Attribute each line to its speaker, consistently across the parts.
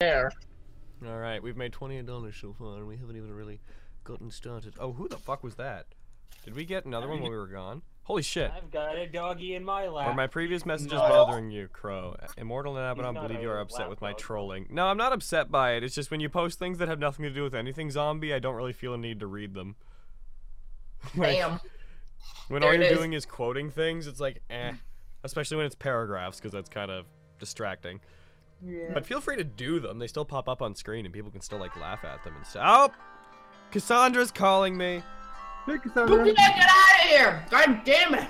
Speaker 1: there.
Speaker 2: All right, we've made twenty eight dollars so far, and we haven't even really gotten started. Oh, who the fuck was that? Did we get another one when we were gone? Holy shit!
Speaker 3: I've got a doggy in my lap.
Speaker 2: Are my previous messages
Speaker 3: No.
Speaker 2: bothering you, Crow? Immortal and
Speaker 3: He's
Speaker 2: Abaddon
Speaker 3: not
Speaker 2: believe
Speaker 3: a
Speaker 2: you are upset with my
Speaker 3: lapdog.
Speaker 2: trolling. No, I'm not upset by it. It's just when you post things that have nothing to do with anything zombie, I don't really feel a need to read them. Like,
Speaker 1: Bam.
Speaker 2: when
Speaker 1: there
Speaker 2: all
Speaker 1: it
Speaker 2: you're
Speaker 1: is.
Speaker 2: doing is quoting things, it's like, eh. Especially when it's paragraphs, because that's kind of distracting.
Speaker 1: Yeah.
Speaker 2: But feel free to do them. They still pop up on screen, and people can still like laugh at them and stuff. Oh, Cassandra's calling me.
Speaker 4: Hey,
Speaker 1: You
Speaker 4: Cassandra.
Speaker 1: can't get out of here! God damn it!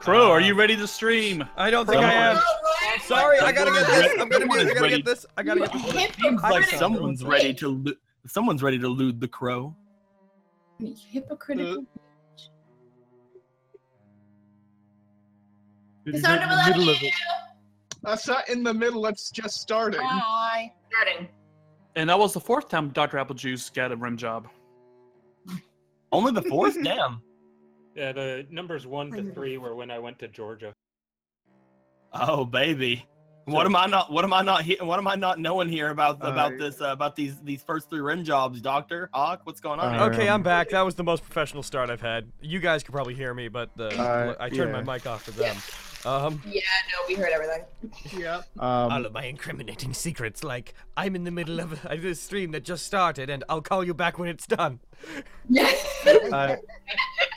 Speaker 5: Crow, are
Speaker 2: Uh,
Speaker 5: you ready to stream?
Speaker 2: I don't think I am.
Speaker 5: Someone-
Speaker 1: Alright.
Speaker 2: Sorry, I gotta get this. I'm gonna
Speaker 5: Someone
Speaker 2: do it. I
Speaker 5: is
Speaker 2: gotta
Speaker 5: ready.
Speaker 2: get this. I gotta get.
Speaker 1: You hit
Speaker 5: Seems like
Speaker 1: hypocritical.
Speaker 5: someone's ready to lo- someone's ready to elude the crow.
Speaker 1: You
Speaker 6: Uh,
Speaker 1: Hypocritical. Cassandra, we love
Speaker 4: Middle of
Speaker 1: you.
Speaker 4: it. That's not in the middle. That's just starting.
Speaker 1: Bye. Starting.
Speaker 5: And that was the fourth time Dr. Applejuice got a rim job. Only the fourth? Damn.
Speaker 3: yeah, the numbers one to three were when I went to Georgia.
Speaker 5: Oh baby. What am I not? What am I not? He- what am I not knowing here about about
Speaker 4: Uh,
Speaker 5: this? Uh, about these these first three rim jobs, Doctor Hawk? What's going on?
Speaker 4: Uh,
Speaker 5: here?
Speaker 2: Okay, I'm back. That was the most professional start I've had. You guys could probably hear me, but the
Speaker 4: Uh,
Speaker 2: I turned
Speaker 4: yeah.
Speaker 2: my mic off for them. Um,
Speaker 1: Yeah, no, we heard everything.
Speaker 4: Yep.
Speaker 2: all
Speaker 4: Um,
Speaker 2: of my incriminating secrets, like I'm in the middle of a, this stream that just started, and I'll call you back when it's done.
Speaker 1: Yeah.
Speaker 4: I,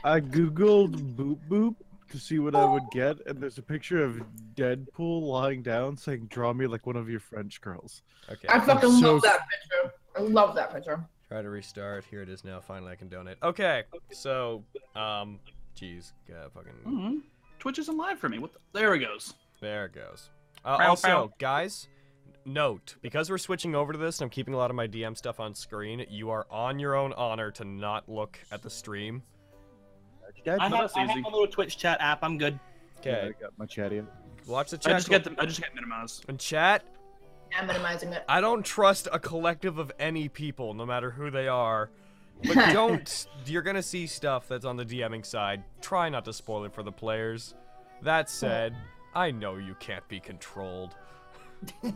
Speaker 4: I googled boop boop to see what I would get, and there's a picture of Deadpool lying down saying, "Draw me like one of your French girls."
Speaker 2: Okay.
Speaker 1: I fucking
Speaker 4: I'm so-
Speaker 1: love that picture. I love that picture.
Speaker 2: Try to restart. Here it is now. Finally, I can donate. Okay. So, um, jeez, uh, fucking.
Speaker 7: Mm-hmm.
Speaker 5: hmm Twitch isn't live for me. What? The- there it goes.
Speaker 2: There it goes. Uh,
Speaker 5: Bow,
Speaker 2: also,
Speaker 5: bow.
Speaker 2: guys, note because we're switching over to this and I'm keeping a lot of my DM stuff on screen, you are on your own honor to not look at the stream.
Speaker 4: Dad,
Speaker 5: I
Speaker 4: no,
Speaker 5: have,
Speaker 4: that's
Speaker 5: I have
Speaker 4: easy.
Speaker 5: my little Twitch chat app. I'm good.
Speaker 2: Okay.
Speaker 4: I got my chat in.
Speaker 2: Watch the
Speaker 5: I
Speaker 2: chat.
Speaker 5: just got the, I just got minimized.
Speaker 2: and chat,
Speaker 1: I'm minimizing it.
Speaker 2: I don't trust a collective of any people, no matter who they are. But don't. You're gonna see stuff that's on the DMing side. Try not to spoil it for the players. That said, I know you can't be controlled. I,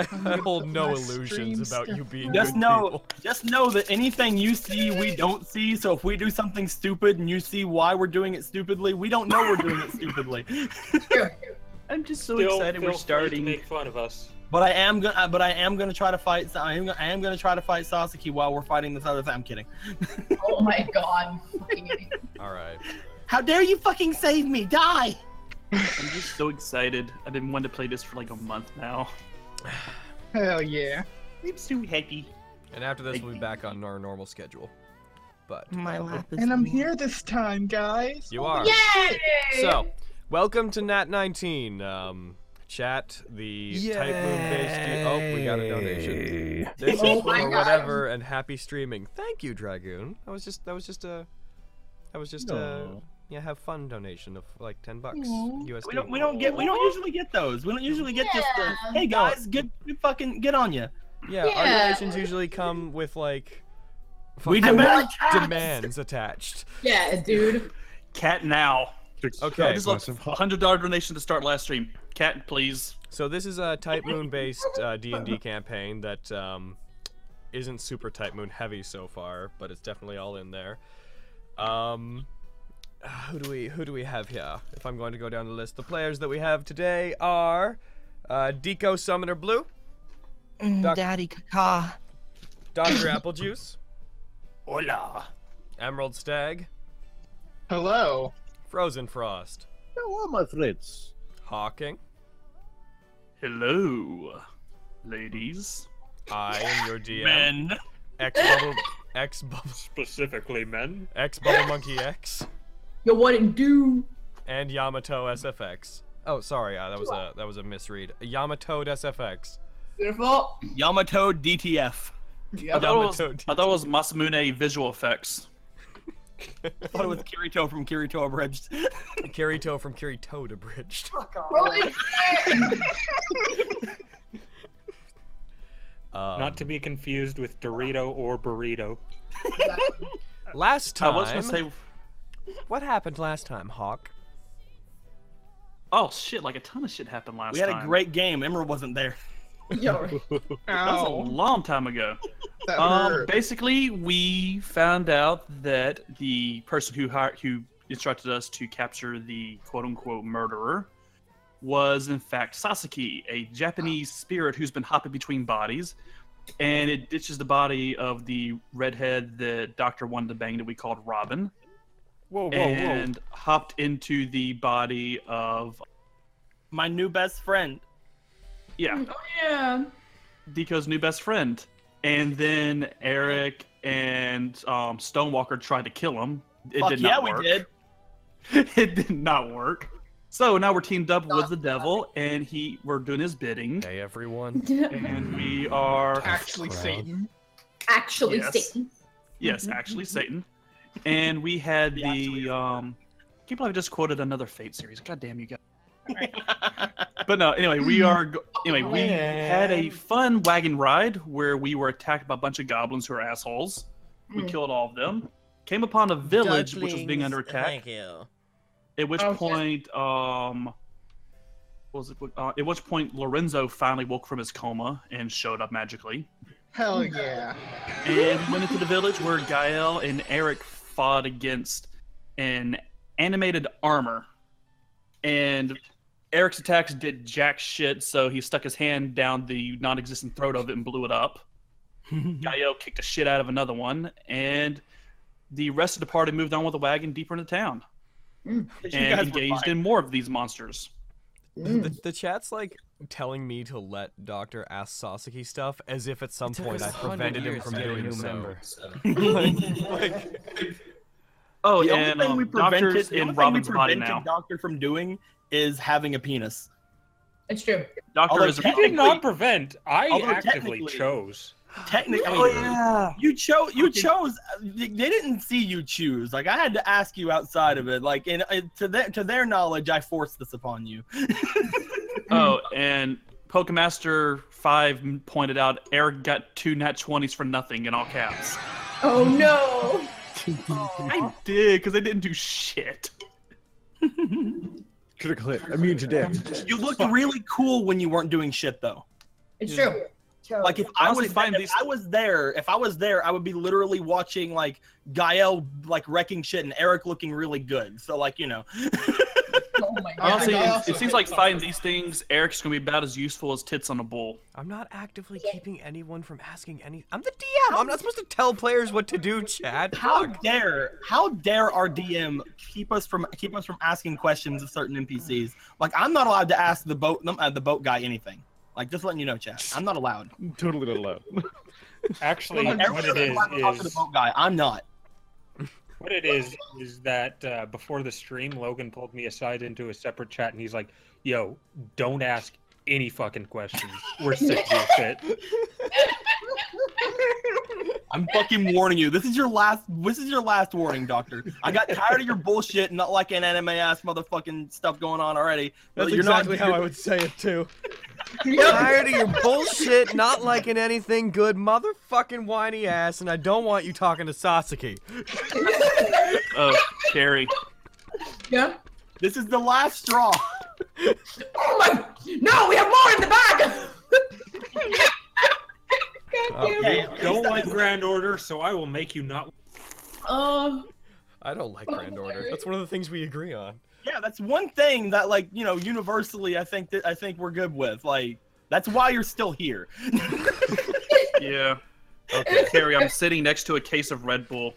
Speaker 2: I hold no illusions about you being
Speaker 5: Just
Speaker 2: good
Speaker 5: know-
Speaker 2: people.
Speaker 5: Just know that anything you see, we don't see. So if we do something stupid and you see why we're doing it stupidly, we don't know we're doing it stupidly. I'm just so
Speaker 3: Still
Speaker 5: excited
Speaker 3: feel
Speaker 5: we're
Speaker 3: free To
Speaker 5: starting.
Speaker 3: make fun of us.
Speaker 5: But I am gonna, but I am gonna try to fight. I am, I am gonna try to fight Sasuke while we're fighting this other thing. I'm kidding.
Speaker 1: oh my god, you fucking idiot.
Speaker 2: All right.
Speaker 5: How dare you fucking save me? Die! I'm just so excited. I've been wanting to play this for like a month now.
Speaker 4: Hell yeah.
Speaker 5: I'm so happy.
Speaker 2: And after this, we'll be back on our normal schedule. But
Speaker 5: My lap is.
Speaker 4: this time, guys.
Speaker 2: you are.
Speaker 1: Yay!
Speaker 2: So, welcome to Nat 19. Um, chat the type moon based. oh, we got a donation. This
Speaker 1: Oh
Speaker 2: is
Speaker 1: my
Speaker 2: for
Speaker 1: God.
Speaker 2: whatever and happy streaming. Thank you, Dragoon. That was just that was just a that was just a
Speaker 4: No.
Speaker 2: yeah have fun donation of like ten bucks
Speaker 1: Aw.
Speaker 2: USD.
Speaker 5: We don't. We don't get. We don't usually get those. We don't usually get just the.
Speaker 1: Yeah.
Speaker 5: Hey guys, good. good fucking get on you.
Speaker 2: yeah,
Speaker 1: Yeah.
Speaker 2: our donations usually come with like
Speaker 5: We
Speaker 2: fucking
Speaker 5: demand
Speaker 2: demands attached.
Speaker 1: Yeah, dude.
Speaker 5: Cat now.
Speaker 2: Okay.
Speaker 5: I just left a hundred dollar donation to start last stream. Cat, please.
Speaker 2: So this is a Type Moon based uh, D&D campaign that um, isn't super Type Moon heavy so far, but it's definitely all in there. Um, who do we who do we have here? If I'm going to go down the list, the players that we have today are uh, Deco Summoner Blue,
Speaker 1: Mm,
Speaker 2: Doc-
Speaker 8: Daddy Kaka.
Speaker 2: Doctor Applejuice,
Speaker 5: Hola.
Speaker 2: Emerald Stag,
Speaker 4: Hello.
Speaker 2: Frozen Frost,
Speaker 4: Hello, my friends.
Speaker 2: Hawking.
Speaker 5: Hello, ladies,
Speaker 2: I am your DM.
Speaker 5: men.
Speaker 2: X bubble X bubble
Speaker 3: Specifically, men.
Speaker 2: X bubble monkey X.
Speaker 1: Yo, what it do?
Speaker 2: and Yamato SFX. Oh, sorry, uh, that was a that was a misread. Yamato SFX.
Speaker 1: Beautiful.
Speaker 5: Yamato DTF. I
Speaker 1: Yep.
Speaker 5: thought, it was,
Speaker 2: Yamato
Speaker 5: I thought it was Masamune visual effects. I thought it was Kirito from Kirito Abridged.
Speaker 2: Kirito from Kirito abridged.
Speaker 1: Roll it.
Speaker 2: Um,
Speaker 3: Not to be confused with Dorito or burrito.
Speaker 2: last
Speaker 5: I
Speaker 2: time.
Speaker 5: was gonna say,
Speaker 2: what happened last time, Hawk?
Speaker 5: oh shit, like a ton of shit happened last
Speaker 9: We had
Speaker 5: time.
Speaker 9: a great game. Emerald wasn't there.
Speaker 1: Yo. Oh.
Speaker 5: That was a
Speaker 8: Ow.
Speaker 5: long time ago.
Speaker 8: That
Speaker 5: Um,
Speaker 8: hurt.
Speaker 5: basically, we found out that the person who hired, who instructed us to capture the quote-unquote murderer was in fact Sasaki, a Japanese spirit who's been hopping between bodies, and it ditches the body of the redhead the doctor wanted to bang that we called Robin,
Speaker 4: Whoa,
Speaker 5: and hopped into the body of
Speaker 9: My new best friend.
Speaker 5: yeah
Speaker 1: Oh yeah.
Speaker 5: Deco's new best friend. And then Eric and um, Stonewalker tried to kill him. It
Speaker 9: Fuck
Speaker 5: did
Speaker 9: yeah,
Speaker 5: not
Speaker 9: we
Speaker 5: work.
Speaker 9: did.
Speaker 5: it did not work. So now we're teamed up with the devil, and he we're doing his bidding,
Speaker 2: Hey everyone.
Speaker 5: and we are
Speaker 8: actually
Speaker 2: Proud.
Speaker 8: Satan.
Speaker 1: Actually,
Speaker 5: Yes.
Speaker 1: Satan.
Speaker 5: yes, actually Satan, and we had the um. I can't believe I just quoted another Fate series. God damn you guys. but no, anyway, we are. Go- anyway, we had a fun wagon ride where we were attacked by a bunch of goblins who are assholes. We
Speaker 1: Mm.
Speaker 5: killed all of them. Came upon a village which was being under attack.
Speaker 7: Thank you.
Speaker 5: At which
Speaker 1: Okay.
Speaker 5: point, um, what was it? Uh, at which point, Lorenzo finally woke from his coma and showed up magically.
Speaker 8: Hell yeah.
Speaker 5: And we went into the village where Gael and Eric fought against an animated armor. And Eric's attacks did jack shit, so he stuck his hand down the non existent throat of it and blew it up. Gael kicked the shit out of another one, and the rest of the party moved on with the wagon deeper into town
Speaker 1: Mm.
Speaker 5: and engaged in more of these monsters.
Speaker 7: Mm.
Speaker 2: the, the chat's like telling me to let Doctor ask Sasaki stuff as if at some
Speaker 7: took
Speaker 2: point
Speaker 7: us
Speaker 2: I
Speaker 7: 100
Speaker 2: prevented him
Speaker 7: years
Speaker 2: from
Speaker 7: to get a
Speaker 2: doing
Speaker 7: new
Speaker 2: so.
Speaker 7: member.
Speaker 5: Oh,
Speaker 9: the
Speaker 5: and
Speaker 9: only thing we
Speaker 5: um, doctors
Speaker 9: prevented, the
Speaker 5: in
Speaker 9: only thing we
Speaker 5: Robin's body
Speaker 9: prevented
Speaker 5: now.
Speaker 9: Doctor from doing is having a penis.
Speaker 1: It's true.
Speaker 5: Doctor
Speaker 9: Although
Speaker 5: is
Speaker 3: He did not
Speaker 5: technically-
Speaker 3: prevent. I
Speaker 9: Although
Speaker 3: actively
Speaker 9: technically-
Speaker 3: chose.
Speaker 9: Technically,
Speaker 5: Oh, yeah.
Speaker 9: you chose. You
Speaker 5: Okay.
Speaker 9: chose. They they didn't see you choose. Like I had to ask you outside of it. Like and uh, to their to their knowledge, I forced this upon you.
Speaker 5: Oh, and Pokemaster 5 pointed out Eric got two nat 20s for nothing in all caps.
Speaker 1: Oh no.
Speaker 5: I did, because they didn't do shit.
Speaker 4: Critical hit. Immune to damage.
Speaker 9: You looked really cool when you weren't doing shit though.
Speaker 1: It's
Speaker 5: Yeah.
Speaker 1: true.
Speaker 9: Like if I
Speaker 5: Honestly,
Speaker 9: was
Speaker 5: find
Speaker 9: there,
Speaker 5: these-
Speaker 9: if I was there, if I was there, I would be literally watching like Gael like wrecking shit and Eric looking really good. So like you know,
Speaker 1: Oh my god.
Speaker 5: Honestly,
Speaker 8: I
Speaker 5: it,
Speaker 8: also
Speaker 5: it seems
Speaker 8: hit
Speaker 5: like
Speaker 8: something.
Speaker 5: finding these things, Eric's going to be about as useful as tits on a bull.
Speaker 2: I'm not actively keeping anyone from asking any. I'm the DM. I'm not supposed to tell players what to do, Chad.
Speaker 9: how dare how dare our DM keep us from keep us from asking questions of certain NPCs? Like I'm not allowed to ask the boat uh, the boat guy anything. Like just letting you know, Chad, I'm not allowed.
Speaker 4: Totally not allowed.
Speaker 3: Actually,
Speaker 9: Like,
Speaker 3: what
Speaker 9: everyone's
Speaker 3: it is
Speaker 9: allowed to talk to the
Speaker 3: is
Speaker 9: boat guy. I'm not.
Speaker 3: what it is is that uh, before the stream, Logan pulled me aside into a separate chat, and he's like, "Yo, don't ask any fucking questions. We're sick of this shit."
Speaker 9: I'm fucking warning you. This is your last. This is your last warning, Doctor. I got tired of your bullshit, not like an anime ass motherfucking stuff going on already.
Speaker 2: That's
Speaker 9: You're not-
Speaker 2: exactly how I would say it too.
Speaker 1: Yep.
Speaker 2: Tired of your bullshit, not liking anything good, motherfucking whiny ass, and I don't want you talking to Sasuke.
Speaker 5: Oh, Carrie.
Speaker 1: Yeah.
Speaker 9: This is the last straw.
Speaker 1: Oh my. No, we have more in the bag.
Speaker 2: Oh.
Speaker 1: God damn
Speaker 9: Yeah,
Speaker 1: it.
Speaker 9: yeah.
Speaker 3: Uh, don't like grand order, so I will make you not.
Speaker 7: Oh,
Speaker 1: Um.
Speaker 2: I don't like Grand Order. That's one of the things we agree on.
Speaker 9: Yeah, that's one thing that, like, you know, universally, I think that I think we're good with. Like, that's why you're still here.
Speaker 5: Yeah. Okay, Carrie, I'm sitting next to a case of Red Bull.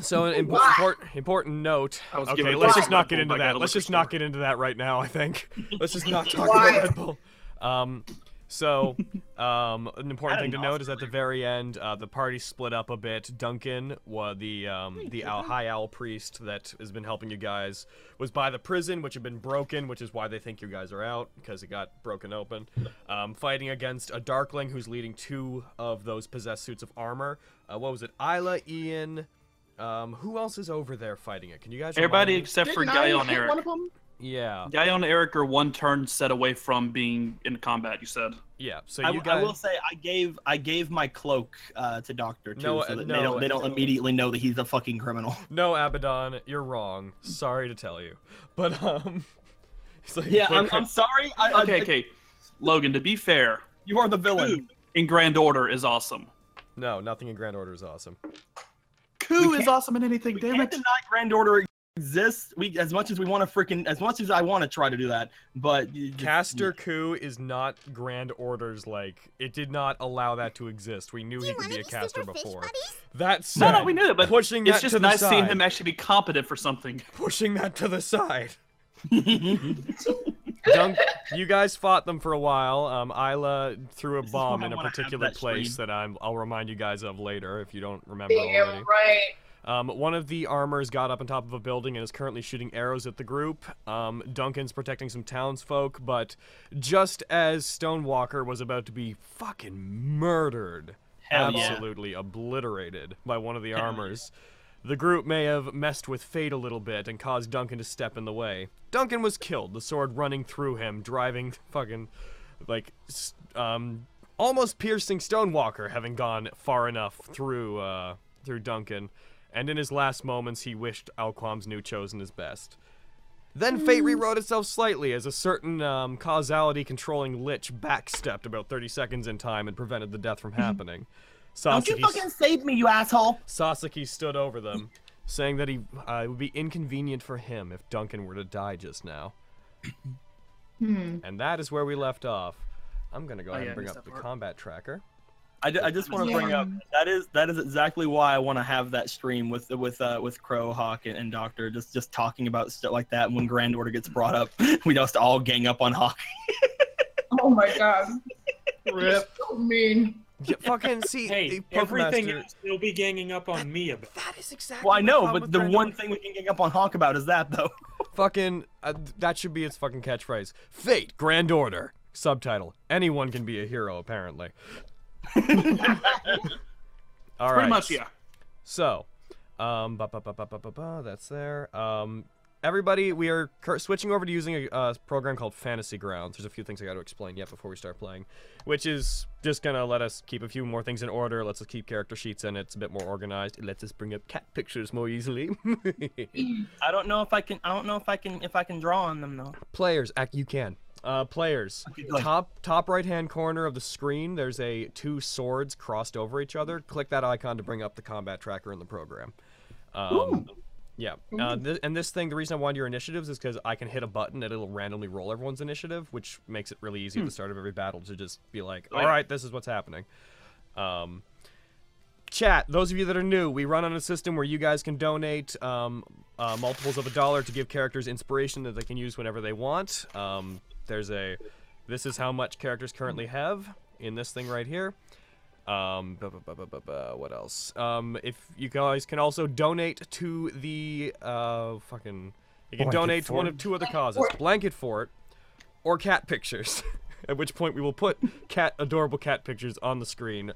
Speaker 2: So, an impo- import- important note.
Speaker 5: I was
Speaker 2: Okay,
Speaker 5: given a
Speaker 2: let's
Speaker 5: glass
Speaker 2: just
Speaker 5: of
Speaker 2: not
Speaker 5: Red
Speaker 2: get
Speaker 5: Bull
Speaker 2: into
Speaker 5: by
Speaker 2: that.
Speaker 5: Gail
Speaker 2: Let's
Speaker 5: liquor
Speaker 2: just not
Speaker 5: store.
Speaker 2: get into that right now. I think. Let's just not talk
Speaker 1: Why?
Speaker 2: about Red Bull. Um, so, um, an important thing to note is at the very end, uh, the party split up a bit. Duncan, wa the um, the owl, high owl priest that has been helping you guys, was by the prison, which had been broken, which is why they think you guys are out because it got broken open. Um, fighting against a darkling who's leading two of those possessed suits of armor. Uh, what was it? Isla, Ian. Um, who else is over there fighting it? Can you guys? remind
Speaker 5: Everybody
Speaker 2: me?
Speaker 5: except for
Speaker 8: Didn't I
Speaker 5: Gael and
Speaker 8: hit one
Speaker 5: Eric.
Speaker 8: of them?
Speaker 2: Yeah,
Speaker 5: Gael and Eric are one turn set away from being in combat, you said.
Speaker 2: yeah. So
Speaker 9: I,
Speaker 2: you
Speaker 9: I
Speaker 2: guys.
Speaker 9: will say, I gave I gave my cloak uh, to Doctor too,
Speaker 2: No,
Speaker 9: so that
Speaker 2: no,
Speaker 9: they don't they don't immediately know that he's a fucking criminal.
Speaker 2: No, Abaddon, you're wrong. Sorry to tell you, but um, it's like,
Speaker 9: Yeah, I'm, I'm sorry. I, I,
Speaker 5: Okay, okay. Logan, to be fair,
Speaker 9: You are the villain.
Speaker 5: in grand order is awesome.
Speaker 2: No, nothing in grand order is awesome.
Speaker 5: Coup
Speaker 9: We
Speaker 5: is
Speaker 9: can't-
Speaker 5: awesome in anything.
Speaker 9: We
Speaker 5: Damn
Speaker 9: can't
Speaker 5: it!
Speaker 9: deny Grand Order exists. We as much as we want to freaking as much as I want to try to do that, but you just-
Speaker 2: Caster Coup is not grand orders like it did not allow that to exist. We knew
Speaker 8: Do
Speaker 2: he
Speaker 8: you
Speaker 2: could
Speaker 8: want
Speaker 2: be a
Speaker 8: any
Speaker 2: caster
Speaker 8: super fish
Speaker 2: before.
Speaker 8: buddies?
Speaker 2: That
Speaker 5: No,
Speaker 2: said,
Speaker 5: no, we knew it, but
Speaker 2: pushing
Speaker 5: it's
Speaker 2: that
Speaker 5: just
Speaker 2: to
Speaker 5: nice
Speaker 2: the
Speaker 5: seeing
Speaker 2: side.
Speaker 5: him actually be competent for something.
Speaker 2: pushing that to the side. Dunk, you guys fought them for a while. Um, Isla threw a
Speaker 9: This is when
Speaker 2: bomb
Speaker 9: I
Speaker 2: in a
Speaker 9: wanna have
Speaker 2: particular
Speaker 9: that
Speaker 2: place
Speaker 9: stream.
Speaker 2: that I'm, I'll remind you guys of later if you don't remember
Speaker 7: Yeah,
Speaker 2: already.
Speaker 7: right.
Speaker 2: Um, one of the armors got up on top of a building and is currently shooting arrows at the group. Um, Duncan's protecting some townsfolk, but just as Stonewalker was about to be fucking murdered,
Speaker 9: Hell yeah.
Speaker 2: absolutely obliterated by one of the armors, the group may have messed with fate a little bit and caused Duncan to step in the way. Duncan was killed, the sword running through him, driving fucking, like, s- um, almost piercing Stonewalker, having gone far enough through uh, through Duncan. And in his last moments, he wished Alquam's new chosen his best. Then fate rewrote itself slightly as a certain um, causality controlling lich backstepped about 30 seconds in time and prevented the death from happening.
Speaker 9: Don't you
Speaker 2: Sasuke
Speaker 9: fucking save me, you asshole!
Speaker 2: Sasaki stood over them, saying that he uh, it would be inconvenient for him if Duncan were to die just now.
Speaker 10: Hmm.
Speaker 2: And that is where we left off. I'm gonna go
Speaker 5: Oh,
Speaker 2: ahead
Speaker 5: yeah,
Speaker 2: and bring
Speaker 5: missed
Speaker 2: up
Speaker 5: that
Speaker 2: the
Speaker 5: part.
Speaker 2: combat tracker.
Speaker 9: I, ju- I just want to bring up that is that is exactly why I want to have that stream with with uh, with Crow Hawk and, and Doctor just just talking about stuff like that. When Grand Order gets brought up, we just all gang up on Hawk.
Speaker 7: Oh my god. Rip. So mean.
Speaker 2: Yeah, fucking see,
Speaker 3: Hey,
Speaker 2: the Puppet
Speaker 3: everything
Speaker 2: Master-
Speaker 3: else, they'll be ganging up on me about.
Speaker 1: That is exactly.
Speaker 9: Well, I
Speaker 1: my
Speaker 9: know,
Speaker 1: problem
Speaker 9: but
Speaker 1: with
Speaker 9: the
Speaker 1: Grand
Speaker 9: one
Speaker 1: Order.
Speaker 9: thing we can gang up on Hawk about is that though.
Speaker 2: Fucking, uh, th- that should be its fucking catchphrase. Fate, Grand Order. Subtitle: Anyone can be a hero, apparently. All right.
Speaker 5: Pretty much, yeah.
Speaker 2: So, um, ba ba ba ba ba ba ba. That's there. Um, everybody, we are cur- switching over to using a uh, program called Fantasy Grounds. There's a few things I got to explain yet before we start playing, which is just gonna let us keep a few more things in order. Lets us keep character sheets in. It's a bit more organized. It lets us bring up cat pictures more easily.
Speaker 9: I don't know if I can. I don't know if I can. If I can draw on them though.
Speaker 2: players, act. You can. Uh, players. Top top right hand corner of the screen, there's a two swords crossed over each other. Click that icon to bring up the combat tracker in the program. Um, yeah, uh, th- and this thing, the reason I wanted your initiatives is because I can hit a button and it'll randomly roll everyone's initiative, which makes it really easy at the start of every battle to just be like,
Speaker 5: Oh, yeah.
Speaker 2: all right, this is what's happening. Um, chat those of you that are new we run on a system where you guys can donate um, uh, multiples of a dollar to give characters inspiration that they can use whenever they want um, there's a this is how much characters currently have in this thing right here um, bu- bu- bu- bu- bu- bu- what else um, if you guys can also donate to the uh, fucking you can
Speaker 4: Blanket
Speaker 2: donate to one
Speaker 4: Fort.
Speaker 2: of two other causes blanket fort or cat pictures at which point we will put cat adorable cat pictures on the screen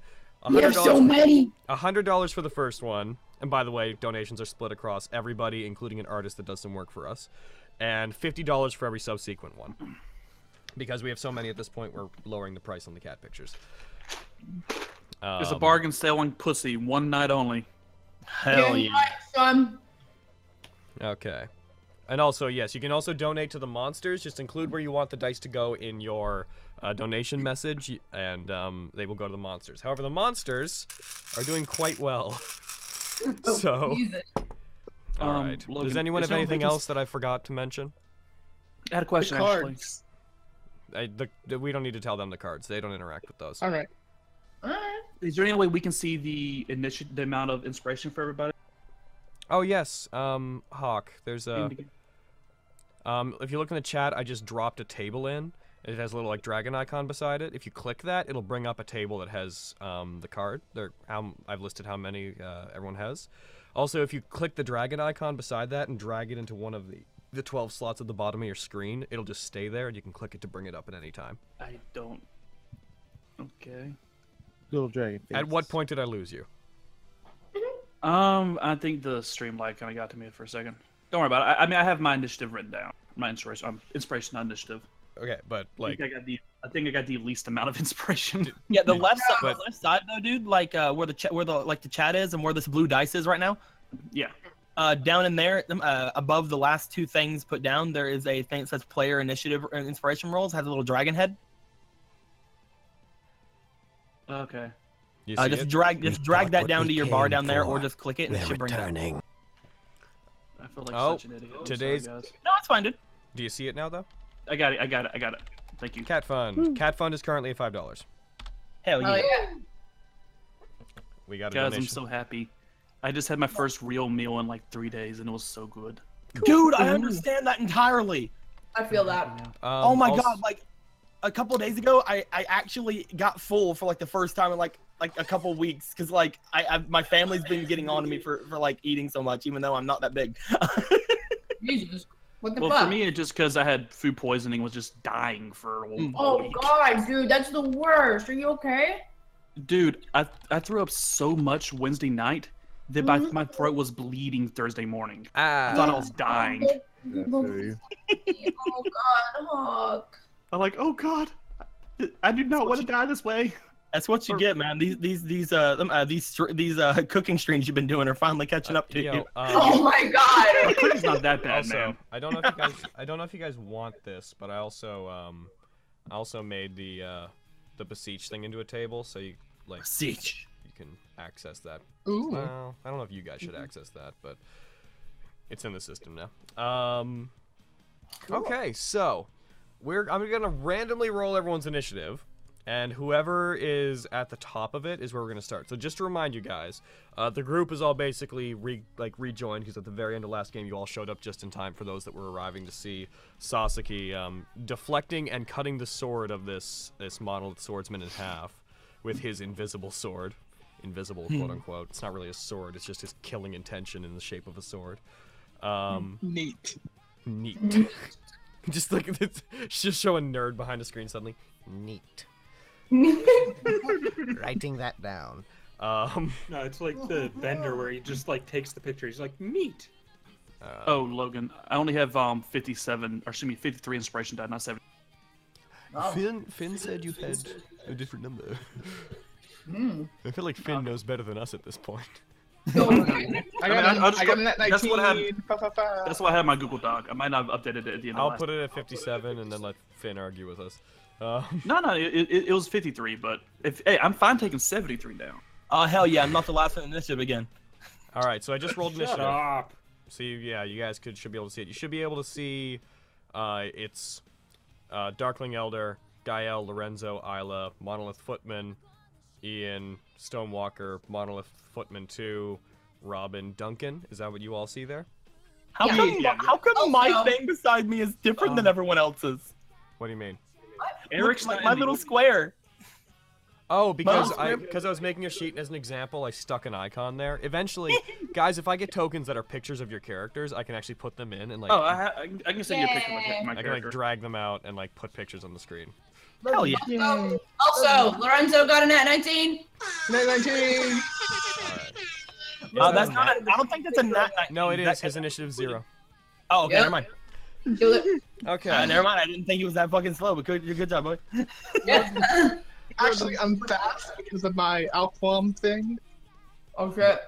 Speaker 7: We have so many.
Speaker 2: a hundred dollars for the first one, and by the way, donations are split across everybody, including an artist that does some work for us, and fifty dollars for every subsequent one. Because we have so many at this point, we're lowering the price on the cat pictures.
Speaker 5: There's a
Speaker 2: Um,
Speaker 5: bargain sale on pussy, one night only.
Speaker 9: Hell
Speaker 7: You're
Speaker 9: yeah!
Speaker 7: right, son.
Speaker 2: Okay. And also, yes, you can also donate to the monsters. Just include where you want the dice to go in your uh, donation message, y- and um, they will go to the monsters. However, the monsters are doing quite well. So-
Speaker 7: Jesus.
Speaker 2: All
Speaker 5: Um,
Speaker 2: right. Does
Speaker 5: Logan,
Speaker 2: anyone
Speaker 5: is
Speaker 2: have
Speaker 5: there
Speaker 2: anything
Speaker 5: anything s-
Speaker 2: else that I forgot to mention?
Speaker 5: I had a question actually.
Speaker 9: cards.
Speaker 2: I, the, the- we don't need to tell them the cards. They don't interact with those.
Speaker 7: All right. All right.
Speaker 5: Is there any way we can see the initi- the amount of inspiration for everybody?
Speaker 2: Oh yes, um, Hawk. There's a um, if you look in the chat, I just dropped a table in. It has a little like dragon icon beside it. If you click that, it'll bring up a table that has um, the card. There, how, I've listed how many uh, everyone has. Also, if you click the dragon icon beside that and drag it into one of the the 12 slots at the bottom of your screen, it'll just stay there, and you can click it to bring it up at any time.
Speaker 5: I don't. Okay.
Speaker 4: Little dragon.
Speaker 2: At what point did I lose you?
Speaker 5: Um, I think the stream light kind of got to me for a second. Don't worry about it. I, I mean, I have my initiative written down. My inspiration, um, inspiration, not initiative.
Speaker 2: Okay, but like
Speaker 5: I think I got the. I think I got the least amount of inspiration.
Speaker 9: Yeah, the left side,
Speaker 2: But-
Speaker 9: the left side though, dude. Like uh, where the ch- where the like the chat is and where this blue dice is right now.
Speaker 5: yeah.
Speaker 9: Uh, down in there, um, uh, above the last two things put down, there is a thing that says player initiative and inspiration rolls. Has a little dragon head.
Speaker 5: Okay.
Speaker 2: You see
Speaker 9: Uh, just
Speaker 2: it?
Speaker 9: drag, just
Speaker 8: We
Speaker 9: drag
Speaker 8: got
Speaker 9: that
Speaker 8: what
Speaker 9: down to
Speaker 8: we
Speaker 9: your bar
Speaker 8: came
Speaker 9: down there, or
Speaker 8: for.
Speaker 9: just click it and it
Speaker 8: We're
Speaker 9: should bring it up.
Speaker 8: returning.
Speaker 5: I feel like
Speaker 2: Oh,
Speaker 5: such an idiot. I'm
Speaker 2: today's-
Speaker 5: Sorry, guys.
Speaker 9: No, it's fine, dude.
Speaker 2: Do you see it now though?
Speaker 5: I got it. I got it. I got it. Thank you.
Speaker 2: Cat fund. Cat fund is currently at five dollars.
Speaker 9: Hell
Speaker 7: Oh
Speaker 9: yeah.
Speaker 7: yeah.
Speaker 2: We got a
Speaker 5: Guys, I'm
Speaker 2: donation.
Speaker 5: so happy. I just had my first real meal in like three days, and it was so good.
Speaker 9: Dude, I understand that entirely.
Speaker 7: I feel that.
Speaker 5: Yeah.
Speaker 2: Um,
Speaker 9: oh my
Speaker 2: also-
Speaker 9: god, like a couple days ago, I, I actually got full for like the first time in like like a couple weeks because like I I've, my family's been getting on to me for for like eating so much, even though I'm not that big.
Speaker 7: Jesus. What the
Speaker 5: Well,
Speaker 7: fuck?
Speaker 5: for me, it just because I had food poisoning was just dying for a whole
Speaker 9: Mm.
Speaker 5: whole
Speaker 7: oh
Speaker 5: week.
Speaker 7: god, dude, that's the worst. Are you okay?
Speaker 5: Dude, I I threw up so much Wednesday night that my, my throat was bleeding Thursday morning. I
Speaker 2: Ah,
Speaker 5: thought I was dying.
Speaker 7: oh god, Hawk.
Speaker 5: I'm like, oh god, I do not want to die this way.
Speaker 9: That's what you
Speaker 5: Or-
Speaker 9: get, man. These these these uh, them- uh these str- these uh cooking streams you've been doing are finally catching
Speaker 5: Uh,
Speaker 9: up to
Speaker 2: yo,
Speaker 9: you.
Speaker 2: um,
Speaker 7: Oh my god.
Speaker 5: It's not that bad,
Speaker 2: also,
Speaker 5: man.
Speaker 2: I don't know if you guys, I don't know if you guys want this, but I also, um, I also made the uh, the beseech thing into a table, so you like
Speaker 9: Siege.
Speaker 2: you can access that.
Speaker 7: Ooh.
Speaker 2: Well, I don't know if you guys should
Speaker 9: Mm-hmm.
Speaker 2: access that, but it's in the system now. Um, okay, so we're I'm gonna randomly roll everyone's initiative, and whoever is at the top of it is where we're gonna start. So just to remind you guys, uh, the group is all basically re- like rejoined because at the very end of last game you all showed up just in time for those that were arriving to see Sasaki um, deflecting and cutting the sword of this this monolith swordsman in half with his invisible sword. Invisible, quote unquote. It's not really a sword. It's just his killing intention in the shape of a sword. Um,
Speaker 9: Neat.
Speaker 2: neat. just like it's just show a nerd behind a screen suddenly.
Speaker 8: Neat. Writing that down.
Speaker 2: Um,
Speaker 3: No, it's like the vendor where he just like takes the picture. He's like, meat.
Speaker 2: uh,
Speaker 5: Oh, Logan, I only have um 57, or excuse me, 53 inspiration die, not 70.
Speaker 2: Finn, Finn said you had a different number.
Speaker 7: Hmm.
Speaker 2: I feel like Finn knows better than us at this point.
Speaker 5: I got mean, I- I just got- that's what happened.
Speaker 6: happened.
Speaker 5: That's why I have my Google Doc. I might not have updated it at the end.
Speaker 2: I'll
Speaker 5: of last...
Speaker 2: put it at 57 and then let Finn argue with us. Um,
Speaker 5: No, no, it, it, it was 53, but if hey, I'm fine taking 73 down.
Speaker 9: Oh hell yeah! I'm not the last one in initiative again.
Speaker 2: all right, so I just rolled
Speaker 3: Shut
Speaker 2: initiative.
Speaker 3: up.
Speaker 2: So you, yeah, you guys could should be able to see it. You should be able to see uh, it's uh, Darkling Elder, Gael, Lorenzo, Isla, Monolith Footman, Ian, Stonewalker, Monolith Footman Two, Robin, Duncan. Is that what you all see there?
Speaker 9: How
Speaker 7: Yeah.
Speaker 9: come
Speaker 5: Yeah, yeah.
Speaker 9: how come my
Speaker 7: Also-
Speaker 9: thing beside me is different than
Speaker 5: Um,
Speaker 9: everyone else's?
Speaker 2: What do you mean?
Speaker 5: Eric's
Speaker 9: Look,
Speaker 5: not
Speaker 9: like my
Speaker 5: in the-
Speaker 9: little square.
Speaker 2: Oh, because
Speaker 9: Mom's
Speaker 2: I
Speaker 9: crib.
Speaker 2: because I was making a sheet and as an example, I stuck an icon there. Eventually, guys, if I get tokens that are pictures of your characters, I can actually put them in and like
Speaker 5: Oh, I, ha- I can- I can send you a picture of my, ca-
Speaker 7: Yay.
Speaker 5: my
Speaker 2: I can like
Speaker 5: character.
Speaker 2: drag them out and like put pictures on the screen.
Speaker 9: Hell yeah!
Speaker 7: Also, Lorenzo got a nat 19.
Speaker 2: All right.
Speaker 9: Uh, that's not. A, I don't think that's a nat.
Speaker 2: No, it
Speaker 9: that-
Speaker 2: is his initiative zero.
Speaker 9: Oh, okay,
Speaker 7: Yep.
Speaker 9: never mind.
Speaker 7: Do it.
Speaker 2: Okay.
Speaker 9: Uh, never mind. I didn't think he was that fucking slow, but good, good job, boy.
Speaker 7: Yeah.
Speaker 6: Actually, I'm fast because of my alquam thing.
Speaker 7: oh shit.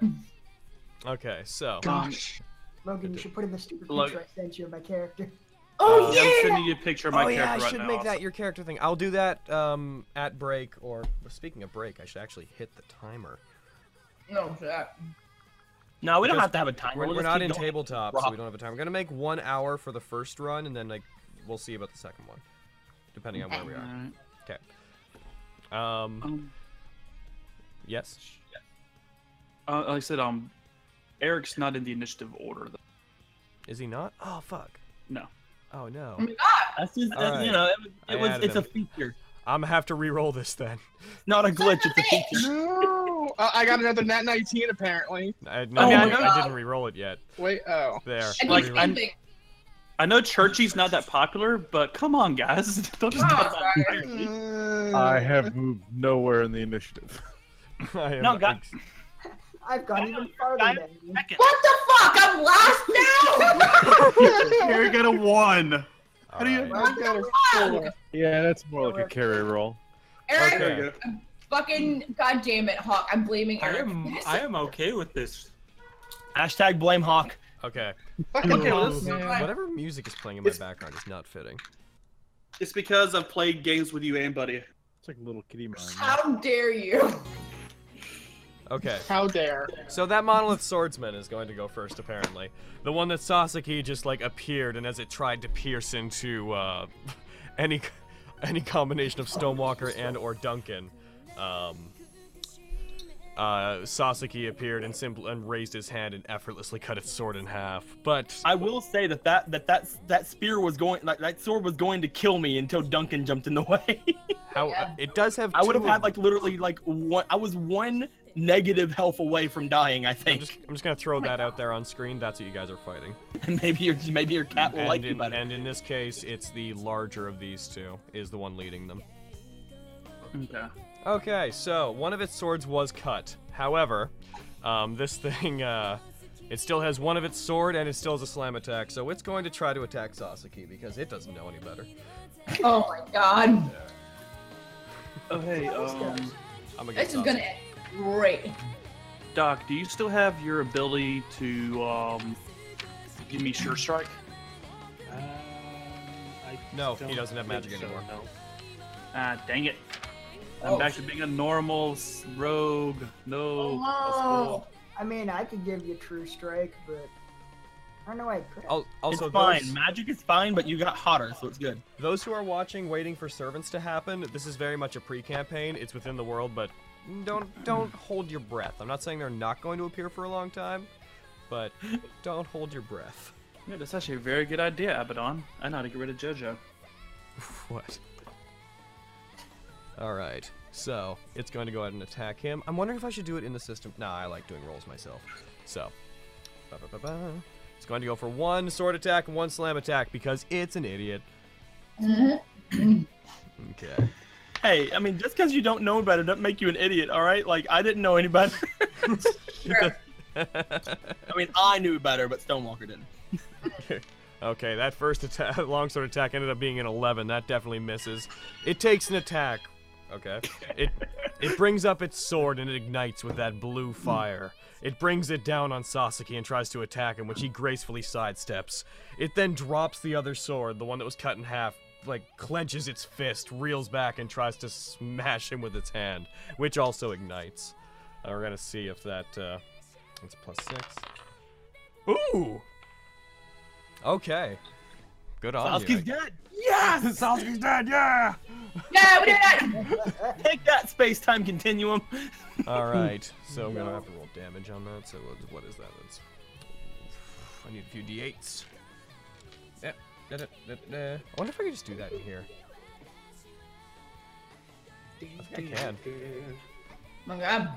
Speaker 2: Okay, so
Speaker 6: Gosh.
Speaker 10: Logan, you should put in the stupid
Speaker 5: Logan.
Speaker 10: picture I sent you of my character.
Speaker 2: um,
Speaker 7: Oh
Speaker 5: Uh, I'm
Speaker 7: yeah.
Speaker 5: sending you a picture of my
Speaker 2: oh
Speaker 5: character
Speaker 2: yeah, I
Speaker 5: right
Speaker 2: should
Speaker 5: now.
Speaker 2: make that your character thing. I'll do that um, at break. Or speaking of break, I should actually hit the timer.
Speaker 7: No shit.
Speaker 9: No, we don't
Speaker 2: Because
Speaker 9: have to have a timer.
Speaker 2: We're,
Speaker 9: We'll
Speaker 2: we're
Speaker 9: just
Speaker 2: not
Speaker 9: keep
Speaker 2: in
Speaker 9: going.
Speaker 2: tabletop, so we don't have a time. We're gonna make one hour for the first run, and then like we'll see about the second one, depending on where we are.
Speaker 5: Alright,
Speaker 2: Um,
Speaker 5: um,
Speaker 2: yes.
Speaker 5: uh, like I said, um, Eric's not in the initiative order. Though.
Speaker 2: Is he not? Oh fuck.
Speaker 5: No.
Speaker 2: Oh no.
Speaker 5: ah!
Speaker 9: That's just, that's,
Speaker 2: Alright.
Speaker 9: you know, it, was-
Speaker 2: I
Speaker 9: it was.
Speaker 2: added
Speaker 9: It's a
Speaker 2: him.
Speaker 9: feature,
Speaker 2: I'm gonna have to re-roll this then.
Speaker 9: not a glitch. It's a feature.
Speaker 6: No. Uh, I got another nat 19 apparently.
Speaker 2: I, no,
Speaker 5: Oh
Speaker 2: I,
Speaker 5: my
Speaker 2: I
Speaker 7: God.
Speaker 2: didn't re-roll it yet.
Speaker 6: Wait, oh.
Speaker 2: There.
Speaker 7: I
Speaker 5: Like,
Speaker 7: did the
Speaker 5: I'm-
Speaker 7: same thing.
Speaker 5: I know Churchy's not that popular, but come on, guys, don't just talk about
Speaker 7: Oh, sorry.
Speaker 5: Churchy.
Speaker 4: I have moved nowhere in the initiative.
Speaker 2: I am
Speaker 9: No, God.
Speaker 2: ex-
Speaker 10: I've gone even farther
Speaker 9: I-
Speaker 10: than you.
Speaker 7: What the fuck? I'm last now.
Speaker 5: Eric got a one.
Speaker 2: All right.
Speaker 6: I got a four.
Speaker 4: Yeah, that's more like a carry roll.
Speaker 7: Eric,
Speaker 2: Okay.
Speaker 7: fucking goddamn it, Hawk. I'm blaming
Speaker 3: I
Speaker 7: Eric.
Speaker 3: am I am okay with this.
Speaker 9: Hashtag blame Hawk.
Speaker 2: Okay.
Speaker 6: Fucking
Speaker 9: Okay, well,
Speaker 6: love,
Speaker 7: this-
Speaker 6: man.
Speaker 2: Whatever music is playing in my
Speaker 5: It's-
Speaker 2: background is not fitting.
Speaker 5: It's because I've played games with you and Buddy.
Speaker 4: It's like a little kitty mine.
Speaker 7: How dare you?
Speaker 2: Okay.
Speaker 7: How dare?
Speaker 2: So that monolith swordsman is going to go first, apparently. The one that Sasaki just like appeared, and as it tried to pierce into uh, any any combination of Stonewalker and or Duncan, um, uh, Sasaki appeared and simple and raised his hand and effortlessly cut its sword in half. But
Speaker 9: I will say that that that that, that spear was going like that sword was going to kill me until Duncan jumped in the way.
Speaker 2: how it does have
Speaker 9: I would have
Speaker 2: two
Speaker 9: had like literally like one. I was one negative health away from dying. I
Speaker 2: I'm
Speaker 9: think.
Speaker 2: just, I'm just gonna throw that out there on screen. That's what you guys are fighting.
Speaker 9: And maybe your maybe your cat will
Speaker 2: and,
Speaker 9: like you
Speaker 2: in,
Speaker 9: better.
Speaker 2: and in this case, it's the larger of these two is the one leading them.
Speaker 5: Okay.
Speaker 2: Okay, so one of its swords was cut. However, um, this thing, uh, it still has one of its sword and it still has a slam attack, so it's going to try to attack Sasaki because it doesn't know any better.
Speaker 7: Oh my god.
Speaker 5: Oh hey, um,
Speaker 2: I'm
Speaker 7: This
Speaker 2: against
Speaker 7: is gonna
Speaker 2: Sasaki.
Speaker 7: end great. Oh
Speaker 5: Doc, do you still have your ability to um, give me sure strike?
Speaker 3: Uh, I
Speaker 2: No,
Speaker 3: don't
Speaker 2: Oh, he doesn't have
Speaker 3: think
Speaker 2: magic
Speaker 3: so,
Speaker 2: anymore.
Speaker 3: no.
Speaker 5: Ah, dang it! I'm
Speaker 7: Oh.
Speaker 5: back to being a normal s- rogue. No. uh,
Speaker 7: Oh,
Speaker 5: that's cool.
Speaker 10: I mean, I could give you true strike, but I don't know why I could.
Speaker 2: Al- Also,
Speaker 9: it's fine.
Speaker 2: those,
Speaker 9: Magic is fine, but you got hotter, so it's good.
Speaker 2: those who are watching, waiting for servants to happen, this is very much a pre-campaign. It's within the world, but don't don't hold your breath. I'm not saying they're not going to appear for a long time, but don't hold your breath.
Speaker 5: Yeah, that's actually a very good idea, Abaddon. I know how to get rid of JoJo.
Speaker 2: What? All right. So it's going to go ahead and attack him. I'm wondering if I should do it in the system. Nah, I like doing rolls myself. So, ba-ba-ba-ba. it's going to go for one sword attack and one slam attack because it's an idiot.
Speaker 7: Mm-hmm.
Speaker 2: okay.
Speaker 9: Hey, I mean, just because you don't know better doesn't make you an idiot. All right? Like I didn't know any better. I mean, I knew better, but Stonewalker didn't.
Speaker 2: okay, that first attack, long sword attack, ended up being an 11. That definitely misses. It takes an attack. Okay. It it brings up its sword and it ignites with that blue fire. It brings it down on Sasaki and tries to attack him, which he gracefully sidesteps. It then drops the other sword, the one that was cut in half, like clenches its fist, reels back, and tries to smash him with its hand, which also ignites. Uh, we're gonna see if that uh, it's plus six. Ooh. Okay. Good on you.
Speaker 9: Sasuke's dead.
Speaker 2: Yes, Sasuke's dead. Yeah.
Speaker 7: Yeah, we did it!
Speaker 9: Take that space-time continuum.
Speaker 2: All right. So I'm gonna have to roll damage on that. So what- what is that? That's. I need a few d8s. Yeah. da- da- da- da. I wonder if I could just do that in here. I think I can.
Speaker 7: Oh my god.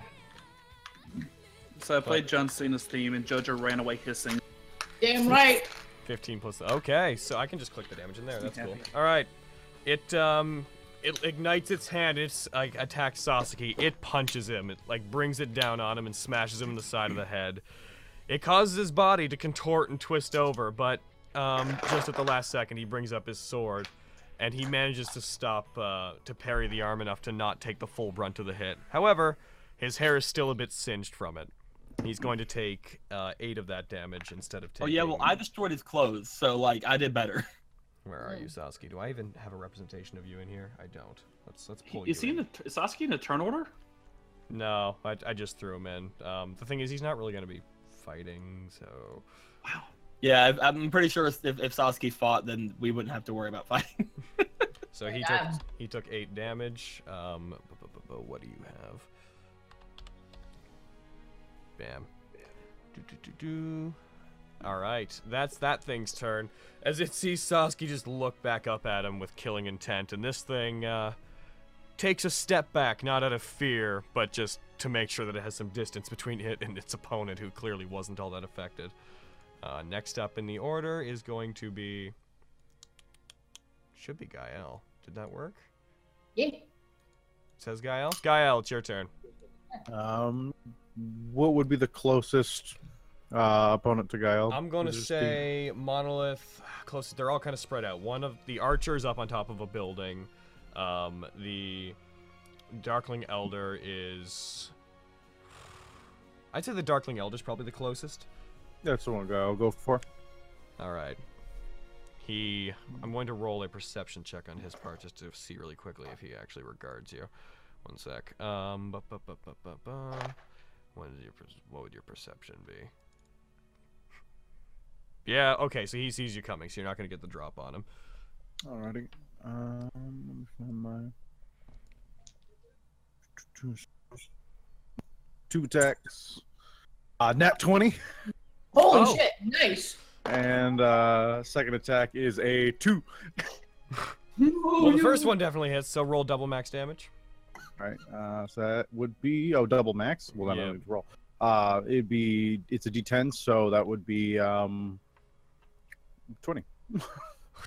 Speaker 5: So I played John Cena's theme, and JoJo ran away hissing.
Speaker 7: Damn right.
Speaker 2: 15 plus. Okay, so I can just click the damage in there. That's cool.
Speaker 5: Happy.
Speaker 2: All right. It um it ignites its hand. It's like attacks Sasuke. It punches him. It like brings it down on him and smashes him in the side of the head. It causes his body to contort and twist over, but um just at the last second he brings up his sword and he manages to stop uh, to parry the arm enough to not take the full brunt of the hit. However, his hair is still a bit singed from it. He's going to take uh, eight of that damage instead of
Speaker 9: Oh
Speaker 2: taking.
Speaker 9: yeah, well I destroyed his clothes, so like I did better.
Speaker 2: Where are you, Sasuke? Do I even have a representation of you in here? I don't. Let's let's pull
Speaker 5: Is he
Speaker 2: you.
Speaker 5: in
Speaker 2: in.
Speaker 5: the, is Sasuke in the turn order?
Speaker 2: No, I, I just threw him in. Um, the thing is, he's not really gonna be fighting, so
Speaker 5: Wow.
Speaker 9: Yeah, I- I'm pretty sure if, if Sasuke fought, then we wouldn't have to worry about fighting.
Speaker 2: so he took he took eight damage. Um, bu- bu- bu- bu- what do you have? Bam. Do, do, do, do. All right, that's that thing's turn. As it sees Sasuke just look back up at him with killing intent, and this thing uh, takes a step back, not out of fear, but just to make sure that it has some distance between it and its opponent, who clearly wasn't all that affected. Uh, next up in the order is going to be. Should be Gael. Did that work?
Speaker 7: Yeah.
Speaker 2: Says Gael. Gael, it's your turn.
Speaker 4: Um, what would be the closest uh, opponent to Guile?
Speaker 2: I'm going to
Speaker 4: Would it just be-
Speaker 2: say monolith. Close. They're all kind of spread out. One of the archers up on top of a building. Um, the darkling elder is. I'd say the darkling elder is probably the closest.
Speaker 4: That's the one guy I'll go for.
Speaker 2: All right. He, I'm going to roll a perception check on his part just to see really quickly if he actually regards you. One sec. Um, bu- bu- bu- bu- bu- bu. What, is your, per- what would your perception be? Yeah, okay, so he sees you coming, so you're not going to get the drop on him.
Speaker 4: Alrighty. Um, let me find my two attacks. Uh, nat twenty,
Speaker 7: Holy
Speaker 4: Oh.
Speaker 7: shit! Nice.
Speaker 4: and uh, second attack is a two.
Speaker 2: Well, the first one definitely hits, so roll double max damage.
Speaker 4: All right. Uh, so that would be oh double max. Well, then I
Speaker 2: Yep.
Speaker 4: don't need to roll. Uh, it'd be it's a D10, so that would be um twenty.
Speaker 2: Oh,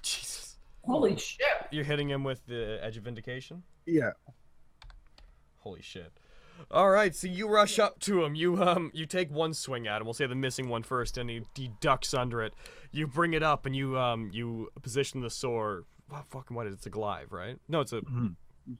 Speaker 2: Jesus.
Speaker 7: Holy shit!
Speaker 2: You're hitting him with the edge of vindication?
Speaker 4: Yeah.
Speaker 2: Holy shit. All right, so you rush up to him. You um, you take one swing at him. We'll say the missing one first, and he, he ducks under it. You bring it up, and you um, you position the sword. Wow, fucking what is it? It's a glaive, right? No, it's a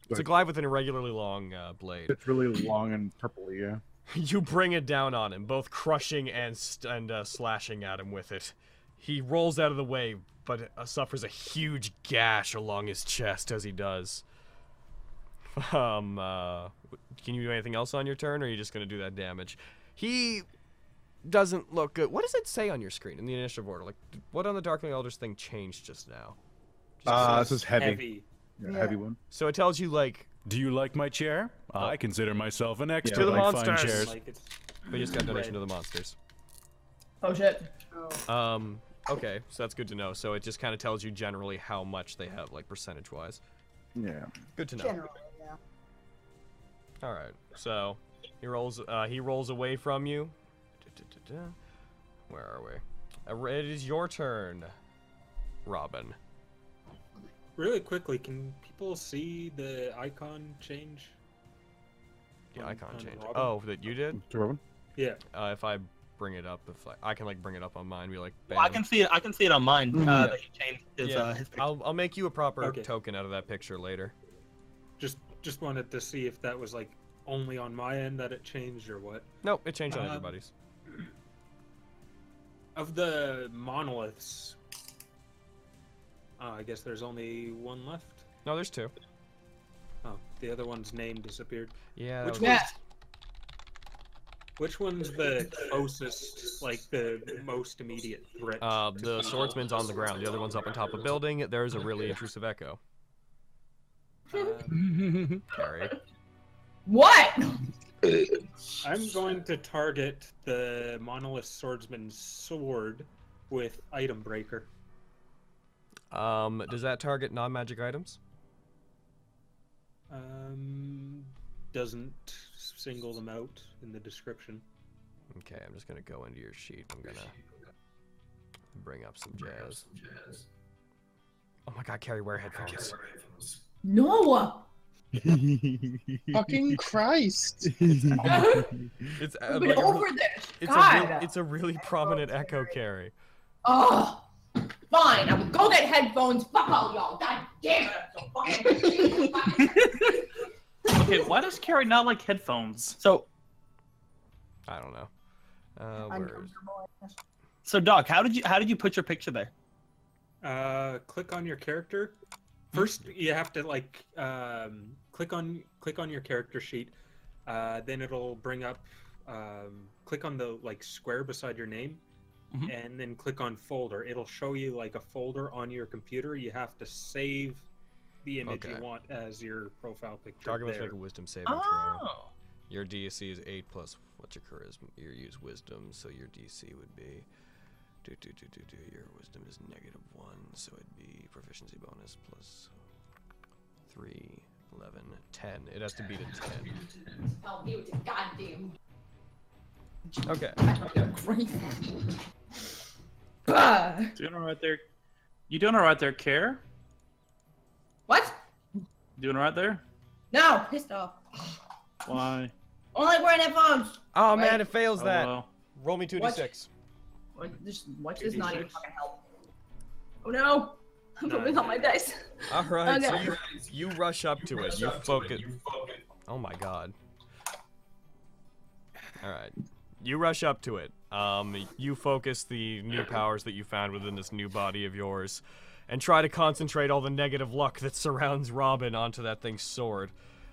Speaker 2: it's a glaive with an irregularly long uh, blade.
Speaker 4: It's really long and purpley. Yeah.
Speaker 2: You bring it down on him, both crushing and st- and uh, slashing at him with it. He rolls out of the way, but uh, suffers a huge gash along his chest as he does. Um, uh, can you do anything else on your turn, or are you just gonna do that damage? He doesn't look good. What does it say on your screen in the initiative order? Like, d- what on the Darkling Elders thing changed just now? Ah,
Speaker 4: Uh, this is heavy.
Speaker 3: Heavy.
Speaker 4: Yeah, Heavy one.
Speaker 2: So it tells you like
Speaker 11: Do you like my chair? I consider myself an expert
Speaker 2: To the
Speaker 11: on fine
Speaker 2: monsters.
Speaker 11: chairs.
Speaker 3: Like it's
Speaker 2: we just got donation to the monsters.
Speaker 7: Oh shit!
Speaker 2: Um. Okay, so that's good to know. So it just kind of tells you generally how much they have, like percentage wise.
Speaker 4: Yeah.
Speaker 2: Good to know.
Speaker 10: Generally, yeah.
Speaker 2: All right. So he rolls. Uh, he rolls away from you. Du-du-du-du. Where are we? Uh, It is your turn, Robin.
Speaker 3: really quickly. Can people see the icon change?
Speaker 2: The
Speaker 3: On-
Speaker 2: icon
Speaker 3: on
Speaker 2: change.
Speaker 3: Robin?
Speaker 2: Oh, that you did.
Speaker 4: To Robin.
Speaker 3: yeah.
Speaker 2: Uh, if I bring it up, if I, I can like bring it up on mine, be like.
Speaker 9: Well, I
Speaker 2: bam.
Speaker 9: can see it. I can see it on mine.
Speaker 4: Mhm.
Speaker 9: Uh,
Speaker 4: Yeah.
Speaker 9: that he changed his,
Speaker 2: Mm. Yeah.
Speaker 9: uh, his picture.
Speaker 2: I'll I'll make you a proper
Speaker 3: Okay.
Speaker 2: token out of that picture later.
Speaker 3: Just just wanted to see if that was like only on my end that it changed or what.
Speaker 2: No, it changed on
Speaker 3: Um,
Speaker 2: everybody's.
Speaker 3: Of the monoliths, uh, I guess there's only one left.
Speaker 2: No, there's two.
Speaker 3: Oh, the other one's name disappeared.
Speaker 2: Yeah. that
Speaker 3: Which
Speaker 2: was-
Speaker 3: one's, which one's the closest, like the most immediate threat?
Speaker 2: Uh, the swordsman's on the ground. The other one's up on top of a building. There is a really intrusive echo.
Speaker 3: Um,
Speaker 2: Carrie.
Speaker 7: What?
Speaker 3: I'm going to target the monolith swordsman's sword with item breaker.
Speaker 2: Um, does that target non-magic items?
Speaker 3: Um, doesn't single them out in the description.
Speaker 2: Okay, I'm just gonna go into your sheet. I'm gonna bring up some jazz. Oh my God, Carrie, wear headphones.
Speaker 7: No.
Speaker 6: Fucking Christ.
Speaker 2: It's uh,
Speaker 7: We've been
Speaker 2: like a re-
Speaker 7: over this.
Speaker 2: it's a
Speaker 7: God.
Speaker 2: real, it's a really prominent echo, Carrie.
Speaker 7: oh. Fine. I will go get headphones. Fuck all y'all. God damn it. I'm so fucking-
Speaker 5: Okay, why does Carrie not like headphones?
Speaker 9: So,
Speaker 2: I don't know. Uh, where is...
Speaker 10: Uncomfortable. I guess.
Speaker 9: so Doc, how did you how did you put your picture there?
Speaker 3: Uh, click on your character. First,
Speaker 2: Hmm.
Speaker 3: you have to like um, click on click on your character sheet. Uh, then it'll bring up. Um, click on the like square beside your name,
Speaker 2: Mm-hmm.
Speaker 9: Mhm.
Speaker 3: and then click on folder. It'll show you like a folder on your computer. You have to save the image
Speaker 2: Okay.
Speaker 3: you want as your profile picture.
Speaker 2: Target must
Speaker 3: there.
Speaker 2: make a wisdom saving throw.
Speaker 7: Oh.
Speaker 2: Your DSC is eight plus what's your charisma? Your use wisdom, so your DC would be. Do, do, do, do, do. Your wisdom is negative one, so it'd be proficiency bonus plus three, 11, 10. It has to beat a ten.
Speaker 7: Tell me what to goddamn
Speaker 2: Okay.
Speaker 7: great. Bah.
Speaker 5: Doing all right there. You doing all right there, Care?
Speaker 7: What?
Speaker 5: Doing all right there?
Speaker 7: No. Pissed off.
Speaker 5: Why?
Speaker 7: Only wearing headphones.
Speaker 2: Oh
Speaker 7: Wait.
Speaker 2: man, it fails that.
Speaker 5: LOL.
Speaker 2: Roll me two d
Speaker 7: What?
Speaker 2: six.
Speaker 7: What- This watch does not even
Speaker 3: 2d6.
Speaker 7: fucking help. Oh no. I'm
Speaker 3: Nah,
Speaker 7: rolling all my
Speaker 3: yeah.
Speaker 7: dice.
Speaker 2: All right.
Speaker 7: Okay.
Speaker 2: So you, you rush up to it. You focus. Oh my god. All right. You rush up to it. Um, you focus the new powers that you found within this new body of yours and try to concentrate all the negative luck that surrounds Robin onto that thing's sword.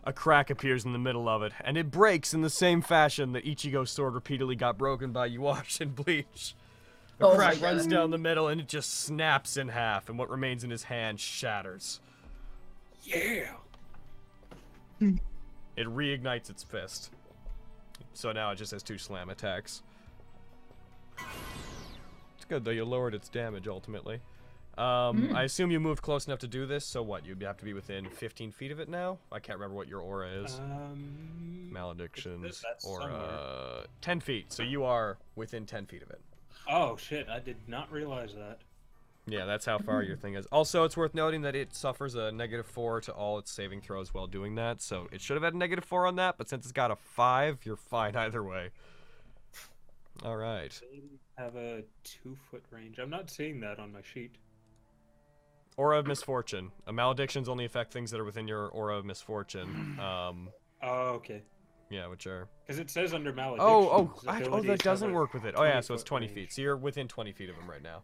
Speaker 2: A crack appears in the middle of it, and it breaks in the same fashion that Ichigo's sword repeatedly got broken by Yuash and Bleach. A
Speaker 1: Oh my
Speaker 2: crack runs
Speaker 1: God.
Speaker 2: down the middle and it just snaps in half, and what remains in his hand shatters.
Speaker 3: Yeah.
Speaker 2: It reignites its fist. So now it just has two slam attacks. It's good though, you lowered its damage ultimately. Um,
Speaker 3: Hmm.
Speaker 1: Mm.
Speaker 2: I assume you moved close enough to do this, so what? You'd have to be within 15 feet of it now? I can't remember what your aura is.
Speaker 3: Um,
Speaker 2: Maledictions.
Speaker 3: that's
Speaker 2: Aura. 10 feet, so you are within 10 feet of it.
Speaker 3: Oh shit! I did not realize that.
Speaker 2: Yeah, that's how far your thing is. Also, it's worth noting that it suffers a negative four to all its saving throws while doing that, so it should have had a negative four on that, but since it's got a five, you're fine either way. All right.
Speaker 3: Have a two foot range. I'm not seeing that on my sheet.
Speaker 2: Aura of Misfortune. Uh, maledictions only affect things that are within your Aura of Misfortune. Um,
Speaker 3: Oh, okay.
Speaker 2: yeah, which are.
Speaker 3: Because it says under malediction.
Speaker 2: Oh, oh, I, oh, that doesn't work with it. Oh, yeah, so it's 20 feet. So you're within 20 feet of him right now.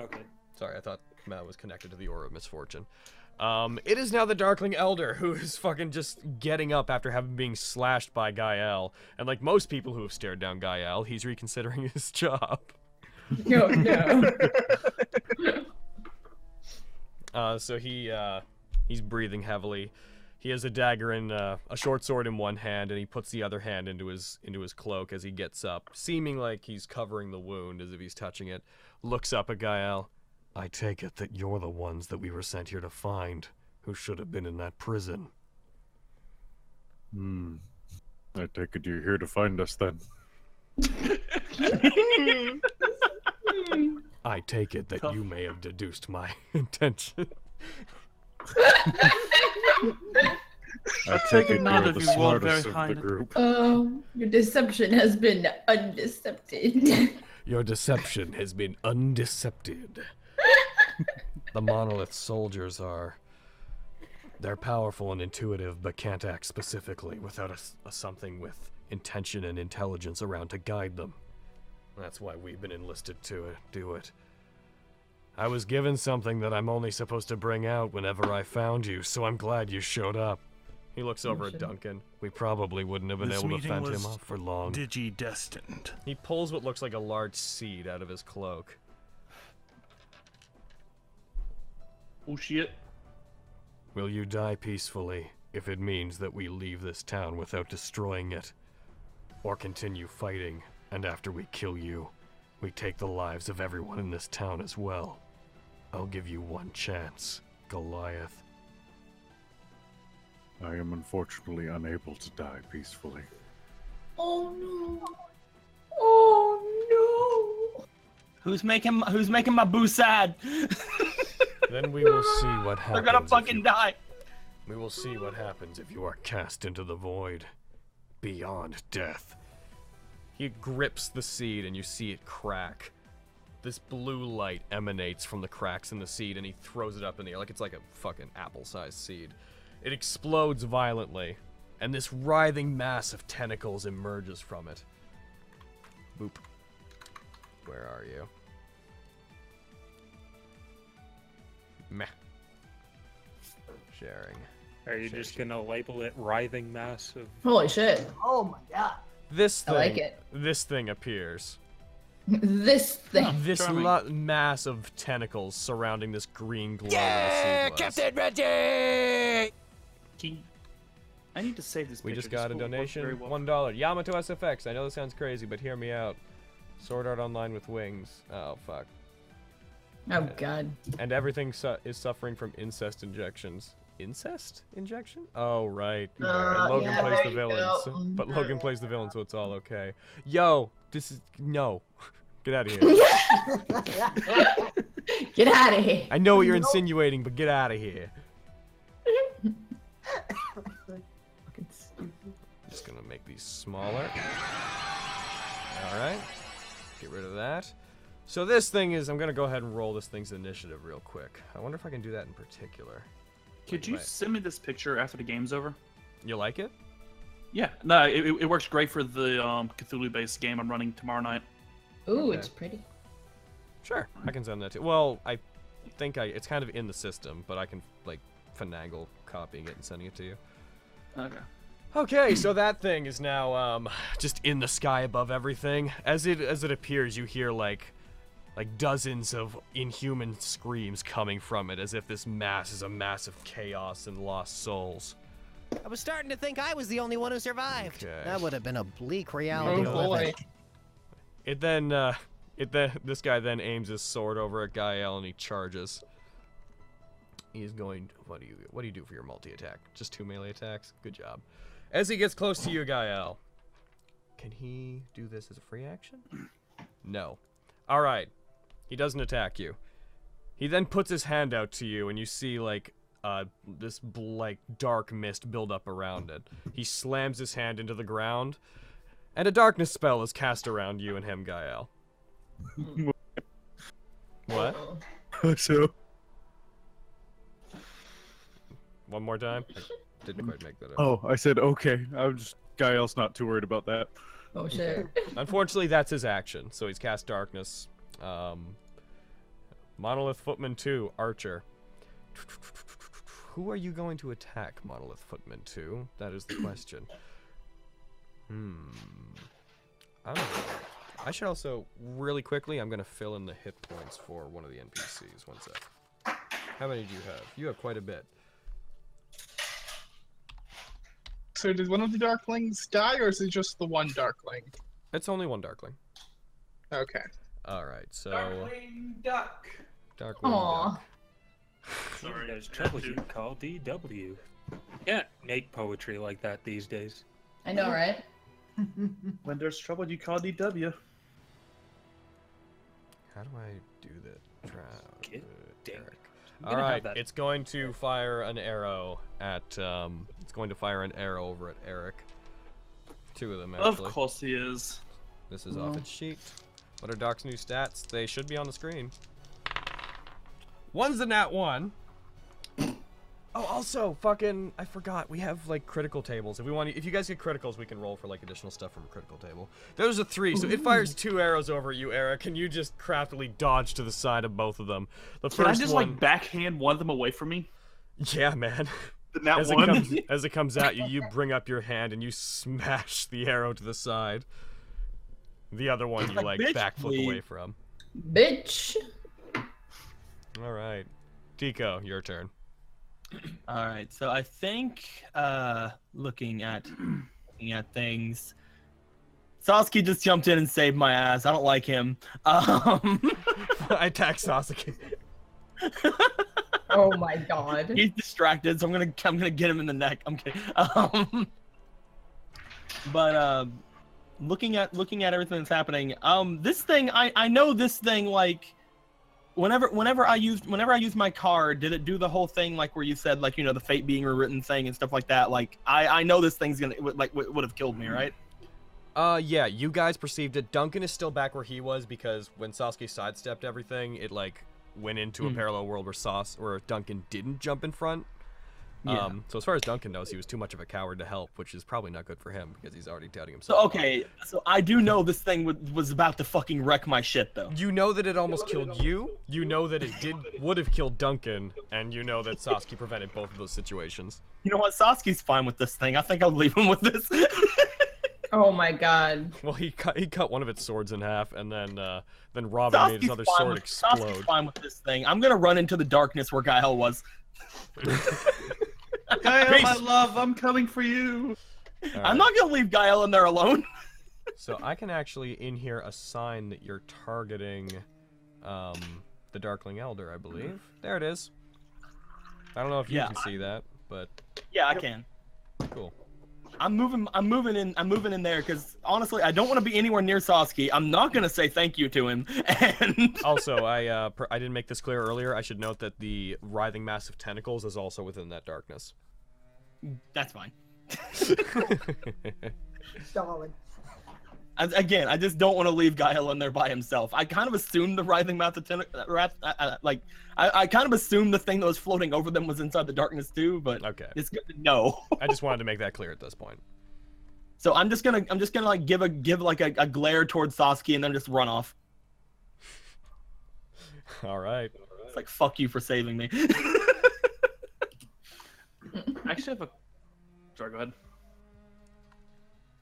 Speaker 3: Okay.
Speaker 2: Sorry, I thought Matt was connected to the Aura of Misfortune. Um, it is now the Darkling Elder who is fucking just getting up after having being slashed by Gael. And like most people who have stared down Gael, he's reconsidering his job.
Speaker 1: No, no.
Speaker 2: Uh, so he uh, he's breathing heavily. He has a dagger and uh, a short sword in one hand, and he puts the other hand into his into his cloak as he gets up, seeming like he's covering the wound as if he's touching it. Looks up at Gael. I take it that you're the ones that we were sent here to find, who should have been in that prison.
Speaker 4: Hmm. I take it you're here to find us then.
Speaker 2: I take it that you may have deduced my intention.
Speaker 4: I
Speaker 5: take it not if you want very high
Speaker 4: the group.
Speaker 7: Oh, your deception has been undecepted.
Speaker 2: Your deception has been undecepted. the monolith soldiers are. They're powerful and intuitive, but can't act specifically without a s- a, something with intention and intelligence around to guide them. That's why we've been enlisted to it, do it. I was given something that I'm only supposed to bring out whenever I found you, so I'm glad you showed up. He looks over at Duncan. We probably wouldn't have been
Speaker 11: This
Speaker 2: able to
Speaker 11: meeting
Speaker 2: fend
Speaker 11: was
Speaker 2: him off for long.
Speaker 11: Digi destined.
Speaker 2: He pulls what looks like a large seed out of his cloak.
Speaker 5: Oh shit.
Speaker 2: Will you die peacefully if it means that we leave this town without destroying it? Or continue fighting, and after we kill you, we take the lives of everyone in this town as well? I'll give you one chance, Goliath.
Speaker 4: I am unfortunately unable to die peacefully.
Speaker 7: oh no. Oh no.
Speaker 9: Who's making Who's making my boo sad?
Speaker 2: Then we will see what happens.
Speaker 9: They're gonna
Speaker 2: if
Speaker 9: fucking
Speaker 2: you-
Speaker 9: die.
Speaker 2: We will see what happens if you are cast into the void beyond death. He grips the seed and you see it crack. This blue light emanates from the cracks in the seed and he throws it up in the air like it's like a fucking apple sized seed. It explodes violently, and this writhing mass of tentacles emerges from it. Boop. Where are you? Meh. Sharing.
Speaker 3: Are you just gonna label it writhing mass of?
Speaker 7: Holy shit.
Speaker 10: Oh my god.
Speaker 2: This
Speaker 7: I
Speaker 2: thing,
Speaker 7: like it.
Speaker 2: this thing appears.
Speaker 7: This thing.
Speaker 2: This lo- mass of tentacles surrounding this green glow. Yeah, Captain
Speaker 8: Reggie!
Speaker 5: King. I need to save this.
Speaker 2: We
Speaker 5: picture.
Speaker 2: just got a
Speaker 5: will work very
Speaker 2: donation,
Speaker 5: well.
Speaker 2: one dollar. Yamato SFX. I know this sounds crazy, but hear me out. Sword Art Online with wings. Oh fuck.
Speaker 7: Oh god.
Speaker 2: And everything su- is suffering from incest injections. Incest injection? Oh right.
Speaker 7: Uh,
Speaker 2: and Logan
Speaker 7: yeah,
Speaker 2: plays
Speaker 7: there
Speaker 2: the
Speaker 7: you
Speaker 2: villain,
Speaker 7: go.
Speaker 2: so-
Speaker 7: Mm.
Speaker 2: but Logan plays the villain, so it's all okay. Yo, this is no. Get out of here.
Speaker 7: Get out of here.
Speaker 2: I know what you're insinuating, but get out of here.
Speaker 10: Fucking stupid.
Speaker 2: Just gonna make these smaller. Alright. Get rid of that. So this thing is I'm gonna go ahead and roll this thing's initiative real quick. I wonder if I can do that in particular.
Speaker 5: Could you
Speaker 2: Right.
Speaker 5: send me this picture after the game's over?
Speaker 2: You like it?
Speaker 5: Yeah, no, it, it- it works great for the um, Cthulhu-based game I'm running tomorrow night.
Speaker 7: Ooh,
Speaker 2: Okay.
Speaker 7: it's pretty.
Speaker 2: Sure, I can send that to. Well, I think I it's kind of in the system, but I can like finagle copying it and sending it to you.
Speaker 5: Okay.
Speaker 2: Okay, so that thing is now um, just in the sky above everything. As it as it appears, you hear like like dozens of inhuman screams coming from it, as if this mass is a mass of chaos and lost souls.
Speaker 8: I was starting to think I was the only one who survived.
Speaker 2: Okay.
Speaker 8: That would have been a
Speaker 7: Oh,
Speaker 8: bleak reality. to live in.
Speaker 2: It then uh, it then this guy then aims his sword over at Gael and he charges. He's going. What do you what do you do for your multi attack? Just two melee attacks. Good job. As he gets close to you, Gael, can he do this as a free action? No. All right. He doesn't attack you. He then puts his hand out to you, and you see like uh, this bl- like dark mist build up around it. He slams his hand into the ground, and a darkness spell is cast around you and him, Gael. Hmm. What?
Speaker 4: so
Speaker 2: One more time? I didn't quite make that up.
Speaker 4: oh, I said okay. I'm just Gael's not too worried about that.
Speaker 7: Oh shit.
Speaker 2: Unfortunately, that's his action, so he's cast darkness. Um, Monolith Footman 2, Archer. Who are you going to attack, Monolith Footman 2? That is the question. Hmm. I don't know. I should also, really quickly, I'm going to fill in the hit points for one of the NPCs. One sec. How many do you have? You have quite a bit.
Speaker 6: So did one of the darklings die, or is it just the one darkling?
Speaker 2: It's only one Darkling.
Speaker 6: Okay.
Speaker 2: All right, so.
Speaker 1: Duck.
Speaker 2: Darkling
Speaker 7: Aw.
Speaker 3: Sorry, there's trouble you call DW. Can't make poetry like that these days.
Speaker 7: I know, right?
Speaker 5: When there's trouble, you call DW.
Speaker 2: How do I do the trap?
Speaker 3: Get Derek. I'm
Speaker 2: All
Speaker 3: gonna have
Speaker 2: right,
Speaker 3: that.
Speaker 2: it's going to fire an arrow at. Um, it's going to fire an arrow over at Eric. Two of them
Speaker 5: Of
Speaker 2: actually.
Speaker 5: course he is.
Speaker 2: This is off its sheet. What are Doc's new stats? They should be on the screen. One's the nat one. Oh, also, fucking, I forgot. We have like critical tables. If we want, to, if you guys get criticals, we can roll for like additional stuff from a critical table. There's a three, so it fires two arrows over at you, Eric, and you just craftily dodge to the side of both of them. The
Speaker 5: Can I
Speaker 2: first
Speaker 5: just
Speaker 2: one,
Speaker 5: like backhand one of them away from me?
Speaker 2: yeah, man.
Speaker 5: The nat
Speaker 2: as
Speaker 5: one?
Speaker 2: It comes, as it comes at you, you bring up your hand and you smash the arrow to the side. The other one you like
Speaker 7: "Bitch,
Speaker 2: backflip away
Speaker 7: please."
Speaker 2: from.
Speaker 7: Bitch.
Speaker 2: All right, Tico, your turn.
Speaker 9: All right, so I think uh looking at looking at things, Sasuke just jumped in and saved my ass. I don't like him. Um,
Speaker 2: I attack Sasuke.
Speaker 7: Oh my god.
Speaker 9: He's distracted, so I'm gonna I'm gonna get him in the neck. I'm kidding. Um, but uh, looking at looking at everything that's happening, um, this thing I I know this thing like. Whenever, whenever I used, whenever I used my card, did it do the whole thing like where you said like you know the fate being rewritten thing and stuff like that? Like I, I know this thing's gonna would- like would have killed me,
Speaker 2: Mm-hmm.
Speaker 9: right?
Speaker 2: Uh, yeah, you guys perceived it. Duncan is still back where he was because when Sasuke sidestepped everything, it like went into a
Speaker 9: Hmm.
Speaker 2: parallel world where Sas where Duncan didn't jump in front.
Speaker 9: Yeah.
Speaker 2: Um, so as far as Duncan knows, he was too much of a coward to help, which is probably not good for him because he's already doubting
Speaker 9: So
Speaker 2: himself. a lot.
Speaker 9: okay, so I do know this thing would, was about to fucking wreck my shit though.
Speaker 2: You know that it almost killed you. You know that it did would have killed Duncan, and you know that Sasuke prevented both of those situations.
Speaker 9: You know what? Sasuke's fine with this thing. I think I'll leave him with this.
Speaker 7: Oh my god.
Speaker 2: Well, he cut he cut one of its swords in half, and then uh, then Robin made
Speaker 9: Sasuke's
Speaker 2: his other
Speaker 9: fine,
Speaker 2: sword
Speaker 9: with, Sasuke's
Speaker 2: explode.
Speaker 9: fine with this thing. I'm gonna run into the darkness where Gael was.
Speaker 5: Gael,
Speaker 9: my
Speaker 5: love, I'm coming for you.
Speaker 9: I'm not gonna leave Gael in there alone.
Speaker 2: So I can actually in here assign that you're targeting um, the Darkling Elder, I believe. There it is. I don't know if you
Speaker 9: Mm-hmm. Yeah,
Speaker 2: can see that, but
Speaker 9: Yeah, I can.
Speaker 2: cool.
Speaker 9: I'm moving. I'm moving in. I'm moving in there because honestly, I don't want to be anywhere near Sasuke. I'm not gonna say thank you to him. And
Speaker 2: Also, I uh, per- I didn't make this clear earlier. I should note that the writhing mass of tentacles is also within that darkness.
Speaker 9: that's fine.
Speaker 10: Solid.
Speaker 9: I, again, I just don't want to leave Gael in there by himself. I kind of assumed the writhing mouth of ten- wrath, I, I, like I, I kind of assumed the thing that was floating over them was inside the darkness too. But
Speaker 2: okay.
Speaker 9: it's good to know.
Speaker 2: I just wanted to make that clear at this point.
Speaker 9: So I'm just gonna I'm just gonna like give a give like a, a glare towards Sasuke and then just run off.
Speaker 2: All right.
Speaker 9: It's like fuck you for saving me.
Speaker 5: I actually have a. Sorry, go ahead.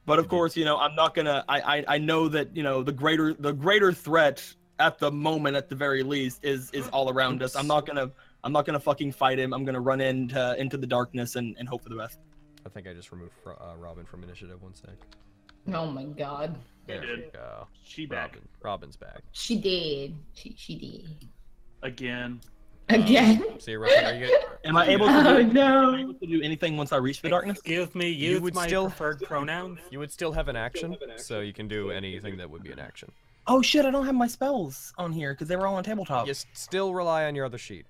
Speaker 9: But of course, you know, I'm not gonna. I, I I know that you know the greater the greater threat at the moment, at the very least, is is all around us. I'm not gonna I'm not gonna fucking fight him. I'm gonna run into into the darkness and and hope for the best.
Speaker 2: I think I just removed Fro- uh, Robin from initiative. One sec.
Speaker 7: Oh my god.
Speaker 2: There we go.
Speaker 5: She
Speaker 2: back. Robin. Robin's back.
Speaker 7: She did. She she did.
Speaker 5: Again.
Speaker 7: Again.
Speaker 2: Um, See, Robin, are you good?
Speaker 9: Am I able to?
Speaker 7: Oh,
Speaker 9: do,
Speaker 7: no.
Speaker 9: am I able to do anything once I reach the darkness?
Speaker 3: Excuse me.
Speaker 2: You
Speaker 3: Use
Speaker 2: would
Speaker 3: my
Speaker 2: still-
Speaker 3: preferred pronouns.
Speaker 2: You would still have an action, so you can do anything that would be an action.
Speaker 9: Oh shit! I don't have my spells on here because they were all on tabletop.
Speaker 2: You s- still rely on your other sheet.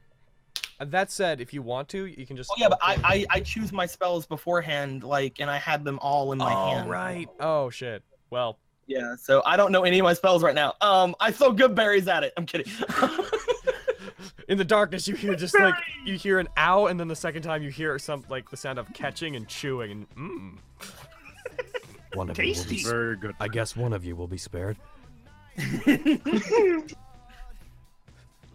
Speaker 2: Uh, That said, if you want to, you can just.
Speaker 9: Oh yeah, but I, I I choose my spells beforehand, like, and I had them all in my
Speaker 2: Oh,
Speaker 9: hand.
Speaker 2: right. Oh shit. Well,
Speaker 9: Yeah. So I don't know any of my spells right now. Um, I throw good berries at it. I'm kidding.
Speaker 2: in the darkness, you hear just like you hear an ow, and then the second time you hear some like the sound of catching and chewing, and mmm. One
Speaker 11: of you will be Tasty. spared.
Speaker 2: Very good. I guess one of you will be spared.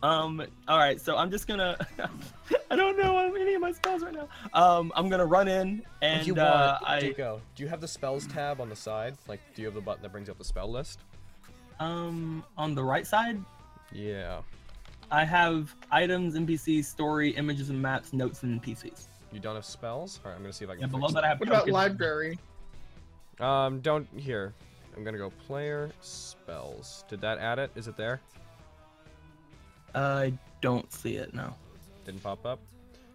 Speaker 9: um. All right. So I'm just gonna. I don't know any of my spells right now. Um. I'm gonna run in and
Speaker 2: if you
Speaker 9: uh,
Speaker 2: want,
Speaker 9: I.
Speaker 2: Dico, do you have the spells tab on the side? Like, do you have the button that brings up the spell list?
Speaker 9: Um. On the right side,
Speaker 2: Yeah,
Speaker 9: I have items, NPCs, story, images and maps, notes and NPCs.
Speaker 2: you don't have spells. All right, I'm gonna see if I can.
Speaker 9: Yeah,
Speaker 2: fix
Speaker 9: below that I have.
Speaker 6: What about
Speaker 9: tokens.
Speaker 6: library?
Speaker 2: Um, don't here. I'm gonna go player spells. Did that add it? Is it there?
Speaker 9: I don't see it now.
Speaker 2: Didn't pop up.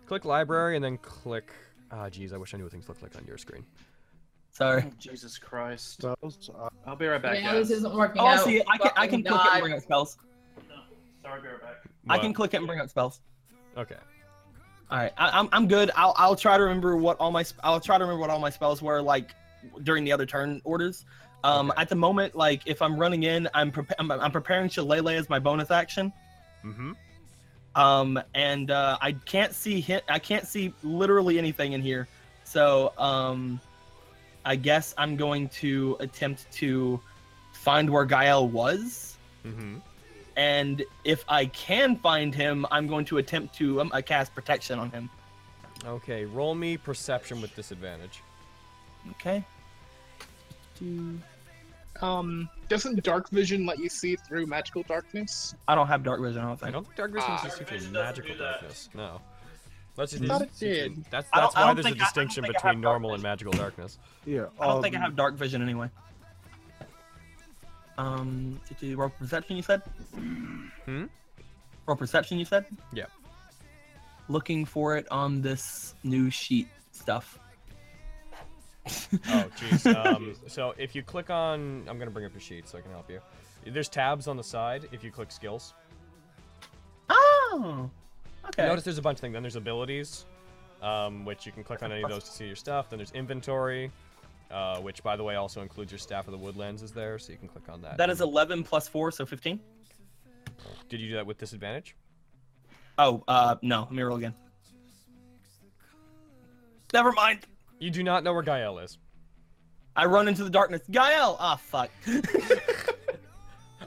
Speaker 2: Click library and then click. Ah, geez, I wish I knew what things looked like on your screen.
Speaker 9: Sorry.
Speaker 5: Oh, Jesus Christ.
Speaker 4: Spells. Uh,
Speaker 5: I'll be right back,
Speaker 7: Yeah, this
Speaker 5: guys.
Speaker 7: isn't working
Speaker 9: Oh, I
Speaker 7: out.
Speaker 9: see it. I can I can
Speaker 7: Fucking
Speaker 9: click it and
Speaker 7: die.
Speaker 9: bring up spells.
Speaker 5: Sorry, I'll be right back.
Speaker 9: I can click it and bring up spells.
Speaker 2: Okay.
Speaker 9: All right, I, I'm I'm good. I'll I'll try to remember what all my sp- I'll try to remember what all my spells were like during the other turn orders. Um,
Speaker 2: Okay.
Speaker 9: at the moment, like if I'm running in, I'm prepa- I'm, I'm preparing Shillelagh as my bonus action.
Speaker 2: Mm-hmm.
Speaker 9: Um, and uh, I can't see hit. I can't see literally anything in here. So um, I guess I'm going to attempt to find where Gael was.
Speaker 2: Mm-hmm.
Speaker 9: And if I can find him, I'm going to attempt to um, I cast protection on him.
Speaker 2: Okay. Roll me perception with disadvantage.
Speaker 9: Okay.
Speaker 6: Um, doesn't dark vision let you see through magical darkness?
Speaker 9: I don't have dark vision. I don't think.
Speaker 2: I don't think dark vision
Speaker 6: Ah.
Speaker 2: is
Speaker 5: Vision doesn't
Speaker 2: magical
Speaker 5: do that.
Speaker 2: darkness. No. Let's just
Speaker 6: I thought it
Speaker 2: it's- it's-
Speaker 6: did.
Speaker 2: That's
Speaker 9: I don't-
Speaker 2: that's
Speaker 9: I
Speaker 2: why
Speaker 9: don't
Speaker 2: there's a
Speaker 9: think I- I don't
Speaker 2: distinction
Speaker 9: think I have
Speaker 2: between
Speaker 9: dark
Speaker 2: normal and magical darkness.
Speaker 4: Yeah.
Speaker 9: I don't think I
Speaker 4: um,
Speaker 9: have dark vision anyway. Um, did you roll perception? You said.
Speaker 2: Hmm?
Speaker 9: Roll perception. You said.
Speaker 2: Yeah.
Speaker 9: Looking for it on this new sheet stuff.
Speaker 2: Oh, jeez. Um, so if you click on, I'm gonna bring up your sheet so I can help you. There's tabs on the side. If you click skills,
Speaker 9: Oh. Okay.
Speaker 2: notice there's a bunch of things. Then there's abilities, um, which you can click on any of those to see your stuff. Then there's inventory, uh, which by the way also includes your staff of the woodlands is there, so you can click on that.
Speaker 9: that is 11 plus 4, so 15.
Speaker 2: Did you do that with disadvantage?
Speaker 9: Oh, uh, no. Let me roll again. Never mind.
Speaker 2: You do not know where Gael is.
Speaker 9: I run into the darkness. Gael! Ah, fuck.
Speaker 2: I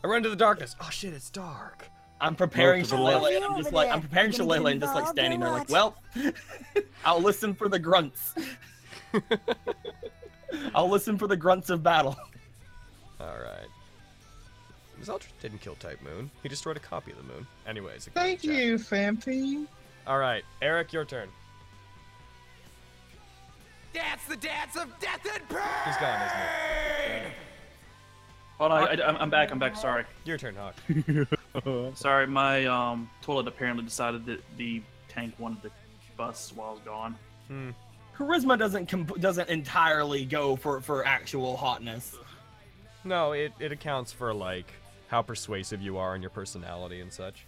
Speaker 2: run into the darkness. Oh shit, it's dark.
Speaker 9: I'm preparing
Speaker 11: Move to the
Speaker 9: Shillelagh,
Speaker 11: left.
Speaker 9: and I'm just like, I'm preparing
Speaker 10: You're gonna
Speaker 9: Shillelagh,
Speaker 10: get
Speaker 9: and just like
Speaker 10: involved
Speaker 9: standing
Speaker 10: or
Speaker 9: there, like, well, I'll listen for the grunts. I'll listen for the grunts of battle.
Speaker 2: All right. Zeltr didn't kill Type Moon. He destroyed a copy of the moon. Anyways. it goes
Speaker 6: Thank
Speaker 2: to chat.
Speaker 6: you, Fampy.
Speaker 2: All right, Eric, your turn.
Speaker 8: That's the dance of death and pain.
Speaker 2: He's gone, isn't he?
Speaker 5: Hold on, I, am back. I'm back. Sorry.
Speaker 2: Your turn, Hawk.
Speaker 5: Sorry, my um, toilet apparently decided that the tank wanted to bust while I was gone.
Speaker 2: Hmm.
Speaker 9: Charisma doesn't comp- doesn't entirely go for for actual hotness.
Speaker 2: No, it, it accounts for like how persuasive you are and your personality and such.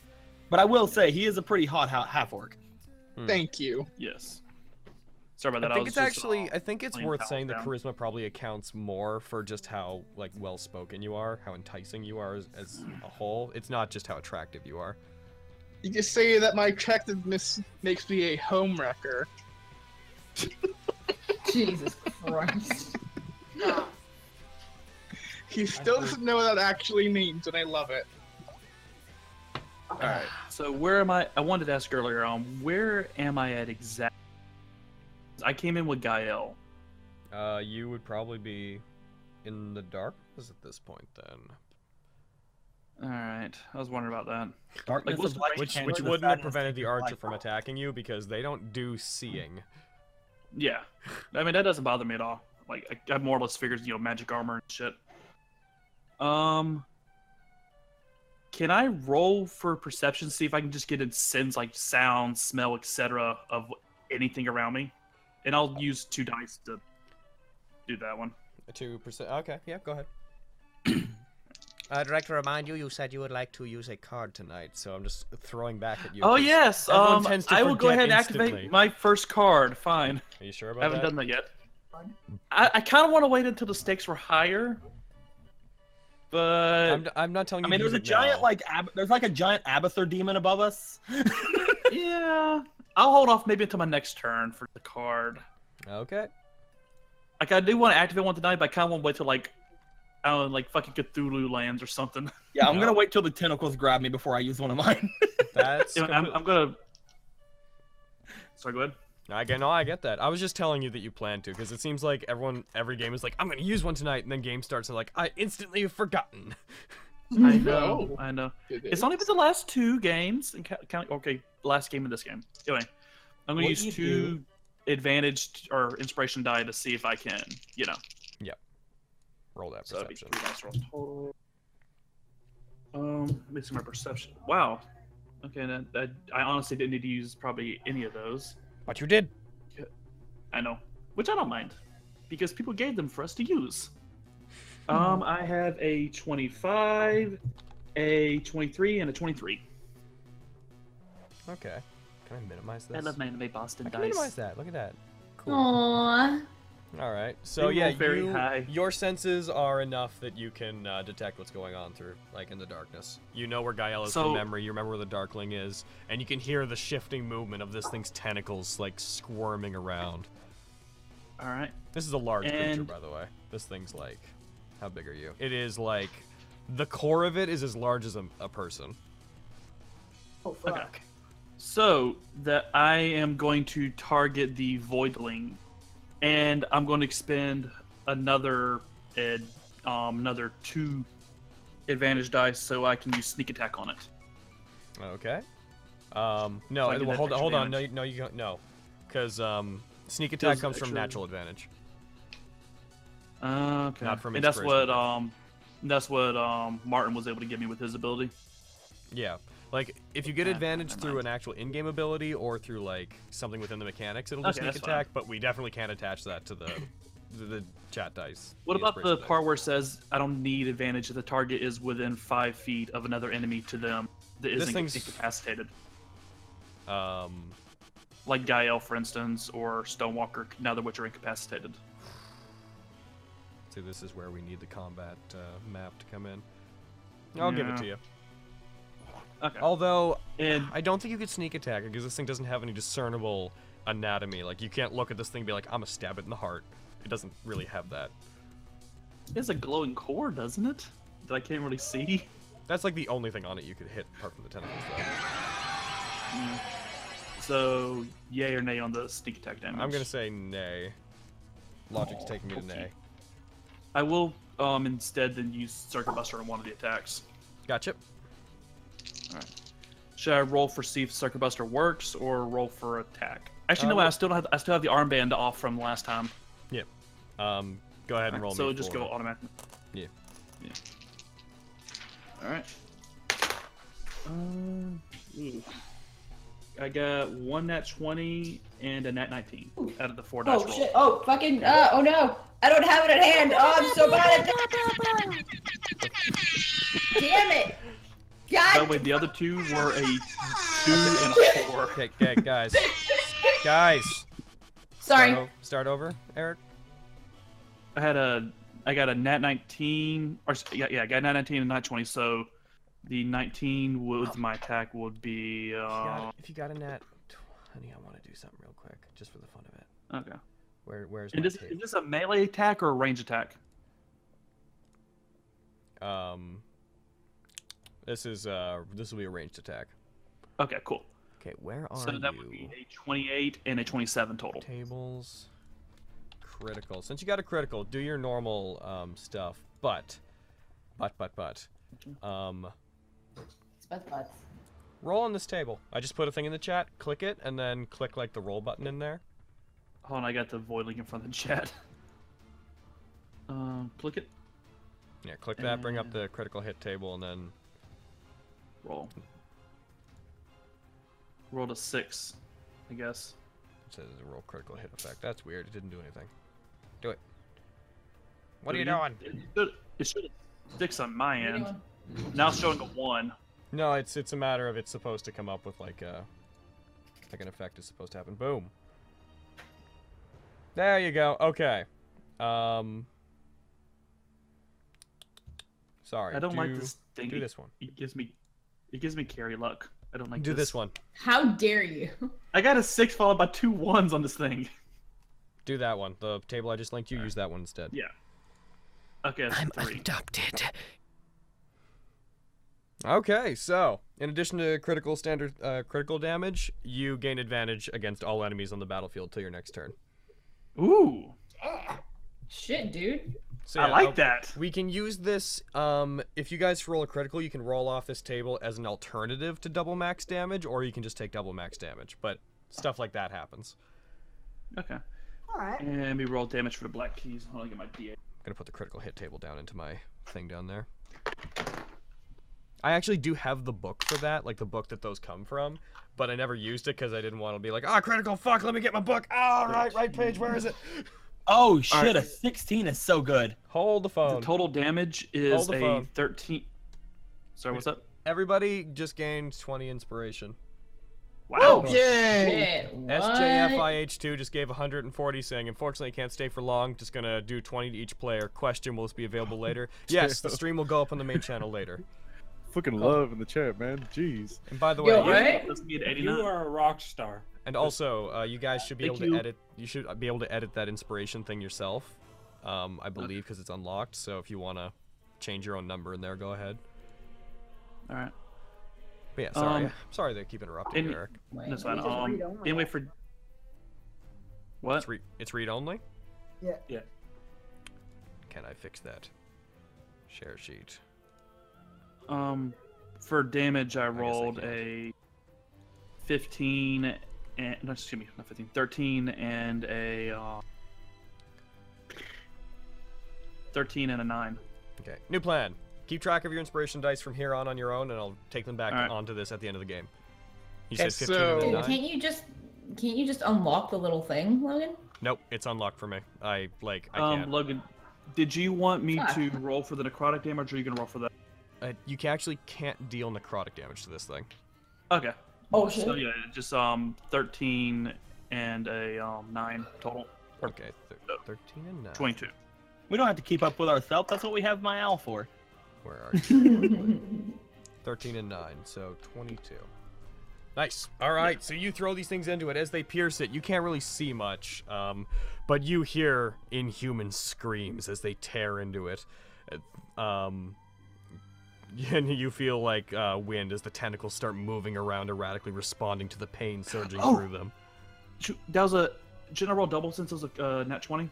Speaker 9: But I will say he is a pretty hot ha- half orc.
Speaker 6: Thank you.
Speaker 5: Yes. Sorry about that.
Speaker 2: Hmm. I think
Speaker 5: was
Speaker 2: it's
Speaker 5: just,
Speaker 2: actually
Speaker 5: uh,
Speaker 2: I think it's
Speaker 5: playing
Speaker 2: worth
Speaker 5: Pals
Speaker 2: saying that
Speaker 5: down.
Speaker 2: charisma probably accounts more for just how like well spoken you are, how enticing you are as, as a whole. It's not just how attractive you are.
Speaker 6: You just say that my attractiveness makes me a homewrecker.
Speaker 7: Jesus Christ.
Speaker 6: He still doesn't know what that actually means, and I love it.
Speaker 5: All right. So where am I? I wanted to ask earlier on where am I at exactly? I came in with Gael.
Speaker 2: Uh, you would probably be in the darkness at this point then.
Speaker 5: All right. I was wondering about that.
Speaker 9: Darkness
Speaker 5: what's
Speaker 9: of
Speaker 5: the
Speaker 9: light
Speaker 5: range
Speaker 2: Which,
Speaker 5: of
Speaker 2: which
Speaker 5: the
Speaker 2: wouldn't have
Speaker 5: fatness
Speaker 2: prevented
Speaker 5: of
Speaker 2: the
Speaker 5: the
Speaker 2: archer
Speaker 5: light
Speaker 2: from attacking you because they don't do seeing.
Speaker 5: Yeah. I mean, that doesn't bother me at all. Like, I, I more or less figures, you know, magic armor and shit. Um. Can I roll for perception, see if I can just get a sense, like sound, smell, etc., of anything around me? And I'll use two dice to do that one.
Speaker 2: Two percent. Okay, yeah, go ahead.
Speaker 12: I'd like to remind you, Uh, you said you would like to use a card tonight, so I'm just throwing back at you.
Speaker 5: oh
Speaker 12: 'cause
Speaker 5: yes,
Speaker 12: everyone
Speaker 5: um,
Speaker 12: tends to
Speaker 5: I will go ahead
Speaker 12: forget
Speaker 5: and
Speaker 12: instantly.
Speaker 5: activate my first card. Fine.
Speaker 2: Are you sure
Speaker 5: I
Speaker 2: about
Speaker 5: haven't
Speaker 2: that?
Speaker 5: done that yet. I, I kind of want to wait until the stakes were higher. But
Speaker 2: I'm, I'm not telling
Speaker 9: I mean, there's a giant like ab- there's like a giant abathur demon above us.
Speaker 5: yeah, I'll hold off maybe until my next turn for the card.
Speaker 2: Okay.
Speaker 5: Like I do want to activate one tonight, but I kind of want to wait till like I don't know, like fucking Cthulhu lands or something.
Speaker 9: Yeah, I'm gonna wait till the tentacles grab me before I use one of mine.
Speaker 2: That's.
Speaker 5: I'm- I'm gonna. Sorry, go ahead.
Speaker 2: I get no, I get that. I was just telling you that you plan to, because it seems like everyone, every game is like, I'm gonna use one tonight, and then game starts and like, I instantly have forgotten.
Speaker 5: I know, I know.
Speaker 6: It
Speaker 5: It's only
Speaker 6: is.
Speaker 5: been the last two games, and ca- count, okay, last game of this game. Anyway, I'm gonna
Speaker 2: What
Speaker 5: use
Speaker 2: you
Speaker 5: two advantage or inspiration die to see if I can, you know.
Speaker 2: Yep. Roll that
Speaker 5: so perception. rolls total. Um, let me see my perception. Wow. Okay, that, that I honestly didn't need to use probably any of those.
Speaker 12: But you did.
Speaker 5: I know, which I don't mind, because people gave them for us to use. Um, I have a 25, a 23, and a 23.
Speaker 2: Okay. Can I minimize this?
Speaker 5: I love my anime Boston
Speaker 2: I can
Speaker 5: dice.
Speaker 2: minimize that. Look at that.
Speaker 7: Aww.
Speaker 2: All right. So
Speaker 5: roll
Speaker 2: yeah,
Speaker 5: very
Speaker 2: you,
Speaker 5: high.
Speaker 2: your senses are enough that you can uh, detect what's going on through, like in the darkness. You know where Gael is
Speaker 5: So-
Speaker 2: from memory. You remember where the Darkling is, and you can hear the shifting movement of this thing's tentacles, like squirming around.
Speaker 5: All right.
Speaker 2: This is a large creature,
Speaker 5: And-
Speaker 2: by the way. This thing's like, how big are you? It is like, the core of it is as large as a, a person.
Speaker 10: Oh fuck.
Speaker 5: So that I am going to target the voidling, and I'm going to expend another ed, um, another two advantage dice so I can use sneak attack on it.
Speaker 2: Okay. Um, no,
Speaker 5: So I get
Speaker 2: well,
Speaker 5: that
Speaker 2: hold on,
Speaker 5: extra
Speaker 2: hold on. No, you- no, you don't- no, because um, sneak attack
Speaker 5: Does
Speaker 2: comes from
Speaker 5: extra-
Speaker 2: natural advantage.
Speaker 5: Uh, okay.
Speaker 2: Not from
Speaker 5: and that's what
Speaker 2: inspiration.
Speaker 5: um, that's what um Martin was able to give me with his ability.
Speaker 2: Yeah, like if you get
Speaker 5: Yeah,
Speaker 2: advantage
Speaker 5: never
Speaker 2: through an actual in-game ability or through like something within the mechanics, it'll do
Speaker 5: Okay,
Speaker 2: sneak
Speaker 5: that's fine.
Speaker 2: attack. But we definitely can't attach that to the the, the chat dice.
Speaker 5: What about the
Speaker 2: inspiration dice.
Speaker 5: part where it says I don't need advantage if the target is within five feet of another enemy to them that
Speaker 2: This
Speaker 5: isn't
Speaker 2: thing's-
Speaker 5: incapacitated?
Speaker 2: Um,
Speaker 5: like Gael, for instance, or Stonewalker, neither of which are incapacitated.
Speaker 2: See, this is where we need the combat uh, map to come in. I'll give it to
Speaker 5: Yeah.
Speaker 2: you.
Speaker 5: Okay.
Speaker 2: Although,
Speaker 5: and
Speaker 2: I don't think you could sneak attack it because this thing doesn't have any discernible anatomy. Like, you can't look at this thing and be like, I'm gonna stab it in the heart. It doesn't really have that.
Speaker 5: It's a glowing core, doesn't it? That I can't really see.
Speaker 2: That's like the only thing on it you could hit apart from the tentacles, though.
Speaker 5: Mm. So, yay or nay on the sneak attack damage?
Speaker 2: I'm gonna say nay. Logic's taking me to nay.
Speaker 5: I will um instead then use Circuit Buster on one of the attacks.
Speaker 2: Gotcha.
Speaker 5: Alright. Should I roll for see if Circuit Buster works or roll for attack? Actually,
Speaker 2: Uh,
Speaker 5: no. I
Speaker 2: roll-
Speaker 5: still don't have. I still have the armband off from last time.
Speaker 2: Yep. Um, go ahead and roll
Speaker 5: so
Speaker 2: me
Speaker 5: it'll just
Speaker 2: for-
Speaker 5: go automatically.
Speaker 2: Yeah.
Speaker 5: Yeah. All right. Um, ooh. I got one nat 20 and a nat 19 out of the four dice
Speaker 7: Oh
Speaker 5: roll.
Speaker 7: shit! Oh fucking! Uh, oh no! I don't have it at hand. Oh, I'm so bad at that. Damn it!
Speaker 5: By
Speaker 7: God.
Speaker 5: the way, the other two were a two and a four.
Speaker 2: Okay, okay, guys. guys!
Speaker 7: Sorry.
Speaker 2: Start, o- start over, Eric?
Speaker 5: I had a, I got a nat 19, or s- yeah, yeah, I got a nat 19 and a nat 20. So the 19 with my attack would be. Uh,
Speaker 2: if you got a nat 20, I want to do something real quick, just for the fun of it.
Speaker 5: okay.
Speaker 2: Where, where's
Speaker 5: And
Speaker 2: my
Speaker 5: this, is this a melee attack or a range attack?
Speaker 2: Um, this is uh, this will be a ranged attack.
Speaker 5: Okay, cool.
Speaker 2: Okay, where are
Speaker 5: so that would
Speaker 2: you?
Speaker 5: be a 28 and a 27 total.
Speaker 2: Tables. Critical. Since you got a critical, do your normal um, stuff. But, but, but, but, um,
Speaker 7: But, but.
Speaker 2: roll on this table. I just put a thing in the chat. Click it, and then click like the roll button in there.
Speaker 5: Hold on, I got the void link in front of the chat. Um, click it.
Speaker 2: Yeah, click that. Bring up the critical hit table, and then
Speaker 5: roll. Rolled a six, I guess.
Speaker 2: It says roll critical hit effect. That's weird. It didn't do anything. Do it. What are
Speaker 5: But
Speaker 2: you
Speaker 5: it-
Speaker 2: doing?
Speaker 5: It should, it should six on my end. Now it's showing a one.
Speaker 2: No, it's it's a matter of it's supposed to come up with like a like an effect is supposed to happen. Boom. There you go. Okay. Um. Sorry.
Speaker 5: I don't like
Speaker 2: do-
Speaker 5: this thing.
Speaker 2: Do this one.
Speaker 5: It gives me, it gives me carry luck. I don't like.
Speaker 2: Do this one.
Speaker 7: How dare you?
Speaker 5: I got a six followed by two ones on this thing.
Speaker 2: Do that one. The table I just linked you. Use that one instead.
Speaker 5: Yeah. Okay. that's
Speaker 2: I'm
Speaker 5: three.
Speaker 2: adopted. Okay. So, in addition to critical standard uh, critical damage, you gain advantage against all enemies on the battlefield till your next turn.
Speaker 5: Ooh.
Speaker 7: Shit, dude.
Speaker 2: So,
Speaker 5: I
Speaker 2: yeah, oh,
Speaker 5: like
Speaker 2: I'll-
Speaker 5: that.
Speaker 2: We can use this. Um, if you guys roll a critical, you can roll off this table as an alternative to double max damage, or you can just take double max damage. But stuff like that happens.
Speaker 5: Okay.
Speaker 10: All right.
Speaker 5: And we roll damage for the black keys. Hold on, get my D8.
Speaker 2: I'm gonna put the critical hit table down into my thing down there. I actually do have the book for that, like the book that those come from, but I never used it because I didn't want to be like, ah, critical, fuck, let me get my book. Ah, right, right page, where is it?
Speaker 9: Oh shit, a 16 is so good.
Speaker 2: Hold the phone.
Speaker 5: The total damage is
Speaker 2: Hold the
Speaker 5: a
Speaker 2: phone.
Speaker 5: 13. Sorry, what's up?
Speaker 2: Everybody just gained 20 inspiration.
Speaker 5: Wow.
Speaker 2: Oh,
Speaker 5: Yay.
Speaker 7: shit,
Speaker 2: SJFIH2 just gave 140, saying, unfortunately, can't stay for long. Just going to do 20 to each player. Question will this be available later? yes, the
Speaker 4: Damn.
Speaker 2: stream will go up on the main channel later.
Speaker 4: Fucking love in the chat, man. Jeez.
Speaker 2: And by the way, you-
Speaker 3: You are a rock star.
Speaker 2: and also, uh, you guys should be
Speaker 3: Thank
Speaker 2: able to
Speaker 3: you.
Speaker 2: edit. You should uh, be able to edit that inspiration thing yourself, um, I believe, because it's unlocked. So if you want to change your own number in there, go ahead.
Speaker 5: All right.
Speaker 2: But yeah, sorry.
Speaker 5: Um,
Speaker 2: I'm sorry they keep interrupting
Speaker 5: And,
Speaker 2: you, Eric.
Speaker 5: that's fine.
Speaker 10: Wait, just read
Speaker 5: Um,
Speaker 10: only.
Speaker 5: anyway, for what?
Speaker 2: It's, re- it's read only?
Speaker 10: Yeah.
Speaker 5: Yeah.
Speaker 2: Can I fix that? Share sheet.
Speaker 5: Um, for damage, I rolled a 15 and no, excuse me, not 15, 13 and a uh, 13 and a nine.
Speaker 2: Okay. New plan. Keep track of your inspiration dice from here on on your own, and I'll take them back
Speaker 5: Alright.
Speaker 2: onto this at the end of the game. You
Speaker 5: Okay,
Speaker 2: said 15 and then
Speaker 7: Dude,
Speaker 2: nine?
Speaker 7: can't you just can't you just unlock the little thing, Logan?
Speaker 2: Nope, it's unlocked for me. I, like, I
Speaker 5: um,
Speaker 2: can't.
Speaker 5: Logan, did you want me
Speaker 7: Fuck.
Speaker 5: to roll for the necrotic damage, or are you gonna roll for that?
Speaker 2: Uh, you can actually can't deal necrotic damage to this thing.
Speaker 5: Okay.
Speaker 7: Oh
Speaker 5: So yeah, just um 13 and a um nine total.
Speaker 2: Okay, thir- 13 and 9.
Speaker 5: 22.
Speaker 9: We don't have to keep up with ourselves. That's what we have my owl for.
Speaker 2: Where are you? 13 and 9, so 22. Nice. All right, so you throw these things into it. As they pierce it, you can't really see much, um, but you hear inhuman screams as they tear into it. Uh, Um, and you feel like uh, wind as the tentacles start moving around, erratically responding to the pain surging
Speaker 5: Oh.
Speaker 2: through them.
Speaker 5: Shoot, That was a should I roll double since it was a uh, nat 20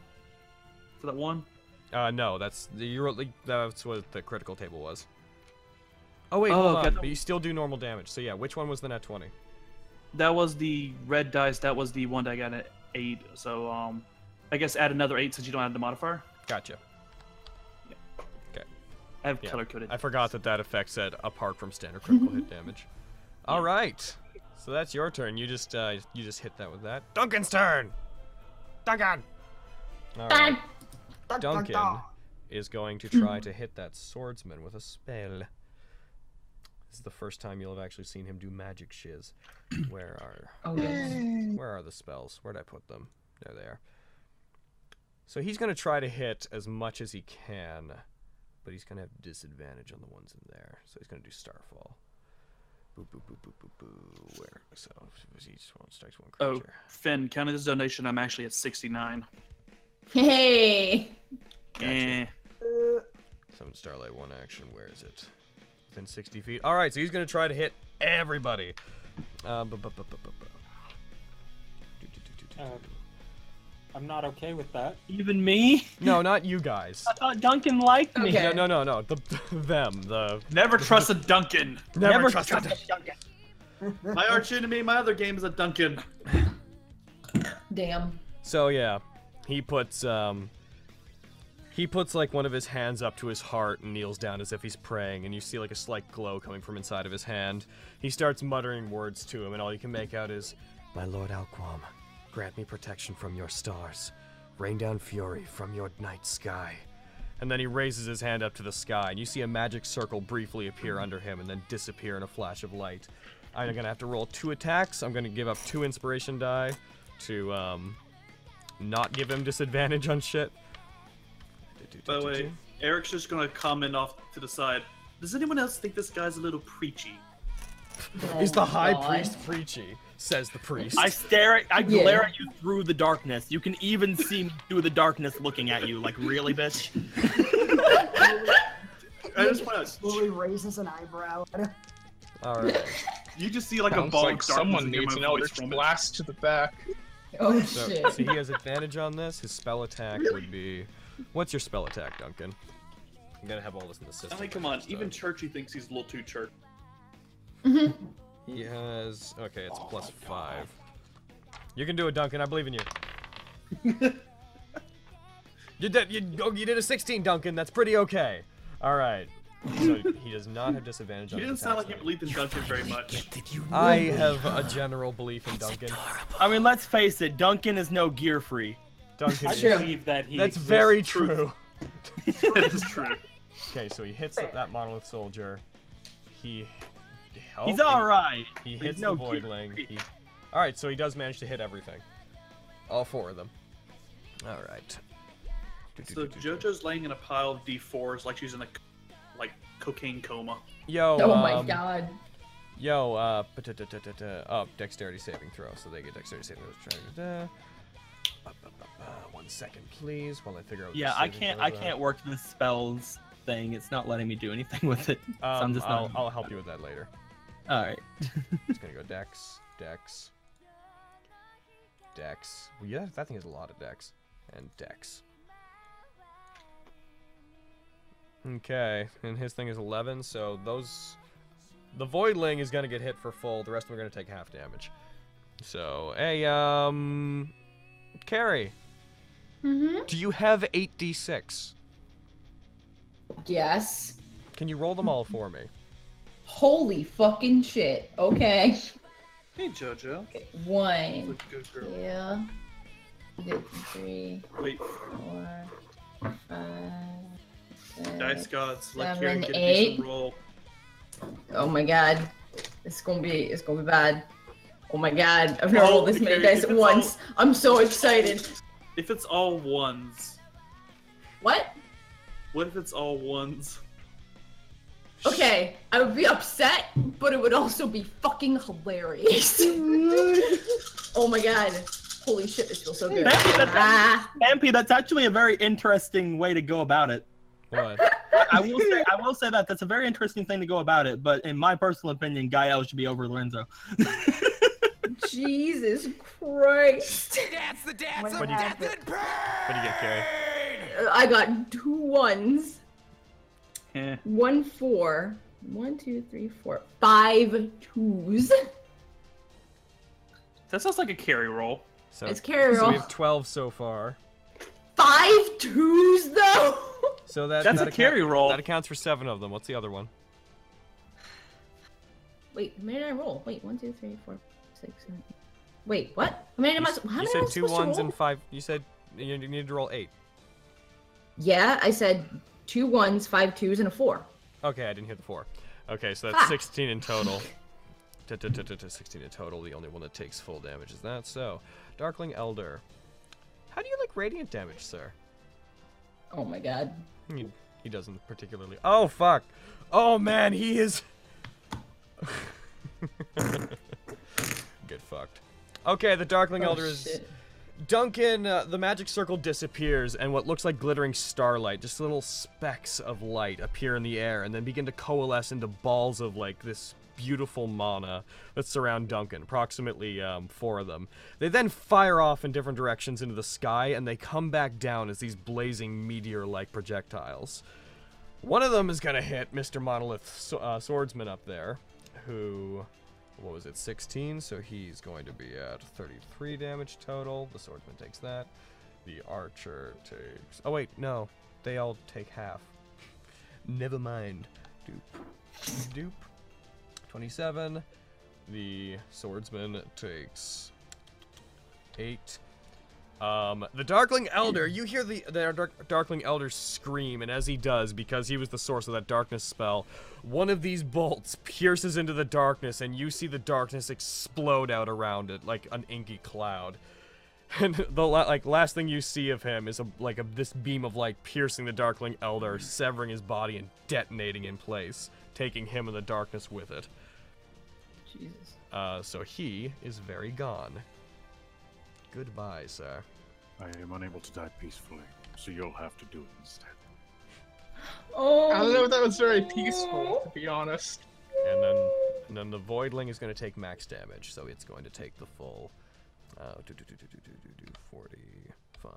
Speaker 5: for that one.
Speaker 2: Uh, no, that's the you rolled- that's what the critical table was. Oh wait,
Speaker 5: Oh,
Speaker 2: hold
Speaker 5: okay.
Speaker 2: on. But you still do normal damage. So yeah, which one was the net twenty?
Speaker 5: That was the red dice. That was the one that got an eight. So um, I guess add another eight since you don't add the modifier.
Speaker 2: Gotcha. Okay.
Speaker 5: I have
Speaker 2: Yeah.
Speaker 5: color coded.
Speaker 2: I forgot that that effect said apart from standard critical hit damage. All right. So that's your turn. You just uh, you just hit that with that. Duncan's turn. Duncan. All right. Duncan is going to try to hit that swordsman with a spell. This is the first time you'll have actually seen him do magic shiz. Where are
Speaker 7: Oh, yes.
Speaker 2: where are the spells? Where'd I put them? There they are. So he's gonna try to hit as much as he can, but he's gonna have disadvantage on the ones in there. So he's gonna do Starfall. Boo boo boo boo boo boo. Where? So each one strikes one
Speaker 5: Oh,
Speaker 2: creature.
Speaker 5: Finn, count this donation. I'm actually at 69.
Speaker 7: Hey.
Speaker 5: Eh.
Speaker 2: Summon Starlight one action. Where is it? Within 60 feet. All right, so he's gonna try to hit everybody. Um, bu- bu- bu- bu- bu- bu-
Speaker 3: Uh, I'm not okay with that.
Speaker 5: Even me?
Speaker 2: No, not you guys.
Speaker 5: I thought Duncan liked me.
Speaker 2: No, no, no, no. The, them. The
Speaker 5: never trust a Duncan.
Speaker 2: Never, trust, a Duncan.
Speaker 5: my arch enemy, my other game is a Duncan.
Speaker 7: Damn.
Speaker 2: So yeah, he puts um he puts like one of his hands up to his heart and kneels down as if he's praying and you see like a slight glow coming from inside of his hand. He starts muttering words to him and all you can make out is
Speaker 12: My Lord Alquam, grant me protection from your stars. Rain down fury from your night sky.
Speaker 2: and then he raises his hand up to the sky and you see a magic circle briefly appear under him and then disappear in a flash of light. I'm going to have to roll two attacks. I'm going to give up two inspiration die to um not give him disadvantage on shit.
Speaker 5: By the way, Eric's just gonna comment off to the side. Does anyone else think this guy's a little preachy?
Speaker 2: Is the high
Speaker 5: God.
Speaker 2: priest preachy? Says the priest.
Speaker 9: I stare at, I
Speaker 5: Yeah.
Speaker 9: glare at you through the darkness. You can even see me through the darkness looking at you. Like, really, bitch?
Speaker 5: I just want to.
Speaker 10: Slowly raises an eyebrow. at him.
Speaker 2: All right.
Speaker 5: You just see like a
Speaker 6: Sounds
Speaker 5: ball
Speaker 6: like
Speaker 5: of
Speaker 6: someone needs an eldritch
Speaker 5: blast
Speaker 6: to the back.
Speaker 2: so, so he has advantage on this. His spell attack would be. What's your spell attack, Duncan? I'm gonna have all this in the system.
Speaker 5: Ellie, come on. Even Churchy thinks he's a little too church.
Speaker 2: He has. Okay, it's plus five. You can do it, Duncan. I believe in you. you did. You, oh, you did a 16, Duncan. That's pretty okay. All right. So he does not have disadvantage
Speaker 5: You
Speaker 2: on. his
Speaker 5: didn't sound
Speaker 2: attacks
Speaker 5: like you believed in Duncan very much.
Speaker 2: then. I have a general belief in Duncan.
Speaker 9: I mean, let's face it, Duncan is no gear free.
Speaker 2: Duncan is- That's very true.
Speaker 5: That's true.
Speaker 2: Okay, so he hits that that monolith soldier. He. oh,
Speaker 9: He's
Speaker 2: he-
Speaker 9: alright,
Speaker 2: He
Speaker 9: but
Speaker 2: hits
Speaker 9: he's no
Speaker 2: the voidling. He, all right, so he does manage to hit everything. All four of them. All right.
Speaker 5: So JoJo's laying in a pile of D4s like she's in a c- like cocaine coma.
Speaker 2: Yo.
Speaker 7: Oh my
Speaker 2: um,
Speaker 7: god.
Speaker 2: Yo. Uh. pa-ta-ta-ta-ta-ta. Oh, dexterity saving throw. So they get dexterity saving throws. Da-da-da. Up, up, up, uh, One second, please, while I figure out. what
Speaker 9: Yeah,
Speaker 2: the
Speaker 9: I
Speaker 2: saving
Speaker 9: can't.
Speaker 2: throws
Speaker 9: I
Speaker 2: are.
Speaker 9: can't work the spells thing. It's not letting me do anything with it. so
Speaker 2: Um,
Speaker 9: I'm just
Speaker 2: I'll,
Speaker 9: not.
Speaker 2: I'll help you with that later.
Speaker 9: All right.
Speaker 2: It's gonna go Dex, Dex, Dex. Well, yeah, that thing has a lot of Dex and Dex. Okay, and his thing is 11, so those. The Voidling is gonna get hit for full. The rest of them are gonna take half damage. So, hey, um, Carrie,
Speaker 7: Mm-hmm.
Speaker 2: do you have 8d6?
Speaker 7: Yes.
Speaker 2: Can you roll them all for me?
Speaker 7: Holy fucking shit. Okay.
Speaker 5: Hey JoJo.
Speaker 7: One.
Speaker 5: Look good girl.
Speaker 7: Yeah. Good. Three.
Speaker 5: Wait.
Speaker 7: Four. Five.
Speaker 5: Dice gods, let
Speaker 7: Seven,
Speaker 5: Kieran get a
Speaker 7: eight.
Speaker 5: decent roll.
Speaker 7: Oh my god. It's gonna be it's gonna be bad. Oh my god. I've never rolled this many
Speaker 5: okay,
Speaker 7: dice
Speaker 5: if
Speaker 7: at
Speaker 5: it's
Speaker 7: once. I'm so excited.
Speaker 5: If it's all ones,
Speaker 7: What?
Speaker 5: what if it's all ones?
Speaker 7: Okay. I would be upset, but it would also be fucking hilarious. oh my god. Holy shit, this feels so good. Ah.
Speaker 9: Ampy, that's actually a very interesting way to go about it.
Speaker 2: What?
Speaker 9: I will say, I will say that that's a very interesting thing to go about it. But in my personal opinion, Gael should be over Lorenzo.
Speaker 7: Jesus Christ.
Speaker 8: That's the dance
Speaker 7: What
Speaker 8: of death
Speaker 7: happened?
Speaker 8: and prayer.
Speaker 2: What do you get, Carrie?
Speaker 7: I got two ones.
Speaker 5: Eh.
Speaker 7: One four. One, two, three, four. Five twos.
Speaker 5: That sounds like a carry roll.
Speaker 2: So,
Speaker 7: It's carry
Speaker 2: So
Speaker 7: roll.
Speaker 2: we have 12 so far.
Speaker 7: Five twos though!
Speaker 2: So that,
Speaker 5: That's
Speaker 2: that
Speaker 5: a carry
Speaker 2: roll. That accounts for seven of them. What's the other one?
Speaker 7: Wait, how many did I roll? Wait, one, two, three, four, six, seven. eight. Wait, what? How many am I?
Speaker 2: you s-
Speaker 7: How many
Speaker 2: you
Speaker 7: am
Speaker 2: said
Speaker 7: I
Speaker 2: two
Speaker 7: supposed to
Speaker 2: ones
Speaker 7: roll?
Speaker 2: and five. You said you you needed to roll eight.
Speaker 7: Yeah, I said two ones, five twos, and a four.
Speaker 2: Okay, I didn't hear the four. Okay, so
Speaker 7: Fuck.
Speaker 2: that's 16 in total. Ta- ta- ta- ta- ta- 16 in total. The only one that takes full damage is that. So, Darkling Elder. How do you like radiant damage, sir?
Speaker 7: Oh my god.
Speaker 2: He, he doesn't particularly. Oh, fuck. Oh, man, he is. Get fucked. Okay, the Darkling
Speaker 7: Oh,
Speaker 2: Elder is
Speaker 7: shit.
Speaker 2: Duncan, uh, the magic circle disappears, and what looks like glittering starlight, just little specks of light, appear in the air and then begin to coalesce into balls of like this beautiful mana that surround Duncan, approximately um, four of them. They then fire off in different directions into the sky, and they come back down as these blazing meteor like projectiles. One of them is going to hit Mr. Monolith so- uh, Swordsman up there, who what was it 16 so he's going to be at 33 damage total the swordsman takes that the archer takes oh wait no they all take half never mind doop doop 27 the swordsman takes 8 um, the Darkling Elder, you hear the, the dark, Darkling Elder scream, and as he does, because he was the source of that darkness spell, one of these bolts pierces into the darkness, and you see the darkness explode out around it like an inky cloud. And the la- like last thing you see of him is a, like a, this beam of light piercing the Darkling Elder, severing his body and detonating in place, taking him in the darkness with it.
Speaker 7: Jesus.
Speaker 2: Uh, so he is very gone. Goodbye, sir.
Speaker 13: I am unable to die peacefully, so you'll have to do it instead.
Speaker 6: Oh. I don't know if that was very peaceful, to be honest.
Speaker 2: And then, and then the Voidling is going to take max damage, so it's going to take the full. Uh, do, do, do, do, do, do, do, do, 45.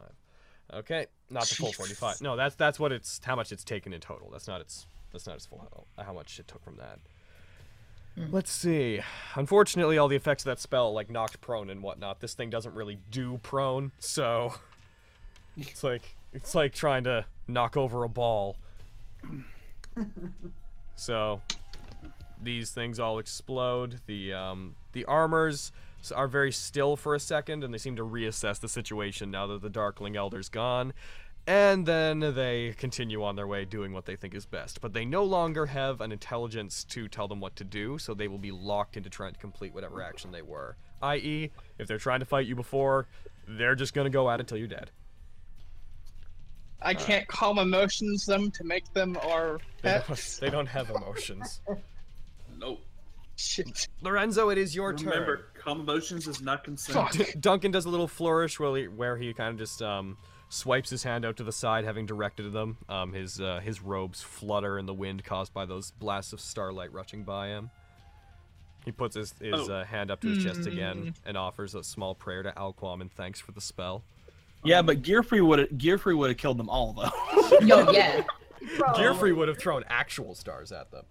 Speaker 2: Okay, not the full 45. No, that's that's what it's how much it's taken in total. That's not its that's not its full health- how much it took from that. Let's see. Unfortunately, all the effects of that spell, like knocked prone and whatnot, this thing doesn't really do prone. So it's like it's like trying to knock over a ball. So these things all explode. The um, the armors s- are very still for a second, and they seem to reassess the situation now that the Darkling Elder's gone. And then they continue on their way doing what they think is best. But they no longer have an intelligence to tell them what to do, so they will be locked into trying to complete whatever action they were. I.e., if they're trying to fight you before, they're just gonna go at it till you're dead.
Speaker 6: I can't calm emotions them to make them our
Speaker 2: They
Speaker 6: pet.
Speaker 2: don't, they don't have emotions.
Speaker 5: Nope.
Speaker 6: Shit.
Speaker 2: Lorenzo, it is your turn.
Speaker 5: Remember, calm emotions is not consent.
Speaker 2: D- Duncan does a little flourish where he, where he kind of just um, swipes his hand out to the side, having directed them. Um, his uh, his robes flutter in the wind caused by those blasts of starlight rushing by him. He puts his, his
Speaker 5: Oh.
Speaker 2: uh, hand up to his chest again
Speaker 5: Mm.
Speaker 2: and offers a small prayer to Alquam in thanks for the spell. Um,
Speaker 9: Yeah, but Gearfree would Gearfree would have killed them all though.
Speaker 7: Yo, yeah.
Speaker 2: Gearfrey would have thrown actual stars at them.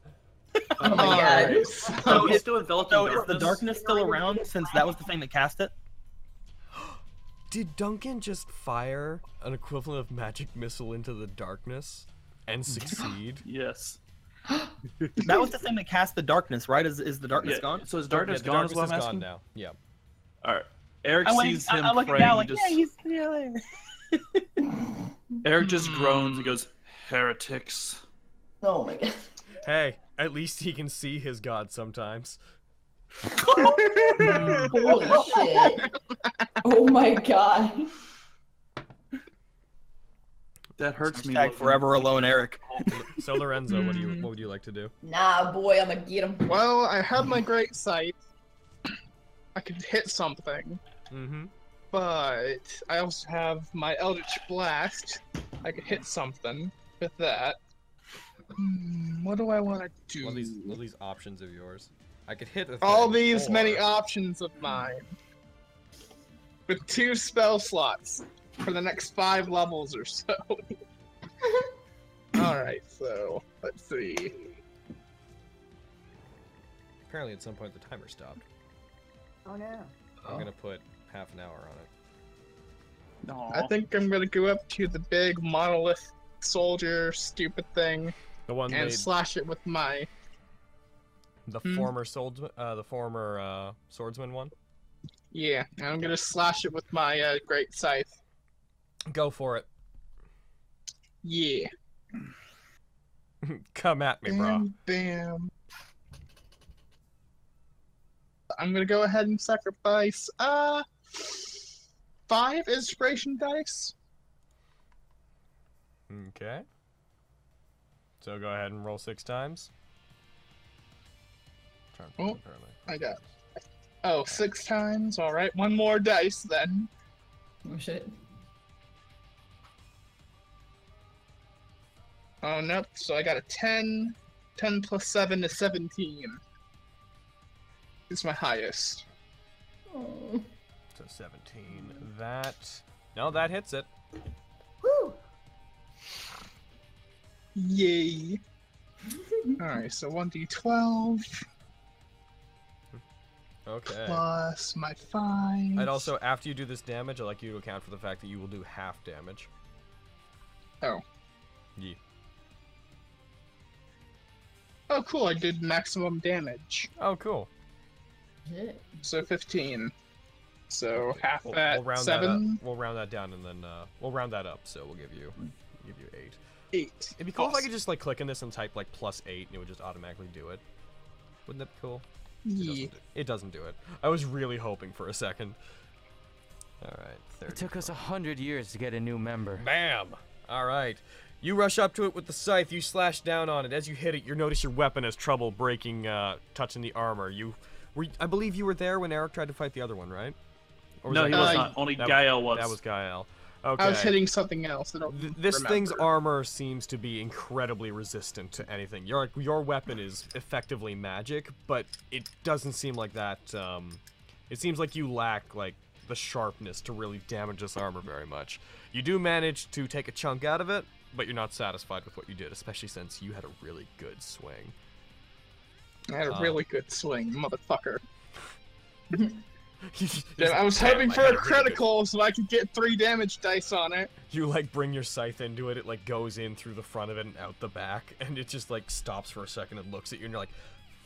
Speaker 7: Oh my god.
Speaker 9: Uh, so is, still so is the darkness still around since that was the thing that cast it?
Speaker 2: Did Duncan just fire an equivalent of magic missile into the darkness and succeed?
Speaker 5: yes.
Speaker 9: That was the thing that cast the darkness, right? Is is the darkness
Speaker 5: Yeah,
Speaker 9: gone?
Speaker 5: so is darkness
Speaker 2: Oh, the
Speaker 5: gone is
Speaker 2: darkness
Speaker 5: what
Speaker 2: is
Speaker 5: I'm
Speaker 2: gone
Speaker 5: asking?
Speaker 2: now. Yeah.
Speaker 5: All right. Eric
Speaker 9: I went-
Speaker 5: sees
Speaker 9: I-
Speaker 5: him
Speaker 9: I look at
Speaker 5: praying.
Speaker 9: that like,
Speaker 5: just,
Speaker 9: yeah, he's still there.
Speaker 5: Eric
Speaker 2: Hmm.
Speaker 5: just groans and goes, "Heretics."
Speaker 7: Oh my god.
Speaker 2: Hey, at least he can see his god sometimes.
Speaker 7: Holy shit. Oh my god.
Speaker 5: That hurts me.
Speaker 9: Hashtag forever alone, Eric.
Speaker 2: So Lorenzo, what do you what would you like to do?
Speaker 7: Nah, boy, I'ma get him.
Speaker 6: Well, I have my great sight. I could hit something,
Speaker 2: Mm-hmm.
Speaker 6: but I also have my Eldritch Blast. I could hit something with that. Hmm, what do I want to do?
Speaker 2: All these all these options of yours. I could hit a
Speaker 6: All
Speaker 2: thing,
Speaker 6: these many
Speaker 2: or-
Speaker 6: options of mine. With two spell slots for the next five levels or so. Alright, so let's see.
Speaker 2: Apparently, at some point the timer stopped.
Speaker 10: Oh no.
Speaker 2: I'm gonna put half an hour on it.
Speaker 5: No.
Speaker 6: I think I'm gonna go up to the big monolith soldier stupid thing
Speaker 2: The one
Speaker 6: and
Speaker 2: they-
Speaker 6: slash it with my
Speaker 2: the
Speaker 6: Hmm.
Speaker 2: former swordsman, uh, the former uh, swordsman one.
Speaker 6: yeah, and I'm gonna slash it with my uh, great scythe.
Speaker 2: Go for it.
Speaker 6: Yeah.
Speaker 2: Come at me, bro.
Speaker 6: Bam, bam. I'm gonna go ahead and sacrifice uh five inspiration dice.
Speaker 2: Okay. So go ahead and roll six times. Trying to
Speaker 6: Oh.
Speaker 2: think apparently.
Speaker 6: I got oh six times. All right, one more dice then.
Speaker 7: Oh shit.
Speaker 6: Oh, nope. So I got a 10. 10 plus 7 is 17. It's my highest.
Speaker 7: Oh.
Speaker 2: So 17. That. No, that hits it.
Speaker 6: Yay. Alright, so 1d12
Speaker 2: Okay.
Speaker 6: plus my 5.
Speaker 2: I'd also, after you do this damage, I'd like you to account for the fact that you will do half damage.
Speaker 6: Oh.
Speaker 2: Yeah.
Speaker 6: Oh, cool. I did maximum damage.
Speaker 2: Oh, cool.
Speaker 6: So 15. So half
Speaker 2: We'll,
Speaker 6: that.
Speaker 2: we'll round that
Speaker 6: 7.
Speaker 2: up. We'll round that down and then uh, we'll round that up. So we'll give you give you eight.
Speaker 6: Eight.
Speaker 2: It'd be cool if I could just like click in this and type like plus eight and it would just automatically do it. Wouldn't that be cool?
Speaker 6: Yeah.
Speaker 2: It doesn't do it. I was really hoping for a second. All right,
Speaker 8: It took us a hundred years to get a new member.
Speaker 2: Bam! All right. You rush up to it with the scythe. You slash down on it. As you hit it, you notice your weapon has trouble breaking, uh, touching the armor. You, were, I believe you were there when Eric tried to fight the other one, right?
Speaker 5: No, he was
Speaker 6: Uh,
Speaker 5: not. Only
Speaker 2: that-
Speaker 5: Gael was.
Speaker 2: That was Gael. Okay.
Speaker 6: I was hitting something else. I don't
Speaker 2: This
Speaker 6: remember.
Speaker 2: thing's armor seems to be incredibly resistant to anything. Your your weapon is effectively magic, but it doesn't seem like that. Um, it seems like you lack like the sharpness to really damage this armor very much. You do manage to take a chunk out of it, but you're not satisfied with what you did, especially since you had a really good swing.
Speaker 6: I had a
Speaker 2: Uh,
Speaker 6: really good swing, motherfucker.
Speaker 2: Just,
Speaker 6: Yeah, I was
Speaker 2: "Damn,
Speaker 6: hoping
Speaker 2: I
Speaker 6: for
Speaker 2: had
Speaker 6: a
Speaker 2: a really good
Speaker 6: critical so I could get three damage dice on it.
Speaker 2: you like bring your scythe into it it like goes in through the front of it and out the back and it just like stops for a second and looks at you and you're like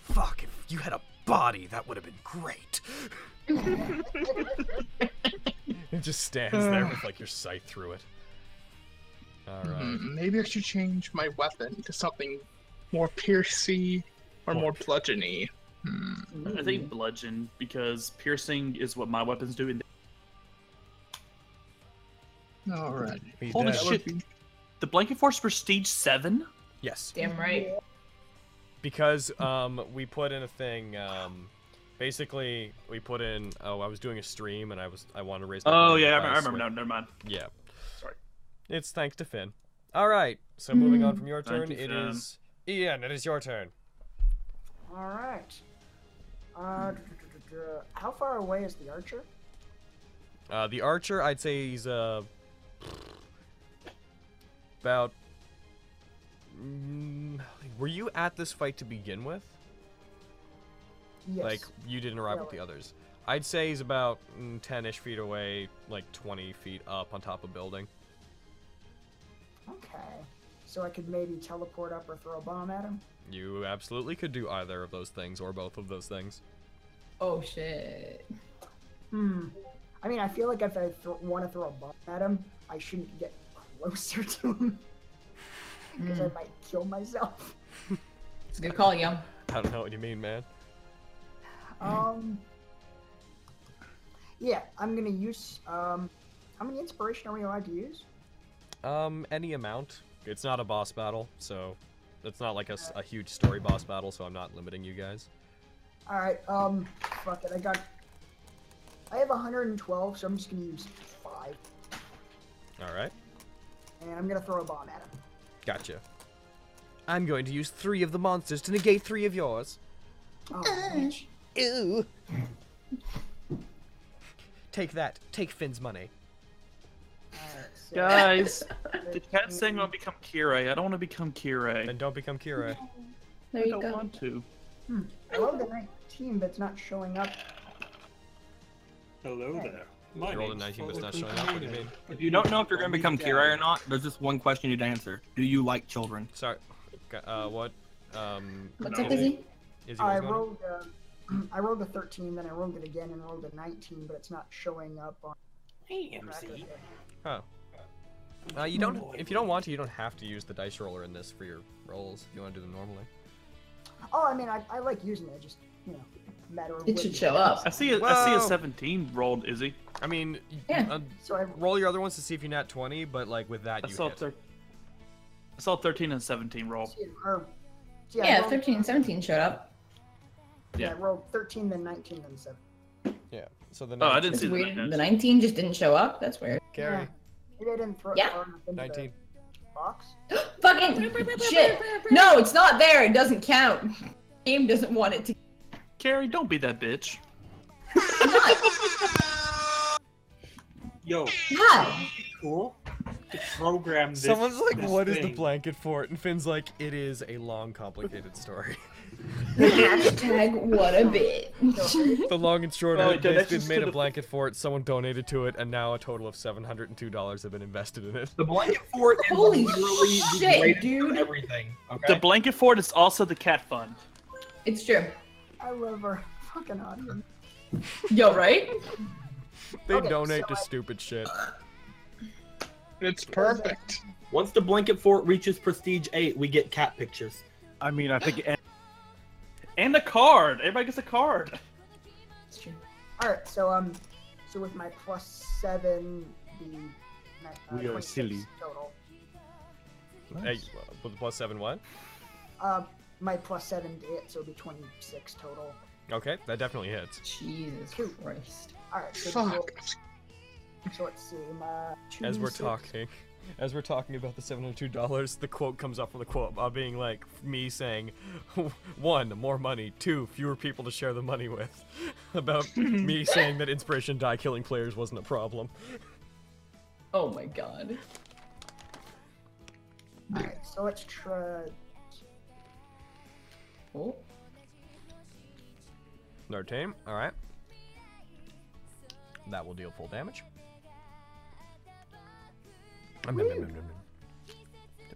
Speaker 2: fuck if you had a body that would have been great it just stands there with like your scythe through it all right.
Speaker 6: Hmm, maybe I should change my weapon to something more piercy or more bludgeony. Hmm.
Speaker 5: I think bludgeon because piercing is what my weapons do. And
Speaker 6: Alright.
Speaker 5: He's Holy dead. shit. the blanket force prestige seven.
Speaker 2: Yes.
Speaker 7: Damn right.
Speaker 2: because um, we put in a thing. Um, basically, we put in. Oh, I was doing a stream and I was I wanted to raise. My
Speaker 5: Oh,
Speaker 2: hand
Speaker 5: yeah, I
Speaker 2: by
Speaker 5: remember- I remember
Speaker 2: swing.
Speaker 5: now, never mind.
Speaker 2: Yeah.
Speaker 5: Sorry.
Speaker 2: It's thanks to Finn. All right. So moving on from your
Speaker 5: Thank
Speaker 2: turn,
Speaker 5: you,
Speaker 2: it
Speaker 5: Finn.
Speaker 2: is Ian. It is your turn.
Speaker 10: All right. Uh, how far away is the archer?
Speaker 2: Uh, the archer, I'd say he's uh about. Mm, were you at this fight to begin with?
Speaker 10: Yes.
Speaker 2: Like you didn't arrive
Speaker 10: Yeah,
Speaker 2: with the
Speaker 10: like-
Speaker 2: others. I'd say he's about mm, ten-ish feet away, like twenty feet up on top of building.
Speaker 10: Okay. So I could maybe teleport up or throw a bomb at him.
Speaker 2: You absolutely could do either of those things or both of those things.
Speaker 7: Oh shit.
Speaker 10: Hmm. I mean, I feel like if I th- want to throw a bomb at him, I shouldn't get closer to him because I might kill myself.
Speaker 7: Hmm. It's a good call, Yum.
Speaker 2: I don't know what you mean, man.
Speaker 10: Um. Yeah, I'm gonna use. Um, how many inspiration are we allowed to use?
Speaker 2: Um, any amount. It's not a boss battle, so it's not like a, s- a huge story boss battle. So I'm not limiting you guys.
Speaker 10: All right. Um. Fuck it. I got. I have 112, so I'm just gonna use five,
Speaker 2: All right.
Speaker 10: and I'm gonna throw a bomb at him.
Speaker 2: Gotcha. I'm going to use three of the monsters to negate three of yours.
Speaker 10: Oh, bitch.
Speaker 2: Ooh. Take that. Take Finn's money.
Speaker 5: Guys, the cat's saying I want to become Kirei. I don't want to become Kirei. Then
Speaker 2: don't become Kirei.
Speaker 7: There
Speaker 5: I
Speaker 7: you
Speaker 5: don't
Speaker 7: go.
Speaker 5: want to.
Speaker 10: Hmm. I love the ranked team that's not showing up.
Speaker 3: Hello there. My
Speaker 2: You rolled a
Speaker 3: name's
Speaker 2: 19, but it's not
Speaker 3: Fullerton
Speaker 2: showing up. What do you
Speaker 3: Maiden.
Speaker 2: mean?
Speaker 9: If you don't know if you're going to become Kira or
Speaker 3: down.
Speaker 9: not, there's just one question you'd answer. Do you like children?
Speaker 2: Sorry. G- Uh, what? Um.
Speaker 7: What's
Speaker 2: is
Speaker 7: up, Izzy?
Speaker 2: Is he
Speaker 10: I
Speaker 2: going?
Speaker 10: rolled. A, I rolled a 13, then I rolled it again and rolled a 19, but it's not showing up on.
Speaker 3: Hey,
Speaker 10: MC.
Speaker 2: Oh. Uh, you don't. If you don't want to, you don't have to use the dice roller in this for your rolls. If you want to do them normally.
Speaker 10: Oh, I mean, I, I like using it. Just you know, matter of. when.
Speaker 5: I see. A, I see a
Speaker 2: Whoa.
Speaker 5: seventeen rolled. Izzy.
Speaker 2: I mean,
Speaker 10: Yeah.
Speaker 2: uh,
Speaker 10: So I
Speaker 2: roll your other ones to see if you're not 20, but like with that,
Speaker 5: I
Speaker 2: you
Speaker 5: saw
Speaker 2: hit.
Speaker 5: thir- I saw thirteen and seventeen roll.
Speaker 10: Or,
Speaker 7: Yeah,
Speaker 10: I rolled,
Speaker 7: 13 and 17 showed up.
Speaker 10: yeah, I rolled 13, then 19, then 7.
Speaker 2: Yeah. So the
Speaker 5: Oh, I didn't see the
Speaker 7: Weird. The 19 just didn't show up. That's weird.
Speaker 2: Carrie.
Speaker 10: Maybe I didn't throw it
Speaker 7: Yeah.
Speaker 10: far enough into
Speaker 2: Nineteen.
Speaker 10: the box.
Speaker 7: Fucking shit. No, it's not there. It doesn't count. Game doesn't want it to.
Speaker 5: Carrie, don't be that bitch.
Speaker 3: Yo,
Speaker 7: Hi.
Speaker 3: cool. To program this.
Speaker 2: Someone's like,
Speaker 3: this
Speaker 2: "What is
Speaker 3: thing.
Speaker 2: the blanket fort?" And Finn's like, "It is a long, complicated story."
Speaker 7: Hashtag what a bitch.
Speaker 2: the long and short
Speaker 7: Oh,
Speaker 2: of
Speaker 7: it
Speaker 2: it,
Speaker 7: did. That's
Speaker 2: they've
Speaker 7: just
Speaker 2: made
Speaker 7: to
Speaker 2: a
Speaker 7: the-
Speaker 2: blanket fort. Someone donated to it, and now a total of seven hundred and two dollars have been invested in it.
Speaker 9: The blanket fort
Speaker 5: is
Speaker 7: Holy
Speaker 5: literally the
Speaker 7: shit,
Speaker 5: greatest-
Speaker 7: dude.
Speaker 9: Everything.
Speaker 5: The blanket fort is also the cat fund.
Speaker 7: It's true.
Speaker 10: I love our fucking audience.
Speaker 7: Yo, right?
Speaker 2: They
Speaker 10: Okay,
Speaker 2: donate
Speaker 10: so
Speaker 2: to stupid shit.
Speaker 6: It's perfect.
Speaker 9: Once the blanket fort reaches prestige eight, we get cat pictures.
Speaker 4: I mean, I think.
Speaker 5: And a card. Everybody gets a card.
Speaker 10: All right, so um, so with my plus seven, the uh,
Speaker 2: We are
Speaker 10: 26
Speaker 2: silly.
Speaker 10: total.
Speaker 2: Hey, with the plus seven what?
Speaker 10: Uh, my plus seven to it, so it'll be twenty six total.
Speaker 2: Okay, that definitely hits.
Speaker 7: Jesus Christ.
Speaker 10: All right, so,
Speaker 6: Fuck.
Speaker 10: we'll- uh, so let's see. My
Speaker 2: As we're talking, as we're talking about the seven hundred two dollars, the quote comes up from the quote uh, being like me saying, one, more money; two, fewer people to share the money with. About me saying that inspiration die killing players wasn't a problem.
Speaker 7: Oh my god.
Speaker 10: All right, so let's try.
Speaker 7: Oh.
Speaker 2: Nerd team, all right. That will deal full damage. Um, um, um, um, um, um.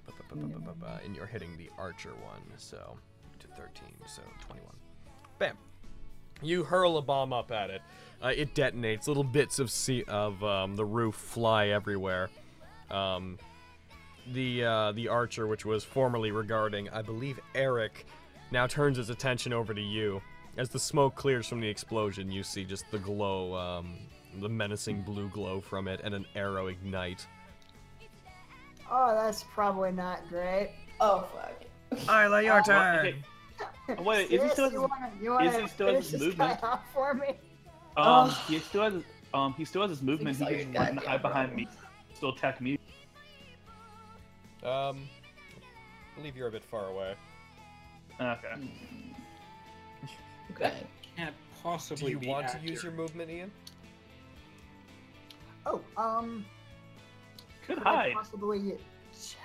Speaker 2: Ba-ba-ba-ba-ba-ba. And you're hitting the archer one, so to 13, so 21. Bam! You hurl a bomb up at it. Uh, it detonates. Little bits of sea of um, the roof fly everywhere. Um, the uh, the archer, which was formerly regarding, I believe, Eric, now turns his attention over to you. As the smoke clears from the explosion, you see just the glow, um, the menacing blue glow from it, and an arrow ignite.
Speaker 10: Oh, that's probably not great.
Speaker 7: Oh fuck.
Speaker 12: Isla, your
Speaker 5: Oh, Well,
Speaker 12: turn.
Speaker 5: okay. Oh, Wait, is he still
Speaker 10: Sis,
Speaker 5: has
Speaker 10: you
Speaker 5: his-
Speaker 10: wanna, you
Speaker 5: is he
Speaker 10: wanna
Speaker 5: still has
Speaker 10: finish
Speaker 5: his
Speaker 10: this
Speaker 5: movement?
Speaker 10: guy off for me?
Speaker 5: Um, he still has his- um, he still has his movement. He
Speaker 10: Like,
Speaker 5: can run and hide behind me, still attack me.
Speaker 2: Um, I believe you're a bit far away.
Speaker 5: Okay.
Speaker 7: Okay.
Speaker 3: Can't possibly.
Speaker 2: Do you
Speaker 3: be
Speaker 2: want to
Speaker 3: accurate.
Speaker 2: use your movement, Ian?
Speaker 10: Oh, um.
Speaker 5: Could
Speaker 10: I
Speaker 5: hide.
Speaker 10: possibly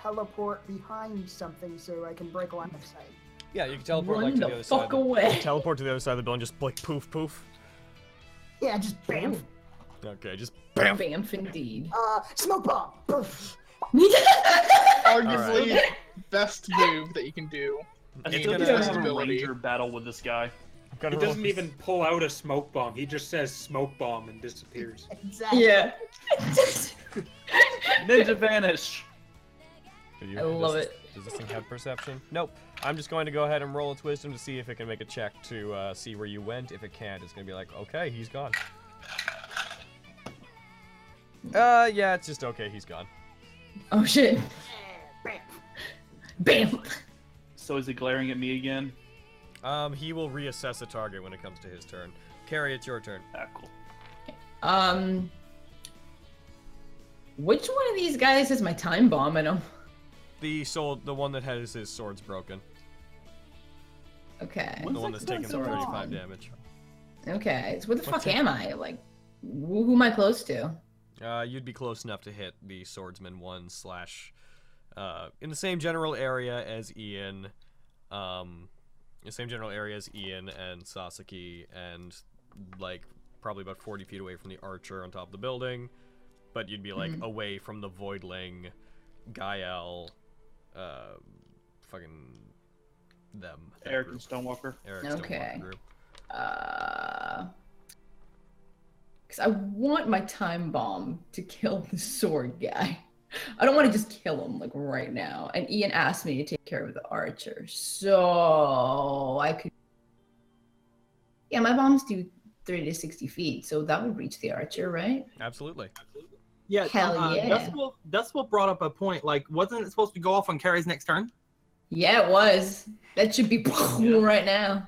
Speaker 10: teleport behind something so I can break line of sight?
Speaker 2: Yeah, you can teleport like to
Speaker 10: Run
Speaker 2: the,
Speaker 10: the
Speaker 2: other
Speaker 10: fuck
Speaker 2: side. of the-
Speaker 10: away.
Speaker 2: Teleport to the other side of the building, just like poof, poof.
Speaker 10: Yeah, just bam.
Speaker 2: Okay, just
Speaker 7: Bam. indeed.
Speaker 10: Uh, smoke bomb. Poof.
Speaker 6: Arguably,
Speaker 5: Alright.
Speaker 6: best move that you can do.
Speaker 5: I
Speaker 6: Mean
Speaker 5: still
Speaker 6: the
Speaker 5: think I
Speaker 6: best
Speaker 5: have a
Speaker 6: ability.
Speaker 5: ranger battle with this guy.
Speaker 3: He doesn't even pull out a smoke bomb. He just says smoke bomb and disappears.
Speaker 10: Exactly.
Speaker 7: Yeah.
Speaker 5: Ninja vanish.
Speaker 2: Do you-
Speaker 7: I love
Speaker 2: does,
Speaker 7: it.
Speaker 2: Does this thing have perception? Nope. I'm just going to go ahead and roll its wisdom to see if it can make a check to uh, see where you went. If it can't, it's going to be like, okay, he's gone. Uh, yeah, it's just okay, he's gone.
Speaker 7: Oh shit. Bam.
Speaker 5: So is he glaring at me again?
Speaker 2: Um, he will reassess the target when it comes to his turn. Carrie, it's your turn.
Speaker 5: Ah, cool.
Speaker 7: Um. Which one of these guys has my time bomb in him?
Speaker 2: The soul, the one that has his swords broken,
Speaker 7: Okay.
Speaker 2: the one that's taking
Speaker 7: so
Speaker 2: 35
Speaker 7: long?
Speaker 2: damage.
Speaker 7: Okay. So where the
Speaker 2: What's
Speaker 7: fuck
Speaker 2: it?
Speaker 7: am I? Like, wh- who am I close to?
Speaker 2: Uh, you'd be close enough to hit the swordsman one slash, uh, in the same general area as Ian, um, in the same general area as Ian and Sasaki, and like probably about forty feet away from the archer on top of the building, but you'd be like
Speaker 7: Mhm.
Speaker 2: away from the voidling, Gael, uh, fucking them. that
Speaker 5: Eric
Speaker 2: group.
Speaker 5: and Stonewalker.
Speaker 2: Eric Stonewalker
Speaker 7: Okay.
Speaker 2: group.
Speaker 7: Uh. Because I want my time bomb to kill the sword guy. I don't want to just kill him like right now. And Ian asked me to take care of the archer, so I could. Yeah, my bombs do thirty to sixty feet, so that would reach the archer, right?
Speaker 2: Absolutely.
Speaker 9: Yeah,
Speaker 7: Hell
Speaker 9: uh,
Speaker 7: yeah.
Speaker 9: That's what, that's what brought up a point. Like, wasn't it supposed to go off on Carrie's next turn?
Speaker 7: Yeah, it was. That should be right now.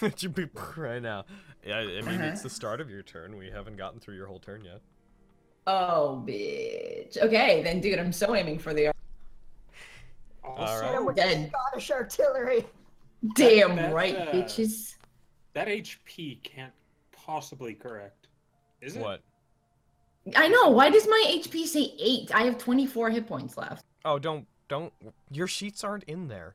Speaker 2: That should be right now. Yeah, I mean,
Speaker 7: Uh-huh.
Speaker 2: it's the start of your turn. We haven't gotten through your whole turn yet.
Speaker 7: Oh, bitch. Okay, then, dude, I'm so aiming for the. ar-
Speaker 2: Alright.
Speaker 10: With
Speaker 7: Dead.
Speaker 10: Scottish artillery.
Speaker 7: Damn
Speaker 3: That-
Speaker 7: right,
Speaker 3: uh,
Speaker 7: bitches.
Speaker 3: That HP can't possibly correct. Is it?
Speaker 2: What?
Speaker 7: I know. Why does my HP say eight? I have 24 hit points left.
Speaker 2: Oh, don't, don't. Your sheets aren't in there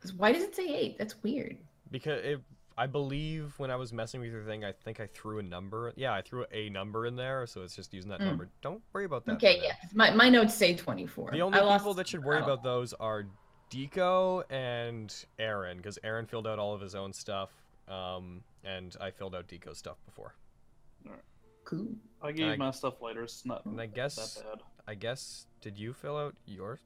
Speaker 7: 'Cause Why does it say eight? That's weird.
Speaker 2: because it, I believe when I was messing with your thing, I think I threw a number. Yeah, I threw a number in there, so it's just using that
Speaker 7: Mm.
Speaker 2: number. Don't worry about that. for
Speaker 7: Okay,
Speaker 2: now.
Speaker 7: yeah. 'cause My, my notes say 24.
Speaker 2: The only
Speaker 7: I lost-
Speaker 2: people that should worry
Speaker 7: oh.
Speaker 2: about those are Deco and Aaron, because Aaron filled out all of his own stuff, um, and I filled out Deco's stuff before.
Speaker 7: Cool.
Speaker 5: I gave
Speaker 2: I-
Speaker 5: my stuff later. It's not
Speaker 2: And I guess,
Speaker 5: that bad.
Speaker 2: I guess, did you fill out yours?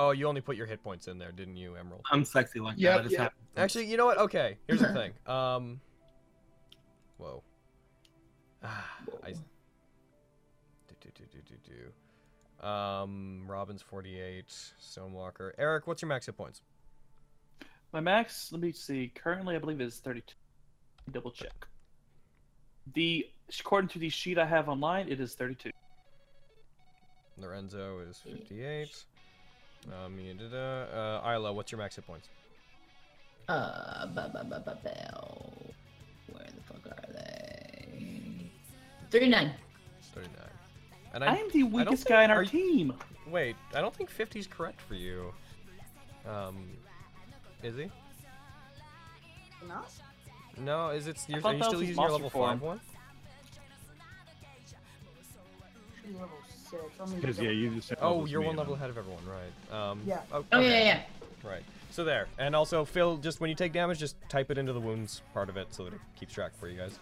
Speaker 2: Oh, you only put your hit points in there, didn't you, Emerald?
Speaker 9: I'm sexy like
Speaker 2: Yep,
Speaker 9: that. It's
Speaker 2: yep.
Speaker 9: happening.
Speaker 2: Actually, you know what? Okay, here's the thing. Um, whoa. Ah, I. Do, do, do, do, do, do. Um, Robin's 48, Stonewalker. Eric, what's your max hit points?
Speaker 5: My max, let me see. Currently, I believe it is 32. Double check. The according to the sheet I have online, it is 32.
Speaker 2: Lorenzo is 58. Um, yeah, da, da. uh, Isla, what's your max hit points?
Speaker 7: Uh, ba ba ba ba bell. Where the fuck are they? 39.
Speaker 2: 39. And
Speaker 5: I am the
Speaker 2: don't
Speaker 5: weakest
Speaker 2: think-
Speaker 5: guy in our
Speaker 2: are you-
Speaker 5: team.
Speaker 2: Wait, I don't think 50's correct for you. Um, is he?
Speaker 10: No?
Speaker 2: No, is it? You're,
Speaker 5: thought
Speaker 2: are you
Speaker 5: that
Speaker 2: still
Speaker 5: was his
Speaker 2: using your
Speaker 5: monster
Speaker 2: level
Speaker 5: form.
Speaker 2: five one?
Speaker 10: Should be level six. I'm gonna
Speaker 4: Because,
Speaker 10: go-
Speaker 4: yeah, you just said
Speaker 2: Oh,
Speaker 4: was
Speaker 2: you're
Speaker 4: me
Speaker 2: one
Speaker 4: and
Speaker 2: level
Speaker 4: I'm-
Speaker 2: ahead of everyone, right? Um,
Speaker 10: Yeah.
Speaker 2: Oh,
Speaker 7: Oh, yeah,
Speaker 2: okay.
Speaker 7: yeah,
Speaker 2: Right. So there, and also Phil, just when you take damage, just type it into the wounds part of it so that it keeps track for you guys.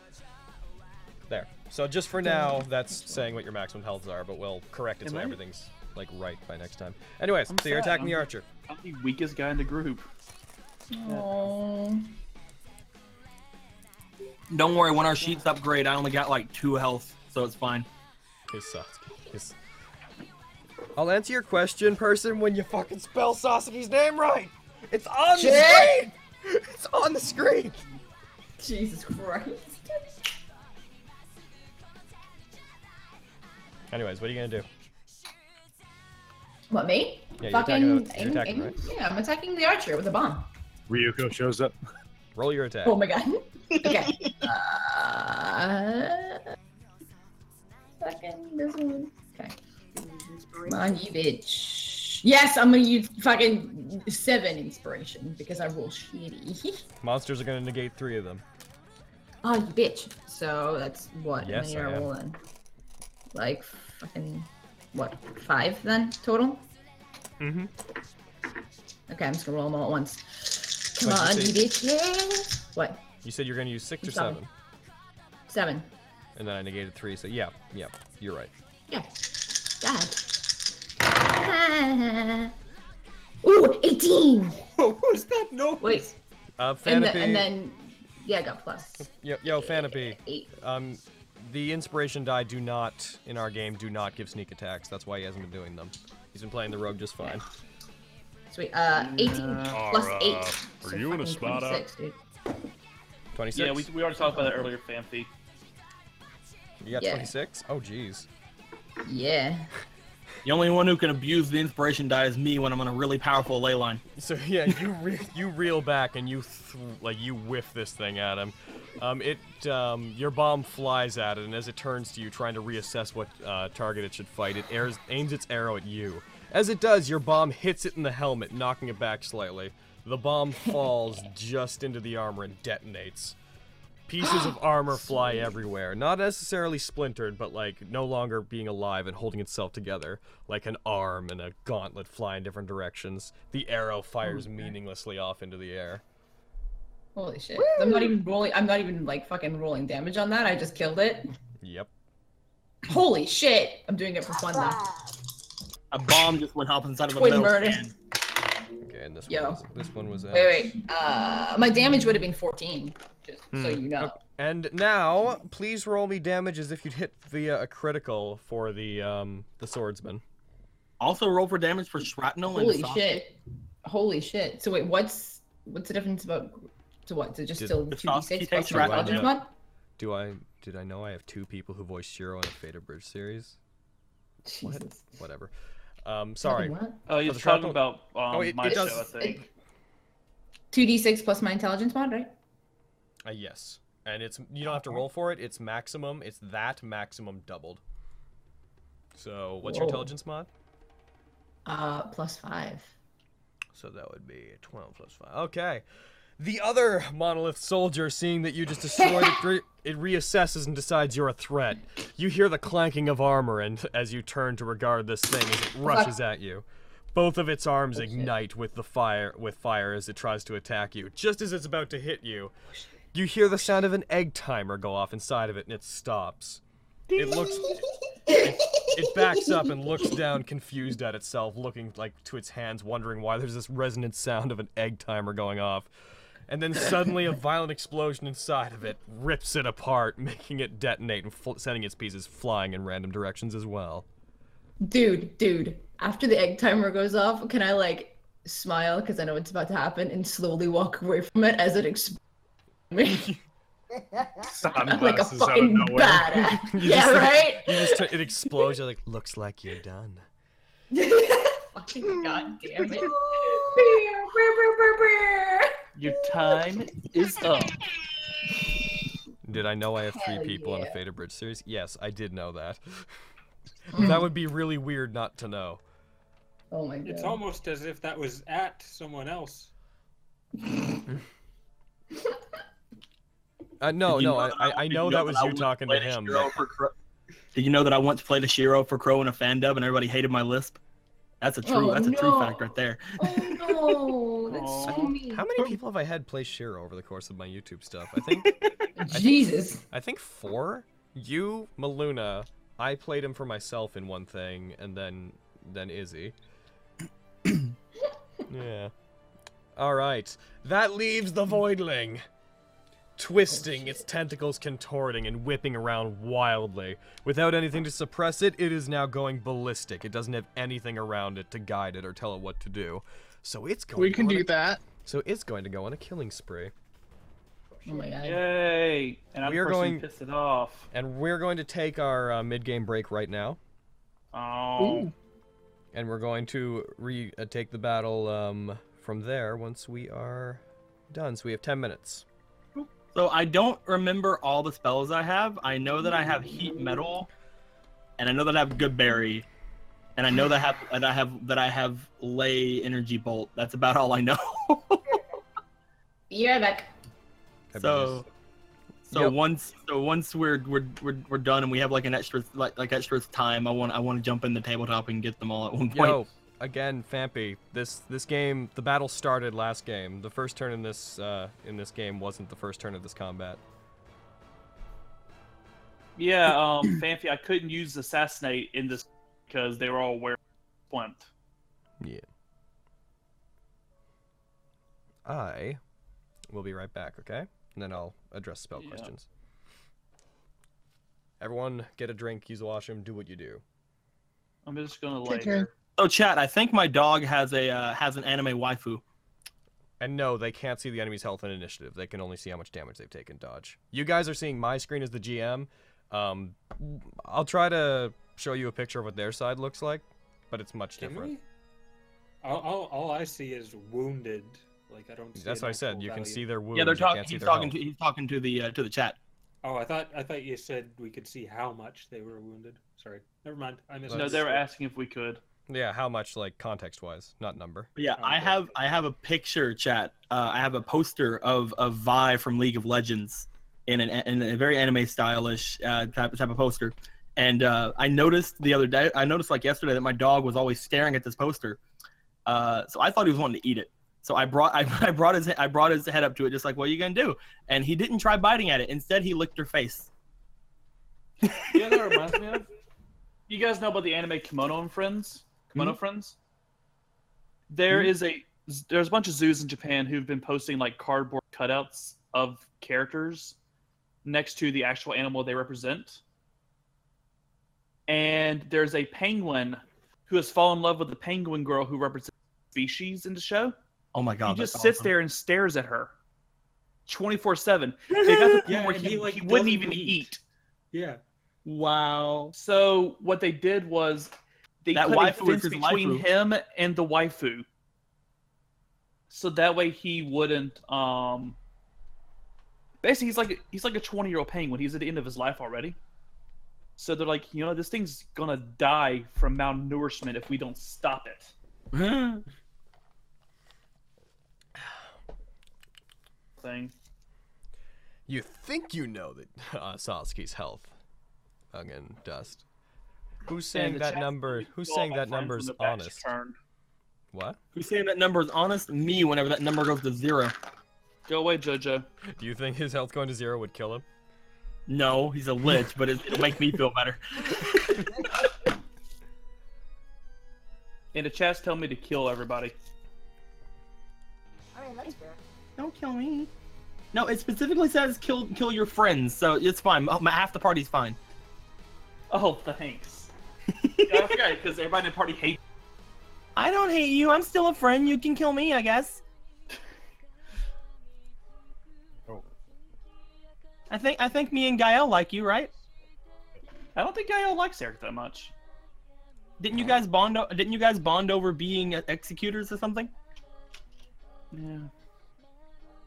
Speaker 2: There. So just for now, that's saying what your maximum healths are, but we'll correct it so
Speaker 5: Am I-
Speaker 2: everything's like right by next time. Anyways,
Speaker 5: I'm
Speaker 2: so you're
Speaker 5: sad,
Speaker 2: attacking
Speaker 5: I'm-
Speaker 2: the archer.
Speaker 5: I'm the weakest guy in the group.
Speaker 7: Oh.
Speaker 9: Don't worry, when our sheets upgrade, I only got like two health, so it's fine.
Speaker 2: Kiss Sasuke. Kiss. I'll answer your question, person, when you fucking spell Sasuke's name right. It's on the
Speaker 1: Shit!
Speaker 2: screen. It's on the screen.
Speaker 7: Jesus Christ.
Speaker 2: Anyways, what are you gonna do?
Speaker 7: What, me?
Speaker 2: Yeah, you're
Speaker 7: Fucking.
Speaker 2: attacking the- you're
Speaker 7: aim-
Speaker 2: attacking,
Speaker 7: aim-
Speaker 2: right?
Speaker 7: Yeah, I'm attacking the archer with a bomb.
Speaker 2: Ryuko shows up. Roll your attack.
Speaker 7: Oh my god. okay. Uh, fucking this one. Okay. Come on, you bitch. Yes, I'm gonna use fucking seven inspiration because I roll shitty.
Speaker 2: Monsters are gonna negate three of them.
Speaker 7: oh, you bitch. So that's what?
Speaker 2: Yes,
Speaker 7: many
Speaker 2: I
Speaker 7: are
Speaker 2: am.
Speaker 7: rolling? Like fucking what? Five then total.
Speaker 2: Mm-hmm.
Speaker 7: Okay, I'm just gonna roll them all at once. Come
Speaker 2: Like you say-
Speaker 7: on, you bitch. Yeah. What?
Speaker 2: You said you're gonna use six or
Speaker 7: Seven.
Speaker 2: seven,
Speaker 7: Seven.
Speaker 2: and then I negated three. So yeah, yeah, you're right.
Speaker 7: Yeah. God. Ooh, 18!
Speaker 3: What was that noise?
Speaker 7: Wait,
Speaker 2: Uh,
Speaker 7: and,
Speaker 2: Fanapy.
Speaker 7: the, and then, yeah, I got plus.
Speaker 2: Yo, yo Fanapy.
Speaker 7: Eight.
Speaker 2: Um, the inspiration die do not in our game do not give sneak attacks. That's why he hasn't been doing them. He's been playing the rogue just fine.
Speaker 7: Sweet. Uh, 18 plus
Speaker 13: Alright.
Speaker 7: 8.
Speaker 13: Are
Speaker 7: So
Speaker 13: you in a
Speaker 7: fucking
Speaker 13: spot up?
Speaker 7: 26, dude.
Speaker 2: Twenty-six.
Speaker 5: Yeah, we, we already talked about that earlier, Fanfi.
Speaker 2: You got
Speaker 5: Yeah.
Speaker 2: 26? Oh, jeez.
Speaker 7: Yeah.
Speaker 9: The only one who can abuse the inspiration die is me when I'm on a really powerful ley line.
Speaker 2: So yeah, you re- you reel back and you th- like you whiff this thing at him. Um, it um, your bomb flies at it, and as it turns to you, trying to reassess what uh, target it should fight, it airs, aims its arrow at you. As it does, your bomb hits it in the helmet, knocking it back slightly. The bomb falls just into the armor and detonates. Pieces of armor fly everywhere, not necessarily splintered, but like no longer being alive and holding itself together, like an arm and a gauntlet fly in different directions. The arrow fires meaninglessly off into the air.
Speaker 7: Holy shit. I'm not even rolling, I'm not even like fucking rolling damage on that. I just killed it.
Speaker 2: Yep.
Speaker 7: Holy shit. I'm doing it for fun though.
Speaker 9: A bomb just went up inside of a
Speaker 7: Twin
Speaker 9: metal
Speaker 7: murder.
Speaker 9: can.
Speaker 2: Okay, and this
Speaker 7: Yo.
Speaker 2: one was, this one was out.
Speaker 7: Wait, wait. Uh, my damage would have been 14. Just so
Speaker 2: Hmm.
Speaker 7: you know.
Speaker 2: Ok- And now, please roll me damage as if you'd hit via a critical for the um the swordsman.
Speaker 9: Also, roll for damage for shrapnel and
Speaker 7: Holy
Speaker 9: sausage.
Speaker 7: shit. Holy shit. So wait, what's what's the difference about So what? So just
Speaker 2: Did-
Speaker 7: still
Speaker 2: Did
Speaker 7: two d six plus
Speaker 2: Do I
Speaker 7: my intelligence
Speaker 2: know-
Speaker 7: mod?
Speaker 2: Do I did I know I have two people who voiced Shiro in a Fata Bridge series? What?
Speaker 7: Jesus.
Speaker 2: Whatever. Um, sorry.
Speaker 7: what?
Speaker 5: Oh,
Speaker 2: For
Speaker 5: you're
Speaker 2: the
Speaker 5: talking
Speaker 2: shrapnel-
Speaker 5: about um,
Speaker 2: Oh, it-
Speaker 5: my
Speaker 2: it
Speaker 5: show,
Speaker 2: does-
Speaker 5: I think.
Speaker 7: Two d six plus my intelligence mod, right?
Speaker 2: Uh, yes, and it's you don't have to roll for it. It's maximum. It's that maximum doubled. So what's your
Speaker 7: Whoa.
Speaker 2: intelligence mod?
Speaker 7: Uh, plus five.
Speaker 2: So that would be 12 plus 5. Okay. The other monolith soldier, seeing that you just destroyed it, re- it reassesses and decides you're a threat. You hear the clanking of armor, and as you turn to regard this thing as it rushes at you, both of its arms ignite with the fire with fire as it tries to attack you. Just as it's about to hit you, you hear the sound of an egg timer go off inside of it, and it stops. It looks it backs up and looks down, confused at itself, looking like to its hands, wondering why there's this resonant sound of an egg timer going off. And then suddenly, a violent explosion inside of it rips it apart, making it detonate and fl- sending its pieces flying in random directions as well.
Speaker 7: Dude, dude. After the egg timer goes off, can I like smile because I know it's about to happen and slowly walk away from it as it explodes? me? like a
Speaker 2: Sunglasses out of
Speaker 7: fucking
Speaker 2: nowhere.
Speaker 7: badass.
Speaker 2: You
Speaker 7: yeah,
Speaker 2: just-
Speaker 7: right.
Speaker 2: You just it explodes. You're like, looks like you're done.
Speaker 7: Fucking goddamn it.
Speaker 5: Your time is up.
Speaker 2: Did I know I have three
Speaker 7: Hell
Speaker 2: people on a
Speaker 7: yeah.
Speaker 2: Fate of Bridge series? Yes, I did know that.
Speaker 7: Hmm.
Speaker 2: that would be really weird not to know.
Speaker 7: Oh my
Speaker 3: It's
Speaker 7: God.
Speaker 3: almost as if that was at someone else.
Speaker 2: Uh, no,
Speaker 9: Did you
Speaker 2: no,
Speaker 9: know
Speaker 2: I,
Speaker 9: that
Speaker 2: I, I
Speaker 9: did
Speaker 2: know
Speaker 9: you
Speaker 2: that
Speaker 9: know
Speaker 2: was
Speaker 9: that I
Speaker 2: you
Speaker 9: was
Speaker 2: talking to
Speaker 9: playing a
Speaker 2: him.
Speaker 9: hero for Cro- Did you know that I once played a Shiro for Crow in a fan dub and everybody hated my lisp? That's a true.
Speaker 7: Oh,
Speaker 9: that's a true
Speaker 7: no.
Speaker 9: fact right there.
Speaker 7: Oh no, that's so mean.
Speaker 2: How many people have I had play Shiro over the course of my YouTube stuff? I think.
Speaker 7: Jesus.
Speaker 2: I think four. You, Maluna, I played him for myself in one thing, and then then Izzy. yeah. All right. That leaves the Voidling, twisting its tentacles, contorting and whipping around wildly. Without anything to suppress it, it is now going ballistic. It doesn't have anything around it to guide it or tell it what to do. So it's going.
Speaker 6: We
Speaker 2: to
Speaker 6: can
Speaker 2: go on
Speaker 6: do
Speaker 2: a-
Speaker 6: that.
Speaker 2: So it's going to go on a killing spree.
Speaker 7: Oh my god.
Speaker 5: Yay! And I'm
Speaker 2: We are
Speaker 5: the person who
Speaker 2: going-
Speaker 5: pissed it off.
Speaker 2: And we're going to take our uh, mid game break right now.
Speaker 5: Oh.
Speaker 2: And we're going to re uh, take the battle um, from there once we are done. So we have 10 minutes.
Speaker 9: So I don't remember all the spells I have. I know that I have heat metal, and I know that I have good berry, and I know that I have that I have that I have lay energy bolt. That's about all I know.
Speaker 7: Be right back.
Speaker 9: so, so
Speaker 2: Yep.
Speaker 9: once so once we're, we're we're we're done and we have like an extra like like extra time, I want I want to jump in the tabletop and get them all at one point.
Speaker 2: Yo, again, Fampy, this this game, the battle started last game. The first turn in this uh, in this game wasn't the first turn of this combat.
Speaker 5: Yeah, um, Fanfi, I couldn't use assassinate in this because they were all wearing flint.
Speaker 2: Yeah. I will be right back, okay? And then I'll address spell
Speaker 5: Yeah.
Speaker 2: questions. Everyone, get a drink, use a washroom, do what you do.
Speaker 5: I'm just gonna
Speaker 2: Take
Speaker 5: lay
Speaker 2: care.
Speaker 5: here.
Speaker 9: So Oh, chat, I think my dog has a uh, has an anime waifu.
Speaker 2: And no, they can't see the enemy's health and initiative. They can only see how much damage they've taken. Dodge. You guys are seeing my screen as the GM. Um, I'll try to show you a picture of what their side looks like, but it's much
Speaker 3: Can
Speaker 2: different.
Speaker 3: we? All, all, all I see is wounded. Like I don't. See
Speaker 2: That's
Speaker 3: an
Speaker 2: what I said.
Speaker 3: actual
Speaker 2: You can
Speaker 3: value.
Speaker 2: see their wounds.
Speaker 9: yeah, they're
Speaker 2: you can't
Speaker 9: talking.
Speaker 2: see
Speaker 9: He's
Speaker 2: their
Speaker 9: talking.
Speaker 2: health.
Speaker 9: To, he's talking to the uh, to the chat.
Speaker 3: Oh, I thought I thought you said we could see how much they were wounded. Sorry, never mind. I missed.
Speaker 5: No, they were asking if we could.
Speaker 2: Yeah, how much, like context-wise, not number.
Speaker 9: But yeah, I have I have a picture chat. Uh, I have a poster of of Vi from League of Legends in an in a very anime stylish uh, type type of poster. And uh, I noticed the other day, I noticed like yesterday that my dog was always staring at this poster. Uh, so I thought he was wanting to eat it. So I brought I, I brought his I brought his head up to it, just like what are you gonna do? And he didn't try biting at it. Instead, he licked her face.
Speaker 5: Yeah, that reminds me of. You guys know about the anime Kimono and Friends? Kimono
Speaker 6: Hmm?
Speaker 5: Friends. There
Speaker 9: Mhm.
Speaker 5: is a there's a bunch of zoos in Japan who've been posting like cardboard cutouts of characters next to the actual animal they represent. And there's a penguin who has fallen in love with the penguin girl who represents the species in the show.
Speaker 9: Oh my god!
Speaker 5: he just
Speaker 9: that's
Speaker 5: sits
Speaker 9: awesome.
Speaker 5: there and stares at her. 24 7. It got to the point
Speaker 3: Yeah,
Speaker 5: where
Speaker 3: and
Speaker 5: he,
Speaker 3: he, like,
Speaker 5: he wouldn't
Speaker 3: doesn't
Speaker 5: even
Speaker 3: eat.
Speaker 5: eat.
Speaker 3: Yeah.
Speaker 5: Wow. So what they did was they
Speaker 9: That
Speaker 5: put a
Speaker 9: waifu is
Speaker 5: fence
Speaker 9: his
Speaker 5: between
Speaker 9: waifu.
Speaker 5: him and the waifu. So that way he wouldn't um basically he's like he's like a 20 year old penguin. He's at the end of his life already. So they're like, you know, this thing's gonna die from malnourishment if we don't stop it. Thing.
Speaker 2: You think you know that uh, Sasuke's health, hung in dust. Who's saying
Speaker 9: the
Speaker 2: that
Speaker 9: chat
Speaker 2: number?
Speaker 9: says
Speaker 2: Who's
Speaker 9: all
Speaker 2: saying
Speaker 9: my
Speaker 2: that
Speaker 9: friends
Speaker 2: number
Speaker 9: when
Speaker 2: is
Speaker 9: the batch
Speaker 2: honest?
Speaker 5: turned.
Speaker 2: What?
Speaker 9: Who's saying that number is honest? Me. Whenever that number goes to zero.
Speaker 5: Go away, JoJo.
Speaker 2: Do you think his health going to zero would kill him?
Speaker 9: No, he's a lich, but it, it'll make me feel better.
Speaker 5: And the chat's telling me to kill everybody.
Speaker 10: I mean, that's fair.
Speaker 9: Don't kill me. No, it specifically says kill kill your friends, so it's fine. Oh, My, half the party's fine.
Speaker 5: Oh, thanks. yeah, I forgot because everybody in the party hates.
Speaker 9: I don't hate you. I'm still a friend. You can kill me, I guess.
Speaker 13: Oh.
Speaker 9: I think I think me and Gael like you, right?
Speaker 5: I don't think Gael likes Eric that much.
Speaker 9: Didn't you guys bond? O- didn't you guys bond over being executors or something?
Speaker 5: Yeah.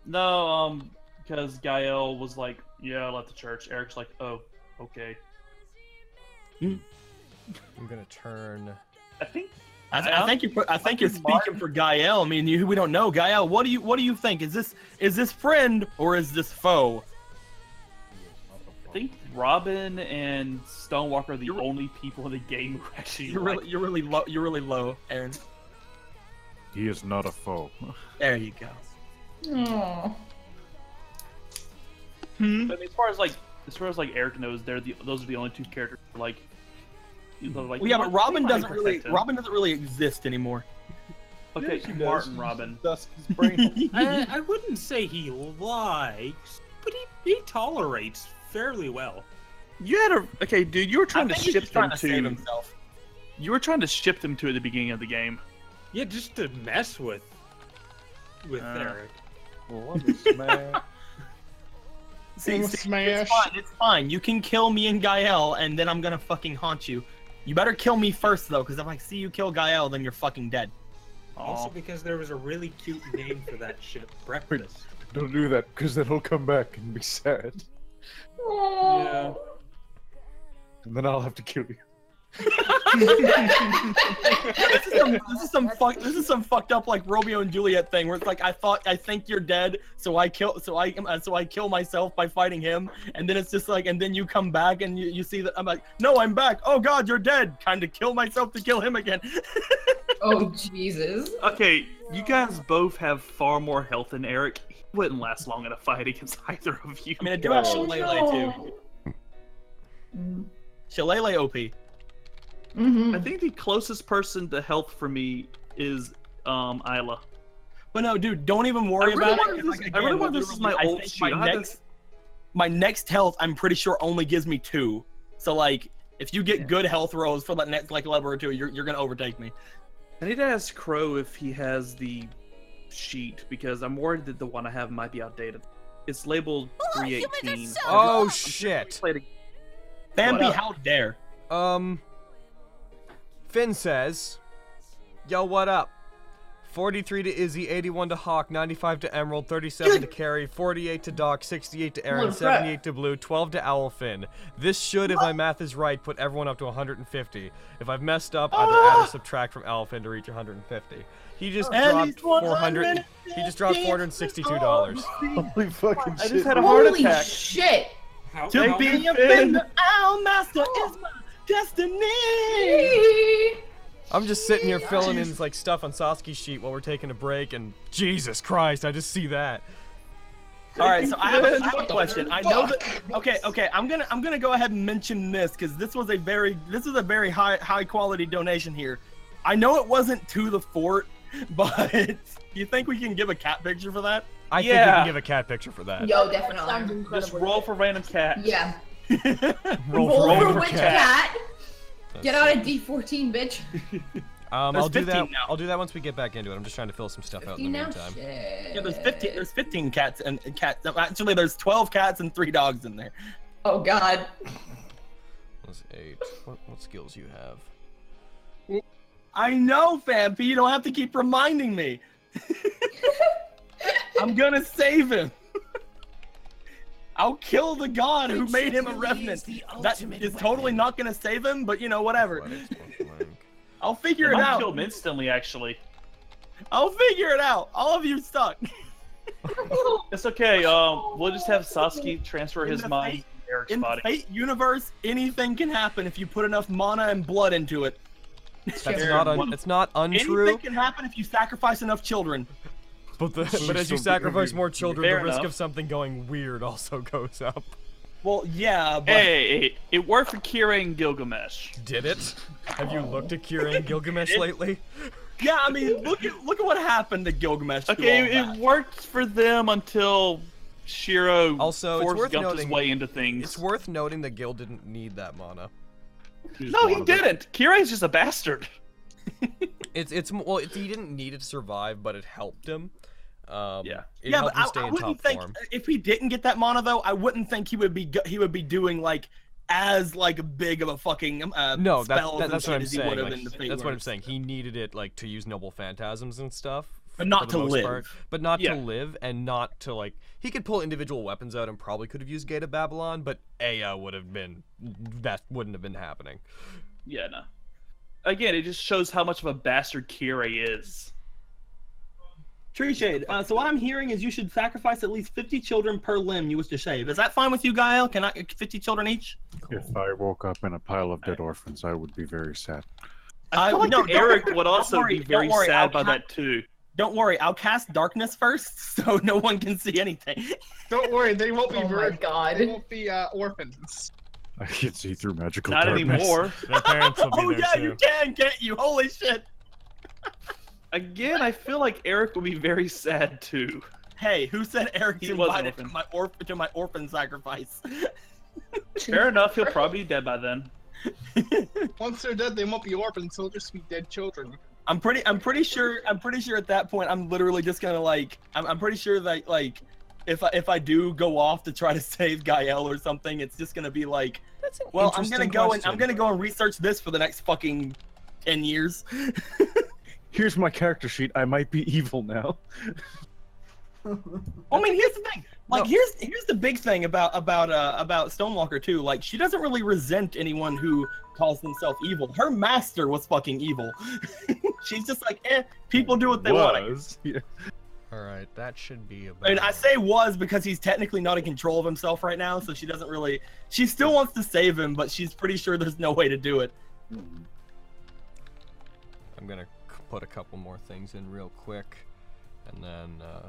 Speaker 5: No, um, because Gael was like, "Yeah, I left the church." Eric's like, "Oh, okay."
Speaker 2: I'm gonna turn.
Speaker 5: I think.
Speaker 9: I, th- I think you. I think you're speaking for Gael. I mean, you, we don't know Gael. What do you What do you think? Is this is this friend or is this foe?
Speaker 5: I think Robin and Stonewalker are the only people in the game who actually
Speaker 9: You're
Speaker 5: like
Speaker 9: really you're really low. You're really low, Aaron.
Speaker 13: He is not a foe.
Speaker 9: There you go.
Speaker 7: Aww.
Speaker 5: But I mean, as far as like, as far as like Eric knows, they're the those are the only two characters like. you know, like
Speaker 9: Well, yeah, but
Speaker 5: they
Speaker 9: Robin
Speaker 5: might
Speaker 9: doesn't
Speaker 5: protect
Speaker 9: really
Speaker 5: him.
Speaker 9: Robin doesn't really exist anymore.
Speaker 5: Okay,
Speaker 3: she does.
Speaker 5: Martin Robin.
Speaker 3: I, I wouldn't say he likes, but he, he tolerates fairly well.
Speaker 5: You had a okay, dude. You were trying to
Speaker 3: think he's
Speaker 5: ship
Speaker 3: just trying
Speaker 5: them
Speaker 3: to save
Speaker 9: himself.
Speaker 5: You were trying to ship them to at the beginning of the game.
Speaker 3: Yeah, just to mess with with
Speaker 5: Uh.
Speaker 3: Eric.
Speaker 9: See,
Speaker 6: Thing
Speaker 9: see,
Speaker 6: smash.
Speaker 9: It's fine. It's fine. You can kill me and Gael, and then I'm gonna fucking haunt you. You better kill me first though, because if I see you kill Gael, then you're fucking dead.
Speaker 3: Also because there was a really cute name for that ship, breakfast.
Speaker 13: Don't do that, because then he'll come back and be sad.
Speaker 3: Yeah.
Speaker 13: And then I'll have to kill you.
Speaker 9: this is some this is some fuck this is some fucked up like Romeo and Juliet thing where it's like I thought I think you're dead, so I kill so I uh, so I kill myself by fighting him, and then it's just like and then you come back and you, you see that I'm like no I'm back oh god you're dead time to kill myself to kill him again.
Speaker 7: Oh Jesus.
Speaker 5: Okay, you guys both have far more health than Eric. He wouldn't last long in a fight against either of you.
Speaker 9: I mean I do have
Speaker 7: Oh,
Speaker 9: Shillelagh too.
Speaker 7: no.
Speaker 9: Shillelagh OP.
Speaker 7: Mm-hmm.
Speaker 5: I think the closest person to health for me is um Isla.
Speaker 9: But no, dude, don't even worry
Speaker 5: I really
Speaker 9: about
Speaker 5: wanna
Speaker 9: it. 'cause,
Speaker 5: listen- I really wanna listen to my
Speaker 9: literally, I
Speaker 5: old
Speaker 9: think
Speaker 5: sheet. I
Speaker 9: My
Speaker 5: had
Speaker 9: next, my next health, I'm pretty sure, only gives me two. So like, if you get good health rolls for that next like level or two, you're you're gonna overtake me.
Speaker 5: I need to ask Crow if he has the sheet because I'm worried that the one I have might be outdated. It's labeled 318.
Speaker 2: Oh shit!
Speaker 9: Bambi,
Speaker 2: What up?
Speaker 9: how dare?
Speaker 2: Um. Finn says, "Yo, what up?" 43 to Izzy, 81 to Hawk, 95 to Emerald, 37 to Carrie, 48 to Doc, 68 to Aaron,
Speaker 12: Holy crap.
Speaker 2: 78 to Blue, 12 to Owlfin. This should, if my math is right, put everyone up to 150. If I've messed up, either
Speaker 5: Ah!
Speaker 2: add or subtract from Owlfin to reach 150. He just
Speaker 9: At
Speaker 2: dropped
Speaker 9: least
Speaker 2: 400. He just dropped 462 dollars.
Speaker 13: Holy fucking shit.
Speaker 5: I just had a heart
Speaker 7: Holy
Speaker 5: attack.
Speaker 7: shit.
Speaker 3: How,
Speaker 5: Take
Speaker 3: how-
Speaker 5: me-
Speaker 9: Being a
Speaker 5: Finn.
Speaker 9: Finn, Owl Master is my destiny.
Speaker 2: I'm just sitting here filling in like stuff on Sasuke's sheet while we're taking a break, and Jesus Christ, I just see that.
Speaker 9: All right, so I have, a, I have a question. I know that. Okay, okay. I'm gonna I'm gonna go ahead and mention this because this was a very this is a very high high quality donation here. I know it wasn't to the fort, but do you think we can give a cat picture for that?
Speaker 2: I think we
Speaker 5: Yeah.
Speaker 2: can give a cat picture for that.
Speaker 7: Yo,
Speaker 10: Sounds
Speaker 7: definitely.
Speaker 5: Just
Speaker 10: incredible.
Speaker 5: roll for random cat.
Speaker 7: Yeah.
Speaker 2: Roll,
Speaker 7: Roll
Speaker 2: roll
Speaker 7: for
Speaker 2: for
Speaker 7: which
Speaker 2: cat.
Speaker 7: cat? Get out of D14, bitch.
Speaker 2: Um,
Speaker 9: There's
Speaker 2: I'll do that.
Speaker 9: 15 now.
Speaker 2: I'll do that once we get back into it. I'm just trying to fill some stuff out in the
Speaker 9: 15 now?
Speaker 2: meantime.
Speaker 9: Yeah, there's 15. There's 15 cats and and cats. no, Actually, there's 12 cats and three dogs in there.
Speaker 7: Oh God.
Speaker 2: Plus eight. What, what skills you have?
Speaker 9: I know, Fampy. You don't have to keep reminding me. I'm gonna save him. I'll kill the god who
Speaker 14: Which
Speaker 9: made him a
Speaker 14: really is
Speaker 9: revenant.
Speaker 14: the
Speaker 9: That
Speaker 14: ultimate
Speaker 9: is totally not gonna save him, but you know, whatever. I'll figure
Speaker 5: It
Speaker 9: it,
Speaker 5: might
Speaker 9: out.
Speaker 5: kill him instantly, actually.
Speaker 9: I'll figure it out. All of you suck.
Speaker 5: It's okay. Um, we'll just have Sasuke transfer
Speaker 9: In
Speaker 5: his
Speaker 9: the
Speaker 5: mind
Speaker 9: fate-
Speaker 5: to Eric's
Speaker 9: In the
Speaker 5: body.
Speaker 9: Fate universe, anything can happen if you put enough mana and blood into it.
Speaker 2: That's not un- it's not untrue.
Speaker 9: Anything can happen if you sacrifice enough children.
Speaker 2: But, the, but as you sacrifice more children, the risk of something going weird also goes up.
Speaker 9: Well, yeah, but
Speaker 5: Hey, it- it worked for Kira and Gilgamesh.
Speaker 2: Did it? Have you looked at Kira and Gilgamesh lately?
Speaker 9: Yeah, I mean, look at look at what happened to Gilgamesh. through
Speaker 5: Okay,
Speaker 9: all
Speaker 5: it,
Speaker 9: that.
Speaker 5: it worked for them until Shiro
Speaker 2: Also, it's
Speaker 5: forced
Speaker 2: worth
Speaker 5: Gump his
Speaker 2: noting-
Speaker 5: way into things.
Speaker 2: It's worth noting that Gil didn't need that mana.
Speaker 5: No, he didn't. Kira is just a bastard.
Speaker 2: It's it's well, it's, he didn't need it to survive, but it helped him. Um, yeah, it
Speaker 9: yeah,
Speaker 2: helped
Speaker 9: but
Speaker 2: him
Speaker 9: I,
Speaker 2: stay
Speaker 9: I
Speaker 2: in top
Speaker 9: wouldn't think
Speaker 2: form.
Speaker 9: if he didn't get that mono though, I wouldn't think he would be go- he would be doing like as like big of a fucking um, uh,
Speaker 2: No, that's
Speaker 9: spells
Speaker 2: that,
Speaker 9: and
Speaker 2: that's what
Speaker 9: shit
Speaker 2: I'm
Speaker 9: as he
Speaker 2: saying.
Speaker 9: would have
Speaker 2: like,
Speaker 9: in the Fate
Speaker 2: that's what I'm
Speaker 9: Worlds.
Speaker 2: saying. He needed it like to use noble phantasms and stuff,
Speaker 9: But
Speaker 2: for
Speaker 9: not
Speaker 2: the
Speaker 9: to
Speaker 2: most
Speaker 9: live.
Speaker 2: part, but not
Speaker 9: Yeah.
Speaker 2: to live, and not to like. He could pull individual weapons out and probably could have used Gate of Babylon, but Aya would have been that wouldn't have been happening.
Speaker 5: Yeah, no. Again, it just shows how much of a bastard Kira is.
Speaker 9: Tree Shade. Uh, so what I'm hearing is you should sacrifice at least 50 children per limb you wish to shave. Is that fine with you, Guile? Can I 50 children each?
Speaker 13: If I woke up in a pile of dead orphans, I would be very sad.
Speaker 9: I
Speaker 5: feel like
Speaker 9: Uh, no, don't
Speaker 5: that Eric
Speaker 9: worry-
Speaker 5: would also
Speaker 9: don't worry,
Speaker 5: be very
Speaker 9: don't worry,
Speaker 5: sad
Speaker 9: I'll
Speaker 5: by
Speaker 9: ca-
Speaker 5: that too.
Speaker 9: Don't worry, I'll cast darkness first, so no one can see anything.
Speaker 6: Don't worry, they won't be.
Speaker 7: Oh my
Speaker 6: virgins.
Speaker 7: God.
Speaker 6: They won't be uh, orphans.
Speaker 13: I can see through magical
Speaker 5: Not
Speaker 13: darkness.
Speaker 5: anymore. Their parents will be
Speaker 9: oh
Speaker 5: there,
Speaker 9: yeah, you
Speaker 5: too.
Speaker 9: can, can't you? Holy shit!
Speaker 5: Again, I feel like Eric would be very sad too.
Speaker 9: Hey, who said Eric
Speaker 5: He was an
Speaker 9: invited to my orph to my orphan sacrifice?
Speaker 5: Fair enough, he'll probably be dead by then.
Speaker 6: Once they're dead, they won't be orphans. They'll just be dead children.
Speaker 9: I'm pretty. I'm pretty sure. I'm pretty sure at that point, I'm literally just gonna like. I'm, I'm pretty sure that like, if I, if I do go off to try to save Gael or something, it's just gonna be like.
Speaker 2: That's an
Speaker 9: well, I'm gonna
Speaker 2: interesting
Speaker 9: go and I'm
Speaker 2: question.
Speaker 9: gonna go and research this for the next fucking ten years.
Speaker 4: Here's my character sheet. I might be evil now.
Speaker 9: I mean, here's the thing. Like, here's here's the big thing about about uh about Stonewalker too. Like, she doesn't really resent anyone who calls themselves evil. Her master was fucking evil. She's just like, eh, people do what they want. I guess.
Speaker 2: All right, that should be about.
Speaker 9: I mean, I say was because he's technically not in control of himself right now, so she doesn't really. She still wants to save him, but she's pretty sure there's no way to do it.
Speaker 2: I'm gonna c- put a couple more things in real quick, and then. Uh,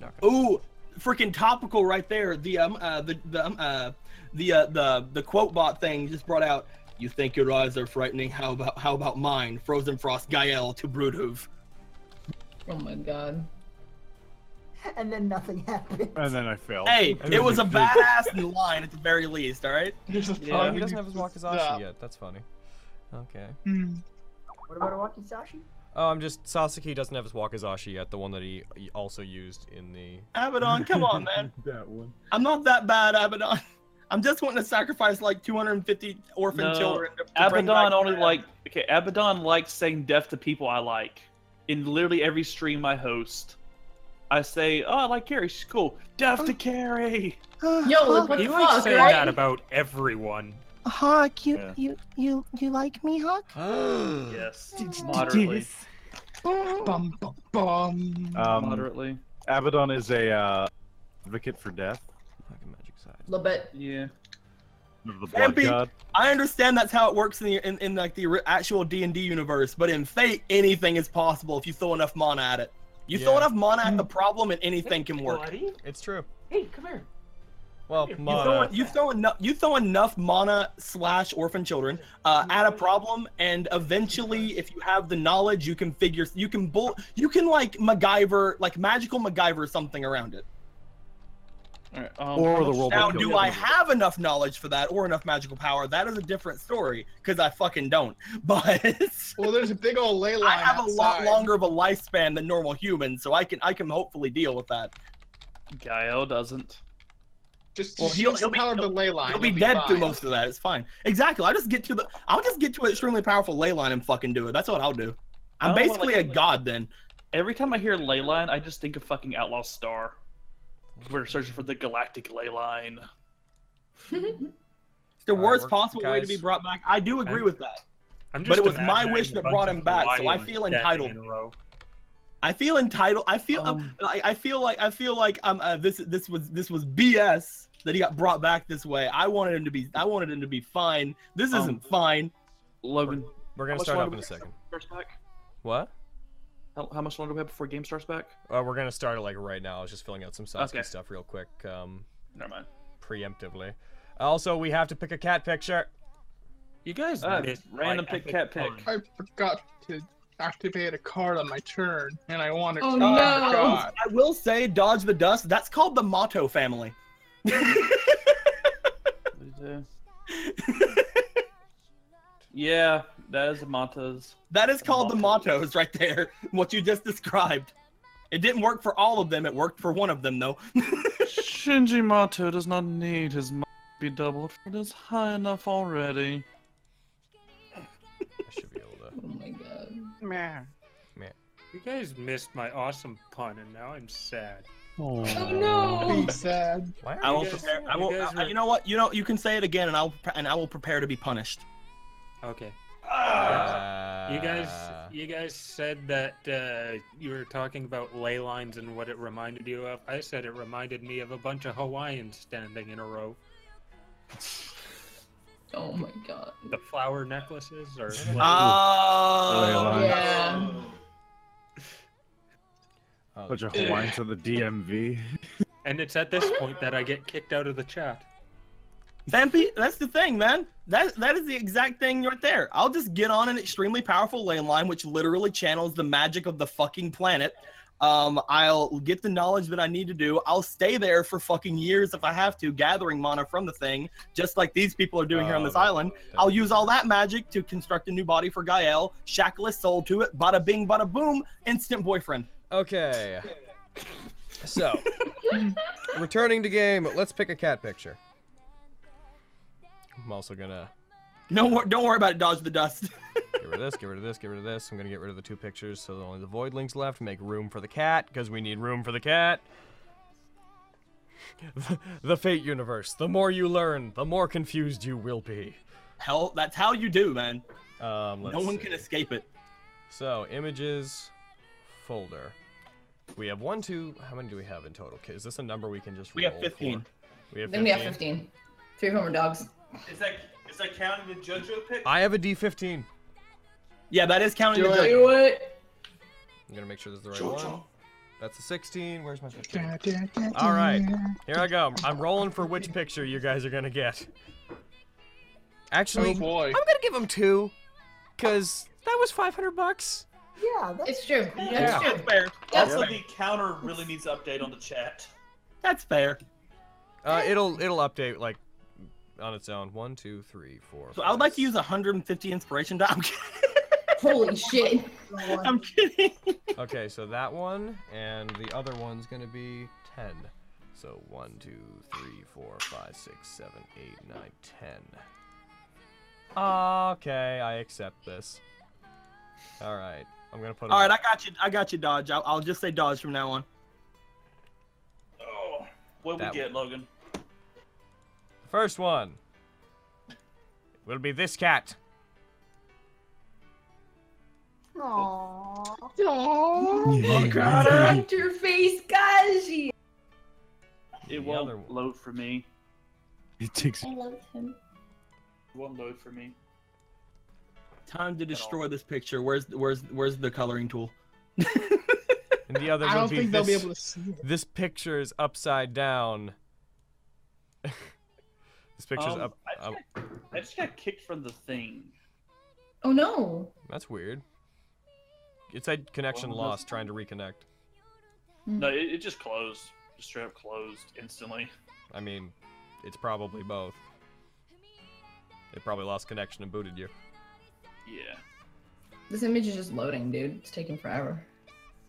Speaker 2: not gonna-
Speaker 9: Ooh, freaking topical right there. The um uh the the um, uh the uh, the the quote bot thing just brought out. You think your eyes are frightening? How about how about mine? Frozen Frost Gael to Broodhoof.
Speaker 7: Oh my God.
Speaker 10: And then nothing happened.
Speaker 13: And then I failed.
Speaker 9: Hey,
Speaker 13: And
Speaker 9: it
Speaker 13: then
Speaker 9: was
Speaker 13: you
Speaker 9: a
Speaker 13: did.
Speaker 9: badass line at the very least. All right.
Speaker 2: Oh, he doesn't have his
Speaker 9: Uh,
Speaker 2: Wakizashi yet. That's funny. Okay.
Speaker 10: What about a Wakizashi?
Speaker 2: Oh, I'm just Sasaki doesn't have his Wakizashi yet. The one that he he also used in the.
Speaker 9: Abaddon, come on, man.
Speaker 4: that one.
Speaker 9: I'm not that bad, Abaddon. I'm just wanting to sacrifice like 250 orphan
Speaker 5: No,
Speaker 9: children. To, to bring back
Speaker 5: Abaddon only like okay. Abaddon likes saying death to people I like. In literally every stream I host, I say, "Oh, I like Carrie. She's cool. Death to Carrie."
Speaker 14: Yo,
Speaker 7: look what
Speaker 3: he
Speaker 7: the
Speaker 3: likes
Speaker 7: fuck,
Speaker 3: saying
Speaker 7: right?
Speaker 3: that about everyone.
Speaker 14: Hawk, you
Speaker 3: Yeah.
Speaker 14: you you you like me, Hawk?
Speaker 5: yes, moderately.
Speaker 6: Bum bum bum.
Speaker 4: Um,
Speaker 5: Moderately.
Speaker 4: Abaddon is a uh, advocate for death.
Speaker 7: little bit.
Speaker 5: Yeah.
Speaker 4: Of the blood
Speaker 9: Ampy,
Speaker 4: god.
Speaker 9: I understand that's how it works in the in, in like the ri- actual D and D universe, but in Fate, anything is possible if you throw enough mana at it. You throw
Speaker 2: Yeah.
Speaker 9: enough mana at the problem, and anything can work.
Speaker 1: Bloody?
Speaker 2: It's true.
Speaker 1: Hey, come here.
Speaker 2: Well,
Speaker 9: You throw,
Speaker 2: Mana.
Speaker 9: you throw enough you throw enough mana slash orphan children uh, at a problem, and eventually, if you have the knowledge, you can figure you can bull you can like MacGyver like magical MacGyver something around it.
Speaker 5: Alright, um,
Speaker 4: Or the robot
Speaker 9: Now,
Speaker 4: killed
Speaker 9: do
Speaker 4: him.
Speaker 9: I have enough knowledge for that or enough magical power? That is a different story because I fucking don't. But
Speaker 6: well, there's a big old ley
Speaker 9: I have a lot
Speaker 6: outside.
Speaker 9: longer of a lifespan than normal humans, so I can I can hopefully deal with that.
Speaker 5: Gael doesn't.
Speaker 6: Just,
Speaker 9: well, he'll, he'll be, he'll,
Speaker 6: the ley line.
Speaker 9: he'll be
Speaker 6: You'll
Speaker 9: dead through
Speaker 6: fine.
Speaker 9: most of that. It's fine. Exactly. I'll just get to the. I'll just get to an extremely powerful ley line and fucking do it. That's what I'll do. I'm
Speaker 5: Oh, I don't
Speaker 9: basically
Speaker 5: wanna-
Speaker 9: a god then.
Speaker 5: Every time I hear ley line, I just think of fucking Outlaw Star. We're searching for the galactic ley line.
Speaker 9: It's the
Speaker 5: Alright,
Speaker 9: worst
Speaker 5: we're-
Speaker 9: possible way to
Speaker 5: guys,
Speaker 9: be brought back. I do agree
Speaker 5: I'm-
Speaker 9: with that.
Speaker 5: I'm
Speaker 9: but
Speaker 5: just
Speaker 9: it was my
Speaker 5: imagining
Speaker 9: wish
Speaker 5: a
Speaker 9: that
Speaker 5: bunch
Speaker 9: brought
Speaker 5: of
Speaker 9: him back, so I
Speaker 5: Hawaiian
Speaker 9: feel
Speaker 5: dead
Speaker 9: entitled.
Speaker 5: in a row.
Speaker 9: I feel entitled. I feel. um, I, I feel like. I feel like. Um. Uh, this. This was. This was BS that he got brought back this way. I wanted him to be. I wanted him to be fine. This
Speaker 5: Um,
Speaker 9: isn't fine.
Speaker 5: Logan.
Speaker 2: We're gonna
Speaker 5: How much
Speaker 2: start
Speaker 5: longer
Speaker 2: up in
Speaker 5: we
Speaker 2: a
Speaker 5: got
Speaker 2: second.
Speaker 5: First back.
Speaker 2: What?
Speaker 5: How, how much longer do we have before game starts back?
Speaker 2: Uh, we're gonna start it like right now. I was just filling out some Sasuke
Speaker 5: Okay.
Speaker 2: stuff real quick. Um,
Speaker 5: Never mind.
Speaker 2: Preemptively. Also, we have to pick a cat picture.
Speaker 5: You guys,
Speaker 6: Uh,
Speaker 2: missed
Speaker 5: random
Speaker 2: my
Speaker 5: pick,
Speaker 2: epic
Speaker 5: cat pick.
Speaker 6: I forgot to activate a card on my turn, and I wanted.
Speaker 10: Oh,
Speaker 5: Oh,
Speaker 6: to. I
Speaker 9: I
Speaker 6: forgot.
Speaker 9: will say, dodge the dust. That's called the Motto family.
Speaker 5: yeah, that is the Montas.
Speaker 9: That is called the mottos right there. What you just described. It didn't work for all of them. It worked for one of them though.
Speaker 5: Shinji Mato does not need his might be doubled. It is high enough already.
Speaker 7: Oh my god.
Speaker 3: You guys missed my awesome pun, and now I'm sad.
Speaker 4: Oh,
Speaker 3: no.
Speaker 6: Be sad.
Speaker 2: Why
Speaker 9: I won't prepare. I won't. I- I- you know what? You know you can say it again, and I'll pre- and I will prepare to be punished.
Speaker 3: Okay. you guys, you guys said that uh, you were talking about ley lines and what it reminded you of. I said it reminded me of a bunch of Hawaiians standing in a row.
Speaker 7: Oh my god.
Speaker 3: The flower necklaces or.
Speaker 9: Oh,
Speaker 4: Ley
Speaker 7: yeah.
Speaker 5: Oh,
Speaker 4: Bunch of Hawaiians at the DMV.
Speaker 3: And it's at this point that I get kicked out of the chat.
Speaker 9: Vampy, that's the thing, man. That that is the exact thing right there. I'll just get on an extremely powerful lane line, which literally channels the magic of the fucking planet. Um, I'll get the knowledge that I need to do. I'll stay there for fucking years if I have to, gathering mana from the thing, just like these people are doing here on this island. I'll use all that magic to construct a new body for Gael, shackle his soul to it, bada bing, bada boom, instant boyfriend.
Speaker 2: Okay. So, returning to game, let's pick a cat picture. I'm also gonna
Speaker 9: No, wor- don't worry about it. Dodge the dust.
Speaker 2: get rid of this, get rid of this, get rid of this. I'm gonna get rid of the two pictures so only the voidlings left. Make room for the cat because we need room for the cat. the Fate Universe. The more you learn, the more confused you will be.
Speaker 9: Hell, that's how you do, man.
Speaker 2: Um,
Speaker 9: No
Speaker 2: let's
Speaker 9: one
Speaker 2: see.
Speaker 9: can escape it.
Speaker 2: So, images folder. We have one, two. How many do we have in total? Is this a number we can just
Speaker 9: We have
Speaker 2: roll
Speaker 9: 15.
Speaker 2: for? We have
Speaker 7: Then we have 15. Three homer dogs.
Speaker 5: Is that is that counting the JoJo pick?
Speaker 2: I have a D15.
Speaker 9: Yeah, that is counting
Speaker 7: Do
Speaker 9: the
Speaker 7: it.
Speaker 9: judge.
Speaker 7: Do it.
Speaker 2: I'm gonna make sure this is the right
Speaker 7: Jojo.
Speaker 2: one. That's the 16. Where's my 15?
Speaker 6: Da, da, da,
Speaker 2: All right,
Speaker 6: da.
Speaker 2: here I go. I'm rolling for which picture you guys are gonna get. Actually,
Speaker 6: Oh, boy.
Speaker 2: I'm gonna give him two, cause that was 500 bucks.
Speaker 10: Yeah, that's
Speaker 7: it's true.
Speaker 2: Yeah.
Speaker 5: That's fair.
Speaker 2: That's
Speaker 5: also,
Speaker 2: fair.
Speaker 5: the counter really needs to update on the chat.
Speaker 9: That's fair.
Speaker 2: Uh, it'll it'll update like on its own. One, two, three, four.
Speaker 9: So I would like to use 150 inspiration. die- I'm kidding.
Speaker 7: Holy shit.
Speaker 9: I'm kidding.
Speaker 2: okay, so that one and the other one's gonna be ten. So one, two, three, four, five, six, seven, eight, nine, ten. Okay, I accept this. All right, I'm gonna put. 'em
Speaker 9: All right,
Speaker 2: up.
Speaker 9: I got you. I got you, Dodge. I'll, I'll just say Dodge from now on.
Speaker 5: Oh, what we
Speaker 2: That-
Speaker 5: get, Logan?
Speaker 2: First one will be this cat.
Speaker 10: Aww.
Speaker 7: Oh god, I liked your face, Gaji.
Speaker 5: It won't load for me.
Speaker 4: It takes.
Speaker 7: I love him.
Speaker 5: It won't load for me.
Speaker 9: Time to destroy this picture. Where's where's where's the coloring tool?
Speaker 2: And the other
Speaker 6: I
Speaker 2: will
Speaker 6: don't
Speaker 2: be
Speaker 6: think
Speaker 2: this,
Speaker 6: they'll be able to see it.
Speaker 2: This picture is upside down. this picture's
Speaker 5: Um,
Speaker 2: up.
Speaker 5: I
Speaker 2: um,
Speaker 5: just, got, I just got kicked from the thing.
Speaker 7: Oh no.
Speaker 2: that's weird. It said connection
Speaker 5: Well, that's-
Speaker 2: lost. Trying to reconnect.
Speaker 7: Mm.
Speaker 5: No, it, it just closed. Just straight up closed instantly.
Speaker 2: I mean, it's probably both. It probably lost connection and booted you.
Speaker 5: Yeah.
Speaker 7: This image is just loading, dude. It's taking forever.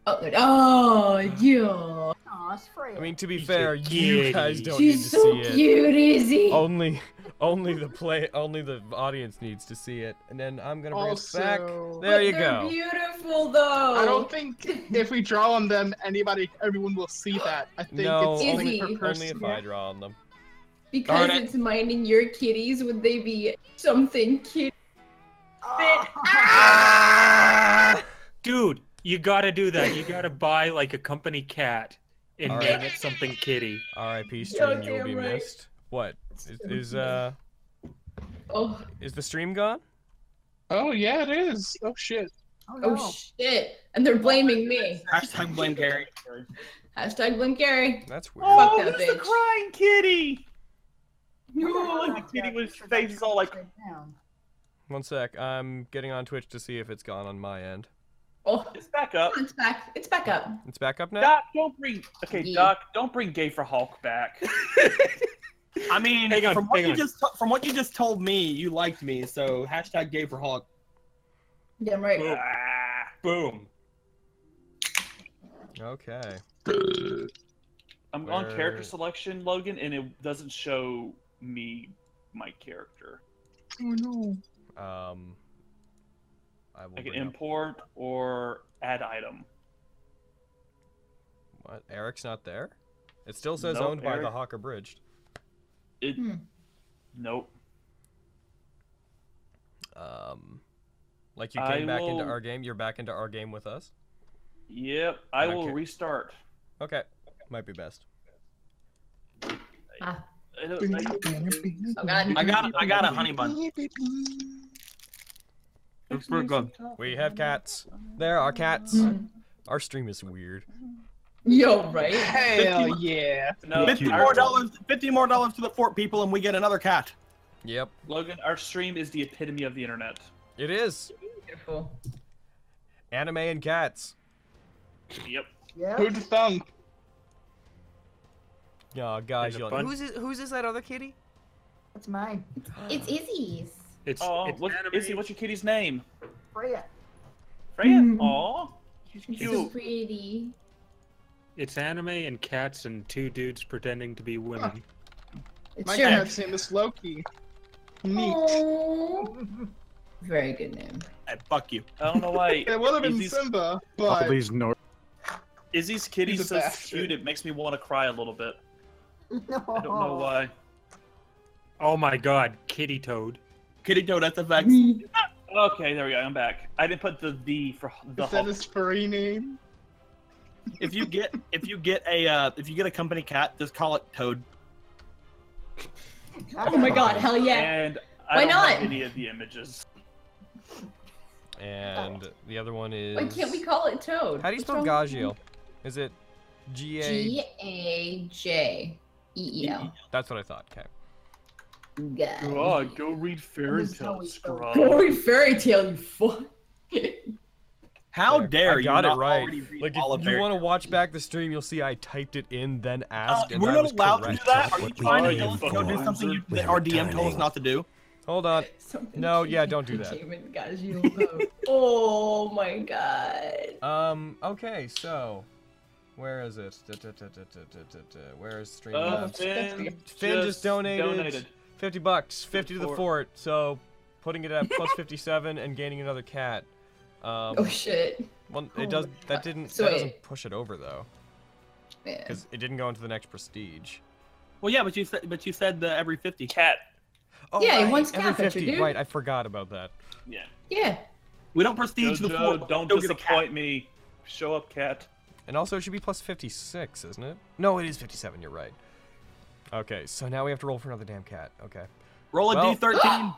Speaker 7: Oh, there- oh, yeah.
Speaker 10: Aw, it's frail.
Speaker 2: I mean, to be fair, you guys don't
Speaker 7: She's
Speaker 2: need to
Speaker 7: so
Speaker 2: see it.
Speaker 7: cute, Izzy.
Speaker 2: Only, only the play, only the audience needs to see it, and then I'm gonna bring us back.
Speaker 6: Also-
Speaker 2: There
Speaker 6: But
Speaker 2: you
Speaker 6: they're
Speaker 2: go.
Speaker 7: Beautiful though.
Speaker 6: I don't think if we draw on them, anybody, everyone will see that. I think
Speaker 2: No,
Speaker 6: it's only
Speaker 2: only,
Speaker 6: per
Speaker 2: only
Speaker 6: person.
Speaker 2: if I draw on them.
Speaker 7: Because
Speaker 2: Alright.
Speaker 7: it's minding your kitties, would they be something cute?
Speaker 3: Dude, you gotta do that. You gotta buy like a company cat and
Speaker 2: All
Speaker 3: name it
Speaker 2: right.
Speaker 3: something kitty.
Speaker 2: R.I.P.
Speaker 3: You're
Speaker 2: Stream, you'll be
Speaker 3: damn right.
Speaker 2: missed. What is,
Speaker 3: damn
Speaker 2: is
Speaker 3: right.
Speaker 2: uh?
Speaker 7: Oh.
Speaker 2: Is the stream gone?
Speaker 6: Oh yeah, it is. Oh shit.
Speaker 7: Oh shit! And they're blaming me.
Speaker 9: Hashtag blame Gary.
Speaker 7: Hashtag blame Gary.
Speaker 2: That's weird.
Speaker 7: Fuck
Speaker 5: Oh,
Speaker 7: that
Speaker 5: it's the
Speaker 7: bitch.
Speaker 5: crying kitty. No, like kitty with his face is all like.
Speaker 2: One sec. I'm getting on Twitch to see if it's gone on my end.
Speaker 7: Oh,
Speaker 5: it's back up.
Speaker 7: It's back. It's back up.
Speaker 2: It's back up now.
Speaker 5: Doc, don't bring. Okay, Doc, don't bring Gay for Hulk back.
Speaker 9: I mean,
Speaker 5: Hang on,
Speaker 9: from what
Speaker 5: hang
Speaker 9: you
Speaker 5: on.
Speaker 9: just from what you just told me, you liked me, so hashtag gay for Hulk.
Speaker 7: Yeah, I'm right.
Speaker 3: Boom.
Speaker 2: Okay.
Speaker 5: I'm
Speaker 2: Where-
Speaker 5: on character selection, Logan, and it doesn't show me my character.
Speaker 6: Oh no.
Speaker 2: Um, I will
Speaker 5: I can
Speaker 2: bring up-
Speaker 5: import or add item.
Speaker 2: What? Eric's not there? It still says
Speaker 5: Nope,
Speaker 2: owned by the
Speaker 5: Eric-
Speaker 2: Hawker Bridged.
Speaker 5: It. Nope.
Speaker 2: Um, like you
Speaker 5: I
Speaker 2: came back into
Speaker 5: will-
Speaker 2: our game. You're back into our game with us.
Speaker 5: Yep. I
Speaker 2: And I
Speaker 5: will
Speaker 2: can't-
Speaker 5: restart.
Speaker 2: Okay, might be best.
Speaker 5: Ah. I don't- I-
Speaker 7: Oh,
Speaker 9: I got I got a honey bun.
Speaker 2: We're good. We have cats. There are cats. Our stream is weird.
Speaker 7: Yo, right?
Speaker 6: Hell
Speaker 9: 50
Speaker 6: yeah.
Speaker 9: No,
Speaker 2: Thank
Speaker 9: fifty
Speaker 2: you.
Speaker 9: more dollars. Fifty more dollars to the fort people, and we get another cat.
Speaker 2: Yep.
Speaker 5: Logan, our stream is the epitome of the internet.
Speaker 2: It is.
Speaker 7: Beautiful.
Speaker 2: Anime and cats.
Speaker 5: Yep.
Speaker 10: Yeah.
Speaker 6: Who'd thump?
Speaker 2: Oh, guys,
Speaker 3: a
Speaker 2: you'll.
Speaker 3: bunch-
Speaker 12: Who's is, who's is that other kitty?
Speaker 10: That's mine.
Speaker 7: It's Izzy's.
Speaker 3: It's,
Speaker 5: Oh,
Speaker 3: it's
Speaker 5: what, Izzy, what's your kitty's name?
Speaker 10: Freya.
Speaker 5: Freya?
Speaker 7: Mhm.
Speaker 5: Aw. She's
Speaker 7: It's so
Speaker 5: cute.
Speaker 7: pretty.
Speaker 3: It's anime and cats and two dudes pretending to be women.
Speaker 7: It's
Speaker 6: My
Speaker 7: your
Speaker 6: cat's name is Loki. Neat.
Speaker 7: Aw. Very good name.
Speaker 9: Hey, fuck you.
Speaker 5: I don't know why.
Speaker 6: It would have been
Speaker 5: Izzy's,
Speaker 6: Simba,
Speaker 4: All
Speaker 6: but
Speaker 4: these nor-
Speaker 5: Izzy's kitty's
Speaker 6: He's a
Speaker 5: so
Speaker 6: bastard.
Speaker 5: cute, it makes me want to cry a little bit.
Speaker 10: No.
Speaker 5: I don't know why.
Speaker 3: Oh my god, kitty toad.
Speaker 9: Kitty toad, that's a fact.
Speaker 5: Okay, there we go. I'm back. I didn't put the D for the
Speaker 6: is that
Speaker 5: Hulk.
Speaker 6: his furry name?
Speaker 9: if you get if you get a uh, if you get a company cat, just call it Toad.
Speaker 7: Oh my god, hell yeah.
Speaker 5: And I
Speaker 7: Why
Speaker 5: don't have
Speaker 7: not?
Speaker 5: any of the images.
Speaker 2: And the other one is.
Speaker 7: Why can't we call it Toad?
Speaker 2: How do you
Speaker 7: What's
Speaker 2: spell
Speaker 7: wrong with
Speaker 2: Gajiel? Is it G
Speaker 7: G
Speaker 2: A?
Speaker 7: A J E E L.
Speaker 2: That's what I thought. Okay.
Speaker 5: God, go read Fairy
Speaker 7: That's how
Speaker 5: Tale,
Speaker 7: we
Speaker 5: Scrub.
Speaker 7: Glory fairy tale, you fuck.
Speaker 9: How dare
Speaker 2: I
Speaker 9: you?
Speaker 2: got it
Speaker 9: not
Speaker 2: right.
Speaker 9: already read
Speaker 2: Like,
Speaker 9: all of
Speaker 2: if you
Speaker 9: Fairy
Speaker 2: want to watch back the stream, you'll see I typed it in, then asked. and
Speaker 9: we're
Speaker 2: I
Speaker 9: not
Speaker 2: was
Speaker 9: allowed
Speaker 2: correct.
Speaker 9: to do that. Are you trying
Speaker 2: are
Speaker 9: to
Speaker 2: you
Speaker 9: tell us to go
Speaker 2: fucking
Speaker 9: do something you,
Speaker 2: loser?
Speaker 9: that our DM told us not to do?
Speaker 2: Hold on. No, yeah, don't do that.
Speaker 7: Entertainment Gajiel though. oh my god.
Speaker 2: Um. Okay. So, where is it? Da, da, da, da, da, da, da, da. Where is stream?
Speaker 5: Uh,
Speaker 2: left?
Speaker 5: Finn
Speaker 2: Finn just,
Speaker 5: just
Speaker 2: donated,
Speaker 5: donated.
Speaker 2: fifty bucks, fifty to the
Speaker 5: fort.
Speaker 2: fort. So, putting it at plus fifty-seven and gaining another cat. Um,
Speaker 7: Oh shit.
Speaker 2: Well,
Speaker 7: Oh
Speaker 2: it does.
Speaker 7: my
Speaker 2: That
Speaker 7: God.
Speaker 2: didn't.
Speaker 7: So
Speaker 2: that
Speaker 7: it-
Speaker 2: doesn't push it over though,
Speaker 7: Yeah.
Speaker 2: because it didn't go into the next prestige.
Speaker 9: Well, yeah, but you said but you said the every fifty cat.
Speaker 2: Oh,
Speaker 7: Yeah, it
Speaker 2: right,
Speaker 7: wants
Speaker 2: every
Speaker 7: cat picture,
Speaker 2: 50.
Speaker 7: dude.
Speaker 2: Right, I forgot about that.
Speaker 5: Yeah.
Speaker 7: Yeah.
Speaker 9: We don't prestige the
Speaker 5: Jojo,
Speaker 9: fort.
Speaker 5: don't
Speaker 9: Don't get a
Speaker 5: disappoint me. Show up, cat.
Speaker 2: And also, it should be plus 56, isn't it? No, it is 57. You're right. Okay, so now we have to roll for another damn cat. Okay.
Speaker 9: Roll a
Speaker 2: Well-
Speaker 9: D13.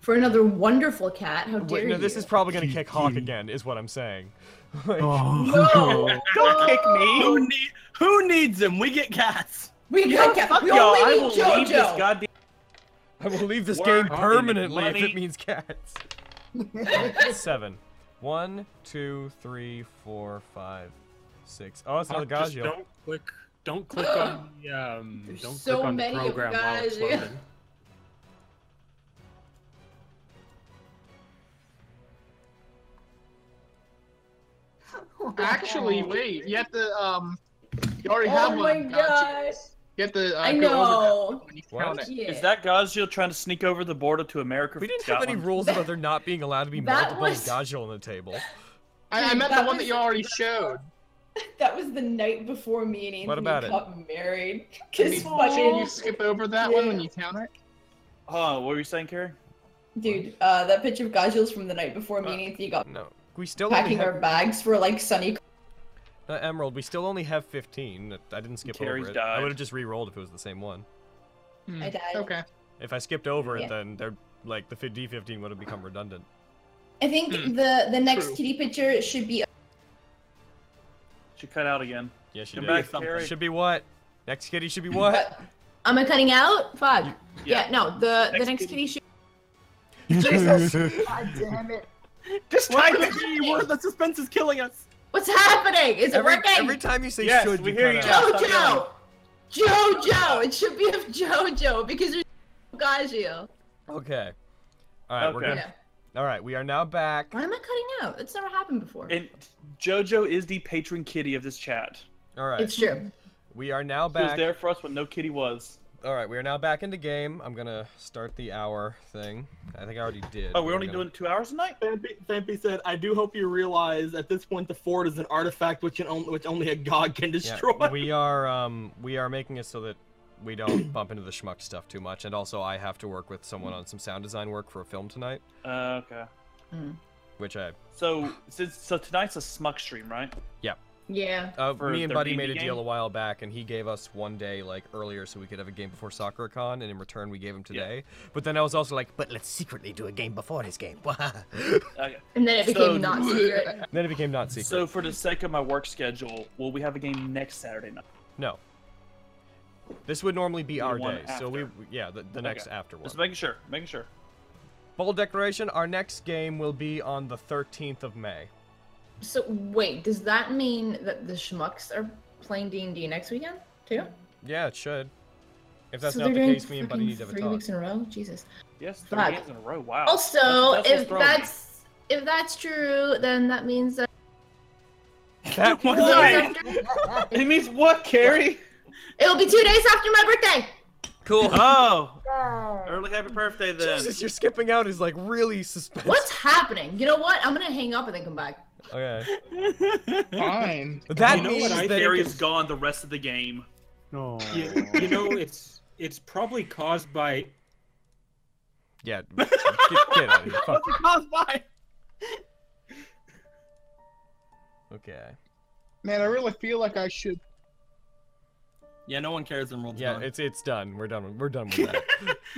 Speaker 7: For another wonderful cat, how dare
Speaker 2: Wait, no,
Speaker 7: you?
Speaker 2: this is probably gonna kick Hawk again, is what I'm saying. Like-
Speaker 9: No! Don't kick me. Who, need, who needs him? We get cats.
Speaker 7: We
Speaker 5: Yeah,
Speaker 7: got cat.
Speaker 5: fuck
Speaker 7: We
Speaker 5: y'all. I
Speaker 7: only
Speaker 5: will
Speaker 7: need
Speaker 5: leave this
Speaker 7: JoJo.
Speaker 5: goddamn.
Speaker 2: I will leave this
Speaker 5: We're
Speaker 2: game
Speaker 5: hunting
Speaker 2: permanently if
Speaker 5: money.
Speaker 2: it means cats. Seven. One, two, three, four, five, six. Oh, it's another
Speaker 3: Hawk, just
Speaker 2: Gaggio.
Speaker 3: don't click Don't click on the um.
Speaker 7: There's
Speaker 3: don't
Speaker 7: so
Speaker 3: click on the
Speaker 7: many of you
Speaker 3: program while it's
Speaker 7: guys, yeah.
Speaker 3: loading.
Speaker 6: Actually, wait. You have to um. You already
Speaker 7: Oh
Speaker 6: have
Speaker 7: my
Speaker 6: one. Uh,
Speaker 7: God.
Speaker 6: You have to. Uh, go
Speaker 7: I
Speaker 6: over that
Speaker 7: know.
Speaker 6: when you count
Speaker 5: What?
Speaker 6: it.
Speaker 5: Is
Speaker 7: Yeah.
Speaker 5: that Gaziel trying to sneak over the border to America?
Speaker 2: We
Speaker 5: from
Speaker 2: didn't have any
Speaker 5: Scotland?
Speaker 2: rules about there not being allowed to be
Speaker 7: That
Speaker 2: multiple
Speaker 7: was-
Speaker 2: Gajil on the table.
Speaker 6: I, I meant the
Speaker 7: That
Speaker 6: one that
Speaker 7: was-
Speaker 6: you already showed.
Speaker 7: That was the night before me and Anthony
Speaker 2: What about it?
Speaker 7: got married.
Speaker 6: Did
Speaker 7: Because
Speaker 6: you, did you
Speaker 7: fucking
Speaker 6: skip over that one when you count it?
Speaker 5: Huh, what were you saying, Carrie?
Speaker 7: dude, uh, that picture of Gajuls from the night before me and Anthony got
Speaker 2: Uh, No, we still only
Speaker 7: packing
Speaker 2: have
Speaker 7: our bags for like sunny.
Speaker 2: uh, Emerald. We still only have 15. I didn't skip
Speaker 5: Carrie's
Speaker 2: over it. I
Speaker 5: died.
Speaker 2: would have just re-rolled if it was the same one.
Speaker 7: I died.
Speaker 6: Hmm, Okay.
Speaker 2: If I skipped over
Speaker 7: Yeah.
Speaker 2: it, then they're like the fif- D15 would have become redundant.
Speaker 7: I think
Speaker 6: Hmm,
Speaker 7: the the next kitty picture should be
Speaker 5: She cut out again.
Speaker 2: Yeah, she
Speaker 5: Come
Speaker 2: did.
Speaker 5: back, Carrie.
Speaker 2: Should be what? Next kitty should be what?
Speaker 7: Am I cutting out? Fuck. Yeah, no, the the next kitty should
Speaker 2: Jesus.
Speaker 10: God damn it.
Speaker 9: Just type the key word. The suspense is killing us.
Speaker 7: What's happening? Is it
Speaker 2: every,
Speaker 7: working?
Speaker 2: every time you say
Speaker 5: Yes,
Speaker 2: should,
Speaker 5: we
Speaker 2: you
Speaker 5: hear
Speaker 2: cut
Speaker 5: you.
Speaker 2: out.
Speaker 7: Jojo! Jojo! It should be of Jojo because there's Gajil.
Speaker 2: Okay. All right, we're
Speaker 5: Okay.
Speaker 2: good. All right, we are now back.
Speaker 7: Why am I cutting out? That's never happened before.
Speaker 5: And JoJo is the patron kitty of this chat.
Speaker 2: All right.
Speaker 7: It's true.
Speaker 2: We are now
Speaker 5: She was
Speaker 2: back.
Speaker 5: there for us when no kitty was.
Speaker 2: All right, we are now back into game. I'm gonna start the hour thing. I think I already did.
Speaker 5: Oh, we're
Speaker 2: I'm
Speaker 5: only
Speaker 2: gonna-
Speaker 5: doing two hours tonight?
Speaker 9: Thampi Thampi said, "I do hope you realize at this point the fort is an artifact which, can only, which only a god can
Speaker 2: Yeah,
Speaker 9: destroy."
Speaker 2: we are um we are making it so that we don't bump into the schmuck stuff too much, and also I have to work with someone on some sound design work for a film tonight,
Speaker 5: Uh, okay.
Speaker 2: which I
Speaker 5: So since so tonight's a smuck stream, right?
Speaker 2: yeah.
Speaker 7: Yeah.
Speaker 2: Uh,
Speaker 5: For
Speaker 2: me and
Speaker 5: their
Speaker 2: Buddy
Speaker 5: D&D
Speaker 2: made a deal
Speaker 5: game?
Speaker 2: a while back, and he gave us one day like earlier so we could have a game before SoccerCon, and in return we gave him today. But then I was also like, but let's secretly do a game before his game.
Speaker 5: Okay.
Speaker 7: And then it became
Speaker 5: So-
Speaker 7: not secret.
Speaker 2: then it became not secret.
Speaker 5: So for the sake of my work schedule, will we have a game next Saturday night?
Speaker 2: No. This would normally be
Speaker 5: The
Speaker 2: our
Speaker 5: one
Speaker 2: day, so we
Speaker 5: after.
Speaker 2: yeah the, the next
Speaker 5: Okay.
Speaker 2: after one.
Speaker 5: Just making sure, making sure.
Speaker 2: Bold declaration: Our next game will be on the 13th of May.
Speaker 7: So wait, does that mean that the schmucks are playing D and D next weekend too?
Speaker 2: Yeah, it should. If that's
Speaker 7: so
Speaker 2: not the
Speaker 7: they're doing
Speaker 2: case, me and Buddy
Speaker 7: fucking
Speaker 2: need to have a
Speaker 7: three
Speaker 2: talk.
Speaker 7: weeks in a row. Jesus.
Speaker 5: Yes, three
Speaker 7: Fuck.
Speaker 5: games in a row. Wow.
Speaker 7: Also,
Speaker 5: That's- that's what's
Speaker 7: if
Speaker 5: throwing me.
Speaker 7: that's if that's true, then that means that
Speaker 2: That
Speaker 5: What?
Speaker 7: Why?
Speaker 5: it means what, Carrie?
Speaker 7: it'll be two days after my birthday.
Speaker 2: Cool.
Speaker 5: Oh. Early happy birthday then.
Speaker 2: Jesus, you're skipping out is like really suspicious.
Speaker 7: What's happening? You know what? I'm gonna hang up and then come back.
Speaker 2: Okay.
Speaker 6: Fine.
Speaker 2: That
Speaker 3: You know what
Speaker 2: means
Speaker 3: I
Speaker 2: that
Speaker 3: think
Speaker 5: Carrie's gone the rest of the game.
Speaker 4: No.
Speaker 3: You, you know, it's it's probably caused by
Speaker 2: yeah. Get, get out of here. Fuck. Okay.
Speaker 6: Man, I really feel like I should.
Speaker 9: yeah, no one cares. that Emerald's
Speaker 2: Yeah,
Speaker 9: gone.
Speaker 2: it's it's done. We're done. We're done with that.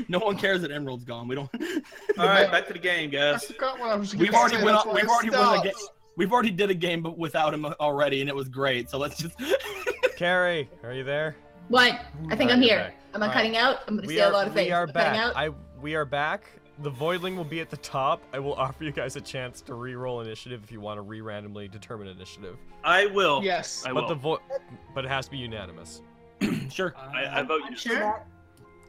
Speaker 9: No one cares that Emerald's gone. We don't.
Speaker 5: All right, back to the game,
Speaker 6: I
Speaker 5: guys.
Speaker 6: forgot what I was.
Speaker 9: we've
Speaker 6: gonna
Speaker 9: already
Speaker 6: say,
Speaker 9: went.
Speaker 6: that's
Speaker 9: on-
Speaker 6: why
Speaker 9: We've
Speaker 6: I
Speaker 9: already won a
Speaker 6: stopped.
Speaker 9: game. We've already did a game, but without him already, and it was great. So let's just.
Speaker 2: Carrie, are you there?
Speaker 7: What? I
Speaker 2: Alright,
Speaker 7: think I'm
Speaker 2: you're
Speaker 7: here.
Speaker 2: back.
Speaker 7: Am I
Speaker 2: Alright.
Speaker 7: cutting out? I'm gonna
Speaker 2: We
Speaker 7: say
Speaker 2: are,
Speaker 7: a lot of
Speaker 2: we
Speaker 7: things.
Speaker 2: are
Speaker 7: Am I
Speaker 2: back.
Speaker 7: Cutting out?
Speaker 2: I we are back. The Voidling will be at the top. I will offer you guys a chance to re-roll initiative if you want to re-randomly determine initiative.
Speaker 5: I will.
Speaker 6: Yes.
Speaker 5: I
Speaker 2: but the
Speaker 5: will.
Speaker 2: vo- but it has to be unanimous.
Speaker 9: sure.
Speaker 5: I, I vote you.
Speaker 7: Sure.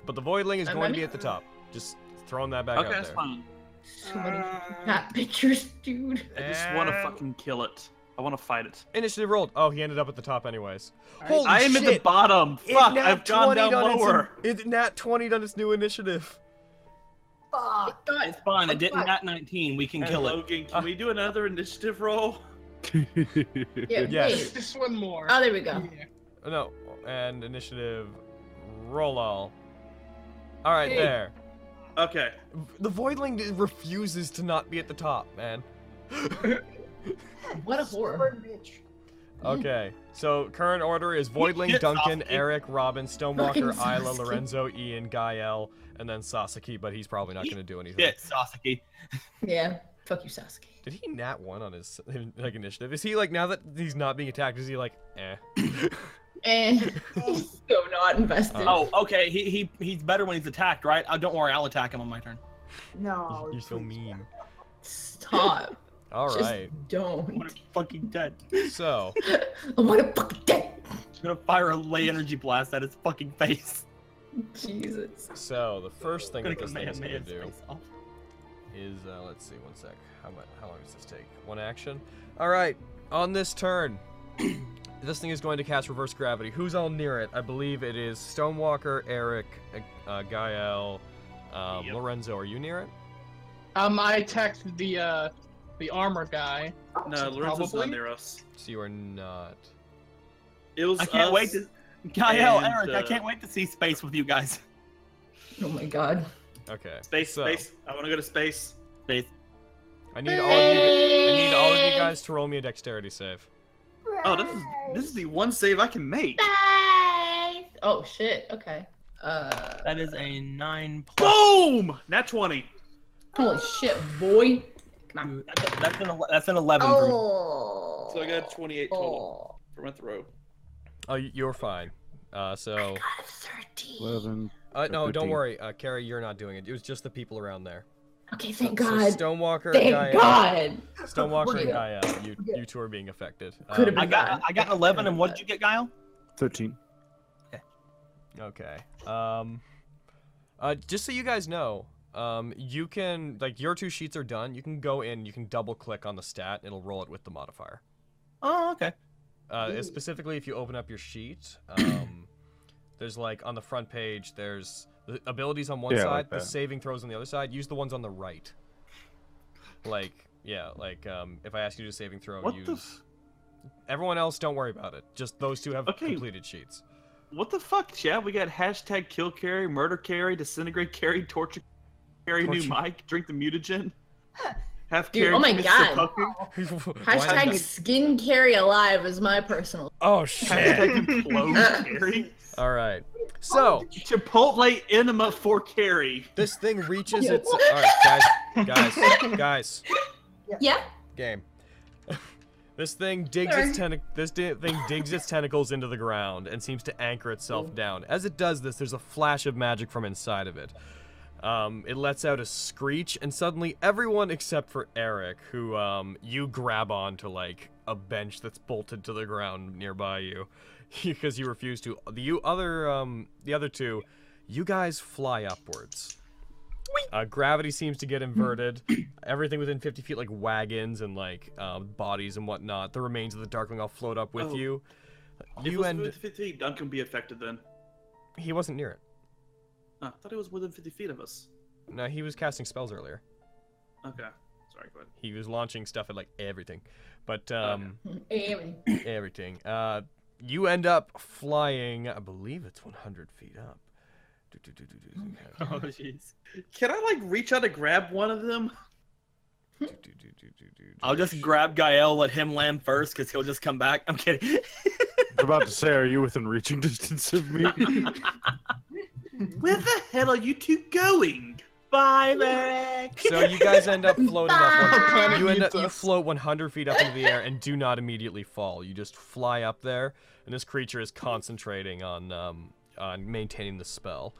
Speaker 2: But the Voidling is
Speaker 7: I'm
Speaker 2: going to
Speaker 7: ready.
Speaker 2: be at the top. Just throwing that back
Speaker 5: Okay,
Speaker 2: out
Speaker 5: that's
Speaker 2: there.
Speaker 5: fine.
Speaker 7: So many cat pictures, dude.
Speaker 5: I just want to fucking kill it. I want to fight it.
Speaker 2: Initiative rolled. Oh, he ended up at the top anyways. Holy
Speaker 5: I am
Speaker 2: shit.
Speaker 5: at the bottom.
Speaker 2: It
Speaker 5: Fuck,
Speaker 2: nat
Speaker 5: I've gone
Speaker 2: 20'd
Speaker 5: down
Speaker 2: on its in-
Speaker 5: lower.
Speaker 2: It nat 20 on its new initiative.
Speaker 7: Uh,
Speaker 10: Fuck.
Speaker 9: It's fine. I didn't at 19. We can
Speaker 5: Hey,
Speaker 9: kill it.
Speaker 5: Logan, can we do another initiative roll?
Speaker 7: Yeah,
Speaker 2: Yes.
Speaker 7: wait.
Speaker 6: Just one more.
Speaker 7: Oh, there we go.
Speaker 2: No, and initiative roll all. All right,
Speaker 5: Hey.
Speaker 2: there.
Speaker 5: Okay.
Speaker 2: The Voidling d- refuses to not be at the top, man.
Speaker 7: What a horror.
Speaker 10: Stubborn bitch.
Speaker 2: Okay, so current order is Voidling,
Speaker 5: Get
Speaker 2: Duncan,
Speaker 5: Sasuke.
Speaker 2: Eric, Robin, Stonewalker, Isla,
Speaker 7: Fucking Sasuke.
Speaker 2: Lorenzo, Ian, Gael, and then Sasaki, but he's probably not going to do anything.
Speaker 9: Shit, Sasuke.
Speaker 7: Yeah. Fuck you, Sasuke.
Speaker 2: Did he nat one on his like initiative? Is he like now that he's not being attacked? Is he like eh?
Speaker 7: And so not invested.
Speaker 9: Oh, okay. He, he he's better when he's attacked, right? Oh, don't worry, I'll attack him on my turn.
Speaker 10: No.
Speaker 2: You're so mean.
Speaker 7: Stop.
Speaker 2: All
Speaker 7: Just
Speaker 2: right.
Speaker 7: don't.
Speaker 9: What a fucking dead.
Speaker 2: So
Speaker 7: I want to fucking dead.
Speaker 9: gonna fire a lay energy blast at his fucking face.
Speaker 7: Jesus.
Speaker 2: So the first thing
Speaker 9: Gonna
Speaker 2: that this thing is gonna
Speaker 9: command
Speaker 2: do
Speaker 9: man's face off.
Speaker 2: is uh, let's see, one sec. How much? How long does this take? One action. All right. On this turn, this thing is going to cast reverse gravity. Who's all near it? I believe it is Stonewalker, Eric, uh, Gael, um, Lorenzo. Are you near it?
Speaker 6: Um, I attacked the uh, the armor guy.
Speaker 5: No, Lorenzo's
Speaker 6: Probably.
Speaker 5: not near us.
Speaker 2: So you are not.
Speaker 5: It was
Speaker 9: I can't
Speaker 5: us
Speaker 9: wait to. Kyle,
Speaker 5: and,
Speaker 9: Eric, I
Speaker 5: uh,
Speaker 9: can't wait to see space with you guys.
Speaker 7: Oh my god.
Speaker 2: Okay.
Speaker 5: Space,
Speaker 2: so-
Speaker 5: space. I want to go to space.
Speaker 9: Space.
Speaker 2: I need all of you. I need all of you guys to roll me a dexterity save.
Speaker 5: Oh, this is this is the one save I can make.
Speaker 7: Oh shit. Okay. Uh.
Speaker 9: That is a nine.
Speaker 5: Boom! Nat twenty.
Speaker 7: Holy shit, boy.
Speaker 9: That's, that's an ele- that's an eleven. Drew.
Speaker 7: Oh.
Speaker 5: So I got twenty-eight total for my throw.
Speaker 2: Oh, y- you're fine. Uh, so.
Speaker 4: Eleven.
Speaker 2: Uh,
Speaker 4: or
Speaker 2: no, don't
Speaker 4: 13.
Speaker 2: worry, uh, Carrie. You're not doing it. It was just the people around there.
Speaker 7: Okay, thank
Speaker 2: So- so
Speaker 7: God.
Speaker 2: Stonewalker
Speaker 7: Thank
Speaker 2: and Gaia.
Speaker 7: God.
Speaker 2: Stonewalker and
Speaker 7: Okay.
Speaker 2: Gaia, you, you two are being affected.
Speaker 7: Could've
Speaker 2: Um,
Speaker 7: been
Speaker 9: I got I got an eleven, and what'd you get, Guile?
Speaker 4: Thirteen.
Speaker 2: Okay. Um, uh, just so you guys know, um, you can like your two sheets are done. You can go in. You can double click on the stat. It'll roll it with the modifier.
Speaker 9: Oh, okay.
Speaker 2: Uh, it's specifically, if you open up your sheet, um, there's like on the front page, there's the abilities on one
Speaker 4: Yeah, I
Speaker 2: side,
Speaker 4: like
Speaker 2: the
Speaker 4: that.
Speaker 2: saving throws on the other side. Use the ones on the right. Like, yeah, like um, if I ask you to do a saving throw,
Speaker 5: What
Speaker 2: use.
Speaker 5: the? F-
Speaker 2: Everyone else, don't worry about it. Just those two have
Speaker 5: Okay.
Speaker 2: completed sheets.
Speaker 5: what the fuck, Chad? We got hashtag kill carry, murder carry, disintegrate carry, torture carry, new
Speaker 2: Torture.
Speaker 5: mic, drink the mutagen, have
Speaker 7: Dude,
Speaker 5: carry.
Speaker 7: oh my
Speaker 5: Mr.
Speaker 7: God.
Speaker 5: Pucker.
Speaker 7: Hashtag skin carry alive is my personal.
Speaker 9: Uh,
Speaker 2: Oh shit!
Speaker 5: Hashtag implode carry.
Speaker 2: All right. So
Speaker 5: Chipotle enema for carry.
Speaker 2: this thing reaches its. All right, guys, guys, guys.
Speaker 7: Yeah.
Speaker 2: Game. This thing digs its tentac- this di- thing digs its tentacles into the ground and seems to anchor itself down. As it does this, there's a flash of magic from inside of it. Um, it lets out a screech, and suddenly everyone except for Eric, who um, you grab onto like a bench that's bolted to the ground nearby you, because you refuse to. The you other um, the other two, you guys fly upwards. Uh, gravity seems to get inverted. Everything within 50 feet, like wagons and like um, bodies and whatnot, the remains of the Darkling all float up with
Speaker 5: Oh.
Speaker 2: you.
Speaker 5: If it
Speaker 2: You
Speaker 5: was
Speaker 2: and
Speaker 5: within 50 feet, Duncan be affected then.
Speaker 2: he wasn't near it.
Speaker 5: Oh, I thought it was within 50 feet of us.
Speaker 2: No, he was casting spells earlier.
Speaker 5: Okay. Sorry, go ahead.
Speaker 2: He was launching stuff at like everything, but um,
Speaker 7: Amy.
Speaker 2: everything. Uh, you end up flying. I believe it's 100 feet up. Do, do, do, do, do, do,
Speaker 5: Oh, jeez. Can I, like, reach out to grab one of them?
Speaker 2: do, do, do, do, do, do.
Speaker 9: I'll just grab Gael, let him land first, cause he'll just come back. I'm kidding.
Speaker 4: I'm about to say, are you within reaching distance of me?
Speaker 5: Where the hell are you two going?
Speaker 9: Bye, Eric.
Speaker 2: So you guys end up floating
Speaker 6: Bye.
Speaker 2: up. You end up
Speaker 6: Planet
Speaker 2: you
Speaker 6: needs us.
Speaker 2: float 100 feet up into the air and do not immediately fall. You just fly up there, and this creature is concentrating on um on maintaining the spell.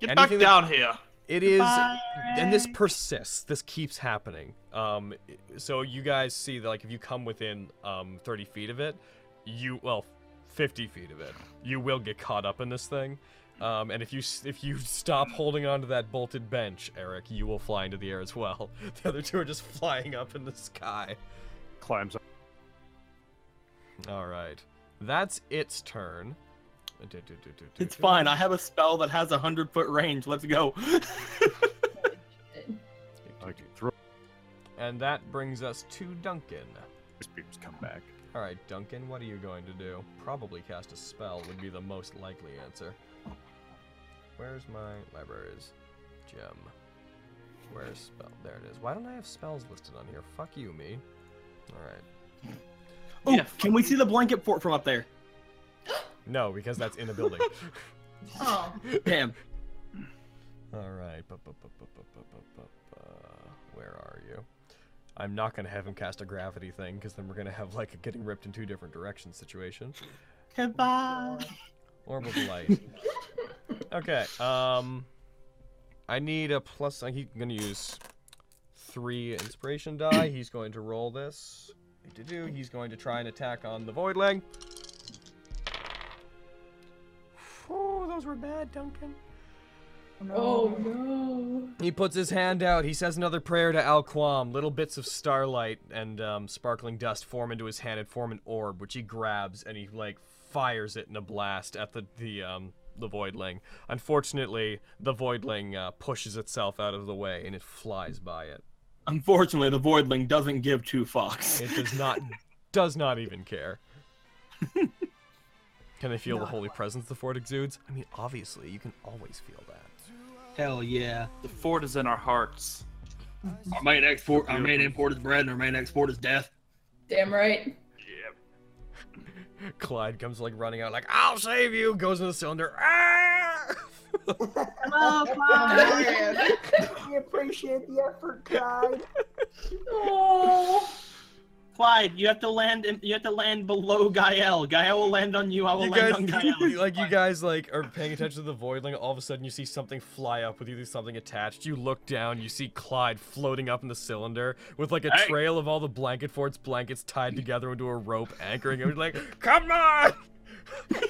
Speaker 5: Get
Speaker 2: Anything
Speaker 5: back
Speaker 2: that-
Speaker 5: down here.
Speaker 2: It is,
Speaker 5: Goodbye,
Speaker 2: and this persists. This keeps happening. Um, so you guys see that like if you come within um 30 feet of it, you well 50 feet of it, you will get caught up in this thing. Um, and if you s- if you stop holding onto that bolted bench, Eric, you will fly into the air as well. The other two are just flying up in the sky.
Speaker 4: Climbs up.
Speaker 2: All right, that's its turn. Du-du-du-du-du-du.
Speaker 9: It's fine. I have a spell that has a hundred foot range. Let's go.
Speaker 4: I can throw
Speaker 2: And that brings us to Duncan.
Speaker 4: his beams come back.
Speaker 2: All right, Duncan, what are you going to do? Probably cast a spell would be the most likely answer. Where's my library's gem? Where's spell? There it is. Why don't I have spells listed on here? Fuck you, me. All right.
Speaker 9: Oh, can we see the blanket fort from up there?
Speaker 2: No, because that's in a building.
Speaker 7: Oh.
Speaker 9: Damn.
Speaker 2: All right. bu- bu- bu- bu- bu- bu- bu- bu- bu- Where are you? I'm not going to have him cast a gravity thing because then we're going to have like a getting ripped in two different directions situation.
Speaker 9: Goodbye.
Speaker 2: Orb of light. okay. Um, I need a plus. I'm gonna use three inspiration die. He's going to roll this. To do. He's going to try and attack on the voidling. times were bad, Duncan.
Speaker 7: Oh no.
Speaker 2: He puts his hand out. He says another prayer to Alquam. Little bits of starlight and um, sparkling dust form into his hand and form an orb, which he grabs and he like fires it in a blast at the the um, the voidling. Unfortunately, the voidling uh, pushes itself out of the way and it flies by it.
Speaker 9: Unfortunately, the Voidling doesn't give two fucks.
Speaker 2: It does not. does not even care. Can they feel the holy presence the fort exudes? I mean, obviously, you can always feel that.
Speaker 9: Hell yeah.
Speaker 5: The fort is in our hearts.
Speaker 9: Our main export, our main import is bread, and our main export is death.
Speaker 7: Damn right.
Speaker 2: Clyde comes like running out, like "I'll save you." Goes in the cylinder. "Ah!"
Speaker 10: we appreciate the effort, Clyde.
Speaker 7: Oh.
Speaker 9: Clyde, you have to land. In, you have to land below Gael. Gael will land on you. I will
Speaker 2: You
Speaker 9: land on
Speaker 2: guys,
Speaker 9: Gael.
Speaker 2: like you guys, like are paying attention to the voidling. All of a sudden, you see something fly up with either something attached. You look down. You see Clyde floating up in the cylinder with like a
Speaker 9: Hey.
Speaker 2: trail of all the blanket forts blankets tied together into a rope, anchoring. him. like, "Come on,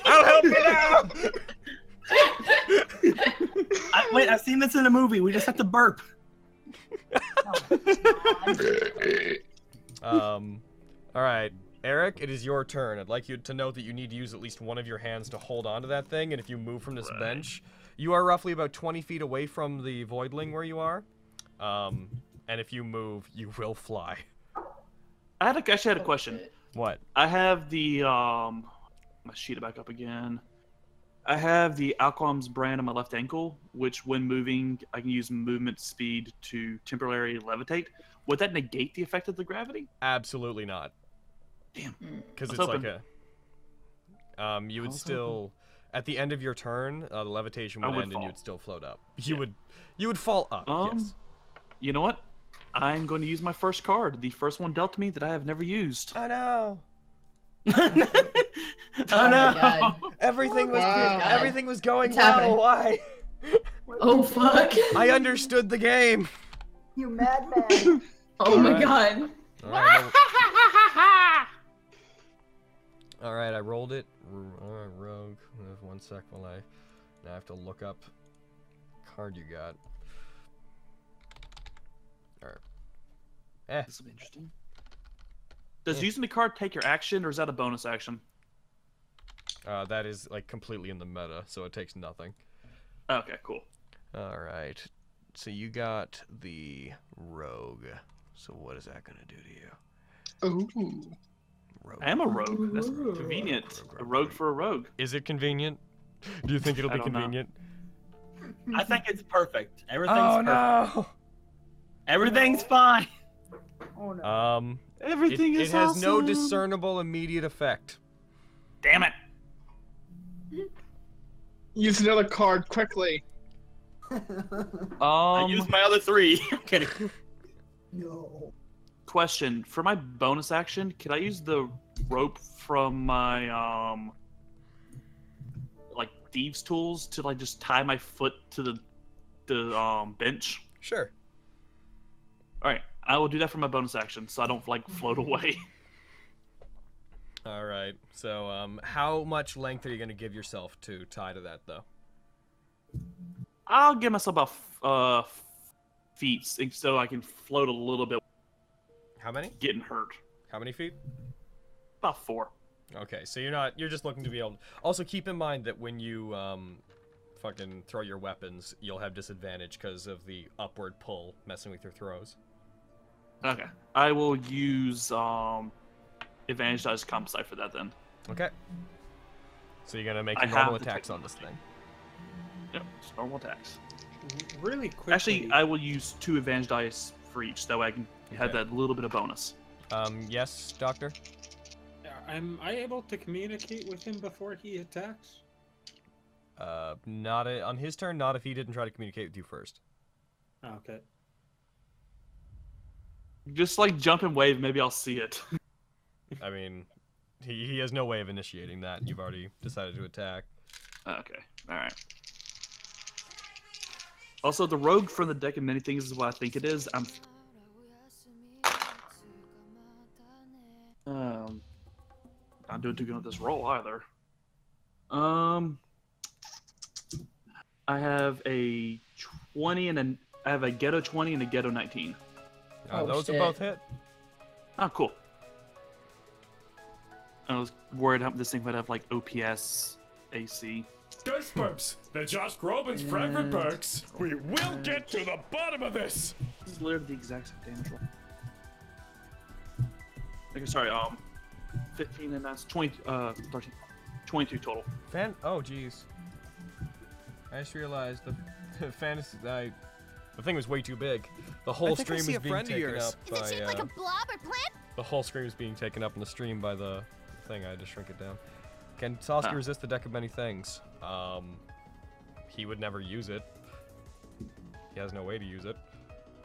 Speaker 2: I'll help you out."
Speaker 9: I, wait, I've seen this in a movie. We just have to burp.
Speaker 2: Um, all right, Eric, it is your turn. I'd like you to know that you need to use at least one of your hands to hold onto that thing, and if you move from this bench, you are roughly about 20 feet away from the voidling where you are. Um, and if you move, you will fly.
Speaker 5: I had a, actually had a question.
Speaker 2: What?
Speaker 5: I have the um, my sheet back up again. I have the Alcom's brand on my left ankle, which when moving, I can use movement speed to temporarily levitate. Would that negate the effect of the gravity?
Speaker 2: Absolutely not.
Speaker 5: Damn.
Speaker 2: Because
Speaker 5: I
Speaker 2: it's
Speaker 5: was
Speaker 2: like
Speaker 5: hoping.
Speaker 2: a. Um, you would
Speaker 5: was
Speaker 2: still, at the end of your turn, uh, the levitation
Speaker 5: I
Speaker 2: would,
Speaker 5: would
Speaker 2: end,
Speaker 5: fall.
Speaker 2: and you'd still float up. You would, you would fall up.
Speaker 5: Um,
Speaker 2: yes.
Speaker 5: You know what? I'm going to use my first card, the first one dealt to me that I have never used.
Speaker 12: Oh no.
Speaker 5: Oh, no.
Speaker 12: Everything
Speaker 2: Oh
Speaker 12: was
Speaker 5: Wow.
Speaker 12: everything was going
Speaker 10: It's
Speaker 12: well.
Speaker 10: happening.
Speaker 12: Why?
Speaker 7: Oh fuck.
Speaker 12: I understood the game.
Speaker 10: You madman.
Speaker 7: Oh my
Speaker 2: Alright.
Speaker 7: god.
Speaker 2: All right, I
Speaker 7: Ah!
Speaker 2: ro- all right, I rolled it. R- all right, rogue. There's One sec while I now I have to look up card you got. All right. Eh.
Speaker 5: This will be interesting. Does using the card take your action, or is that a bonus action?
Speaker 2: Uh, that is like completely in the meta, so it takes nothing.
Speaker 5: Okay, cool.
Speaker 2: All right. So you got the rogue. So what is that gonna do to you?
Speaker 6: Ooh.
Speaker 5: I am a rogue. That's convenient. A rogue for a rogue.
Speaker 2: Is it convenient? Do you think it'll
Speaker 5: I
Speaker 2: be
Speaker 5: don't know.
Speaker 2: convenient?
Speaker 9: I think it's perfect. Everything's
Speaker 2: Oh,
Speaker 9: perfect.
Speaker 2: no.
Speaker 9: Everything's fine.
Speaker 10: Oh no.
Speaker 2: Um, it-
Speaker 5: Everything
Speaker 2: it,
Speaker 5: is
Speaker 2: has no
Speaker 5: awesome.
Speaker 2: discernible immediate effect.
Speaker 5: Damn it!
Speaker 6: Use another card quickly.
Speaker 5: Um,
Speaker 9: I used my other three. I'm kidding.
Speaker 10: No.
Speaker 5: Question for my bonus action: Can I use the rope from my um, like thieves' tools to like just tie my foot to the the um bench?
Speaker 2: Sure.
Speaker 5: All right, I will do that for my bonus action, so I don't like float away.
Speaker 2: All right. So, um, how much length are you gonna give yourself to tie to that, though?
Speaker 5: I'll give myself about f- uh f- feet s- so I can float a little bit.
Speaker 2: How many?
Speaker 5: Getting hurt.
Speaker 2: How many feet?
Speaker 5: About four.
Speaker 2: Okay. So you're not. You're just looking to be able. Also, keep in mind that when you um, fucking throw your weapons, you'll have disadvantage because of the upward pull messing with your throws.
Speaker 5: Okay. I will use um advantage dice compensate for that then.
Speaker 2: Okay. So you're gonna make
Speaker 5: I
Speaker 2: your normal
Speaker 5: have the
Speaker 2: attacks on this thing.
Speaker 5: Yep, just normal attacks.
Speaker 2: Mm-hmm.
Speaker 3: Really quickly.
Speaker 5: Actually, I will use two advantage dice for each. That way, I can have
Speaker 2: Okay.
Speaker 5: that little bit of bonus.
Speaker 2: Um, yes, Doctor.
Speaker 3: am I able to communicate with him before he attacks?
Speaker 2: Uh, not a, on his turn. Not if he didn't try to communicate with you first.
Speaker 3: Oh, okay.
Speaker 5: Just like jump and wave. Maybe I'll see it.
Speaker 2: I mean, he, he has no way of initiating that. You've already decided to attack.
Speaker 5: Okay. All right. Also, the rogue from the deck of many things is what I think it is. I'm. Um, not doing too good with this roll either. Um, I have a twenty and a I have a ghetto twenty and a ghetto nineteen.
Speaker 2: Uh, Oh, those are shit. both hit.
Speaker 5: Oh, cool. I was worried how this thing might have like OPS, AC.
Speaker 15: Ghost Bumps, the Josh Groban's favorite perks. We will get to the bottom of this.
Speaker 5: This is literally the exact same damage roll. Okay, sorry, um, 15 and that's 20, uh, 13, 22 total.
Speaker 2: Fan. Oh, jeez. I just realized the, the fantasy. I, the thing was way too big. The whole
Speaker 16: I think I
Speaker 2: stream
Speaker 16: see
Speaker 2: is
Speaker 16: a
Speaker 2: being
Speaker 16: friend of
Speaker 2: taken
Speaker 16: yours.
Speaker 2: up
Speaker 16: Is
Speaker 2: by.
Speaker 16: shaped
Speaker 2: uh,
Speaker 16: blob or plant?
Speaker 2: the whole screen is being taken up in the stream by the thing. I had to shrink it down. Can Sasuke
Speaker 5: Ah.
Speaker 2: resist the deck of many things? Um, he would never use it. He has no way to use it.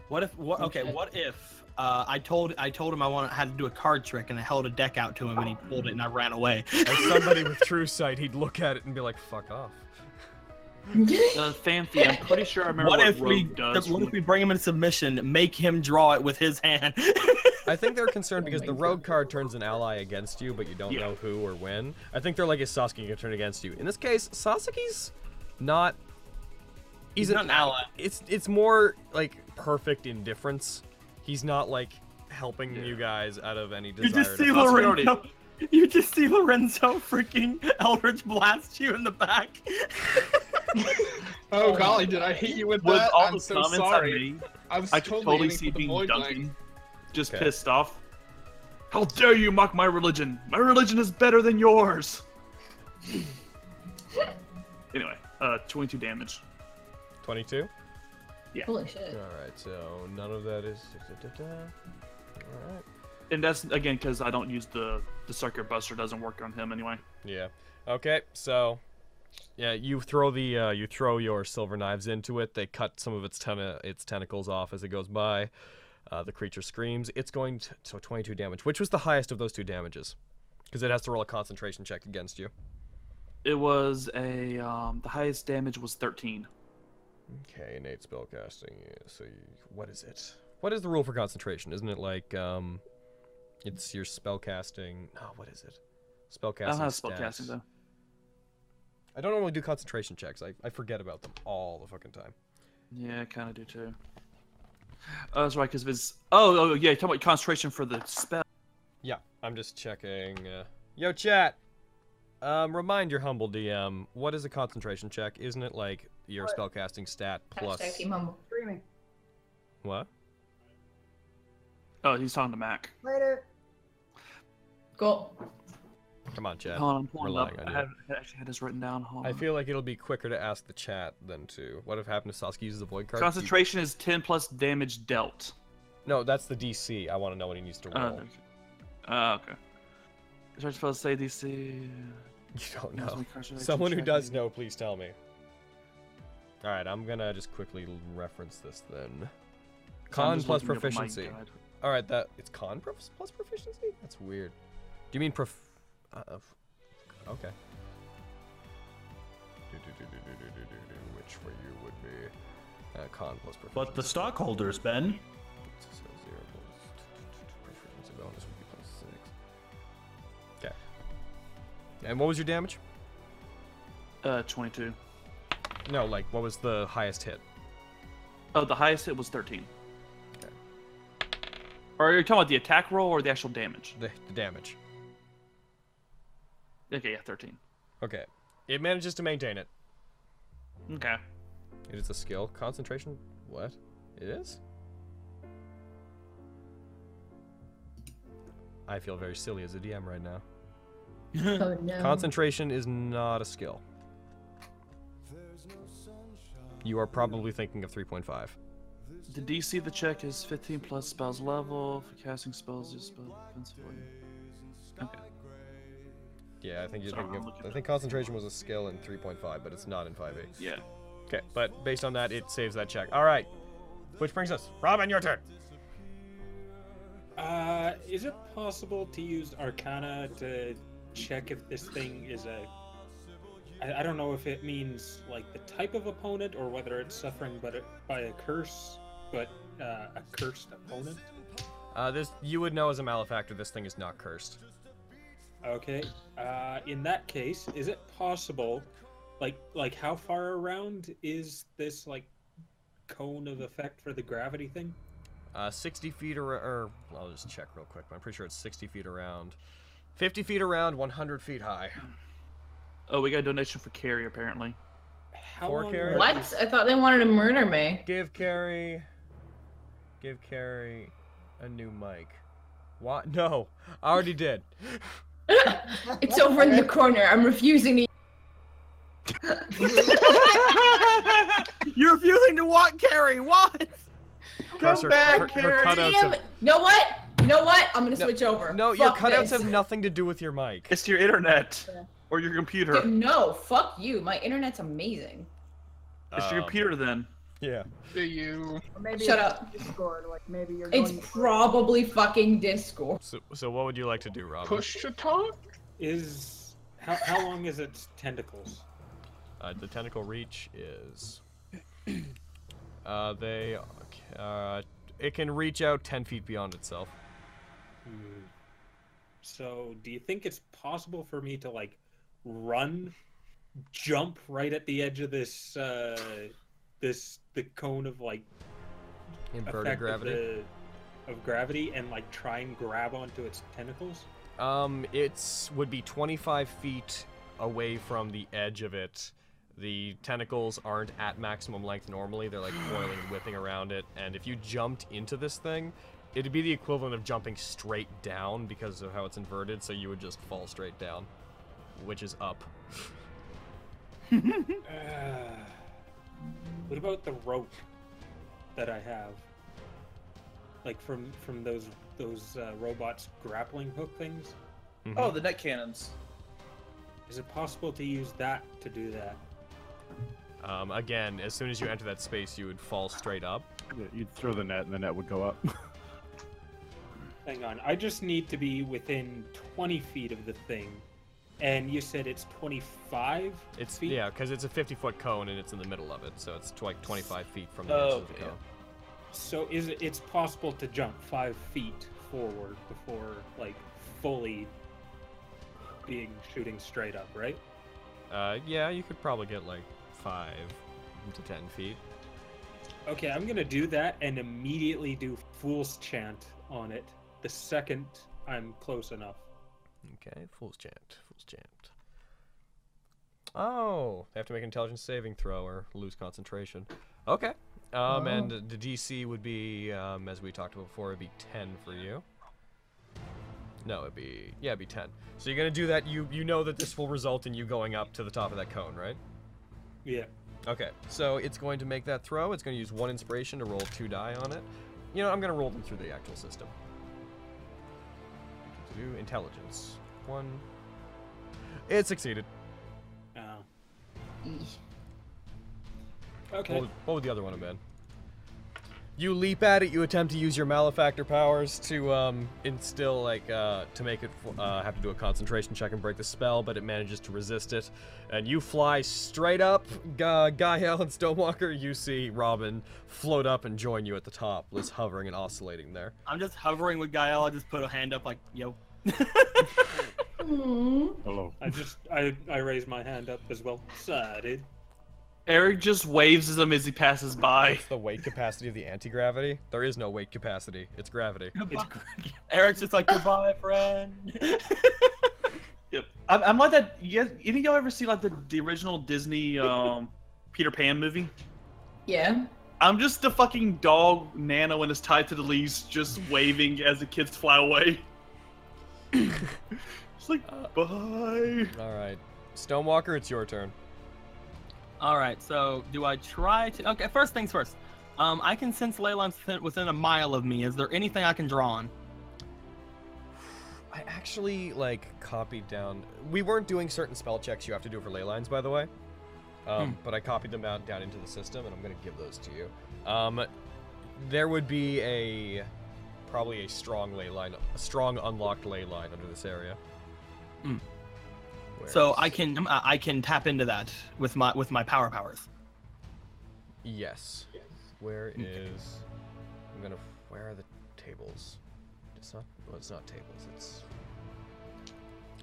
Speaker 9: What if? What? Okay. What if? Uh, I told I told him I wanted had to do a card trick, and I held a deck out to him, and he pulled it, and I ran away.
Speaker 2: As somebody with true sight, he'd look at it and be like, "Fuck off."
Speaker 5: Uh, Fanfi, I'm pretty sure I remember what,
Speaker 9: if
Speaker 5: Rogue
Speaker 9: we
Speaker 5: does.
Speaker 9: what if we bring him in submission, make him draw it with his hand?
Speaker 2: I think they're concerned because the rogue card turns an ally against you, but you don't know who or when. I think they're like, "Is Sasuke gonna turn against you?" In this case, Sasuke's not.
Speaker 9: He's not an ally.
Speaker 2: It's it's more like perfect indifference. He's not like helping you guys out of any desire.
Speaker 9: You
Speaker 2: to-
Speaker 9: just see Lorenzo. You just see Lorenzo freaking Eldritch blast you in the back.
Speaker 6: Oh, golly, did I hit you with
Speaker 5: With
Speaker 6: that?
Speaker 5: all
Speaker 6: I'm
Speaker 5: the
Speaker 6: so
Speaker 5: comments
Speaker 6: sorry. I was
Speaker 5: I could
Speaker 6: totally
Speaker 5: totally
Speaker 6: aiming
Speaker 5: see
Speaker 6: for the
Speaker 5: being
Speaker 6: void
Speaker 5: Duncan,
Speaker 6: blank.
Speaker 5: just
Speaker 2: Okay.
Speaker 5: pissed off. How dare you mock my religion? My religion is better than yours. anyway, uh, 22 damage.
Speaker 2: 22?
Speaker 5: Yeah.
Speaker 6: Oh,
Speaker 7: Holy shit.
Speaker 2: Alright, so none of that is. Alright.
Speaker 5: And that's again because I don't use the the circuit buster doesn't work on him anyway.
Speaker 2: Yeah. Okay, so. Yeah, you throw the uh, you throw your silver knives into it. They cut some of its ten- its tentacles off as it goes by. Uh, the creature screams. It's going to so 22 damage, which was the highest of those two damages, because it has to roll a concentration check against you.
Speaker 5: It was a um, the highest damage was 13.
Speaker 2: Okay, innate spellcasting. yeah, So, you, what is it? What is the rule for concentration? Isn't it like um, it's your spellcasting? No, what is it? Spellcasting.
Speaker 5: I don't have
Speaker 2: stats.
Speaker 5: spellcasting though.
Speaker 2: I don't normally do concentration checks. I, I forget about them all the fucking time.
Speaker 5: Yeah, I kind of do too. Oh, that's right, because if it's oh, oh yeah, you're talking about concentration for the spell.
Speaker 2: Yeah, I'm just checking. Uh... Yo, chat. Um, remind your humble DM. What is a concentration check? Isn't it like your spellcasting stat plus
Speaker 7: Hashtag team humble.
Speaker 10: Streaming.
Speaker 2: what?
Speaker 5: Oh, he's talking to Mac.
Speaker 10: Later.
Speaker 7: Cool.
Speaker 2: Come on, chat.
Speaker 5: Hold on, I'm pulling it up.
Speaker 2: Relying on
Speaker 5: I,
Speaker 2: you.
Speaker 5: had, I actually had this written down. Hold
Speaker 2: I
Speaker 5: on.
Speaker 2: feel like it'll be quicker to ask the chat than to. What if happened if Sasuke uses the void card? You-
Speaker 5: Concentration is 10 plus damage dealt.
Speaker 2: No, that's the DC. I want to know what he needs to
Speaker 5: Oh,
Speaker 2: roll.
Speaker 5: okay. Uh, okay. Is that supposed to say DC?
Speaker 2: You don't
Speaker 5: That's my
Speaker 2: know.
Speaker 5: concentration
Speaker 2: Someone who
Speaker 5: check.
Speaker 2: does know, please tell me. All right, I'm gonna just quickly l- reference this then. Con
Speaker 5: just
Speaker 2: plus
Speaker 5: looking up my
Speaker 2: proficiency.
Speaker 5: guide.
Speaker 2: All right, that it's con prof- plus proficiency. That's weird. Do you mean prof? Uh, uh, f- okay. Do-do-do-do-do-do-do-do-do, Which way you would be? Uh, con plus proficiency.
Speaker 17: But the stockholders, Ben.
Speaker 2: So zero plus proficiency bonus would be plus six. Okay. And what was your damage?
Speaker 5: Uh, 22.
Speaker 2: No, like what was the highest hit?
Speaker 5: Oh, the highest hit was 13. Or are you talking about the attack roll or the actual damage?
Speaker 2: The, the damage.
Speaker 5: Okay, yeah, 13.
Speaker 2: Okay. It manages to maintain it.
Speaker 5: Okay.
Speaker 2: It is a skill. Concentration? What? It is? I feel very silly as a DM right now.
Speaker 7: oh no.
Speaker 2: Concentration is not a skill. You are probably thinking of 3.5.
Speaker 5: The DC of the check is 15 plus spells level. For casting spells, use spell defensively. Okay.
Speaker 2: Yeah, I think you're
Speaker 5: Sorry,
Speaker 2: thinking
Speaker 5: I'm
Speaker 2: of. I think concentration was a skill in 3.5, but it's not in 5e.
Speaker 5: Yeah.
Speaker 2: Okay, but based on that, it saves that check. All right. Which brings us, Robin, your turn.
Speaker 3: Uh, is it possible to use Arcana to check if this thing is a? I, I don't know if it means like the type of opponent or whether it's suffering, but by a curse, but uh, a cursed opponent.
Speaker 2: Uh, this you would know as a malefactor. This thing is not cursed.
Speaker 3: Okay. Uh, in that case, is it possible like like how far around is this like cone of effect for the gravity thing?
Speaker 2: Uh, 60 feet or, or I'll just check real quick. But I'm pretty sure it's 60 feet around, 50 feet around, 100 feet high.
Speaker 5: Oh, we got a donation for Carrie apparently.
Speaker 2: How Poor Carrie.
Speaker 7: What? I thought they wanted to murder me.
Speaker 2: Give Carrie. Give Carrie a new mic. Why? No, I already did.
Speaker 7: It's over in the corner. I'm refusing to.
Speaker 9: You're refusing to walk, Carrie. What?
Speaker 2: Press her- back, her- her Carrie. cutouts
Speaker 7: Damn
Speaker 2: of-
Speaker 7: it. You know what? You know what? I'm gonna switch over.
Speaker 2: No,
Speaker 7: fuck
Speaker 2: your Oh, cutouts
Speaker 7: this.
Speaker 2: have nothing to do with your mic.
Speaker 5: It's your internet or your computer.
Speaker 7: Dude, no, fuck you. My internet's amazing.
Speaker 5: It's your
Speaker 2: Um,
Speaker 5: computer then.
Speaker 2: Yeah.
Speaker 6: Do you?
Speaker 10: Or maybe
Speaker 7: Shut
Speaker 10: it's
Speaker 7: up.
Speaker 10: Discord, like maybe you're
Speaker 7: It's
Speaker 10: going
Speaker 7: probably fucking Discord.
Speaker 2: So, so what would you like to do, Robin?
Speaker 6: to talk?
Speaker 3: Is how, how long is its tentacles?
Speaker 2: Uh, the tentacle reach is. Uh, they. Uh, it can reach out 10 feet beyond itself.
Speaker 3: Hmm. So, do you think it's possible for me to like run, jump right at the edge of this uh this the cone of like
Speaker 2: Inverted
Speaker 3: effect of
Speaker 2: gravity?
Speaker 3: the- of gravity and like try and grab onto its tentacles?
Speaker 2: Um, it's would be 25 feet away from the edge of it. The tentacles aren't at maximum length normally; they're like coiling and whipping around it. And if you jumped into this thing, it'd be the equivalent of jumping straight down because of how it's inverted. So you would just fall straight down, which is up.
Speaker 3: Uh, what about the rope that I have? Like from from those those uh, robots grappling hook things?
Speaker 5: Oh, the net cannons.
Speaker 3: Is it possible to use that to do that?
Speaker 2: Um, again, as soon as you enter that space, you would fall straight up.
Speaker 4: You'd throw the net and the net would go up.
Speaker 3: Hang on, I just need to be within 20 feet of the thing. And you said it's 25?
Speaker 2: It's
Speaker 3: Feet?
Speaker 2: yeah, because it's a 50 foot cone and it's in the middle of it, so it's like 25 feet from the
Speaker 3: Oh,
Speaker 2: edge of the
Speaker 3: okay,
Speaker 2: cone.
Speaker 3: So is it, it's possible to jump 5 feet forward before like fully being shooting straight up, right?
Speaker 2: Uh, yeah, you could probably get like five to ten feet.
Speaker 3: Okay, I'm gonna do that and immediately do Fool's Chant on it the second I'm close enough.
Speaker 2: Okay, fool's chant, fool's chant. Oh, they have to make an intelligence saving throw or lose concentration. Okay, um, and
Speaker 15: Oh.
Speaker 2: the DC would be, um, as we talked about before, it'd be ten for you. No, it'd be yeah, it'd be ten. So you're gonna do that. You you know that this will result in you going up to the top of that cone, right?
Speaker 3: Yeah.
Speaker 2: Okay, so it's going to make that throw. It's going to use one inspiration to roll two die on it. You know, I'm going to roll them through the actual system. Do intelligence. One. It succeeded.
Speaker 3: Oh.
Speaker 7: Eesh.
Speaker 3: Okay.
Speaker 2: What would, what would the other one have been? You leap at it. You attempt to use your malefactor powers to um, instill, like, uh, to make it fl- uh, have to do a concentration check and break the spell, but it manages to resist it. And you fly straight up. Ga- Gael and Stonewalker, you see Robin float up and join you at the top, was hovering and oscillating there.
Speaker 9: I'm just hovering with Gael. I just put a hand up like, yo.
Speaker 4: Hello.
Speaker 3: I just I I raise my hand up as well. Sorry, dude.
Speaker 5: Eric just waves at him as he passes by.
Speaker 2: The weight capacity of the anti gravity? There is no weight capacity, it's gravity.
Speaker 9: Eric's just like, goodbye, friend.
Speaker 5: I'm, I'm like that. You guys, any of y'all ever see like the, the original Disney um, Peter Pan movie?
Speaker 7: Yeah.
Speaker 5: I'm just the fucking dog Nana when it's tied to the leaves, just waving as the kids fly away. it's like bye.
Speaker 2: Alright. Stonewalker, it's your turn.
Speaker 9: All right. So do I try to? Okay. First things first. Um, I can sense ley lines within- within a mile of me. Is there anything I can draw on?
Speaker 2: I actually like copied down. We weren't doing certain spell checks you have to do for ley lines, by the way. Um, But I copied them out down into the system, and I'm gonna give those to you. Um, there would be a probably a strong ley line, a strong unlocked ley line under this area.
Speaker 9: Mm.
Speaker 2: Where
Speaker 9: So
Speaker 2: is
Speaker 9: I
Speaker 2: it?
Speaker 9: can um, I I can tap into that with my with my power powers.
Speaker 2: Yes. Where is? I'm gonna. Where are the tables? It's not. Well, it's not tables. It's.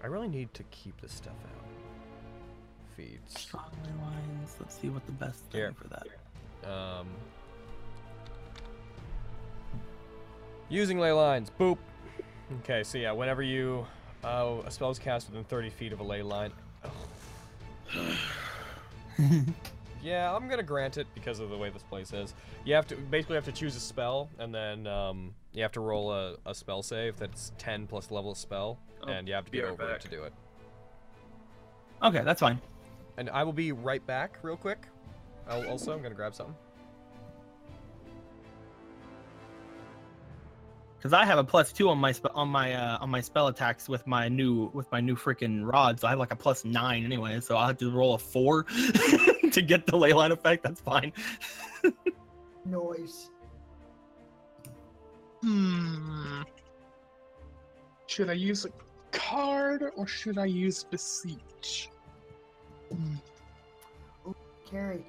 Speaker 2: I really need to keep this stuff out. feeds.
Speaker 9: Let's see what the best thing for that.
Speaker 2: Um, using ley lines. Boop. Okay, so yeah, whenever you uh, a spell is cast within 30 feet of a ley line. Ugh. yeah, I'm gonna grant it because of the way this place is. You have to basically have to choose a spell, and then um, you have to roll a, a spell save that's 10 plus level of spell,
Speaker 9: Oh,
Speaker 2: and you have to
Speaker 9: be
Speaker 2: get
Speaker 9: right
Speaker 2: over
Speaker 9: back.
Speaker 2: it to do it.
Speaker 9: Okay, that's fine.
Speaker 2: And I will be right back, real quick. I'll also, I'm gonna grab something.
Speaker 9: Because I have a plus two on my spe- on my uh, on my spell attacks with my new with my new freaking rods. I have like a plus nine anyway, so I will have to roll a four to get the ley line effect. That's fine.
Speaker 10: Noise.
Speaker 6: Hmm. Should I use a card or should I use beseech? Hmm.
Speaker 10: Carrie.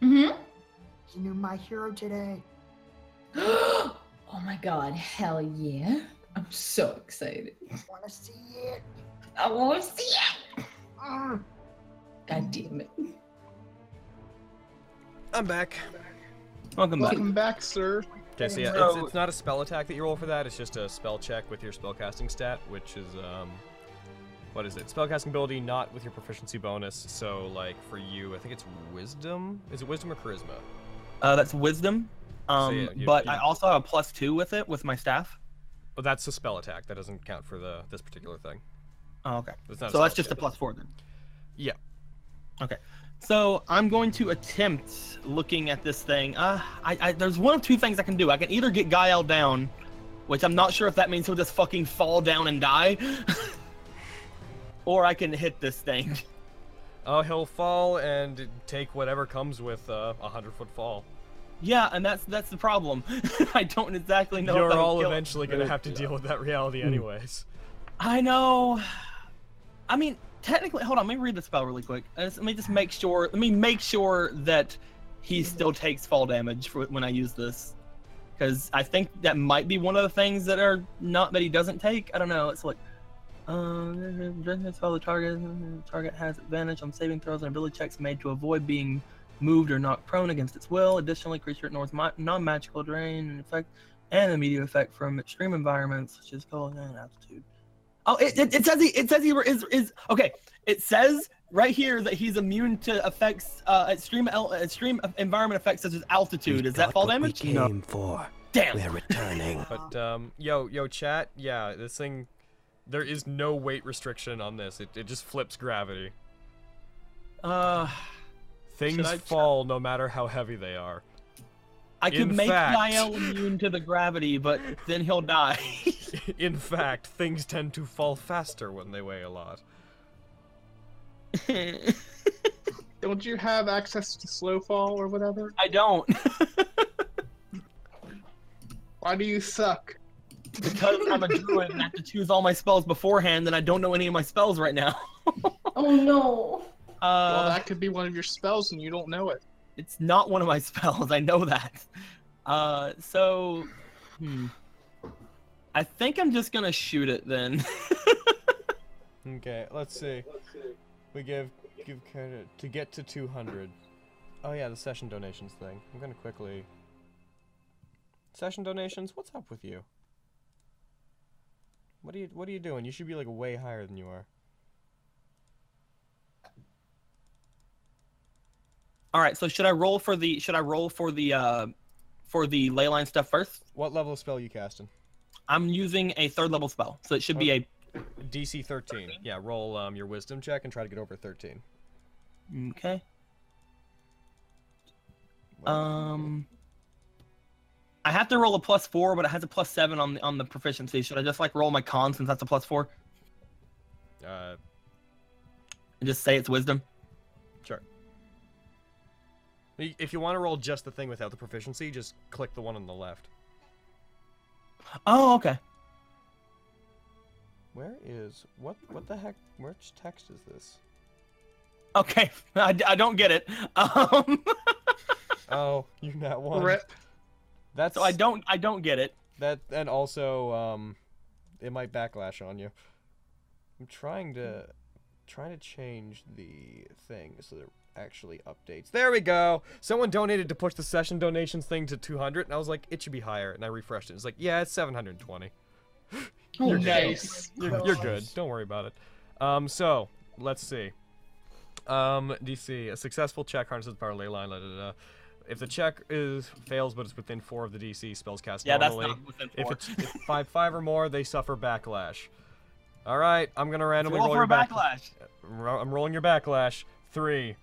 Speaker 7: Mm-hmm.
Speaker 10: You knew my hero today.
Speaker 7: oh my god, hell yeah. I'm so excited.
Speaker 10: Wanna see it?
Speaker 7: I want to see it.
Speaker 10: Mm.
Speaker 7: God damn it.
Speaker 2: I'm back.
Speaker 9: Welcome
Speaker 2: back.
Speaker 6: Welcome back, sir.
Speaker 2: Okay, so yeah,
Speaker 6: So-
Speaker 2: it's, it's not a spell attack that you roll for that. It's just a spell check with your spellcasting stat, which is um, what is it? Spellcasting ability, not with your proficiency bonus. So like for you, I think it's wisdom. Is it wisdom or charisma?
Speaker 9: Uh, that's wisdom. Um,
Speaker 2: yeah, you-
Speaker 9: but
Speaker 2: you-
Speaker 9: I also have a plus two with it with my staff.
Speaker 2: But that's a spell attack. That doesn't count for the this particular thing.
Speaker 9: Oh, okay.
Speaker 2: It's not a
Speaker 9: so that's
Speaker 2: spell
Speaker 9: just a
Speaker 2: check.
Speaker 9: plus four then.
Speaker 2: Yeah.
Speaker 9: Okay. So I'm going to attempt looking at this thing. Uh, I, I there's one of two things I can do. I can either get Gael down, which I'm not sure if that means he'll just fucking fall down and die, or I can hit this thing.
Speaker 2: Oh, he'll fall and take whatever comes with uh, a hundred foot fall.
Speaker 9: Yeah, and that's that's the problem. I don't exactly know. if
Speaker 2: You're
Speaker 9: that'll
Speaker 2: all
Speaker 9: kill him.
Speaker 2: eventually gonna have to deal with that reality,
Speaker 9: Hmm.
Speaker 2: anyways.
Speaker 9: I know. I mean, technically, hold on. Let me read the spell really quick. Uh, Let me just make sure. Let me make sure that he still takes fall damage for when I use this, because I think that might be one of the things that are not that he doesn't take. I don't know. It's like, um, spell the target. Target has advantage on saving throws and ability checks made to avoid being moved or knocked prone against its will. Additionally, creature ignores mi- non-magical drain and effect and immediate effect from extreme environments such as cold and altitude. Oh, it, it, it says he it says he is is okay. It says right here that he's immune to effects uh, extreme el- extreme environment effects such as altitude. Is that fall damage?
Speaker 2: for.
Speaker 9: Damn.
Speaker 2: We're returning. but um, yo, yo, chat. Yeah, this thing. There is no weight restriction on this. It, it just flips gravity.
Speaker 9: Uh,
Speaker 2: Things
Speaker 9: should I-
Speaker 2: fall no matter how heavy they are.
Speaker 9: I can
Speaker 2: In
Speaker 9: make
Speaker 2: fact-
Speaker 9: Niall immune to the gravity, but then he'll die.
Speaker 2: In fact, things tend to fall faster when they weigh a lot.
Speaker 6: Don't you have access to slow fall or whatever?
Speaker 9: I don't.
Speaker 6: Why do you suck?
Speaker 9: because I'm a druid and I have to choose all my spells beforehand, and I don't know any of my spells right now.
Speaker 7: Oh no.
Speaker 9: Uh,
Speaker 6: well, that could be one of your spells and you don't know it.
Speaker 9: It's not one of my spells. I know that. Uh, so, hmm. I think I'm just gonna shoot it then.
Speaker 2: Okay, let's see. We give give credit to get to 200. Oh yeah, the session donations thing. I'm gonna quickly. Session donations. What's up with you? What are you What are you doing? You should be like way higher than you are.
Speaker 9: All right. So should I roll for the? Should I roll for the? Uh, for the ley line stuff first?
Speaker 2: What level of spell you casting?
Speaker 9: I'm using a third level spell, so it should
Speaker 2: Oh.
Speaker 9: be a.
Speaker 2: DC 13. Yeah, roll um, your wisdom check and try to get over 13.
Speaker 9: Okay. Um. I have to roll a plus four, but it has a plus seven on the on the proficiency. Should I just like roll my con since that's a plus four
Speaker 2: Uh,
Speaker 9: and just say it's wisdom?
Speaker 2: sure. I- If you want to roll just the thing without the proficiency, just click the one on the left.
Speaker 9: Oh, okay.
Speaker 2: Where is what? What the heck? Which text is this?
Speaker 9: Okay, I, I don't get it. Um,
Speaker 2: Oh, you not one.
Speaker 9: Rip.
Speaker 2: That's
Speaker 9: so I don't I don't get it.
Speaker 2: that, and also um, it might backlash on you. I'm trying to trying to change the thing so that it actually updates. There we go. Someone donated to push the session donations thing to 200, and I was like, it should be higher, and I refreshed it. It's like, yeah, it's 720.
Speaker 6: Oh,
Speaker 2: You're good.
Speaker 6: nice.
Speaker 2: You're, you're good. Don't worry about it. Um, so let's see. Um, DC, a successful check harnesses the power of ley line. La, da, da, da. If the check is fails, but it's within four of the DC, spells cast
Speaker 9: Yeah, that's
Speaker 2: normally.
Speaker 9: not within
Speaker 2: If
Speaker 9: four.
Speaker 2: it's if five five or more, they suffer backlash. All right, I'm gonna randomly
Speaker 9: Roll
Speaker 2: roll
Speaker 9: for
Speaker 2: your
Speaker 9: a
Speaker 2: back-
Speaker 9: backlash.
Speaker 2: Ro- I'm rolling your backlash. Three.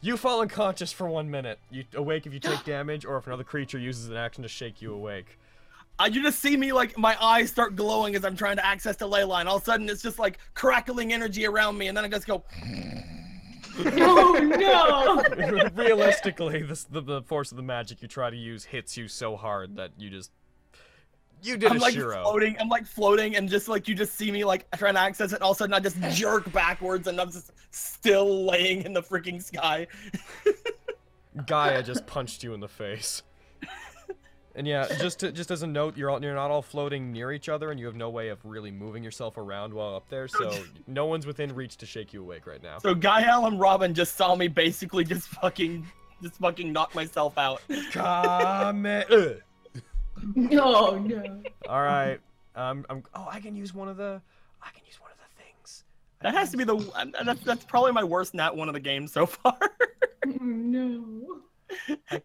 Speaker 2: You fall unconscious for one minute. You awake if you take damage, or if another creature uses an action to shake you awake.
Speaker 9: Uh, you just see me like my eyes start glowing as I'm trying to access the ley line. All of a sudden, it's just like crackling energy around me, and then I just go.
Speaker 2: oh no! Realistically, this, the the force of the magic you try to use hits you so hard that you just you did
Speaker 9: I'm
Speaker 2: a
Speaker 9: like
Speaker 2: shiro.
Speaker 9: floating. I'm like floating, and just like you just see me like trying to access it. and All of a sudden, I just jerk backwards, and I'm just still laying in the freaking sky.
Speaker 2: Gaia just punched you in the face. And yeah, just to, just as a note, you're all, you're not all floating near each other, and you have no way of really moving yourself around while up there, so no one's within reach to shake you awake right now.
Speaker 9: So Gael and Robin just saw me basically just fucking, just fucking knock myself out.
Speaker 2: Comment. Ugh.
Speaker 7: No, no.
Speaker 2: all right, um, I'm. Oh, I can use one of the. I can use one of the things.
Speaker 9: That has to be the. um, That's, that's probably my worst nat one of the game so far.
Speaker 7: Oh, no.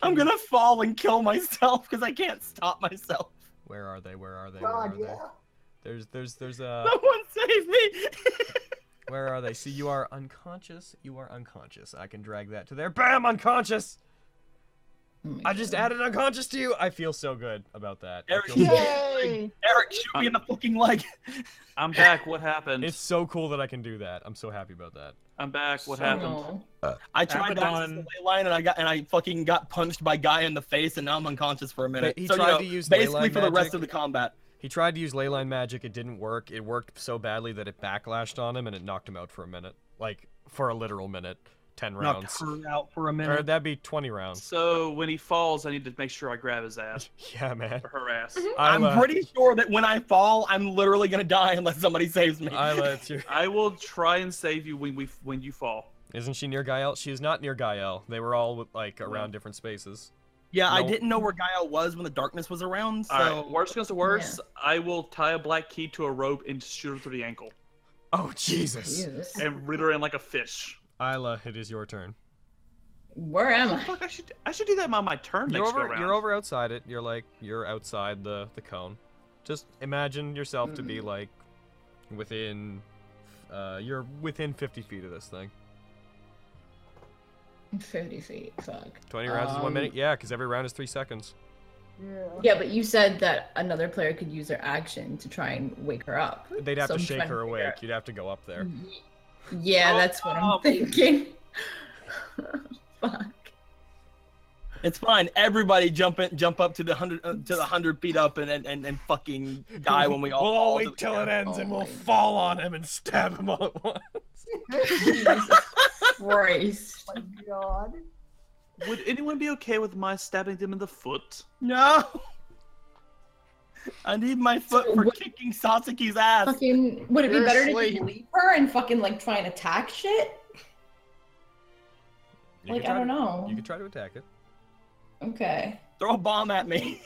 Speaker 9: I'm gonna fall and kill myself because I can't stop myself.
Speaker 2: Where are they? Where are they? Where
Speaker 9: God,
Speaker 2: are
Speaker 9: yeah.
Speaker 2: they? There's there's there's a.
Speaker 9: Someone save me!
Speaker 2: Where are they? See, you are unconscious. You are unconscious. I can drag that to there. Bam! Unconscious. I just added unconscious to you. I feel so good about that. I
Speaker 5: Eric,
Speaker 2: feel so-
Speaker 9: Eric, shoot me in the fucking leg.
Speaker 5: I'm back. What happened?
Speaker 2: It's so cool that I can do that. I'm so happy about that. Uh,
Speaker 5: I'm back. What happened?
Speaker 9: I tried to access the ley line and I got and I fucking got punched by guy in the face and now I'm unconscious for a minute.
Speaker 2: But he
Speaker 9: So, you
Speaker 2: tried
Speaker 9: know,
Speaker 2: to use ley
Speaker 9: basically
Speaker 2: line
Speaker 9: for the rest
Speaker 2: magic.
Speaker 9: of the combat.
Speaker 2: He tried to use ley line magic. It didn't work. It worked so badly that it backlashed on him and it knocked him out for a minute. Like for a literal minute, ten rounds.
Speaker 9: her out for a
Speaker 2: Or
Speaker 5: minute.
Speaker 2: that'd be twenty rounds.
Speaker 5: So when he falls, I need to make sure I grab his ass.
Speaker 2: Yeah, man.
Speaker 5: Or her ass.
Speaker 7: Mm-hmm.
Speaker 9: I'm
Speaker 5: uh,
Speaker 9: pretty sure that when I fall, I'm literally gonna die unless somebody saves me.
Speaker 5: I will try and save you when we when you fall.
Speaker 2: Isn't she near Gael? She is not near Gael. They were all like around different spaces.
Speaker 9: Yeah, I
Speaker 2: No-
Speaker 9: didn't know where Gaia was when the darkness was around, so
Speaker 5: All right. Worst comes to worst, I will tie a black key to a rope and shoot her through the ankle.
Speaker 2: Oh Jesus!
Speaker 7: Jesus.
Speaker 5: And rid her in like a fish.
Speaker 2: Isla, it is your turn.
Speaker 7: Where am I?
Speaker 5: Fuck, I should I should do that on my turn
Speaker 2: You're
Speaker 5: next go
Speaker 2: over,
Speaker 5: round.
Speaker 2: you're over outside it. You're like you're outside the the cone. Just imagine yourself to be like within. Uh, you're within 50 feet of this thing.
Speaker 7: 50 feet. Fuck.
Speaker 2: 20 rounds is one
Speaker 7: Um,
Speaker 2: minute. Yeah, because every round is three seconds.
Speaker 7: Yeah, but you said that another player could use their action to try and wake her up.
Speaker 2: They'd have
Speaker 7: So
Speaker 2: to
Speaker 7: I'm
Speaker 2: shake
Speaker 7: trying
Speaker 2: her
Speaker 7: figure
Speaker 2: awake. You'd have to go up there.
Speaker 7: out-
Speaker 6: Oh,
Speaker 7: Yeah, that's what I'm thinking.
Speaker 9: it's fine. Everybody jump in, jump up to the hundred uh, to the hundred feet up and and, and and fucking die when we all.
Speaker 2: We'll all
Speaker 9: fall
Speaker 2: wait
Speaker 9: to the
Speaker 2: till
Speaker 9: ground.
Speaker 2: it ends and we'll fall on him and stab him all at once.
Speaker 7: Christ.
Speaker 10: Oh my god.
Speaker 5: Would anyone be okay with my stabbing them in the foot?
Speaker 9: No. I need my foot for kicking Sasaki's ass.
Speaker 7: Fucking, Would it be better to just leave her and fucking like try and attack shit?
Speaker 2: You
Speaker 7: Like,
Speaker 2: could try
Speaker 7: I don't
Speaker 2: to-
Speaker 7: know.
Speaker 2: You could try to attack it.
Speaker 7: Okay.
Speaker 9: Throw a bomb at me.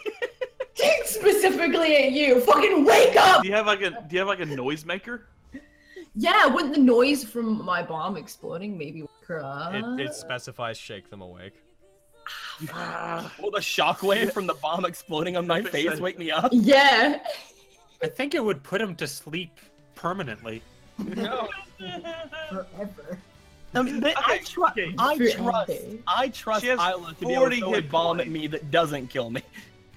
Speaker 7: Specifically at you. Fucking wake up!
Speaker 5: Do you have like a Do you have like a noisemaker?
Speaker 7: Yeah, wouldn't the noise from my bomb exploding maybe wake her up?
Speaker 2: It, it specifies shake them awake.
Speaker 7: Ah.
Speaker 9: Will the shockwave from the bomb exploding on my face wake me up?
Speaker 7: Yeah.
Speaker 3: I think it would put him to sleep permanently.
Speaker 9: No.
Speaker 10: Forever.
Speaker 9: Um, they- I, tru- I trust. I trust
Speaker 5: She has
Speaker 9: Isla to be able to
Speaker 5: 40
Speaker 9: throw a
Speaker 5: hit
Speaker 9: bomb at me that doesn't kill me.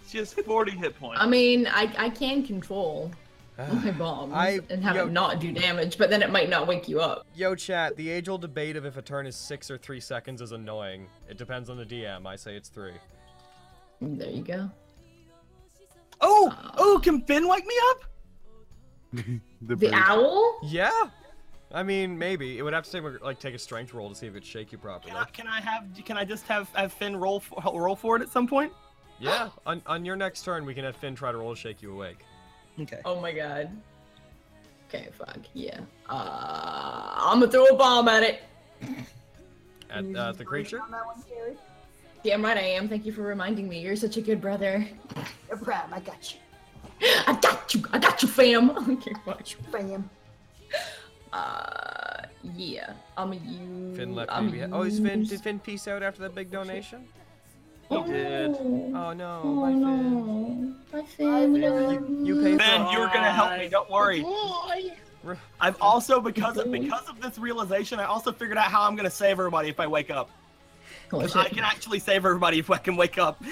Speaker 5: She has 40 hit points.
Speaker 7: I mean, I, I can control my bombs and have
Speaker 2: yo-
Speaker 7: it not do damage, but then it might not wake you up.
Speaker 2: Yo, chat, the age old debate of if a turn is six or three seconds is annoying. It depends on the DM. I say it's three.
Speaker 7: There you go.
Speaker 9: Oh, oh, can Finn wake me up?
Speaker 4: The,
Speaker 7: owl?
Speaker 2: Yeah. I mean, maybe it would have to take, like take a strength roll to see if it shake you properly.
Speaker 9: Can I have? Can I just have, have Finn roll for, roll for it at some point?
Speaker 2: Yeah. On, on your next turn, we can have Finn try to roll to shake you awake.
Speaker 9: Okay.
Speaker 7: Oh my god. Okay, fuck. Yeah. Uh, I'm gonna throw a bomb at it.
Speaker 2: At uh, the creature?
Speaker 10: On that one, Carrie?
Speaker 7: Damn right I am. Thank you for reminding me. You're such a good brother.
Speaker 10: No problem. I got you.
Speaker 7: I got you. I got you, fam. Okay, watch.
Speaker 10: Fam.
Speaker 7: Uh, yeah. I'm a you.
Speaker 2: Finn left
Speaker 7: I'm
Speaker 2: me behi-
Speaker 12: Oh, is Finn, did
Speaker 7: use-
Speaker 12: Finn peace out after the big donation?
Speaker 7: Oh,
Speaker 12: Oh no.
Speaker 7: Oh,
Speaker 12: my
Speaker 7: no. Bye, Finn. We never-
Speaker 12: You, you pay for
Speaker 9: Ben, you were gonna help me. Don't worry.
Speaker 7: Boy.
Speaker 9: I've also because of because of this realization, I also figured out how I'm gonna save everybody if I wake up. 'Cause I can actually save everybody if I can wake up.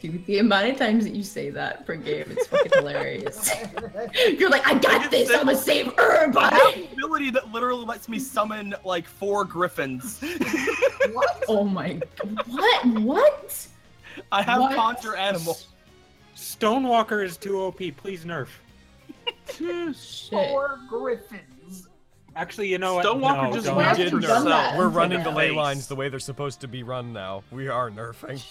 Speaker 7: Dude, the amount of times that you say that per game, it's fucking hilarious. You're like, I got this. I'm gonna save everybody.
Speaker 9: I have an ability that literally lets me summon like four griffins.
Speaker 7: what? Oh my. What? What?
Speaker 9: I have
Speaker 7: What?
Speaker 9: conjure animal.
Speaker 3: Stonewalker is too OP. Please nerf.
Speaker 10: Four griffins.
Speaker 3: Actually, you know what?
Speaker 2: Stonewalker
Speaker 3: No,
Speaker 2: just
Speaker 3: don't.
Speaker 2: we
Speaker 3: nerf.
Speaker 2: did nerf. We're running the ley lines the way they're supposed to be run now. We are nerfing.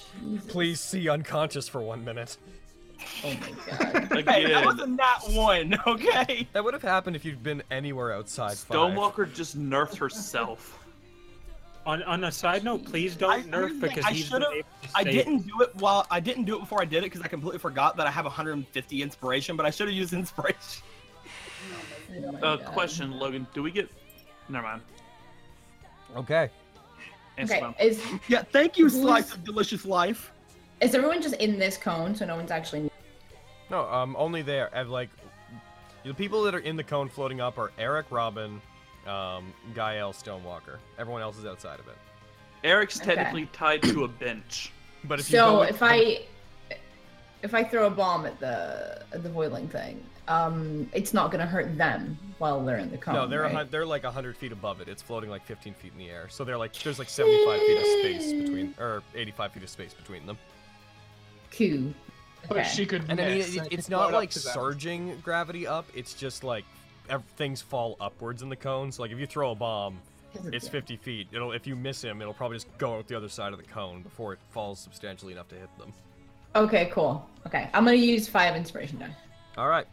Speaker 2: Please see unconscious for one minute.
Speaker 7: Oh my
Speaker 9: Hey, that was a nat one, okay?
Speaker 2: That would have happened if you'd been anywhere outside. Five.
Speaker 5: Stonewalker just nerfed herself.
Speaker 3: On, on a side note, please don't nerf
Speaker 9: Like,
Speaker 3: because
Speaker 9: I
Speaker 3: he's
Speaker 9: should have. I didn't do it while I didn't do it before I did it because I completely forgot that I have 150 inspiration, but I should have used inspiration.
Speaker 5: Uh, question, Logan. Do we get? Never mind.
Speaker 2: Okay.
Speaker 7: Okay.
Speaker 5: Instagram.
Speaker 7: Is
Speaker 9: yeah. Thank you, slice of delicious life.
Speaker 7: Is everyone just in this cone so no one's actually?
Speaker 2: No, um, only there. I've like, the people that are in the cone floating up are Eric, Robin, um, Gael, Stonewalker. Everyone else is outside of it.
Speaker 5: Eric's
Speaker 7: Okay.
Speaker 5: technically tied to a bench.
Speaker 2: But if you
Speaker 7: so
Speaker 2: go with-
Speaker 7: if I if I throw a bomb at the at the boiling thing, um, it's not gonna hurt them while they're in the cone.
Speaker 2: no, they're a
Speaker 7: right?
Speaker 2: hun- they're like hundred feet above it. It's floating like fifteen feet in the air. So they're like there's like seventy-five feet of space between, or eighty-five feet of space between them.
Speaker 7: Cool.
Speaker 6: But Okay. she could
Speaker 2: And I mean,
Speaker 6: miss,
Speaker 2: it,
Speaker 6: and
Speaker 2: it's
Speaker 6: float
Speaker 2: not
Speaker 6: up
Speaker 2: like
Speaker 6: to them.
Speaker 2: surging gravity up. It's just like ev- things fall upwards in the cone. So like if you throw a bomb,
Speaker 7: Doesn't
Speaker 2: it's
Speaker 7: do it.
Speaker 2: fifty feet. It'll if you miss him, it'll probably just go out the other side of the cone before it falls substantially enough to hit them.
Speaker 7: Okay, cool. Okay, I'm gonna use five inspiration die.
Speaker 2: All right,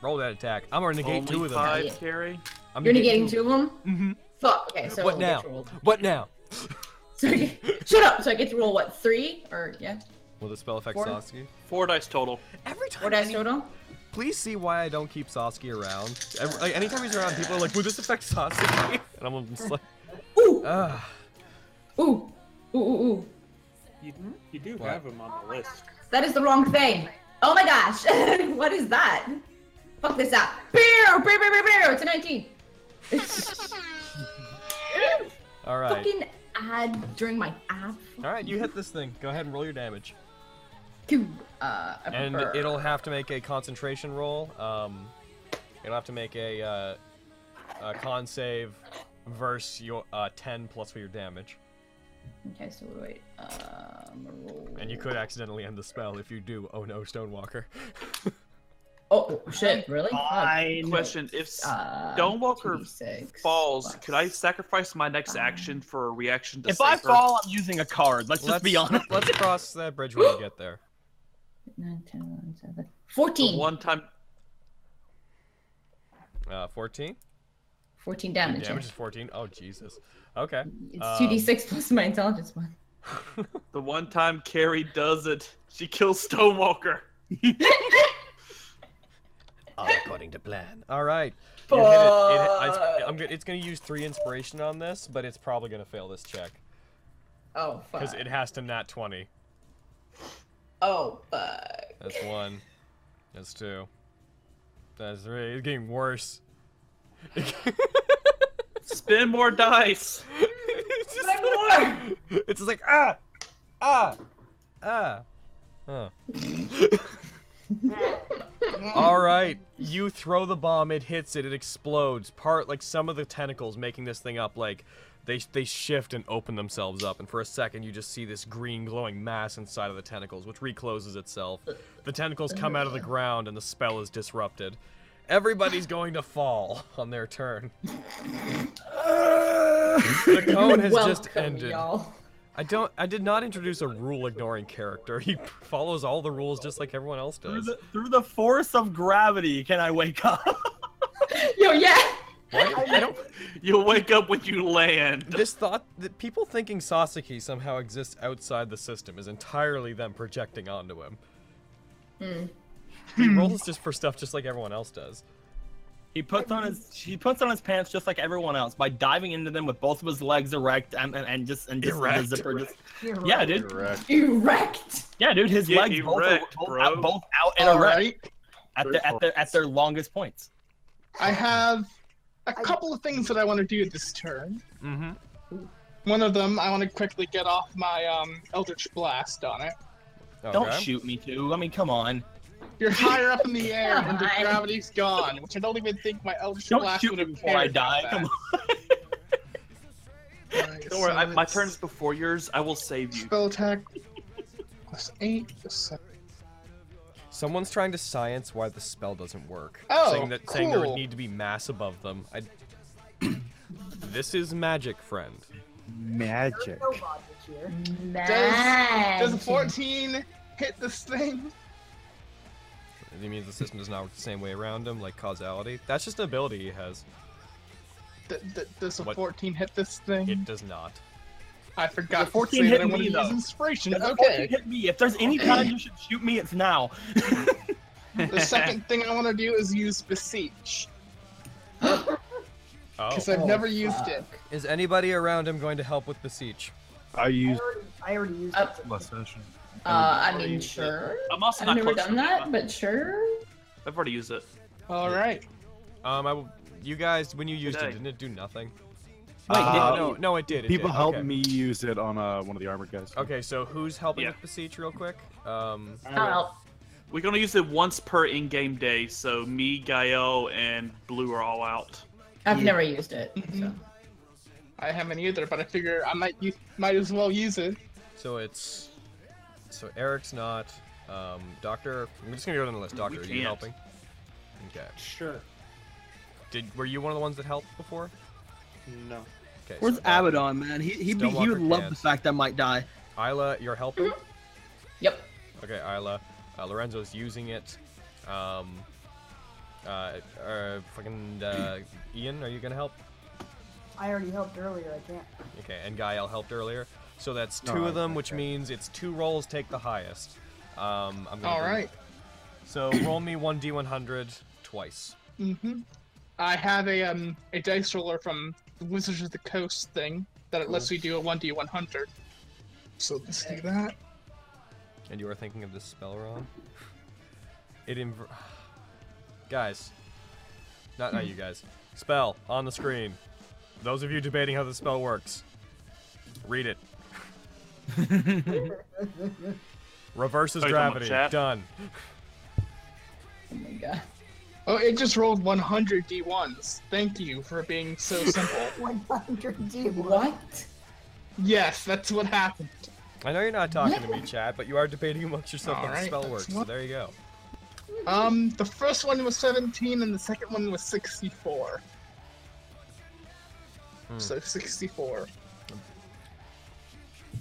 Speaker 2: roll that attack. I'm gonna negate
Speaker 5: Only
Speaker 2: two of them.
Speaker 5: five, Carrie.
Speaker 2: I'm
Speaker 7: You're
Speaker 2: negating
Speaker 7: negating two of them. Mm-hmm. Fuck. Okay, so
Speaker 2: What
Speaker 7: I
Speaker 2: now?
Speaker 7: get to roll-
Speaker 2: What now?
Speaker 7: So I get- shut up. So I get to roll what three or yeah?
Speaker 2: Will the spell affect
Speaker 7: Four.
Speaker 2: Sasuke?
Speaker 5: Four dice total.
Speaker 2: Every
Speaker 7: Four dice total.
Speaker 2: Please see why I don't keep Sasuke around. Every, like, anytime he's around, people are like, "Will this affect Sasuke?" And I'm just like, "Uh,
Speaker 7: "Ooh,
Speaker 2: Ah.
Speaker 3: Ooh,
Speaker 7: ooh, ooh, ooh.
Speaker 3: You, you do have him on the list.
Speaker 7: That is the wrong thing. Oh my gosh. what is that? Fuck this up. Pew, pew, pew, pew, pew. It's a 19.
Speaker 2: "All right,
Speaker 7: Fucking ad during my app.
Speaker 2: all right, you hit this thing. Go ahead and roll your damage."
Speaker 7: Dude, uh, I
Speaker 2: and
Speaker 7: prefer-
Speaker 2: it'll have to make a concentration roll. Um, it'll have to make a, uh, a con save versus your uh, 10 plus for your damage.
Speaker 7: Okay, so wait. Um, roll.
Speaker 2: And you could accidentally end the spell if you do. Oh no, Stonewalker.
Speaker 7: Oh shit! Really? Fuck.
Speaker 5: Question: If
Speaker 7: Uh,
Speaker 5: Stonewalker falls, could I sacrifice my next action for a reaction to?
Speaker 9: Um, If I
Speaker 5: Cypher?
Speaker 9: fall, I'm using a card. Let's, just be honest.
Speaker 2: Let's cross that bridge when we get there.
Speaker 7: Nine, ten, eleven, seven.
Speaker 5: The
Speaker 7: 14.
Speaker 5: One time.
Speaker 2: Uh, 14?
Speaker 7: 14
Speaker 2: Your
Speaker 7: damage.
Speaker 2: Damage is 14? Oh, Jesus. Okay. Um,
Speaker 7: It's 2d6 plus my intelligence one.
Speaker 5: The one time Carrie does it, she kills Stonewalker.
Speaker 12: All according to plan.
Speaker 2: All right. You hit it. It- I- I'm gonna- it's going to use 3 inspiration on this, but it's probably going to fail this check.
Speaker 7: Oh, fuck.
Speaker 2: Because it has to nat 20.
Speaker 7: Oh, fuck.
Speaker 2: That's one. That's two. That's three. It's getting worse.
Speaker 5: Spin more dice.
Speaker 2: it's just It's just like ah, ah, ah. Huh. All right, you throw the bomb. It hits it. It explodes. Part like some of the tentacles making this thing up like. They, they shift and open themselves up, and for a second you just see this green glowing mass inside of the tentacles, which recloses itself. The tentacles come out of the ground, and the spell is disrupted. Everybody's going to fall on their turn. The cone has just
Speaker 7: Welcome,
Speaker 2: ended.
Speaker 7: y'all.
Speaker 2: I don't. I did not introduce a rule-ignoring character. He follows all the rules just like everyone else does.
Speaker 9: Through the force of gravity, can I wake up?
Speaker 7: Yo, yeah.
Speaker 2: Why- I don't-
Speaker 5: You'll wake up when you land.
Speaker 2: This thought that people thinking Sasaki somehow exists outside the system is entirely them projecting onto him.
Speaker 6: Hmm.
Speaker 2: He rolls just for stuff just like everyone else does.
Speaker 9: He puts on his he puts on his pants just like everyone else by diving into them with both of his legs erect and and, and just and just and
Speaker 2: Erect.
Speaker 9: the zipper just
Speaker 10: Erect.
Speaker 9: yeah dude
Speaker 10: Erect.
Speaker 7: erect
Speaker 9: yeah dude his
Speaker 5: Yeah,
Speaker 9: legs both,
Speaker 5: erect,
Speaker 9: both,
Speaker 5: bro.
Speaker 9: out, both out and
Speaker 6: All
Speaker 9: erect
Speaker 6: right.
Speaker 9: at their at their at their longest points.
Speaker 6: I have a couple of things that I want to do this turn.
Speaker 2: Mm-hmm.
Speaker 6: One of them, I want to quickly get off my um, Eldritch Blast on it.
Speaker 5: Oh,
Speaker 9: Don't
Speaker 6: Okay.
Speaker 9: shoot me too. I mean come on.
Speaker 6: You're higher up in the air and the
Speaker 9: God.
Speaker 6: gravity's gone, which I don't even think my Eldritch
Speaker 9: Don't
Speaker 6: Blast
Speaker 9: shoot
Speaker 6: would
Speaker 9: me
Speaker 6: have
Speaker 9: before I
Speaker 6: cared about
Speaker 9: die,
Speaker 6: that.
Speaker 9: come
Speaker 5: Don't worry, I, my turn's before yours. I will save you.
Speaker 6: Spell attack plus eight. Plus
Speaker 2: Someone's trying to science why the spell doesn't work.
Speaker 6: Oh,
Speaker 2: saying that saying there would
Speaker 6: cool.
Speaker 2: need to be mass above them. I... this is magic, friend.
Speaker 4: Magic.
Speaker 10: No logic here.
Speaker 6: Does, does a 14 hit this thing?
Speaker 2: It means the system does not work the same way around him, like causality. That's just an ability he has.
Speaker 6: D- d- does a
Speaker 2: What?
Speaker 6: 14 hit this thing?
Speaker 2: It does not.
Speaker 6: I forgot.
Speaker 9: Does a 14
Speaker 6: to say
Speaker 9: hit
Speaker 6: that I wanted
Speaker 9: me,
Speaker 6: to
Speaker 9: though?
Speaker 6: Use inspiration.
Speaker 9: Does a 14
Speaker 6: okay.
Speaker 9: hit me. If there's any time you should shoot me, it's now.
Speaker 6: The second thing I want to do is use beseech.
Speaker 2: Oh.
Speaker 6: 'Cause I've Oh, never used fuck. it.
Speaker 2: Is anybody around him going to help with beseech?
Speaker 4: I used
Speaker 10: I already used
Speaker 7: Uh,
Speaker 4: last session.
Speaker 7: Uh, I mean, sure.
Speaker 5: I'm also
Speaker 7: I've
Speaker 5: not
Speaker 7: never
Speaker 5: close
Speaker 7: done
Speaker 5: to it.
Speaker 7: that, but sure.
Speaker 5: I've already used it.
Speaker 6: All right.
Speaker 2: Um, I, w- you guys, when you used
Speaker 5: Today.
Speaker 2: it, didn't it do nothing?
Speaker 4: Wait,
Speaker 2: Uh,
Speaker 4: did-
Speaker 2: no, no, it did. It
Speaker 4: People
Speaker 2: did.
Speaker 4: helped
Speaker 2: okay.
Speaker 4: me use it on uh, one of the armored guys.
Speaker 2: Okay, so who's helping with beseech real quick? Um,
Speaker 7: Oh.
Speaker 5: We're gonna use it once per in-game day. So me, Gael, and Blue are all out.
Speaker 7: I've never used it.
Speaker 6: Mm-hmm. I haven't either, but I figure I might use, might as well use it.
Speaker 2: So it's so Eric's not. Um, Doctor, I'm just gonna go down the list. Doctor, are you
Speaker 5: can't.
Speaker 2: helping? Okay.
Speaker 3: Sure.
Speaker 2: Did were you one of the ones that helped before?
Speaker 3: No.
Speaker 2: Okay.
Speaker 9: Where's
Speaker 2: so
Speaker 9: Abaddon, man? He he'd be, he
Speaker 2: Stonewalker
Speaker 9: would love
Speaker 2: can't.
Speaker 9: the fact that I Mm-hmm. might die.
Speaker 2: Isla, you're helping.
Speaker 7: Yep.
Speaker 2: Okay, Isla. Uh, Lorenzo's using it. Um, uh, uh, fucking uh, Ian, are you gonna help?
Speaker 10: I already helped earlier. I can't.
Speaker 2: Okay, and Gael helped earlier. So that's
Speaker 4: No,
Speaker 2: two of
Speaker 4: I-
Speaker 2: them, which means it's two rolls take the highest. Um, I'm gonna
Speaker 6: All
Speaker 2: do-
Speaker 6: right.
Speaker 2: So roll me one d100 twice.
Speaker 6: Mm-hmm. I have a um a dice roller from the Wizards of the Coast thing that it lets
Speaker 2: Cool.
Speaker 6: you do a one d one hundred. So let's do that.
Speaker 2: And you are thinking of this spell wrong. It inv- guys, not not
Speaker 6: Hmm.
Speaker 2: you guys. Spell on the screen. Those of you debating how the spell works, read it. Reverses
Speaker 5: Oh, you're talking
Speaker 2: gravity.
Speaker 5: about chat?
Speaker 2: Done.
Speaker 7: Oh my god.
Speaker 6: Oh, it just rolled one hundred d ones. Thank you for being so simple.
Speaker 10: 100 D.
Speaker 7: What?
Speaker 6: yes, that's what happened.
Speaker 2: I know you're not talking to me, chat, but you are debating amongst yourself how
Speaker 6: Alright,
Speaker 2: the spell
Speaker 6: that's
Speaker 2: works. So
Speaker 6: what-
Speaker 2: there you go.
Speaker 6: Um, the first one was seventeen and the second one was sixty four.
Speaker 2: Hmm.
Speaker 6: So sixty four.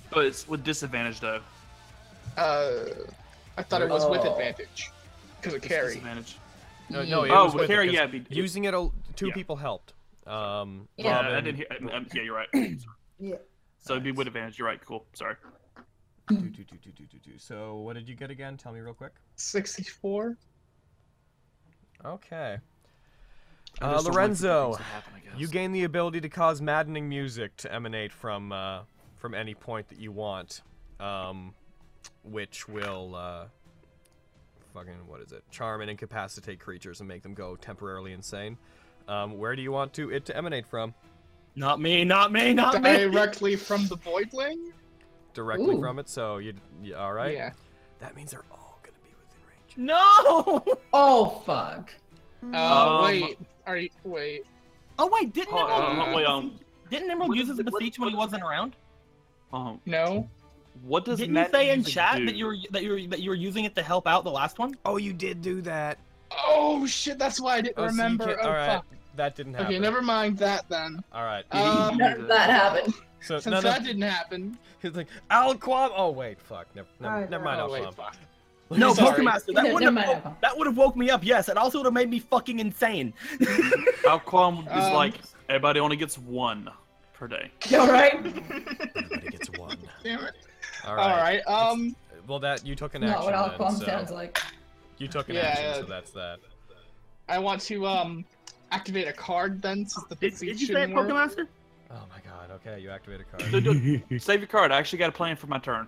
Speaker 5: But it's with disadvantage though.
Speaker 6: Uh, I thought it was with
Speaker 5: Oh.
Speaker 6: advantage because of
Speaker 5: It's
Speaker 6: carry.
Speaker 5: disadvantage.
Speaker 2: No, no, it
Speaker 5: oh,
Speaker 2: was
Speaker 5: with
Speaker 2: with it,
Speaker 5: Harry,
Speaker 2: 'cause
Speaker 5: yeah, be-
Speaker 2: using it. al- Two
Speaker 5: yeah.
Speaker 2: people helped. Um,
Speaker 5: Yeah, I
Speaker 2: Robin-
Speaker 5: didn't hear. I, I, yeah, you're right.
Speaker 10: Yeah.
Speaker 5: So it'd be with advantage. You're right. Cool. Sorry.
Speaker 2: Do, do, do, do, do, do, do. So what did you get again? Tell me real quick.
Speaker 6: Sixty four.
Speaker 2: Okay. Uh,
Speaker 5: I just don't like the
Speaker 2: Lorenzo,
Speaker 5: things that happen, I
Speaker 2: you
Speaker 5: guess.
Speaker 2: gain the ability to cause maddening music to emanate from uh, from any point that you want, um, which will uh, fucking what is it? Charm and incapacitate creatures and make them go temporarily insane. Um, where do you want to it to emanate from?
Speaker 9: Not me, not me, not me.
Speaker 6: Directly from the Voidling?
Speaker 2: Directly
Speaker 6: Ooh.
Speaker 2: from it. So you, you all right?
Speaker 6: Yeah.
Speaker 2: That means they're all gonna be
Speaker 9: No!
Speaker 7: Oh fuck.
Speaker 6: Oh,
Speaker 5: Um,
Speaker 6: wait. Are you, wait.
Speaker 9: Oh wait, didn't
Speaker 5: Hold
Speaker 9: Emerald
Speaker 5: on, hold on, wait, um,
Speaker 9: didn't Emerald use his beseech when he wasn't around?
Speaker 5: um,
Speaker 6: No.
Speaker 5: what does
Speaker 9: Didn't you say in chat
Speaker 5: do?
Speaker 9: that you were that you were that you were using it to help out the last one?
Speaker 2: Oh, you did do that.
Speaker 6: Oh shit, that's why I didn't
Speaker 2: Oh, so you
Speaker 6: remember.
Speaker 2: can't-
Speaker 6: oh
Speaker 2: all right,
Speaker 6: fuck.
Speaker 2: that didn't happen.
Speaker 6: Okay, never mind that then.
Speaker 2: All right.
Speaker 6: Um,
Speaker 7: That, that happened.
Speaker 2: So
Speaker 6: Since
Speaker 2: none
Speaker 6: that
Speaker 2: of
Speaker 6: didn't happen.
Speaker 2: He's like, Alquam. Oh wait, fuck. Never, never,
Speaker 6: Alright,
Speaker 2: never mind,
Speaker 6: alright. Oh, wait,
Speaker 2: Alquam.
Speaker 9: No,
Speaker 6: Sorry.
Speaker 9: Pokemaster,
Speaker 6: No,
Speaker 9: that wouldn't
Speaker 6: never
Speaker 9: have,
Speaker 6: mind.
Speaker 9: woke, that would have woke me up. Yes, and also would have made me fucking insane.
Speaker 5: Alquam is
Speaker 9: Um,
Speaker 5: like everybody only gets one per day.
Speaker 7: Yeah, right?
Speaker 2: Everybody gets one.
Speaker 6: Damn it.
Speaker 2: All right.
Speaker 6: Um.
Speaker 2: Well, that you took an
Speaker 6: Not
Speaker 2: action.
Speaker 6: what
Speaker 2: then,
Speaker 6: Alquam
Speaker 2: so-
Speaker 6: sounds like.
Speaker 2: You took an
Speaker 6: Yeah,
Speaker 2: action,
Speaker 6: yeah.
Speaker 2: so that's that.
Speaker 6: I want to um activate a card then, since the did,
Speaker 9: did you say it, Pokemaster?
Speaker 2: Oh my god. Okay, you activate a
Speaker 5: So
Speaker 2: card.
Speaker 5: do- Save your card. I actually got a plan for my turn.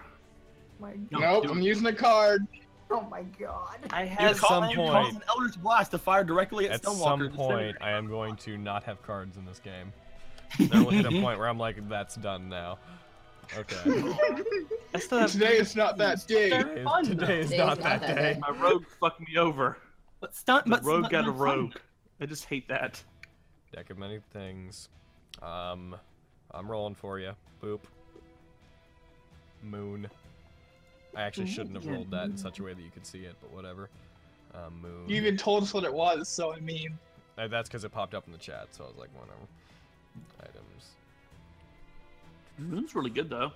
Speaker 6: Nope, I'm using a card.
Speaker 10: Oh my god.
Speaker 9: I
Speaker 2: had At some point-
Speaker 9: an Eldritch Blast to fire directly at,
Speaker 2: At
Speaker 9: Stonewalker.
Speaker 2: some point, I am going to not have cards in this game. There will hit a point where I'm like, that's done now. Okay.
Speaker 6: Today is not that day.
Speaker 2: Today is- today is not that day.
Speaker 5: My rogue fucked me over.
Speaker 9: But stunt,
Speaker 5: the
Speaker 9: but
Speaker 5: rogue
Speaker 9: stunt-
Speaker 5: got a
Speaker 9: no,
Speaker 5: rogue. I just hate that.
Speaker 2: Deck of many things. Um, I'm rolling for you. Boop. Moon. I actually shouldn't have rolled that in such a way that you could see it, but whatever. Uh, moon.
Speaker 6: You even told us what it was, so I mean,
Speaker 2: Uh, that's because it popped up in the chat, so I was like, whatever. Items.
Speaker 5: Moon's really good though.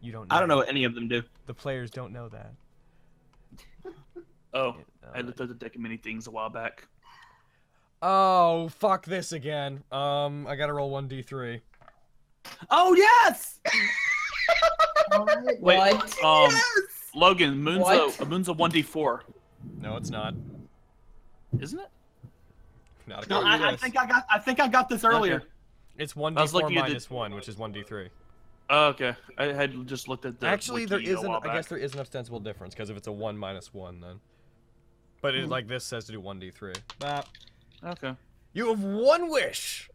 Speaker 2: You don't. Know
Speaker 9: I don't know what any of them do.
Speaker 2: The players don't know that.
Speaker 5: Oh, I looked at the deck of many things a while back.
Speaker 2: Oh, fuck this again. Um, I gotta roll one d3.
Speaker 9: Oh yes!
Speaker 5: Wait,
Speaker 7: What?
Speaker 5: um, Logan, Moon's
Speaker 2: What?
Speaker 5: a Moon's a one d four,
Speaker 2: No, it's not.
Speaker 5: isn't it?
Speaker 2: Not
Speaker 9: No,
Speaker 2: according to
Speaker 9: I, I
Speaker 2: this.
Speaker 9: think I got. I think I got this earlier.
Speaker 2: Okay. It's
Speaker 5: I
Speaker 2: 1d4
Speaker 5: was looking at the-
Speaker 2: minus 1, which is 1d3.
Speaker 5: Oh, okay, I had just looked at the.
Speaker 2: Actually, there
Speaker 5: wiki a
Speaker 2: isn't.
Speaker 5: while
Speaker 2: I guess
Speaker 5: back.
Speaker 2: there is an ostensible difference because if it's a one minus one, then. But it,
Speaker 5: Hmm.
Speaker 2: like this says to do one d three. Bap.
Speaker 5: Okay.
Speaker 2: You have one wish.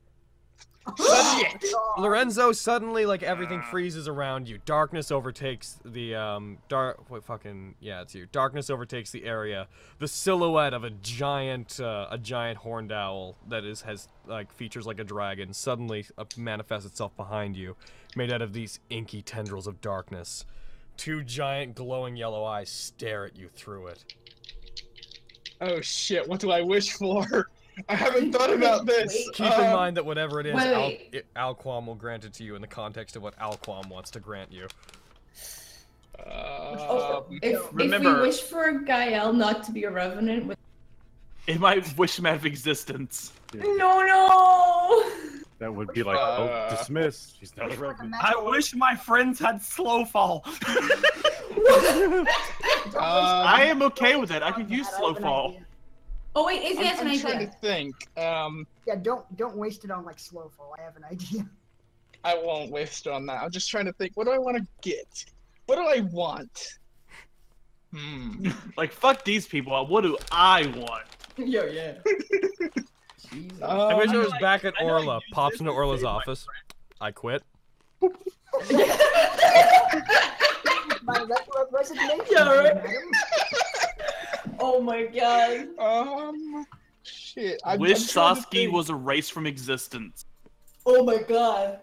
Speaker 2: Lorenzo suddenly like everything freezes around you. Darkness overtakes the um dark. What fucking yeah, it's you. Darkness overtakes the area. The silhouette of a giant uh, a giant horned owl that is has like features like a dragon suddenly uh, manifests itself behind you, made out of these inky tendrils of darkness. Two giant glowing yellow eyes stare at you through it.
Speaker 6: oh shit, what do I wish for? I haven't thought about this.
Speaker 2: Keep in
Speaker 6: Um,
Speaker 2: mind that whatever it is, Al-
Speaker 6: wait.
Speaker 2: it- Alquam will grant it to you in the context of what Alquam wants to grant you.
Speaker 7: Oh, if, if
Speaker 5: remember-
Speaker 7: we wish for Gael not to be a revenant, with...
Speaker 5: It might wish him out of existence.
Speaker 7: no, no.
Speaker 13: That would be like, oh,
Speaker 5: Uh.
Speaker 13: dismissed. He's not ready.
Speaker 9: I wish my friends had slow fall.
Speaker 5: I am okay with it. I could use slow fall.
Speaker 7: Oh wait, Izzy has an
Speaker 6: I'm trying
Speaker 7: idea.
Speaker 6: to think. Um,
Speaker 10: Yeah, don't don't waste it on like slow fall. I have an idea.
Speaker 6: I won't waste on that. I'm just trying to think. What do I want to get? What do I want? Hmm.
Speaker 5: Like fuck these people. What do I want?
Speaker 6: Yo, yeah.
Speaker 2: I wish I
Speaker 6: Um,
Speaker 2: was back at Orla. Pops into Orla's office. I quit.
Speaker 10: My re- re- resignation.
Speaker 7: Yeah, right.
Speaker 10: madam.
Speaker 7: Oh my god.
Speaker 6: Um, shit. I'm,
Speaker 5: wish
Speaker 6: I'm trying to
Speaker 5: Sasuke
Speaker 6: think.
Speaker 5: was erased from existence.
Speaker 7: Oh my god.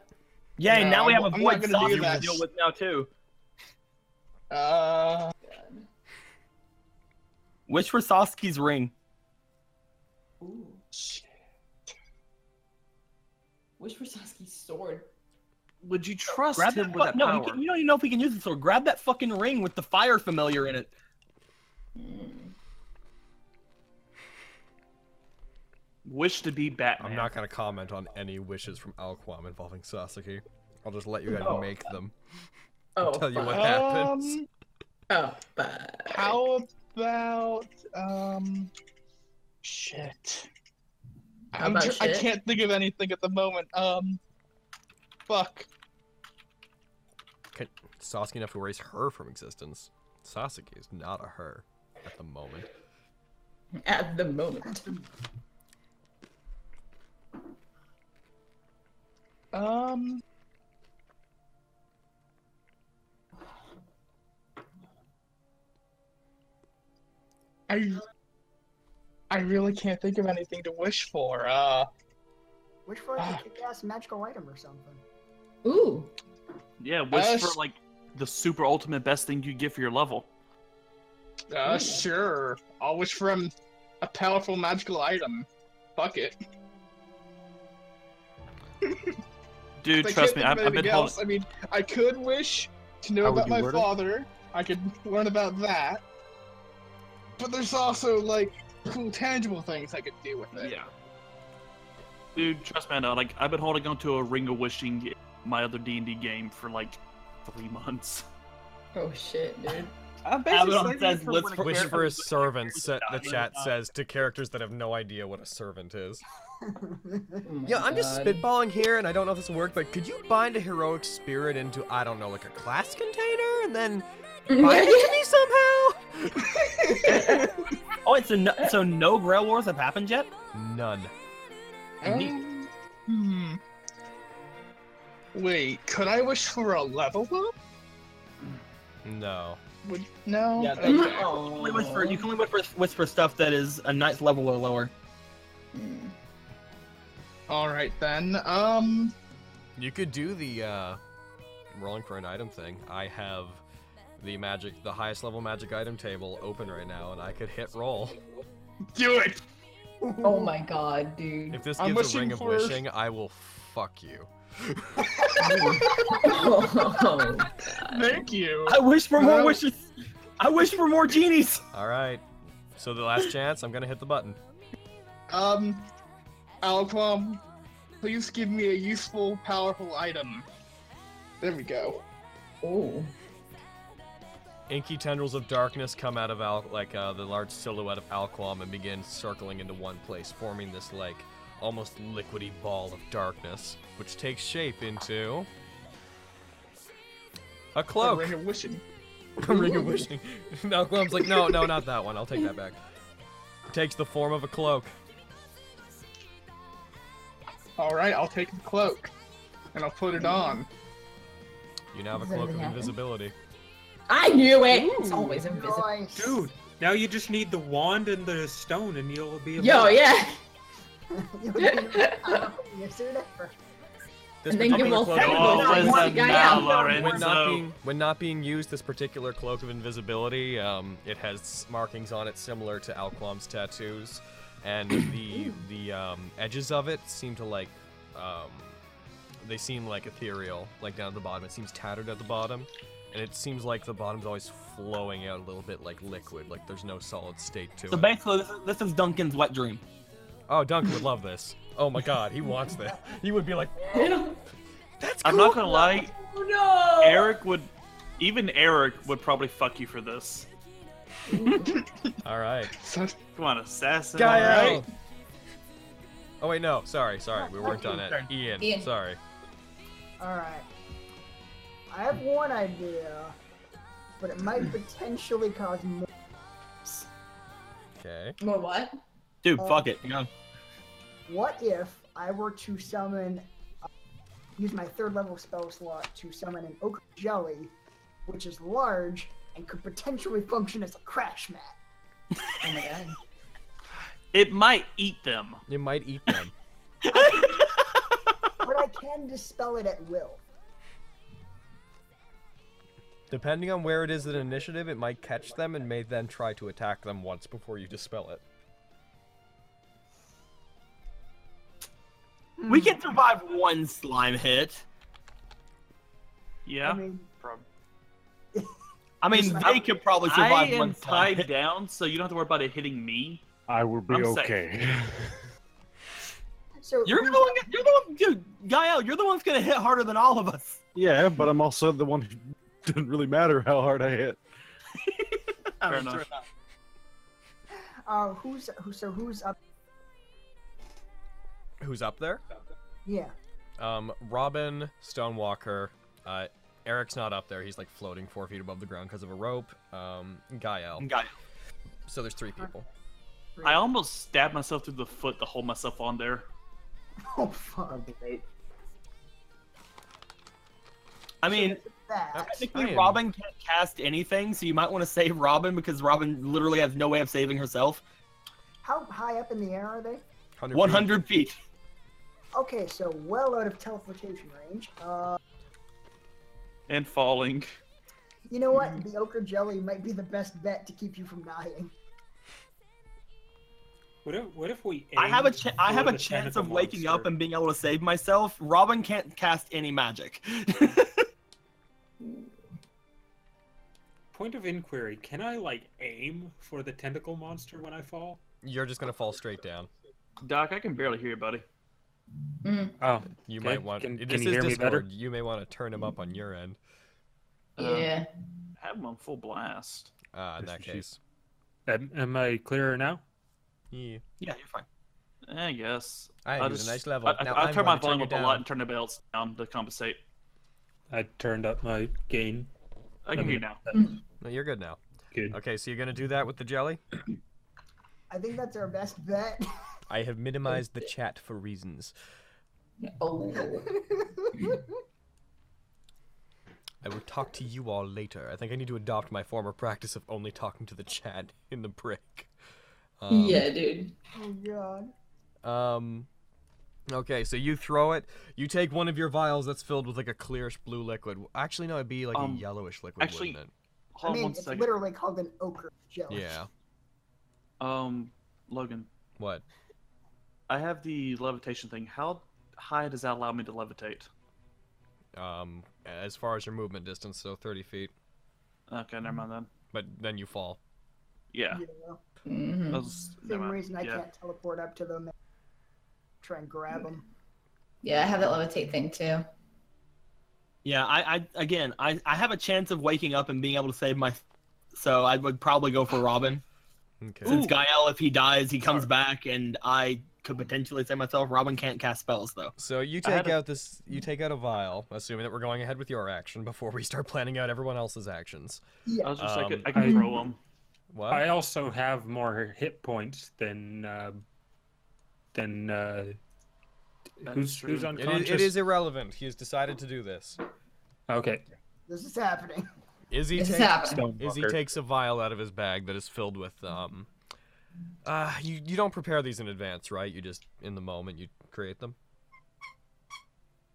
Speaker 9: Yay!
Speaker 6: No,
Speaker 9: now we
Speaker 6: I'm-
Speaker 9: have a
Speaker 6: I'm
Speaker 9: void
Speaker 6: not gonna do
Speaker 9: Sasuke to
Speaker 6: that.
Speaker 9: deal with now too.
Speaker 6: Uh,
Speaker 9: Wish for Sasuke's ring.
Speaker 6: shit.
Speaker 7: Wish for Sasuke's sword.
Speaker 5: Would you trust
Speaker 9: Grab
Speaker 5: him
Speaker 9: that fu-
Speaker 5: with that
Speaker 9: no,
Speaker 5: power?
Speaker 9: You, can, you don't even know if we can use this. Or grab that fucking ring with the fire familiar in it.
Speaker 5: Wish to be Batman.
Speaker 2: I'm not gonna comment on any wishes from Alquam involving Sasuke. I'll just let you guys
Speaker 6: No.
Speaker 2: make them.
Speaker 7: Oh,
Speaker 2: I'll tell you what
Speaker 6: fuck.
Speaker 2: happens.
Speaker 6: Um,
Speaker 7: Oh, but
Speaker 6: How about um, shit.
Speaker 7: How
Speaker 6: I'm
Speaker 7: about
Speaker 6: tr- I
Speaker 7: shit?
Speaker 6: can't think of anything at the moment. Um, fuck.
Speaker 2: Can Sasuke enough to erase her from existence? Sasuke is not a her at the moment.
Speaker 7: at the moment.
Speaker 6: Um. I I really can't think of anything to wish for. Uh,
Speaker 10: Wish for
Speaker 7: Ah.
Speaker 10: like a kick-ass magical item or something.
Speaker 7: Ooh.
Speaker 5: Yeah, wish
Speaker 6: Us-
Speaker 5: for like the super ultimate best thing you get for your level.
Speaker 6: uh
Speaker 5: Ooh.
Speaker 6: sure. I'll wish for um, a powerful magical item. Fuck it.
Speaker 5: Dude,
Speaker 6: I
Speaker 5: trust
Speaker 6: can't
Speaker 5: me,
Speaker 6: think
Speaker 5: I've,
Speaker 6: of
Speaker 5: I've been
Speaker 6: anything
Speaker 5: holding.
Speaker 6: else. I mean, I could wish to know
Speaker 4: How would
Speaker 6: about
Speaker 4: you
Speaker 6: my
Speaker 4: word it?
Speaker 6: father. I could learn about that. But there's also like cool tangible things I could do with it.
Speaker 5: Yeah. Dude, trust me, I know. Like, I've been holding on to a Ring of Wishing in my other D&D game for, like, three months.
Speaker 7: Oh shit, dude.
Speaker 5: I'm
Speaker 2: Wish for a servant. sa- the chat says to characters that have no idea what a servant is.
Speaker 12: Yeah, I'm just
Speaker 2: God.
Speaker 12: spitballing here, and I don't know if this will work, but could you bind a heroic spirit into, I don't know, like a class container, and then bind it to me somehow?
Speaker 9: Oh, it's a
Speaker 10: Eh.
Speaker 9: no, so no Grail Wars have happened yet.
Speaker 2: None.
Speaker 6: Um, hmm. Wait, could I wish for a level up?
Speaker 2: No.
Speaker 6: Would no.
Speaker 9: Yeah,
Speaker 6: Okay.
Speaker 9: you, can only wish for, you can only wish for, wish for stuff that is a ninth level or lower.
Speaker 6: Hmm. All right then. Um.
Speaker 2: You could do the uh, rolling for an item thing. I have the magic, the highest level magic item table open right now, and I could hit roll.
Speaker 6: Do it.
Speaker 7: Oh my god, dude.
Speaker 2: If this
Speaker 7: I'm
Speaker 2: gives a
Speaker 7: wishing
Speaker 2: ring of
Speaker 7: for-
Speaker 2: wishing, I will fuck you.
Speaker 6: Thank you.
Speaker 9: I wish for more
Speaker 6: Well-
Speaker 9: wishes. I wish for more genies.
Speaker 2: All right. So the last chance, I'm gonna hit the button.
Speaker 6: Um. Alquam, please give me a useful, powerful item. There we go.
Speaker 7: Oh.
Speaker 2: Inky tendrils of darkness come out of Al- like uh, the large silhouette of Alquam and begin circling into one place, forming this like almost liquidy ball of darkness, which takes shape into a cloak.
Speaker 6: ring of wishing.
Speaker 2: A ring of wishing. Alquam's like, no, no, not that one. I'll take that back. Takes the form of a cloak.
Speaker 6: All right, I'll take the cloak, and I'll put it on.
Speaker 2: You now have
Speaker 6: Does
Speaker 2: a cloak of
Speaker 6: anything happen?
Speaker 2: invisibility.
Speaker 7: I knew it. It's always invisible.
Speaker 3: Dude, now you just need the wand and the stone, and you'll be.
Speaker 7: Yo, yeah.
Speaker 10: You'll be the most powerful wizard ever.
Speaker 2: This
Speaker 7: And then give
Speaker 2: particular
Speaker 7: all
Speaker 2: cloak
Speaker 7: seven
Speaker 1: Oh,
Speaker 7: of those Always points to a guy out. Malloran,
Speaker 2: when not
Speaker 7: so-
Speaker 2: being when not being used, this particular cloak of invisibility, um, it has markings on it similar to Alquam's tattoos, and the the um, edges of it seem to like, um, they seem like ethereal, like down at the bottom. It seems tattered at the bottom, and it seems like the bottom's always flowing out a little bit like liquid, like there's no solid state to
Speaker 9: So
Speaker 2: it.
Speaker 9: basically, this is, this is Duncan's wet dream.
Speaker 2: Oh, Duncan would love this. Oh my God, he wants that. He would be like,
Speaker 5: That's I'm not gonna lie.
Speaker 7: No.
Speaker 5: Eric would, even Eric would probably fuck you for this.
Speaker 2: all right.
Speaker 5: Come on, assassin.
Speaker 2: Gael. Oh wait, no. Sorry, sorry. We weren't done it. Ian,
Speaker 10: Ian.
Speaker 2: sorry.
Speaker 10: All right. I have one idea, but it might potentially cause more.
Speaker 2: Okay.
Speaker 7: More what?
Speaker 9: Dude,
Speaker 10: Uh,
Speaker 9: fuck it. You know,
Speaker 10: What if I were to summon, uh, use my third level spell slot to summon an ochre jelly, which is large and could potentially function as a crash mat?
Speaker 7: Oh my god.
Speaker 5: It might eat them.
Speaker 2: It might eat them.
Speaker 10: but I can dispel it at will.
Speaker 2: Depending on where it is in initiative, it might catch them and may then try to attack them once before you dispel it.
Speaker 9: we
Speaker 10: Hmm.
Speaker 9: can survive one slime hit.
Speaker 5: Yeah.
Speaker 10: I mean,
Speaker 9: I mean,
Speaker 5: Listen,
Speaker 9: they could probably survive
Speaker 5: I am
Speaker 9: one slime
Speaker 5: tied down, so you don't have to worry about it hitting me.
Speaker 13: I will be
Speaker 5: I'm safe.
Speaker 13: okay.
Speaker 10: so
Speaker 9: You're the
Speaker 10: who's-
Speaker 9: one. You're the one. Dude, Gael, you're the one that's gonna hit harder than all of us.
Speaker 4: Yeah, but I'm also the one who doesn't really matter how hard I hit.
Speaker 5: Fair enough.
Speaker 10: uh, who's who? So who's up?
Speaker 2: Who's up there?
Speaker 10: Yeah.
Speaker 2: Um, Robin Stonewalker. Uh, Eric's not up there. He's like floating four feet above the ground because of a rope. Um, Gael.
Speaker 9: Gael.
Speaker 2: So there's three people.
Speaker 5: I almost stabbed myself through the foot to hold myself on there.
Speaker 10: Oh fuck.
Speaker 9: I mean,
Speaker 10: That.
Speaker 9: technically, Robin can't cast anything, so you might want to save Robin because Robin literally has no way of saving herself.
Speaker 10: How high up in the air are they?
Speaker 9: 100 feet.
Speaker 10: Okay, so well out of teleportation range. Uh,
Speaker 5: And falling.
Speaker 10: you know what?
Speaker 5: Mm-hmm.
Speaker 10: The ochre jelly might be the best bet to keep you from dying.
Speaker 3: What if, what if we?
Speaker 9: I have a
Speaker 3: aim
Speaker 9: cha- I have
Speaker 3: for
Speaker 9: a
Speaker 3: the tentacle
Speaker 9: chance of waking up
Speaker 3: monster?
Speaker 9: and being able to save myself. Robin can't cast any magic.
Speaker 3: point of inquiry, can I like aim for the tentacle monster when I fall?
Speaker 2: You're just gonna fall straight down.
Speaker 5: Doc, I can barely hear you, buddy.
Speaker 2: Oh, you
Speaker 3: okay.
Speaker 2: might want.
Speaker 3: Can-
Speaker 2: this
Speaker 3: can
Speaker 2: is
Speaker 3: you hear me better?
Speaker 2: Discord. You may want to turn him up on your end.
Speaker 7: Yeah.
Speaker 5: Um, have him on full blast.
Speaker 2: Uh, in that case,
Speaker 3: Am, am I clearer now?
Speaker 2: yeah.
Speaker 5: Yeah, you're fine. I guess.
Speaker 2: I am
Speaker 5: I'll
Speaker 2: doing a
Speaker 5: just-
Speaker 2: nice level.
Speaker 5: I, I,
Speaker 2: Now
Speaker 5: I
Speaker 2: I'm
Speaker 5: turn my
Speaker 2: gonna turn
Speaker 5: volume
Speaker 2: you
Speaker 5: up a lot
Speaker 2: down.
Speaker 5: and turn the belts down to compensate.
Speaker 3: I turned up my gain.
Speaker 5: I can hear you now.
Speaker 2: No, you're good now.
Speaker 3: Good.
Speaker 2: Okay, so you're gonna do that with the jelly.
Speaker 10: I think that's our best bet.
Speaker 2: I have minimized the chat for reasons.
Speaker 7: Oh.
Speaker 2: I will talk to you all later. I think I need to adopt my former practice of only talking to the chat in the break. Um,
Speaker 7: yeah, dude.
Speaker 10: Oh god.
Speaker 2: Um, okay, so you throw it. You take one of your vials that's filled with like a clearish blue liquid. Actually, no, it'd be like
Speaker 5: Um,
Speaker 2: a yellowish liquid,
Speaker 5: actually-
Speaker 2: wouldn't
Speaker 10: I
Speaker 5: Hold on
Speaker 10: mean,
Speaker 5: one
Speaker 10: it's
Speaker 5: second.
Speaker 10: literally called an ochre
Speaker 2: it?
Speaker 10: jelly.
Speaker 2: Yeah.
Speaker 5: Um, Logan,
Speaker 2: What?
Speaker 5: I have the levitation thing. How high does that allow me to levitate?
Speaker 2: Um, as far as your movement distance, so 30 feet.
Speaker 5: Okay, never mind then.
Speaker 2: But then you fall.
Speaker 5: Yeah.
Speaker 10: Mm-hmm.
Speaker 7: Mhm.
Speaker 5: That's-
Speaker 10: Same
Speaker 5: never mind.
Speaker 10: reason I
Speaker 5: Yeah.
Speaker 10: can't teleport up to them. and Try and grab them.
Speaker 7: Yeah, I have that levitate thing too.
Speaker 9: Yeah, I, I again, I, I have a chance of waking up and being able to save my, so I would probably go for Robin.
Speaker 2: Okay.
Speaker 9: Since Gael, if he dies, he comes back, and I could potentially save myself. Robin can't cast spells though.
Speaker 2: So you
Speaker 9: I had
Speaker 2: take
Speaker 9: a-
Speaker 2: out this. You take out a vial, assuming that we're going ahead with your action before we start planning out everyone else's actions.
Speaker 10: Yeah.
Speaker 5: I was just like,
Speaker 2: Um,
Speaker 5: I can
Speaker 3: I-
Speaker 5: throw him.
Speaker 2: What?
Speaker 3: I also have more hit points than uh, than uh,
Speaker 2: That
Speaker 3: who's
Speaker 2: is true.
Speaker 3: who's
Speaker 2: It is-
Speaker 3: unconscious.
Speaker 2: it is irrelevant. He has decided to do this.
Speaker 3: Okay.
Speaker 10: This is happening.
Speaker 2: Izzy,
Speaker 10: This is
Speaker 2: takes,
Speaker 10: happening.
Speaker 2: Izzy
Speaker 10: Stonewalker.
Speaker 2: takes a vial out of his bag that is filled with. Um, uh, you, you don't prepare these in advance, right? You just, in the moment, you create them?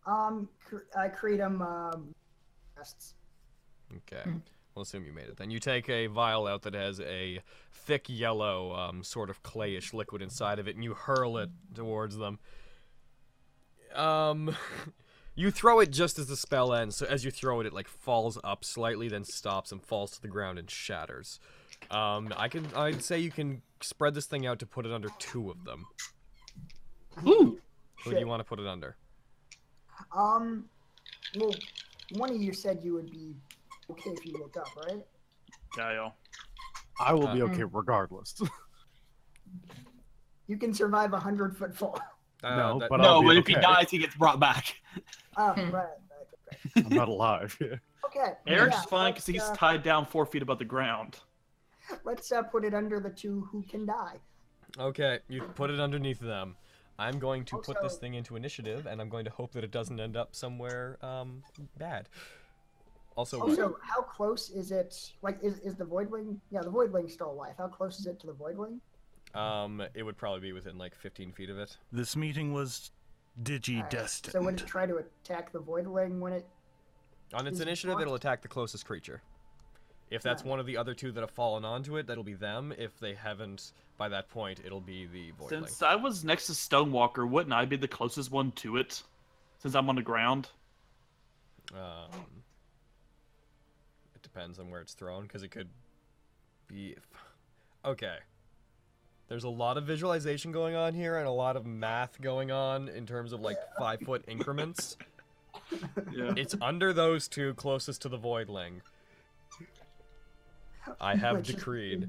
Speaker 10: Um, cr- I create them. Um, vests.
Speaker 2: Okay. We'll assume you made it then. You take a vial out that has a thick yellow, um, sort of clayish liquid inside of it, and you hurl it towards them. Um, you throw it just as the spell ends. So as you throw it, it like falls up slightly, then stops and falls to the ground and shatters. Um, I can, I'd say you can spread this thing out to put it under two of them.
Speaker 5: Ooh.
Speaker 2: Who do you want to put it under?
Speaker 10: Um, well, one of you said you would be okay if you looked up, right?
Speaker 5: Gael.
Speaker 4: I will be
Speaker 2: Uh,
Speaker 4: okay regardless.
Speaker 10: You can survive a hundred foot fall.
Speaker 4: no,
Speaker 2: that-
Speaker 4: but
Speaker 9: no,
Speaker 4: I'll be
Speaker 9: but
Speaker 4: okay.
Speaker 9: if he dies, he gets brought back.
Speaker 10: Oh, right.
Speaker 4: I'm not alive.
Speaker 10: Okay.
Speaker 5: Eric's
Speaker 10: yeah,
Speaker 5: fine because he's
Speaker 10: let's, uh,
Speaker 5: tied down four feet above the ground.
Speaker 10: Let's uh, put it under the two who can die.
Speaker 2: Okay, you put it underneath them. I'm going to put this
Speaker 10: Also-
Speaker 2: thing into initiative, and I'm going to hope that it doesn't end up somewhere um, bad. Also, what?
Speaker 10: Also, Oh, how close is it? Like, is, is the Voidwing? Yeah, the Voidwing's still alive. How close is it to the Voidwing?
Speaker 2: um, it would probably be within like 15 feet of it.
Speaker 13: This meeting was digi destined.
Speaker 10: So would it try to attack the Voidwing when it?
Speaker 2: On its
Speaker 10: Is it
Speaker 2: initiative,
Speaker 10: blocked?
Speaker 2: it'll attack the closest creature. If that's one of the other two that have fallen onto it, that'll be them. If they haven't by that point, it'll be the voidling.
Speaker 5: Since I was next to Stonewalker, wouldn't I be the closest one to it? Since I'm on the ground?
Speaker 2: Um, it depends on where it's thrown, because it could be. Okay. There's a lot of visualization going on here and a lot of math going on in terms of like five foot increments.
Speaker 5: Yeah.
Speaker 2: It's under those two closest to the voidling. I have
Speaker 10: Which is-
Speaker 2: decreed.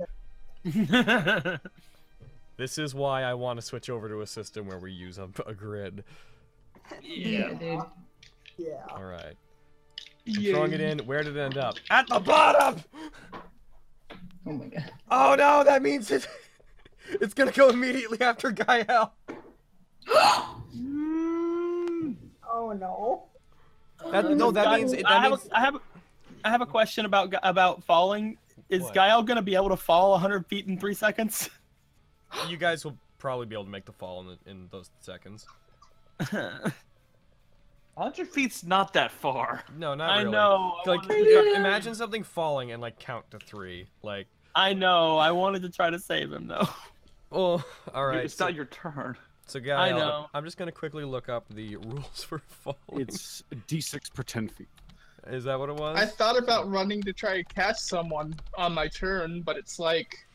Speaker 2: This is why I want to switch over to a system where we use a, a grid.
Speaker 5: Yeah.
Speaker 7: dude.
Speaker 10: Yeah.
Speaker 2: All right. I'm throwing it in. Where did it end up?
Speaker 12: At the bottom!
Speaker 7: Oh my god.
Speaker 12: Oh no, that means it, it's gonna go immediately after Gael.
Speaker 10: Oh no.
Speaker 12: That, no, that
Speaker 9: Guy-
Speaker 12: means it,
Speaker 9: I
Speaker 12: that
Speaker 9: have,
Speaker 12: means
Speaker 9: a, I have, a- I have a question about Ga- about falling. Is
Speaker 2: What?
Speaker 9: Gael gonna be able to fall 100 feet in three seconds?
Speaker 2: You guys will probably be able to make the fall in, the, in those seconds.
Speaker 5: 100 feet's not that far.
Speaker 2: No, not
Speaker 9: I
Speaker 2: really.
Speaker 9: know, I
Speaker 2: Like,
Speaker 9: wanted to-
Speaker 2: i- imagine something falling and like count to three. Like,
Speaker 9: I know. I wanted to try to save him though.
Speaker 2: oh, all right.
Speaker 5: it's
Speaker 2: so,
Speaker 5: not your turn.
Speaker 2: so guy,
Speaker 9: know.
Speaker 2: I'm just gonna quickly look up the rules for falling.
Speaker 4: It's d6 per 10 feet.
Speaker 2: Is that what it was?
Speaker 6: I thought about running to try and catch someone on my turn, but it's like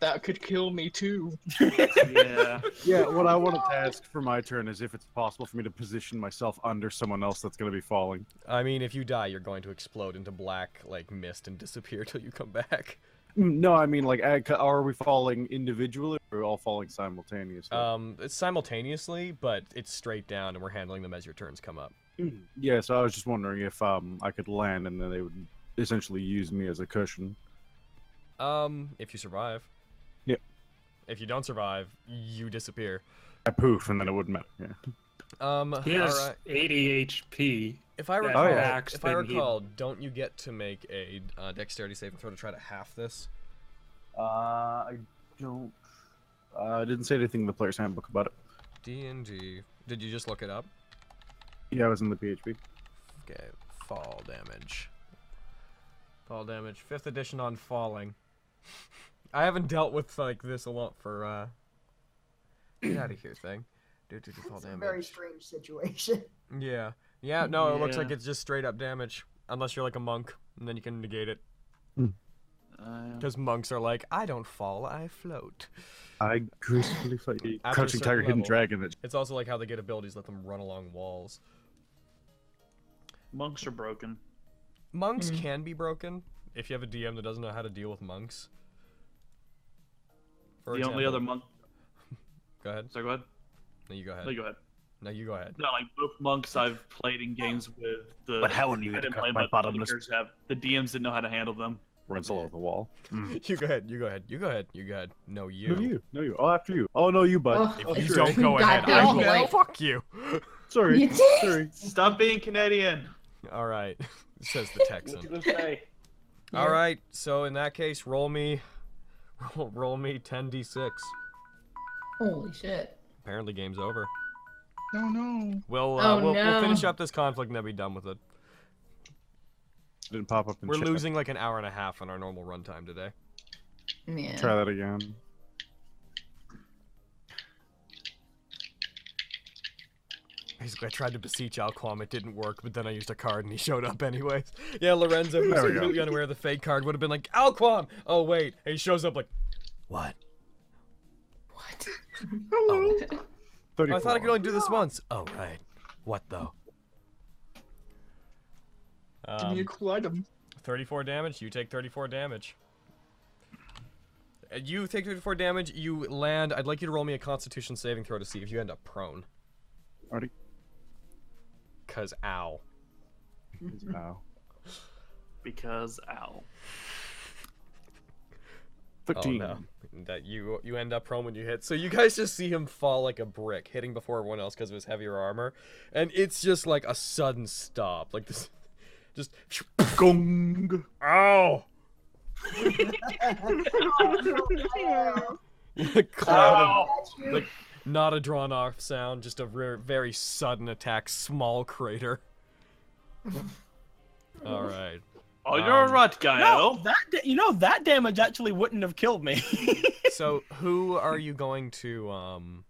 Speaker 6: that could kill me too.
Speaker 5: yeah.
Speaker 4: Yeah, what I wanted to ask for my turn is if it's possible for me to position myself under someone else that's going to be falling.
Speaker 2: I mean, if you die, you're going to explode into black like mist and disappear till you come back.
Speaker 4: Mm, No, I mean, like, I- are we falling individually or are we all falling simultaneously?
Speaker 2: Um, it's simultaneously, but it's straight down, and we're handling them as your turns come up.
Speaker 4: Mm, yeah, so I was just wondering if um I could land and then they would essentially use me as a cushion.
Speaker 2: Um, if you survive.
Speaker 4: Yep.
Speaker 2: If you don't survive, you disappear.
Speaker 4: I poof and then it wouldn't matter. Yeah.
Speaker 2: Um,
Speaker 3: He has Oh,
Speaker 2: alright.
Speaker 3: 80 HP.
Speaker 2: If I
Speaker 3: That's
Speaker 2: recall,
Speaker 3: max,
Speaker 2: if I
Speaker 3: then he'd-
Speaker 2: recall, don't you get to make a uh, dexterity saving throw to try to half this?
Speaker 4: Uh, I don't. Uh, I didn't say anything in the player's handbook about it.
Speaker 2: D and D. Did you just look it up?
Speaker 4: Yeah, I was in the PHP.
Speaker 2: Okay, fall damage. Fall damage. Fifth edition on falling. I haven't dealt with like this a lot for uh. Get out of here thing. Do do do fall
Speaker 10: It's a
Speaker 2: damage.
Speaker 10: very strange situation.
Speaker 2: Yeah. Yeah, no, it looks like
Speaker 10: Yeah.
Speaker 2: it's just straight up damage. Unless you're like a monk, and then you can negate it. Because monks are like, I don't fall, I float.
Speaker 4: I gracefully fight
Speaker 2: After a
Speaker 4: Crouching
Speaker 2: certain
Speaker 4: Tiger, Hidden
Speaker 2: level.
Speaker 4: Dragon. That
Speaker 2: It's also like how they get abilities let them run along walls.
Speaker 5: Monks are broken.
Speaker 2: Monks can be broken if you have a DM that doesn't know how to deal with monks.
Speaker 5: the only other monk.
Speaker 2: Go ahead.
Speaker 5: Sorry, go ahead.
Speaker 2: No, you go ahead.
Speaker 5: No, you go ahead.
Speaker 2: No, you go ahead.
Speaker 5: No, like both monks I've played in games with. The
Speaker 4: But how will you
Speaker 5: I didn't
Speaker 4: cut
Speaker 5: play,
Speaker 4: my
Speaker 5: but the
Speaker 4: bottomless-
Speaker 5: characters Have, the DMs didn't know how to handle them.
Speaker 4: runs along the wall.
Speaker 2: You go ahead. You go ahead. You go ahead. You go ahead. No, you.
Speaker 4: No, you. No, you. Oh, after you. Oh, no, you, bud.
Speaker 2: If
Speaker 4: Oh,
Speaker 2: you
Speaker 4: sure.
Speaker 2: don't go ahead, I will. Fuck you.
Speaker 4: Sorry. Sorry.
Speaker 5: Stop being Canadian.
Speaker 2: All right, says the Texan. All right. So in that case, roll me, roll, roll me 10d6.
Speaker 7: Holy shit.
Speaker 2: Apparently, game's over.
Speaker 6: No, no.
Speaker 2: We'll uh,
Speaker 7: Oh,
Speaker 2: we'll, we'll finish
Speaker 7: no.
Speaker 2: up this conflict and then be done with it.
Speaker 4: Didn't pop up. And
Speaker 2: We're
Speaker 4: check.
Speaker 2: losing like an hour and a half on our normal runtime today.
Speaker 7: Yeah.
Speaker 4: Try that again.
Speaker 2: Basically, I tried to beseech Alquam, it didn't work, but then I used a card and he showed up anyways. Yeah, Lorenzo, who's
Speaker 4: There we go.
Speaker 2: completely unaware of the fake card, would have been like, Alquam! Oh, wait. And he shows up like, what?
Speaker 6: Hello.
Speaker 2: "Oh, I thought I could only do this once. Oh, right. What though?
Speaker 6: Give me a
Speaker 2: Um,
Speaker 6: cool item.
Speaker 2: 34 damage, you take 34 damage. Uh, You take 34 damage, you land. I'd like you to roll me a constitution saving throw to see if you end up prone.
Speaker 4: Already.
Speaker 2: Because, ow.
Speaker 4: Uh, Ow.
Speaker 5: Because ow.
Speaker 4: 13.
Speaker 2: Oh, no. That you you end up prone when you hit. So you guys just see him fall like a brick, hitting before everyone else because of his heavier armor, and it's just like a sudden stop, like this, just gong. Ow! Cloud of like not a drawn off sound, just a rare, very sudden attack, small crater. All right.
Speaker 5: Oh, you're
Speaker 2: Um,
Speaker 5: right, Gael.
Speaker 9: No, that da- you know that damage actually wouldn't have killed me.
Speaker 2: so who are you going to um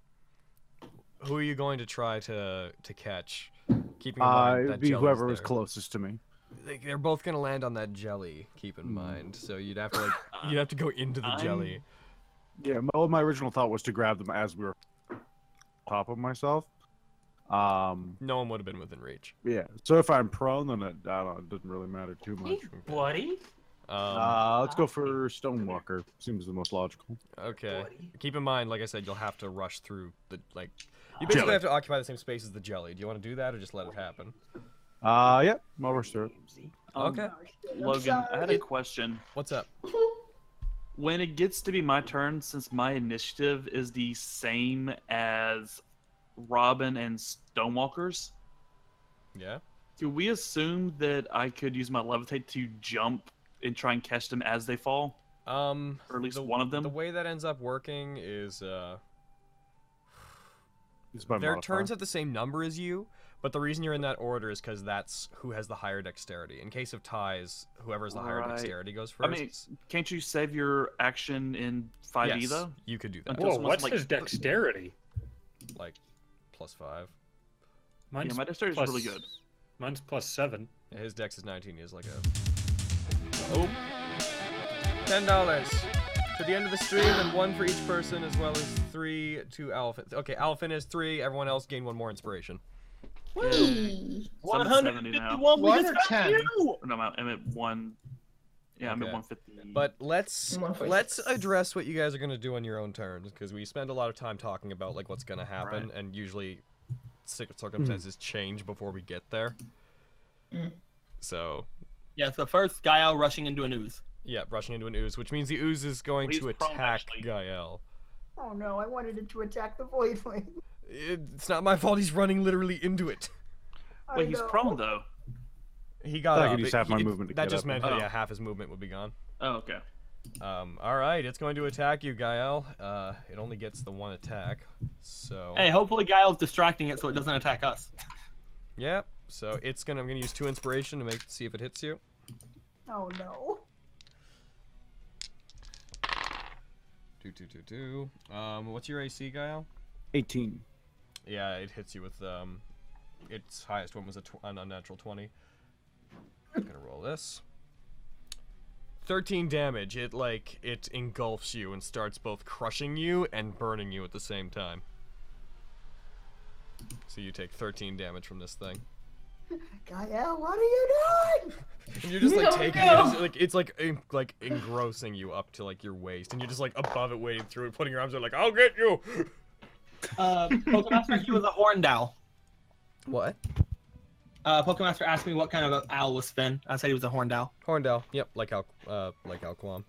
Speaker 2: who are you going to try to to catch keeping in
Speaker 4: Uh,
Speaker 2: mind
Speaker 4: it'd
Speaker 2: that
Speaker 4: be
Speaker 2: jelly's
Speaker 4: whoever was
Speaker 2: there.
Speaker 4: closest to me.
Speaker 2: They- they're both gonna land on that jelly keep in mind so you'd have to like you'd have to go into the jelly
Speaker 4: Yeah, my, well, my original thought was to grab them as we were on top of myself. Um,
Speaker 2: no one would have been within reach
Speaker 4: yeah. So if I'm prone, then it, I don't, it doesn't really matter too much.
Speaker 3: Bloody?
Speaker 2: um,
Speaker 4: Uh, let's go for Stonewalker. Seems the most logical.
Speaker 2: okay keep in mind like i said you'll have to rush through the like you basically
Speaker 4: Jelly.
Speaker 2: have to occupy the same space as the jelly do you want to do that or just let it happen
Speaker 4: Uh, yeah, I'll rush through it. Um, Uh,
Speaker 2: okay
Speaker 5: Logan, I had a
Speaker 2: It-
Speaker 5: question.
Speaker 2: what's up
Speaker 5: When it gets to be my turn, since my initiative is the same as Robin and Stonewalker's,
Speaker 2: yeah
Speaker 5: do we assume that I could use my levitate to jump and try and catch them as they fall?
Speaker 2: Um,
Speaker 5: or at least
Speaker 2: the-
Speaker 5: one of them.
Speaker 2: the way that ends up working is uh
Speaker 4: It's my
Speaker 2: Their
Speaker 4: modifier.
Speaker 2: turns have the same number as you, but the reason you're in that order is because that's who has the higher dexterity. In case of ties, whoever has the higher
Speaker 5: Right.
Speaker 2: dexterity goes first.
Speaker 5: I mean, can't you save your action in 5e
Speaker 2: Yes,
Speaker 5: E, though?
Speaker 2: you could do that.
Speaker 5: Until
Speaker 2: Whoa,
Speaker 5: someone's
Speaker 2: what's
Speaker 5: like-
Speaker 2: his
Speaker 3: dexterity?
Speaker 2: Like, plus five.
Speaker 5: my dexterity is really good.
Speaker 3: Mine's plus seven.
Speaker 2: Yeah, his dex is 19. He has like a. Oh. Ten dollars to the end of the stream, and one for each person, as well as three to Alpha. Okay, Alpha is three. Everyone else gain one more inspiration.
Speaker 5: One hundred fifty-one. We just got you. No, I'm I'm at one. Yeah, I'm at
Speaker 2: Okay.
Speaker 5: one fifty.
Speaker 2: But let's
Speaker 5: One forty
Speaker 2: let's address what you guys are gonna do on your own terms because we spend a lot of time talking about like what's gonna happen, and usually
Speaker 9: Hmm.
Speaker 2: cir- circumstances change before we get there.
Speaker 9: Mm.
Speaker 2: So
Speaker 9: Yeah, so first Gael rushing into an ooze.
Speaker 2: yeah, rushing into an ooze, which means the ooze is going
Speaker 9: Please
Speaker 2: to
Speaker 9: prone,
Speaker 2: attack Gael.
Speaker 10: Oh no, I wanted it to attack the void flame.
Speaker 2: It's not my fault. He's running literally into it.
Speaker 10: Wait, I he's know. prone,
Speaker 5: though.
Speaker 2: He got
Speaker 4: That
Speaker 2: up.
Speaker 4: could use
Speaker 2: It-
Speaker 4: half my
Speaker 2: it-
Speaker 4: movement to
Speaker 2: that
Speaker 4: get
Speaker 2: just
Speaker 4: up.
Speaker 2: meant
Speaker 4: Oh.
Speaker 2: yeah, half his movement would be gone.
Speaker 5: Oh, okay.
Speaker 2: Um, all right, it's going to attack you, Gael. Uh, it only gets the one attack, so.
Speaker 9: Hey, hopefully Gael's distracting it so it doesn't attack us.
Speaker 2: Yep. So it's gonna. I'm gonna use two inspiration to make see if it hits you.
Speaker 10: Oh no.
Speaker 2: Two, two, two, two. Um, what's your AC, Guile?
Speaker 4: 18.
Speaker 2: Yeah, it hits you with um, its highest one was a tw- an unnatural twenty. I'm gonna roll this. Thirteen damage. It like it engulfs you and starts both crushing you and burning you at the same time. So you take thirteen damage from this thing.
Speaker 10: Gael, what are you doing?
Speaker 2: And you're just like
Speaker 10: No,
Speaker 2: taking
Speaker 10: no.
Speaker 2: it, it's, like it's like en- like engrossing you up to like your waist, and you're just like above it, wading through it, putting your arms out like I'll get you.
Speaker 9: Uh, Pokemaster, he was a horned owl.
Speaker 2: What?
Speaker 9: Uh, Pokemaster asked me what kind of owl was Finn. I said he was a horned owl.
Speaker 2: Horned owl. Yep, like Al, uh, like Alquam.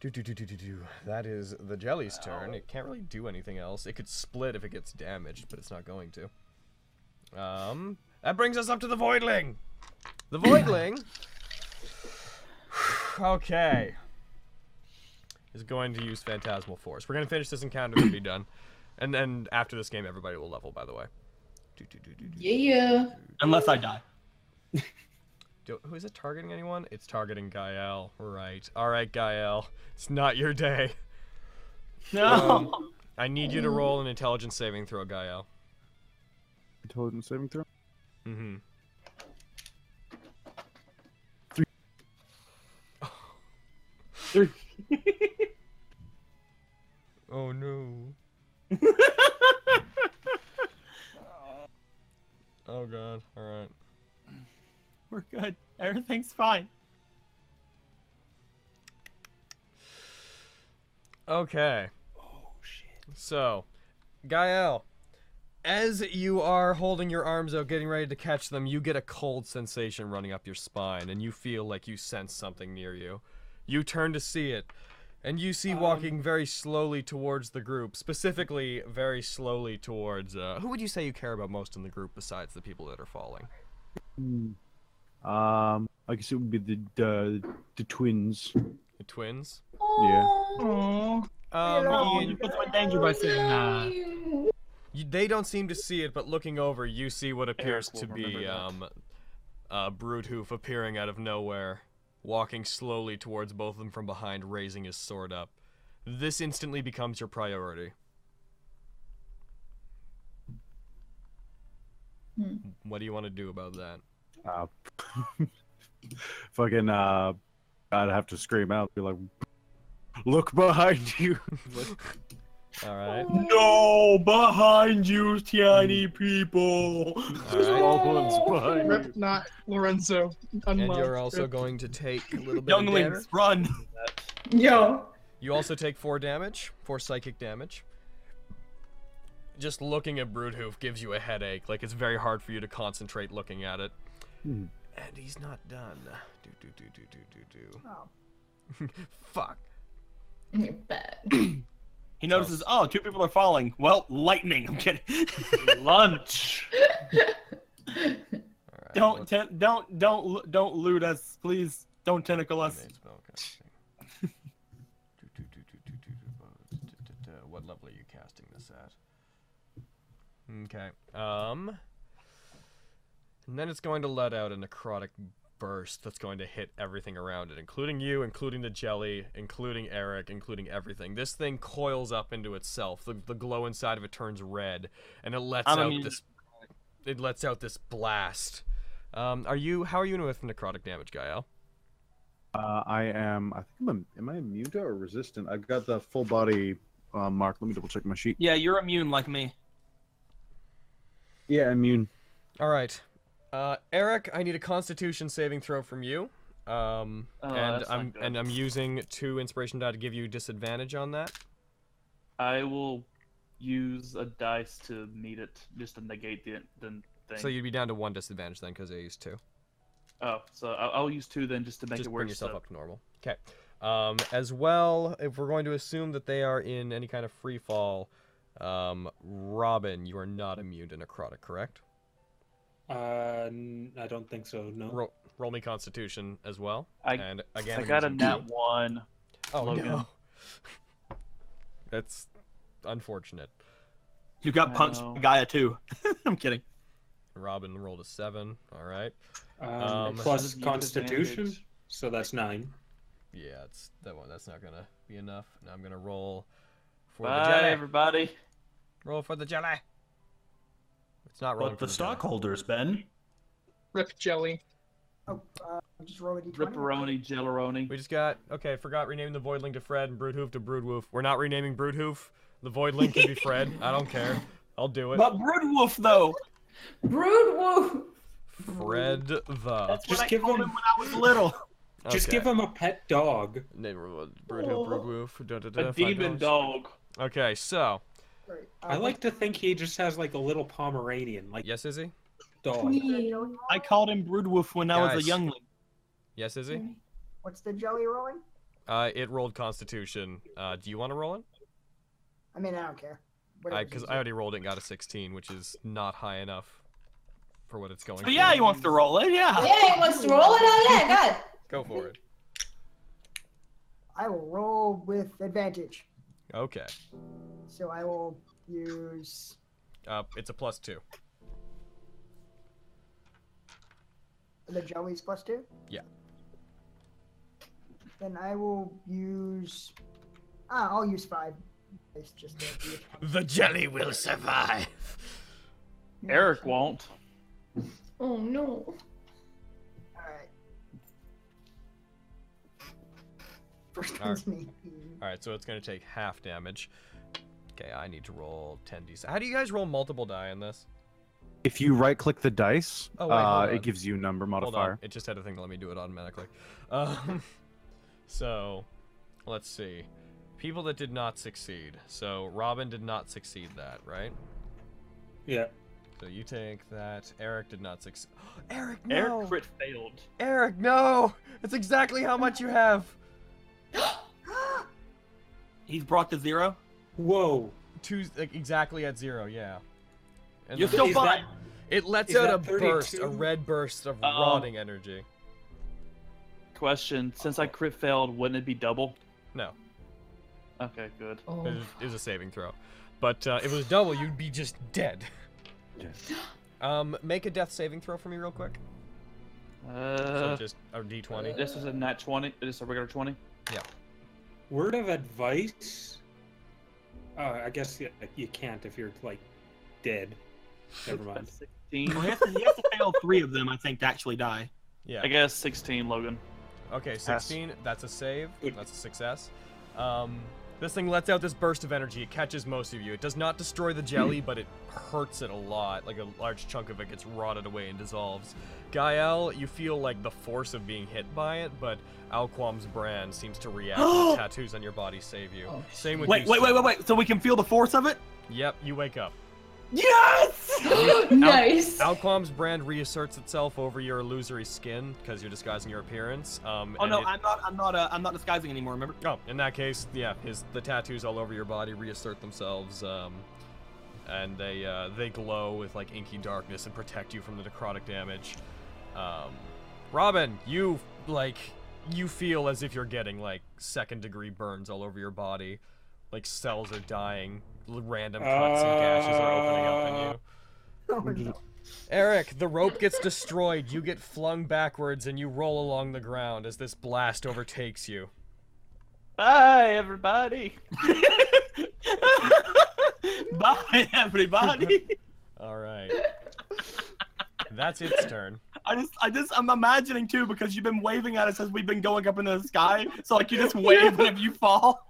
Speaker 2: Do do do do do do. That is the jelly's turn. It can't really do anything else. It could split if it gets damaged, but it's not going to. Um, that brings us up to the voidling. The voidling. okay. Is going to use phantasmal force. We're gonna finish this encounter and be done. And then after this game, everybody will level. By the way. Do, do, do, do, do.
Speaker 7: Yeah.
Speaker 9: Unless I die.
Speaker 2: Do, who is it targeting anyone? It's targeting Gael. Right. All right, Gael. It's not your day.
Speaker 9: No.
Speaker 2: Um, I need you to roll an intelligence saving throw, Gael.
Speaker 4: Intelligence saving throw.
Speaker 2: Mm-hmm.
Speaker 4: Three.
Speaker 2: Oh no. oh god. All right.
Speaker 9: We're good. Everything's fine.
Speaker 2: Okay. Oh shit. So, Gael, as you are holding your arms out, getting ready to catch them, you get a cold sensation running up your spine, and you feel like you sense something near you. You turn to see it, and you see walking very slowly towards the group, specifically very slowly towards. Uh, who would you say you care about most in the group besides the people that are falling?
Speaker 4: Hmm. Um, I guess it would be the the, the twins.
Speaker 2: The twins.
Speaker 4: Yeah.
Speaker 9: Aww.
Speaker 2: Um,
Speaker 9: Oh,
Speaker 2: Ian-
Speaker 9: you put them in danger by saying that.
Speaker 2: You, they don't seem to see it, but looking over, you see what appears to be um, uh, Broodhoof appearing out of nowhere, walking slowly towards both of them from behind, raising his sword up. This instantly becomes your priority. What do you want to do about that?
Speaker 4: Uh, fucking. Uh, I'd have to scream out, be like, "Look behind you."
Speaker 2: All right.
Speaker 9: No, behind you,
Speaker 2: Mm.
Speaker 9: tiny people.
Speaker 6: Rip not Lorenzo.
Speaker 2: And
Speaker 6: Unloved.
Speaker 2: you're also going to take a little bit
Speaker 9: Younglings,
Speaker 2: of
Speaker 9: run.
Speaker 2: damage. Yo. You also take four damage, four psychic damage. Just looking at Broodhoof gives you a headache. Like it's very hard for you to concentrate looking at it. And he's not done. Do do do do do do do.
Speaker 9: Oh.
Speaker 2: Fuck.
Speaker 7: You bet.
Speaker 9: He notices, oh, two people are falling. Well, lightning. I'm kidding. Lunch. don't ten- don't don't lo- don't loot us, please. Don't tentacle us.
Speaker 2: Uh, what level are you casting this at? Okay. Um. And then it's going to let out a necrotic burst that's going to hit everything around it, including you, including the jelly, including Eric, including everything. This thing coils up into itself. The, the glow inside of it turns red, and it lets
Speaker 9: I'm
Speaker 2: out
Speaker 9: immune
Speaker 2: this. It lets out this blast Um, are you? How are you doing with necrotic damage, Gael?
Speaker 4: Uh, I am. I think I'm. Am I immune to or resistant? I've got the full body uh, mark. Let me double check my sheet.
Speaker 9: Yeah, you're immune like me.
Speaker 4: Yeah, immune.
Speaker 2: All right, uh, Eric. I need a Constitution saving throw from you. Um,
Speaker 5: Oh,
Speaker 2: and
Speaker 5: that's not
Speaker 2: I'm
Speaker 5: good.
Speaker 2: and I'm using two inspiration die to give you disadvantage on that.
Speaker 5: I will use a dice to meet it, just to negate the, the thing.
Speaker 2: So you'd be down to one disadvantage then because I used two.
Speaker 5: Oh, so I'll, I'll use two then, just to make
Speaker 2: Just
Speaker 5: it work.
Speaker 2: bring yourself up to normal. Okay. Um, as well, if we're going to assume that they are in any kind of free fall, um, Robin, you are not immune to necrotic, correct?
Speaker 3: Uh, n- I don't think so. No.
Speaker 2: Roll, roll me Constitution as well.
Speaker 5: I,
Speaker 2: and again,
Speaker 5: I
Speaker 2: I'm
Speaker 5: got a
Speaker 2: using
Speaker 5: nat
Speaker 2: two.
Speaker 5: one.
Speaker 2: Oh
Speaker 5: Logan.
Speaker 2: no. That's unfortunate.
Speaker 9: You got punched
Speaker 2: No.
Speaker 9: by Gaia too. I'm kidding.
Speaker 2: Robin rolled a seven. All right.
Speaker 3: Um, plus Constitution, so that's nine.
Speaker 2: Yeah, it's that one. That's not gonna be enough. Now I'm gonna roll for
Speaker 5: Bye,
Speaker 2: the jelly.
Speaker 5: everybody.
Speaker 2: Roll for the jelly. It's not rolling.
Speaker 16: But the
Speaker 2: for jelly.
Speaker 16: stockholders, Ben.
Speaker 6: Rip jelly.
Speaker 10: Oh, uh, just roll a d20.
Speaker 5: Ripperoni, Jelleroni.
Speaker 2: We just got okay. Forgot renaming the Voidling to Fred and Broodhoof to Broodwoof. We're not renaming Broodhoof. The Voidling can be Fred. I don't care. I'll do it.
Speaker 9: But Broodwolf though.
Speaker 7: Broodwolf.
Speaker 2: Fred the.
Speaker 3: Just give him.
Speaker 9: When I was little.
Speaker 3: Just give him a pet dog.
Speaker 2: uh, Broodhoof,
Speaker 3: Oh.
Speaker 2: Broodwoof. da, da,
Speaker 3: A
Speaker 2: da, five
Speaker 3: demon
Speaker 2: dollars. Okay, so
Speaker 3: I like to think he just has like a little Pomeranian. Like
Speaker 2: yes, is he?
Speaker 3: Dog.
Speaker 9: I called him Broodwolf when I was
Speaker 2: Guys.
Speaker 9: a youngling.
Speaker 2: yes, is he?
Speaker 10: What's the jelly rolling?
Speaker 2: Uh, it rolled Constitution. Uh, do you want to roll it?
Speaker 10: I mean, I don't care.
Speaker 2: I
Speaker 10: Whatever.
Speaker 2: because I already rolled it and got a 16, which is not high enough for what it's going.
Speaker 9: But yeah,
Speaker 2: for.
Speaker 9: he wants to roll it. Yeah.
Speaker 7: Yeah, he wants to roll it
Speaker 9: Oh,
Speaker 7: Oh, on it. God.
Speaker 2: Go for it.
Speaker 10: I will roll with advantage.
Speaker 2: Okay.
Speaker 10: So I will use.
Speaker 2: Uh, it's a plus two.
Speaker 10: The jellies plus two.
Speaker 2: Yeah.
Speaker 10: Then I will use. Ah, I'll use five. It's just a d-
Speaker 5: The jelly will survive. Eric won't.
Speaker 7: Oh no.
Speaker 10: First
Speaker 2: All
Speaker 10: one's
Speaker 2: right.
Speaker 10: me.
Speaker 2: All right, so it's gonna take half damage. Okay, I need to roll 10d. How do you guys roll multiple die in this?
Speaker 4: If you right click the dice,
Speaker 2: Oh, wait,
Speaker 4: uh,
Speaker 2: hold on.
Speaker 4: it gives you number
Speaker 2: Hold on,
Speaker 4: modifier.
Speaker 2: It just had a thing to let me do it automatically. Um, so, let's see. People that did not succeed. So Robin did not succeed that, right?
Speaker 3: Yeah.
Speaker 2: So you take that. Eric did not succeed. Eric,
Speaker 5: Eric crit failed.
Speaker 2: Eric, no! That's exactly how much you have.
Speaker 9: He's brought to zero.
Speaker 3: Whoa.
Speaker 2: Two like, exactly at zero. Yeah. And
Speaker 9: You're
Speaker 2: then-
Speaker 9: still Is fine. Oh.
Speaker 2: it lets
Speaker 5: is
Speaker 2: out
Speaker 5: that
Speaker 2: a burst, a
Speaker 5: 32?
Speaker 2: red burst of
Speaker 5: Um,
Speaker 2: rotting energy.
Speaker 5: Question: Since I crit failed, wouldn't it be double?
Speaker 2: Oh. No.
Speaker 5: Okay, good.
Speaker 2: It was- it was a saving throw, but uh, if it was double, you'd be just dead. Um, make a death saving throw for me real quick.
Speaker 5: Uh,
Speaker 2: just a d20.
Speaker 5: This is a nat twenty. This a regular twenty.
Speaker 2: Yeah.
Speaker 3: Word of advice. Uh, I guess you, you can't if you're like dead. Never mind.
Speaker 9: Well, he, has to, he has to fail three of them, I think, to actually die.
Speaker 2: Yeah.
Speaker 5: I guess sixteen, Logan.
Speaker 2: Okay,
Speaker 9: Pass.
Speaker 2: 16. That's a save. That's a success. Um, this thing lets out this burst of energy. It catches most of you. It does not destroy the jelly, but it hurts it a lot. Like a large chunk of it gets rotted away and dissolves. Gael, you feel like the force of being hit by it, but Alquam's brand seems to react. and the tattoos on your body save you. Same with
Speaker 9: Oh, Wait,
Speaker 2: you.
Speaker 9: wait, wait,
Speaker 2: Steve.
Speaker 9: wait, wait. So we can feel the force of it?
Speaker 2: Yep, you wake up.
Speaker 9: Yes!
Speaker 7: nice.
Speaker 2: Alquam's brand reasserts itself over your illusory skin because you're disguising your appearance. Um,
Speaker 9: Oh
Speaker 2: and
Speaker 9: no,
Speaker 2: it-
Speaker 9: I'm not. I'm not. Uh, I'm not disguising anymore. Remember?
Speaker 2: Oh, in that case, yeah, his the tattoos all over your body reassert themselves, um, and they uh, they glow with like inky darkness and protect you from the necrotic damage. Um, Robin, you like you feel as if you're getting like second degree burns all over your body, like cells are dying, l- random cuts and gashes are opening up in you. Oh, Eric, the rope gets destroyed. You get flung backwards and you roll along the ground as this blast overtakes you.
Speaker 5: Bye, everybody.
Speaker 9: Bye, everybody.
Speaker 2: All right. That's its turn.
Speaker 9: I just, I just, I'm imagining too because you've been waving at us as we've been going up into the sky. So like you just wave whenever you fall.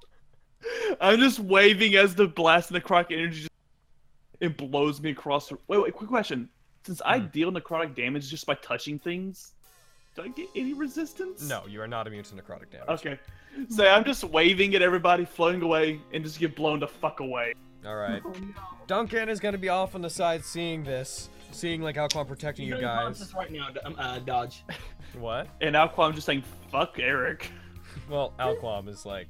Speaker 5: I'm just waving as the blast and the necrotic energy just it blows me across. The, wait, wait, quick question. Since
Speaker 2: Hmm.
Speaker 5: I deal necrotic damage just by touching things, do I get any resistance?
Speaker 2: No, you are not immune to necrotic damage.
Speaker 5: Okay. So I'm just waving at everybody, floating away, and just get blown the fuck away.
Speaker 2: All right. Duncan is gonna be off on the side, seeing this, seeing like Alquan protecting you,
Speaker 9: You know,
Speaker 2: guys.
Speaker 9: This right now, um, uh, dodge.
Speaker 2: What?
Speaker 5: And Alquam just saying, "Fuck Eric."
Speaker 2: Well, Alquam is like,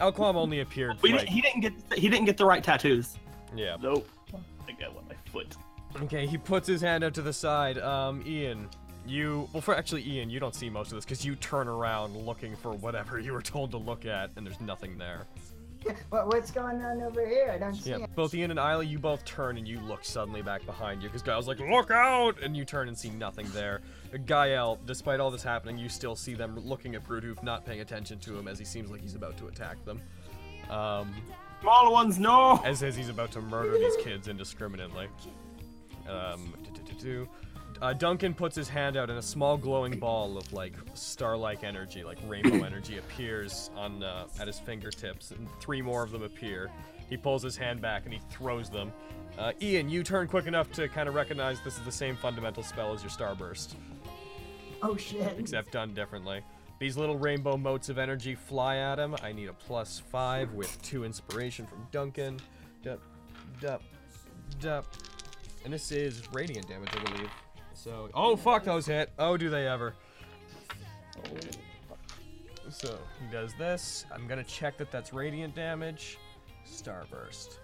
Speaker 2: Alquam only appeared.
Speaker 9: He
Speaker 2: like,
Speaker 9: didn't, he didn't get, he didn't get the right tattoos.
Speaker 2: Yeah.
Speaker 5: Nope. I think I went my foot.
Speaker 2: Okay, he puts his hand out to the side. Um, Ian, you well, for actually, Ian, you don't see most of this because you turn around looking for whatever you were told to look at, and there's nothing there.
Speaker 10: What, what's going on over here? I don't see
Speaker 2: Yeah,
Speaker 10: it.
Speaker 2: both Ian and Isla, you both turn and you look suddenly back behind you because Gael's like, "Look out!" and you turn and see nothing there. Gael, despite all this happening, you still see them looking at Brudhoof, not paying attention to him as he seems like he's about to attack them. Um,
Speaker 9: Small ones, no.
Speaker 2: As as he's about to murder these kids indiscriminately. Um, do-do-do-do. Uh, Duncan puts his hand out, and a small glowing ball of like star-like energy, like rainbow energy, appears on uh, at his fingertips, and three more of them appear. He pulls his hand back and he throws them. Uh, Ian, you turn quick enough to kind of recognize this is the same fundamental spell as your starburst
Speaker 10: Oh shit.
Speaker 2: except done differently. These little rainbow motes of energy fly at him. I need a plus five with two inspiration from Duncan. Dup, dup, dup. And this is radiant damage, I believe. So, oh fuck, those hit. Oh, do they ever? So he does this. I'm gonna check that that's radiant damage. Starburst.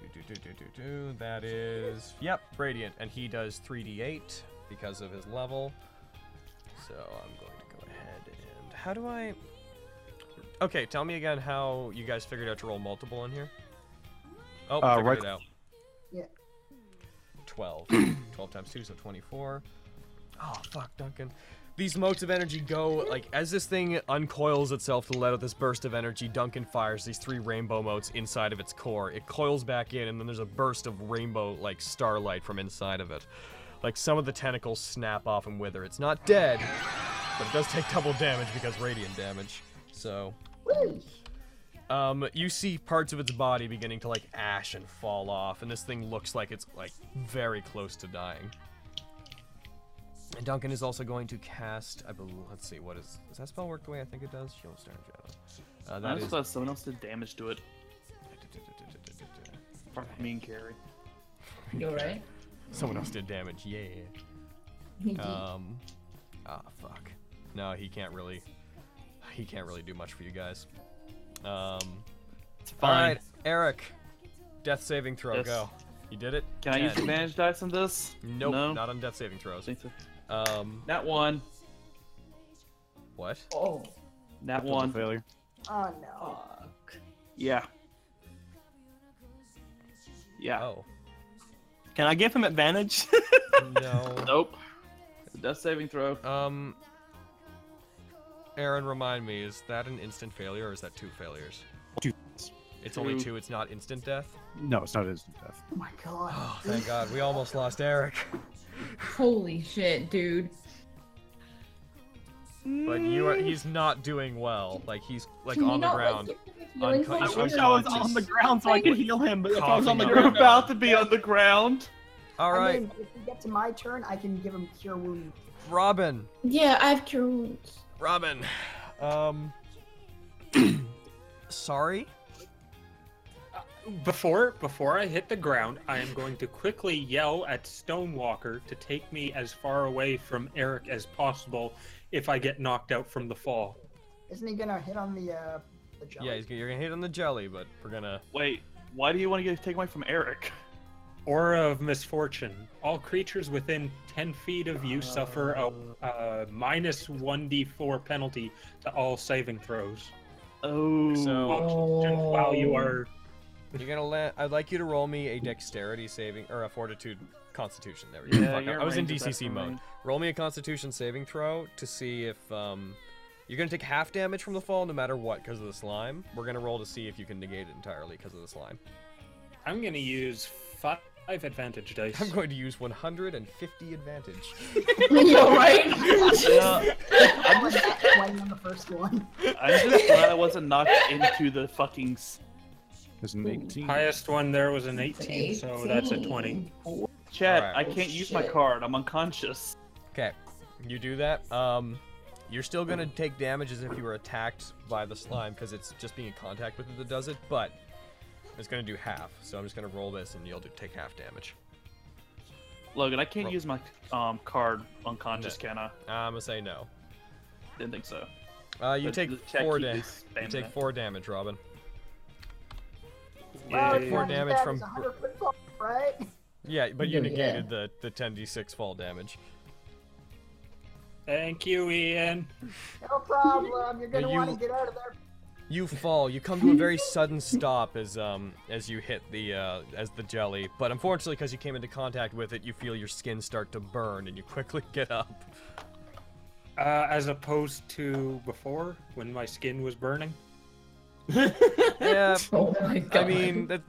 Speaker 2: Do do do do do do. That is yep, radiant, and he does 3d8 because of his level. So I'm going to go ahead and how do I? Okay, tell me again how you guys figured out to roll multiple in here. Oh,
Speaker 4: Uh,
Speaker 2: figured
Speaker 4: right-
Speaker 2: it out.
Speaker 10: Yeah.
Speaker 2: 12. 12 times 2, so 24. Oh, fuck, Duncan. These motes of energy go, like, as this thing uncoils itself to let out this burst of energy, Duncan fires these three rainbow motes inside of its core. It coils back in, and then there's a burst of rainbow, like, starlight from inside of it. Like, some of the tentacles snap off and wither. It's not dead, but it does take double damage because radiant damage. So, um, you see parts of its body beginning to like ash and fall off, and this thing looks like it's like very close to dying. And Duncan is also going to cast. I believe. Let's see. What is does that spell work the way I think it does? Shield of Stern Shadow. Uh,
Speaker 5: I
Speaker 2: that
Speaker 5: just
Speaker 2: is.
Speaker 5: thought someone else did damage to it. Fuck me and Carrie.
Speaker 7: You alright?
Speaker 2: Someone else did damage. Yeah. Um. Ah, fuck. No, he can't really. He can't really do much for you guys. Um. It's
Speaker 5: fine.
Speaker 2: All right, Eric. Death saving throw.
Speaker 5: Yes.
Speaker 2: Go. You did it.
Speaker 5: Can I use
Speaker 2: Ten.
Speaker 5: advantage dice on this?
Speaker 2: Nope.
Speaker 5: No.
Speaker 2: Not on death saving throws. Um.
Speaker 5: Nat one.
Speaker 2: What?
Speaker 7: Oh.
Speaker 5: Nat one.
Speaker 4: Failure.
Speaker 10: Oh no.
Speaker 5: Yeah. Yeah.
Speaker 2: Oh.
Speaker 9: Can I give him advantage?
Speaker 2: No.
Speaker 5: Nope. Death saving throw.
Speaker 2: Um. Aaron, remind me, is that an instant failure or is that two failures?
Speaker 4: Two.
Speaker 2: It's only
Speaker 4: Two.
Speaker 2: two. It's not instant death.
Speaker 4: No, it's not instant death.
Speaker 10: Oh my god.
Speaker 2: Thank God, we almost lost Eric.
Speaker 7: Holy shit, dude.
Speaker 2: But you are—he's not doing well. Like he's like
Speaker 7: Can you
Speaker 2: on the
Speaker 7: not, like,
Speaker 2: ground.
Speaker 7: give him a healing
Speaker 2: Unco-
Speaker 7: word?
Speaker 2: he's
Speaker 7: I wish I was
Speaker 2: unconscious.
Speaker 9: on the ground so I could heal him, but if I was on the
Speaker 2: Coughing up.
Speaker 9: ground,
Speaker 2: You're about
Speaker 5: to be on the ground.
Speaker 2: All
Speaker 10: I
Speaker 2: right,
Speaker 10: mean, if we get to my turn, I can give him cure wound.
Speaker 2: Robin.
Speaker 14: Yeah, I have cure wounds.
Speaker 2: Robin. Um. sorry.
Speaker 3: Uh, Before before I hit the ground, I am going to quickly yell at Stonewalker to take me as far away from Eric as possible if I get knocked out from the fall.
Speaker 10: Isn't he gonna hit on the uh the jelly?
Speaker 2: Yeah, he's, you're gonna hit on the jelly, but we're gonna.
Speaker 5: Wait. Why do you want to get take away from Eric?
Speaker 3: Aura of misfortune. All creatures within 10 feet of you suffer a uh, minus 1d4 penalty to all saving throws.
Speaker 5: Oh.
Speaker 3: While, while you are.
Speaker 2: You're gonna land. I'd like you to roll me a dexterity saving or a fortitude constitution. There we
Speaker 5: Yeah,
Speaker 2: go. Fuck,
Speaker 5: your
Speaker 2: I was in
Speaker 5: range is
Speaker 2: DCC
Speaker 5: better
Speaker 2: mode.
Speaker 5: than
Speaker 2: Roll me a constitution saving throw to see if um, you're gonna take half damage from the fall no matter what because of the slime. We're gonna roll to see if you can negate it entirely because of the slime.
Speaker 3: I'm going to use five I have advantage dice.
Speaker 2: I'm going to use 150 advantage.
Speaker 3: Yo, right?
Speaker 5: Yeah.
Speaker 10: I was playing on the first one.
Speaker 5: I'm just glad I wasn't knocked into the fucking. s-
Speaker 4: There's an 18.
Speaker 3: Highest one there was an 18, so that's a 20.
Speaker 2: 18.
Speaker 5: Chad,
Speaker 2: Alright.
Speaker 5: I can't use my card. I'm unconscious.
Speaker 2: Okay, you do that. Um, you're still gonna take damage as if you were attacked by the slime because it's just being in contact with it that does it, but it's gonna do half. So I'm just gonna roll this, and you'll do, take half damage.
Speaker 5: Logan, I can't
Speaker 2: Roll.
Speaker 5: use my um, card unconscious, can I?
Speaker 2: I'm gonna say no.
Speaker 5: Didn't think so.
Speaker 2: Uh, you
Speaker 5: But
Speaker 2: take
Speaker 5: the- check
Speaker 2: four
Speaker 5: keep
Speaker 2: damage.
Speaker 5: is
Speaker 2: You
Speaker 5: spamming
Speaker 2: take
Speaker 5: it.
Speaker 2: four damage, Robin.
Speaker 10: Well,
Speaker 2: You
Speaker 10: it's
Speaker 2: take four
Speaker 10: not as
Speaker 2: damage
Speaker 10: bad
Speaker 2: from.
Speaker 10: as 100 foot fall, right?
Speaker 2: Yeah, but you
Speaker 10: Yeah.
Speaker 2: negated the the 10d6 fall damage.
Speaker 3: Thank you, Ian.
Speaker 10: No problem. You're gonna
Speaker 2: Well,
Speaker 10: want
Speaker 2: you-
Speaker 10: to get out of there.
Speaker 2: You fall. You come to a very sudden stop as um as you hit the uh, as the jelly. But unfortunately, because you came into contact with it, you feel your skin start to burn, and you quickly get up.
Speaker 3: Uh, as opposed to before, when my skin was burning.
Speaker 2: Yeah.
Speaker 3: my
Speaker 2: I
Speaker 3: God.
Speaker 2: mean, that,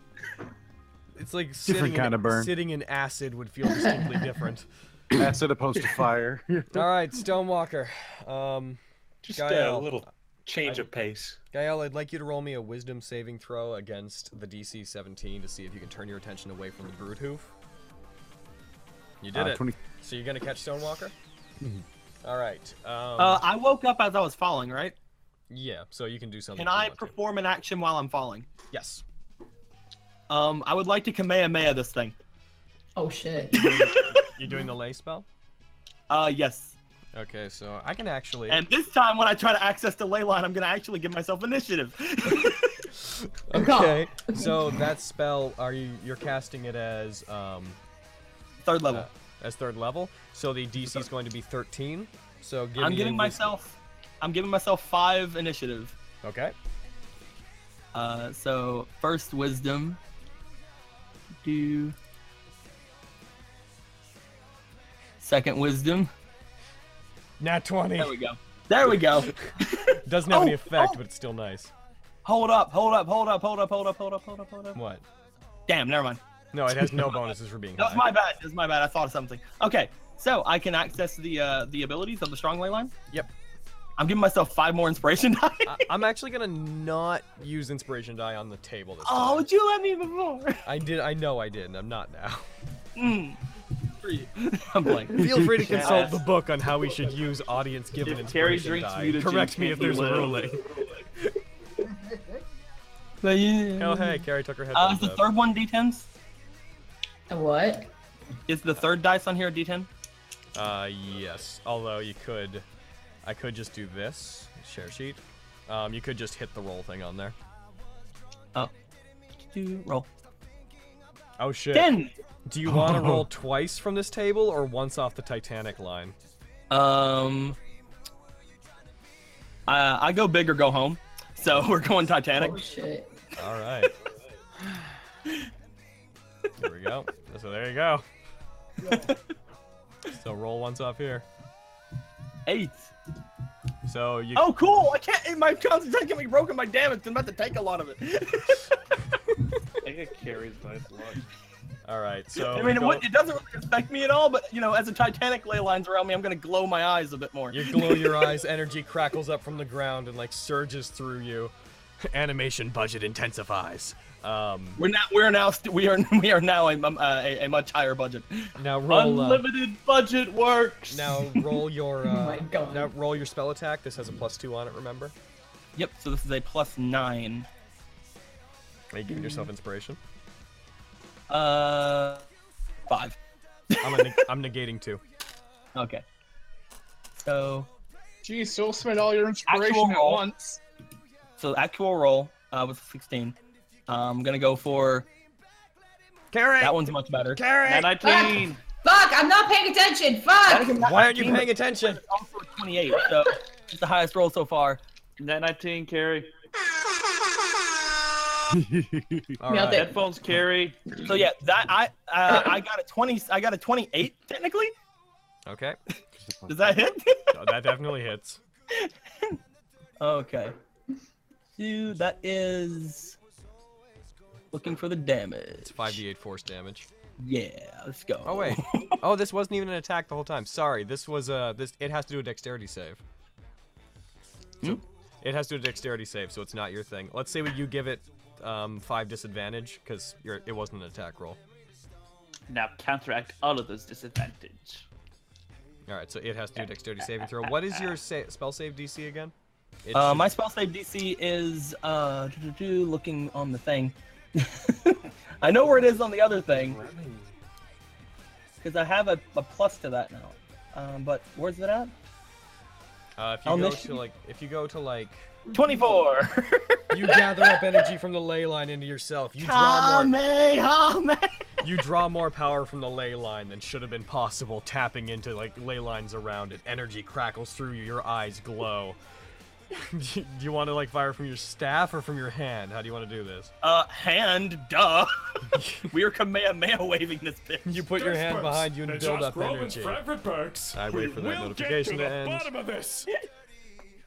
Speaker 2: it's like
Speaker 4: Different
Speaker 2: sitting
Speaker 4: kind
Speaker 2: in,
Speaker 4: of burn.
Speaker 2: Sitting in acid would feel distinctly different.
Speaker 4: Acid opposed to fire.
Speaker 2: All right, Stonewalker. Um,
Speaker 3: Just uh,
Speaker 2: Gael.
Speaker 3: a little change of pace.
Speaker 2: Gael, I'd like you to roll me a Wisdom saving throw against the DC 17 to see if you can turn your attention away from the Brood Hoof. You did
Speaker 9: Uh,
Speaker 2: it.
Speaker 9: 20.
Speaker 2: So you're gonna catch Stonewalker. All right. Um,
Speaker 9: uh, I woke up as I was falling, right?
Speaker 2: yeah. So you can do something.
Speaker 9: Can
Speaker 2: if you
Speaker 9: I
Speaker 2: want to.
Speaker 9: perform an action while I'm falling?
Speaker 2: Yes.
Speaker 9: Um, I would like to Kamehameha this thing.
Speaker 7: Oh shit.
Speaker 2: You're doing the lay spell.
Speaker 9: Uh, yes.
Speaker 2: Okay, so I can actually.
Speaker 9: And this time, when I try to access the ley line, I'm gonna actually give myself initiative.
Speaker 2: Okay. so that spell, are you you're casting it as um uh,
Speaker 9: third level.
Speaker 2: as third level. So the DC is going to be 13. So give
Speaker 9: I'm
Speaker 2: me
Speaker 9: giving
Speaker 2: a wisdom-
Speaker 9: myself, I'm giving myself five initiative.
Speaker 2: Okay.
Speaker 9: Uh, so first wisdom. Do. Second wisdom.
Speaker 2: Nat 20.
Speaker 9: There we go. There we go.
Speaker 2: Doesn't have any
Speaker 9: Oh,
Speaker 2: effect,
Speaker 9: oh.
Speaker 2: but it's still nice.
Speaker 9: Hold up! Hold up! Hold up! Hold up! Hold up! Hold up! Hold up! Hold up!
Speaker 2: What?
Speaker 9: Damn! Never mind.
Speaker 2: No, it has no bonuses for being.
Speaker 9: That's
Speaker 2: high.
Speaker 9: my bad. That's my bad. I thought of something. Okay, so I can access the uh, the abilities of the strong ley line.
Speaker 2: Yep.
Speaker 9: I'm giving myself five more inspiration. die.
Speaker 2: I- I'm actually gonna not use inspiration die on the table this time.
Speaker 9: oh, would you let me before?
Speaker 2: I did. I know I didn't. I'm not now.
Speaker 9: Mm. Free. I'm blank.
Speaker 2: Feel free to
Speaker 9: Chat.
Speaker 2: consult the book on how we should use audience given
Speaker 5: If Terry
Speaker 2: inspiration
Speaker 5: drinks
Speaker 2: die.
Speaker 5: mutagen,
Speaker 2: Correct me if
Speaker 5: can't he
Speaker 2: there's a
Speaker 5: live?
Speaker 2: ruling.
Speaker 9: But yeah.
Speaker 2: Oh hey, Carrie took her
Speaker 9: Uh, is
Speaker 2: headphones
Speaker 9: the
Speaker 2: off.
Speaker 9: third one d10s?
Speaker 7: A what?
Speaker 9: Is the third dice on here a d10?
Speaker 2: Uh, yes. Although you could, I could just do this share sheet. Um, you could just hit the roll thing on there.
Speaker 9: Oh. Do roll.
Speaker 2: Oh shit.
Speaker 9: Ten.
Speaker 2: Do you want to roll twice from this table or once off the Titanic line?
Speaker 9: Um. Uh, I go big or go home. So we're going Titanic.
Speaker 7: Oh shit.
Speaker 2: All right. there we go. So there you go. so roll once off here.
Speaker 9: Eight.
Speaker 2: So you.
Speaker 9: Oh, cool! I can't. My concentration can be broken by damage. I'm about to take a lot of it.
Speaker 5: I get carries by luck.
Speaker 2: All right. So.
Speaker 9: I mean, it,
Speaker 2: go-
Speaker 9: would, it doesn't really affect me at all, but you know, as the Titanic ley lines around me, I'm gonna glow my eyes a bit more.
Speaker 2: You glow your eyes, energy crackles up from the ground and like surges through you. Animation budget intensifies. Um,
Speaker 9: We're now we're now st- we are we are now a, um, uh, a, a much higher budget.
Speaker 2: now roll. uh,
Speaker 5: Unlimited budget works.
Speaker 2: now roll your. Uh,
Speaker 9: Oh my God.
Speaker 2: Now roll your spell attack. This has a plus two on it. Remember.
Speaker 9: Yep. So this is a plus nine.
Speaker 2: Are you giving yourself inspiration?
Speaker 9: Uh, five.
Speaker 2: I'm, a neg- I'm negating two.
Speaker 9: Okay. So
Speaker 6: Jeez, you'll spend all your
Speaker 9: Actual
Speaker 6: inspiration at
Speaker 9: roll.
Speaker 6: once.
Speaker 9: so the actual roll uh, was 16. Uh, I'm gonna go for.
Speaker 2: Carrot.
Speaker 9: That one's much better.
Speaker 7: Carrot. Ah.
Speaker 9: Nat 19.
Speaker 7: Fuck! I'm not paying attention. Fuck!
Speaker 2: Why aren't you paying attention?
Speaker 9: Also 28. So it's the highest roll so far.
Speaker 5: Nat 19, carry.
Speaker 2: All
Speaker 7: Nailed
Speaker 2: right.
Speaker 7: it.
Speaker 5: Headphones carry.
Speaker 9: So yeah, that I uh, I got a 20. I got a 28 technically.
Speaker 2: Okay.
Speaker 9: Does that hit?
Speaker 2: No, that definitely hits.
Speaker 9: okay. So that is looking for the damage.
Speaker 2: It's 5d8 force damage.
Speaker 9: Yeah, let's go.
Speaker 2: Oh wait. oh, this wasn't even an attack the whole time. Sorry. This was uh this it has to do a dexterity save.
Speaker 9: Hmm?
Speaker 2: So It has to do a dexterity save, so it's not your thing. Let's say you give it um, five disadvantage because it wasn't an attack roll.
Speaker 5: Now counteract all of those disadvantage.
Speaker 2: All right, so it has to do a dexterity saving throw. What is your sa- spell save DC again? It
Speaker 9: Uh,
Speaker 2: should-
Speaker 9: my spell save DC is uh, doo-doo-doo, looking on the thing. I know where it is on the other thing. Because I have a, a plus to that now. Um, but where's it at?
Speaker 2: Uh, if you
Speaker 9: I'll
Speaker 2: go
Speaker 9: miss
Speaker 2: to
Speaker 9: you.
Speaker 2: like, if you go to like,
Speaker 9: 24!
Speaker 2: you gather up energy from the ley line into yourself. You draw more.
Speaker 9: Kamehameha!
Speaker 2: You draw more power from the ley line than should have been possible. Tapping into like ley lines around it, energy crackles through you. Your eyes glow. do you, do you want to like fire from your staff or from your hand? How do you want to do this?
Speaker 9: Uh, hand, duh. we are Kamehameha waving this bitch. You
Speaker 2: put your hand behind you and
Speaker 15: The
Speaker 2: build
Speaker 15: Josh
Speaker 2: up
Speaker 15: Groban's
Speaker 2: energy.
Speaker 15: favorite perks.
Speaker 2: I
Speaker 15: we
Speaker 2: wait for that
Speaker 15: will
Speaker 2: notification
Speaker 15: get to,
Speaker 2: to
Speaker 15: the
Speaker 2: end.
Speaker 15: bottom of this.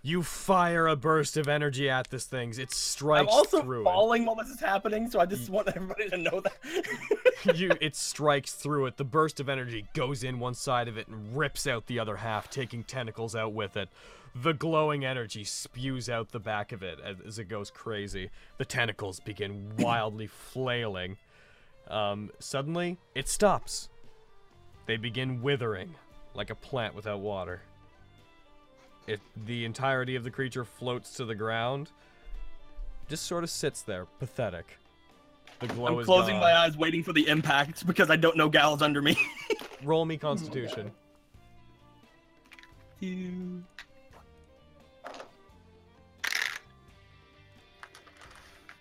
Speaker 2: You fire a burst of energy at this thing. It strikes
Speaker 9: I'm also
Speaker 2: through it. Mm.
Speaker 9: falling while this is happening, so I just want everybody to know that.
Speaker 2: you it strikes through it. The burst of energy goes in one side of it and rips out the other half, taking tentacles out with it. The glowing energy spews out the back of it as, as it goes crazy. The tentacles begin wildly flailing. Um, suddenly, it stops. They begin withering like a plant without water. It, the entirety of the creature floats to the ground, just sort of sits there, pathetic. The glow
Speaker 9: I'm
Speaker 2: is
Speaker 9: closing
Speaker 2: gone.
Speaker 9: my eyes, waiting for the impact because I don't know Gal's under me.
Speaker 2: Roll me Constitution.
Speaker 9: Two.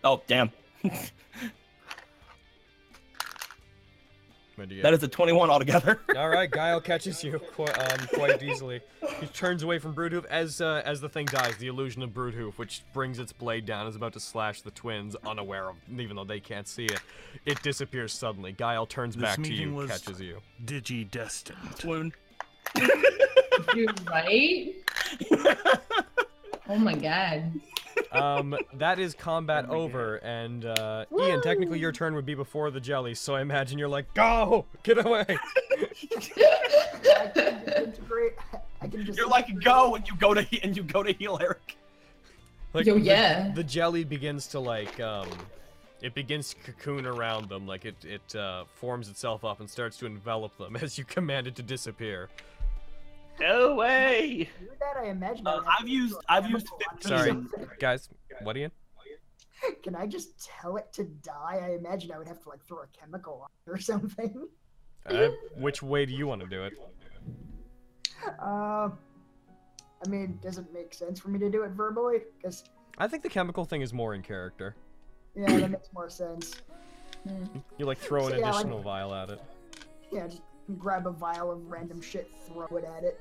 Speaker 9: Oh damn!
Speaker 2: What'd you
Speaker 9: That
Speaker 2: get?
Speaker 9: is a 21 altogether.
Speaker 2: All right, Guile catches you quite, um, quite easily. He turns away from Broodhoof as uh, as the thing dies. The illusion of Broodhoof, which brings its blade down, is about to slash the twins, unaware of even though they can't see it. It disappears suddenly. Guile turns
Speaker 16: This
Speaker 2: back to
Speaker 16: meeting
Speaker 2: you,
Speaker 16: was
Speaker 2: catches you.
Speaker 16: Digi destined.
Speaker 7: You're right. oh my god.
Speaker 2: Um, that is combat over, and uh, Ian, technically your turn would be before the jelly, so I imagine you're like, go, get away.
Speaker 10: Great. I can just.
Speaker 9: You're like go and you go to he- and you go to heal Eric.
Speaker 2: Like,
Speaker 9: Yo,
Speaker 2: the-
Speaker 9: yeah.
Speaker 2: The, jelly begins to like um, it begins to cocoon around them. Like it it uh, forms itself up and starts to envelop them as you command it to disappear.
Speaker 5: No way.
Speaker 10: that I imagine.
Speaker 9: Uh, I've used I've used. 15
Speaker 2: Sorry, guys. What Ian?
Speaker 10: Can I just tell it to die? I imagine I would have to like throw a chemical on it or something.
Speaker 2: Uh, which way do you want to do it?
Speaker 10: Uh, I mean, does it make sense for me to do it verbally? Because
Speaker 2: I think the chemical thing is more in character.
Speaker 10: yeah, that makes more sense.
Speaker 9: Hmm.
Speaker 2: You like throw an
Speaker 10: So, yeah, like-
Speaker 2: additional vial at it.
Speaker 10: Yeah, just grab a vial of random shit, throw it at it.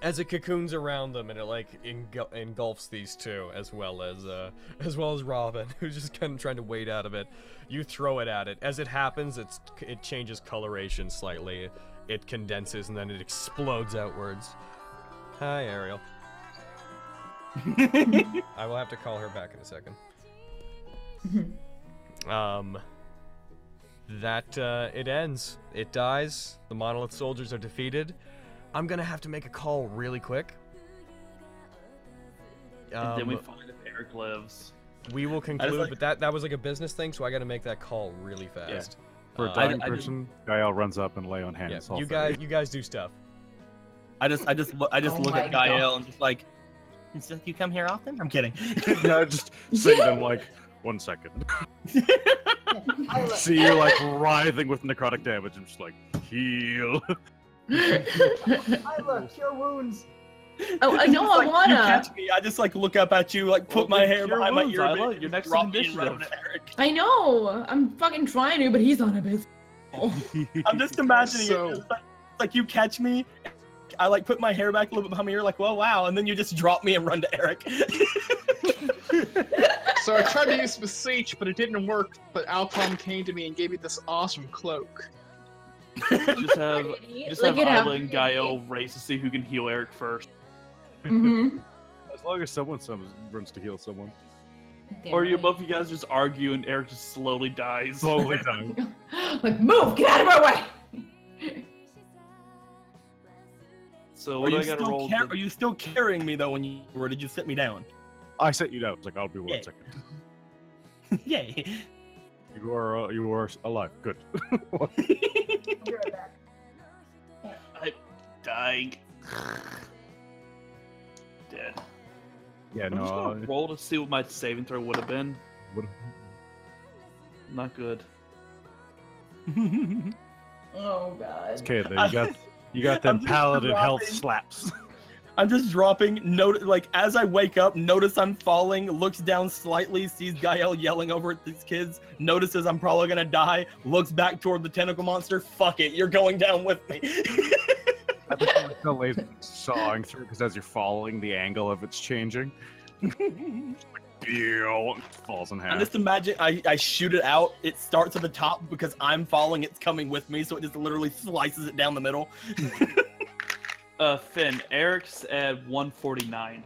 Speaker 2: as it cocoons around them and it like engul- engulfs these two as well as uh, as well as Robin who's just kind of trying to wade out of it. You throw it at it. As it happens, it's it changes coloration slightly. It condenses and then it explodes outwards. Hi, Ariel. I will have to call her back in a second. Um, that uh, it ends. It dies. The monolith soldiers are defeated. I'm gonna have to make a call really quick.
Speaker 5: and then we
Speaker 2: Um,
Speaker 5: find if Eric lives.
Speaker 2: we will conclude,
Speaker 5: like-
Speaker 2: but that that was like a business thing, so I gotta make that call really fast.
Speaker 13: For a
Speaker 2: Uh,
Speaker 13: dying person, Gael runs up and lay on hands. all
Speaker 2: you
Speaker 13: three.
Speaker 2: guys, you guys do stuff.
Speaker 9: I just I just lo- I just
Speaker 13: Oh
Speaker 9: look
Speaker 13: my
Speaker 9: at Gael
Speaker 13: God.
Speaker 9: and just like. "It's just- You come here often? I'm kidding.
Speaker 13: no, just see them like one second. see you like writhing with necrotic damage. I'm just like heal.
Speaker 10: I look, cure wounds.
Speaker 7: Oh, I know
Speaker 9: Just
Speaker 7: I
Speaker 9: like,
Speaker 7: wanna.
Speaker 9: You catch me. I just like look up at you, like put my hair
Speaker 5: cure
Speaker 9: behind my
Speaker 5: wounds,
Speaker 9: ear.
Speaker 5: Isla.
Speaker 9: Your next
Speaker 7: I know. I'm fucking trying to, but he's on a bit.
Speaker 9: I'm just imagining it. Just like, like you catch me. I like put my hair back a little bit behind my ear, like, well, wow, and then you just drop me and run to Eric.
Speaker 6: So I tried to use beseech, but it didn't work. But Alcom came to me and gave me this awesome cloak.
Speaker 5: Just have just
Speaker 6: Look
Speaker 5: have
Speaker 6: it up.
Speaker 5: Isla and Gael race to see who can heal Eric first.
Speaker 2: Mm-hmm.
Speaker 13: As
Speaker 11: Oh,
Speaker 13: long as someone some, runs to heal someone.
Speaker 5: Or you both of you guys just argue and Eric just slowly dies.
Speaker 13: Slowly dies.
Speaker 7: like, move, get out of my way.
Speaker 9: So
Speaker 11: what
Speaker 9: are
Speaker 11: do
Speaker 9: you
Speaker 11: I gotta
Speaker 9: still
Speaker 11: roll
Speaker 9: car-
Speaker 11: to-
Speaker 9: Are you still carrying me though? When you or did you sit me down?
Speaker 11: I set you down. It's like I'll be one
Speaker 9: Yeah.
Speaker 11: second.
Speaker 9: Yay!
Speaker 11: You are uh, you are alive. Good.
Speaker 5: I'm dying. Dead.
Speaker 11: Yeah,
Speaker 5: I'm just
Speaker 11: no.
Speaker 5: gonna roll to see what my saving throw would have been.
Speaker 11: Would-
Speaker 5: Not good.
Speaker 7: oh god.
Speaker 11: It's okay, though. You got you got
Speaker 9: I'm
Speaker 11: them
Speaker 9: just
Speaker 11: paladin health
Speaker 9: dropping-
Speaker 11: slaps.
Speaker 9: I'm just dropping. Note like as I wake up, notice I'm falling. Looks down slightly, sees Gael yelling over at these kids. Notices I'm probably gonna die. Looks back toward the tentacle monster. Fuck it, you're going down with me.
Speaker 11: the laser sawing through because as you're falling, the angle of it's changing. Deal falls in half.
Speaker 9: I just imagine I, I shoot it out. It starts at the top because I'm falling. It's coming with me, so it just literally slices it down the middle.
Speaker 5: Uh, Finn, Eric's at 149.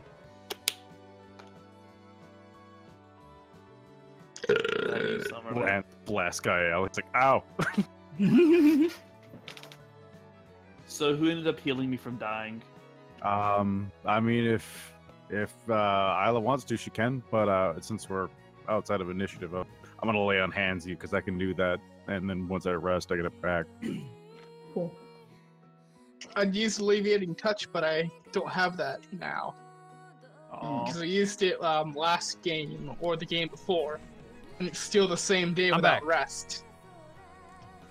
Speaker 11: Blan- blast guy out. It's like ow.
Speaker 5: So who ended up healing me from dying?
Speaker 11: Um, I mean, if if uh, Isla wants to, she can. But uh, since we're outside of initiative, uh, I'm gonna lay on hands you because I can do that. And then once I rest, I get it back.
Speaker 6: I'd use alleviating touch, but I don't have that now.
Speaker 5: Aw.
Speaker 6: Because I used it um, last game or the game before, and it's still the same day
Speaker 12: I'm
Speaker 6: without
Speaker 12: back.
Speaker 6: rest.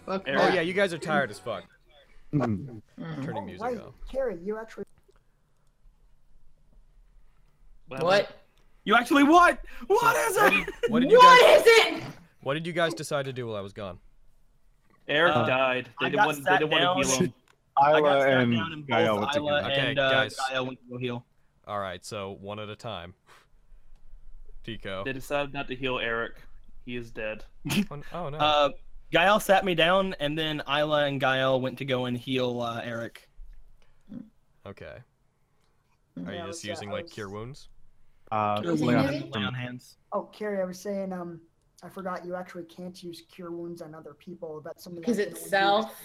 Speaker 6: Fuck
Speaker 2: Oh
Speaker 6: that.
Speaker 2: yeah, you guys are tired as fuck.
Speaker 1: Hmm.
Speaker 9: Mm.
Speaker 2: Turning music
Speaker 10: Wait,
Speaker 2: off.
Speaker 10: Oh, Carrie, you actually.
Speaker 7: What?
Speaker 9: You actually what? What is
Speaker 2: it? What did you guys?
Speaker 7: it?
Speaker 2: What did you guys decide to do while I was gone?
Speaker 5: Eric
Speaker 2: Uh,
Speaker 5: died. They
Speaker 9: I
Speaker 5: didn't
Speaker 9: got
Speaker 5: want. They
Speaker 9: sat
Speaker 5: didn't want to
Speaker 9: down.
Speaker 5: heal him.
Speaker 9: I got sat
Speaker 2: and
Speaker 9: down and both
Speaker 2: Gael went
Speaker 9: Isla
Speaker 2: together. Okay,
Speaker 9: and uh,
Speaker 2: guys.
Speaker 9: Gael went to go heal.
Speaker 2: All right, so one at a time. Tico.
Speaker 5: They decided not to heal Eric. He is dead.
Speaker 2: oh no.
Speaker 9: Uh, Gael sat me down, and then Isla and Gael went to go and heal uh, Eric.
Speaker 2: Okay. Are you just
Speaker 10: I was, uh,
Speaker 2: using
Speaker 10: I
Speaker 2: like
Speaker 10: was-
Speaker 2: cure wounds?
Speaker 11: Uh,
Speaker 10: Cure lay on- wounds?
Speaker 9: Lay on hands.
Speaker 10: Oh, Carrie, I was saying, um, I forgot you actually can't use cure wounds on other people. That's something. I
Speaker 7: Because
Speaker 10: can
Speaker 7: it's
Speaker 10: only do-
Speaker 7: self.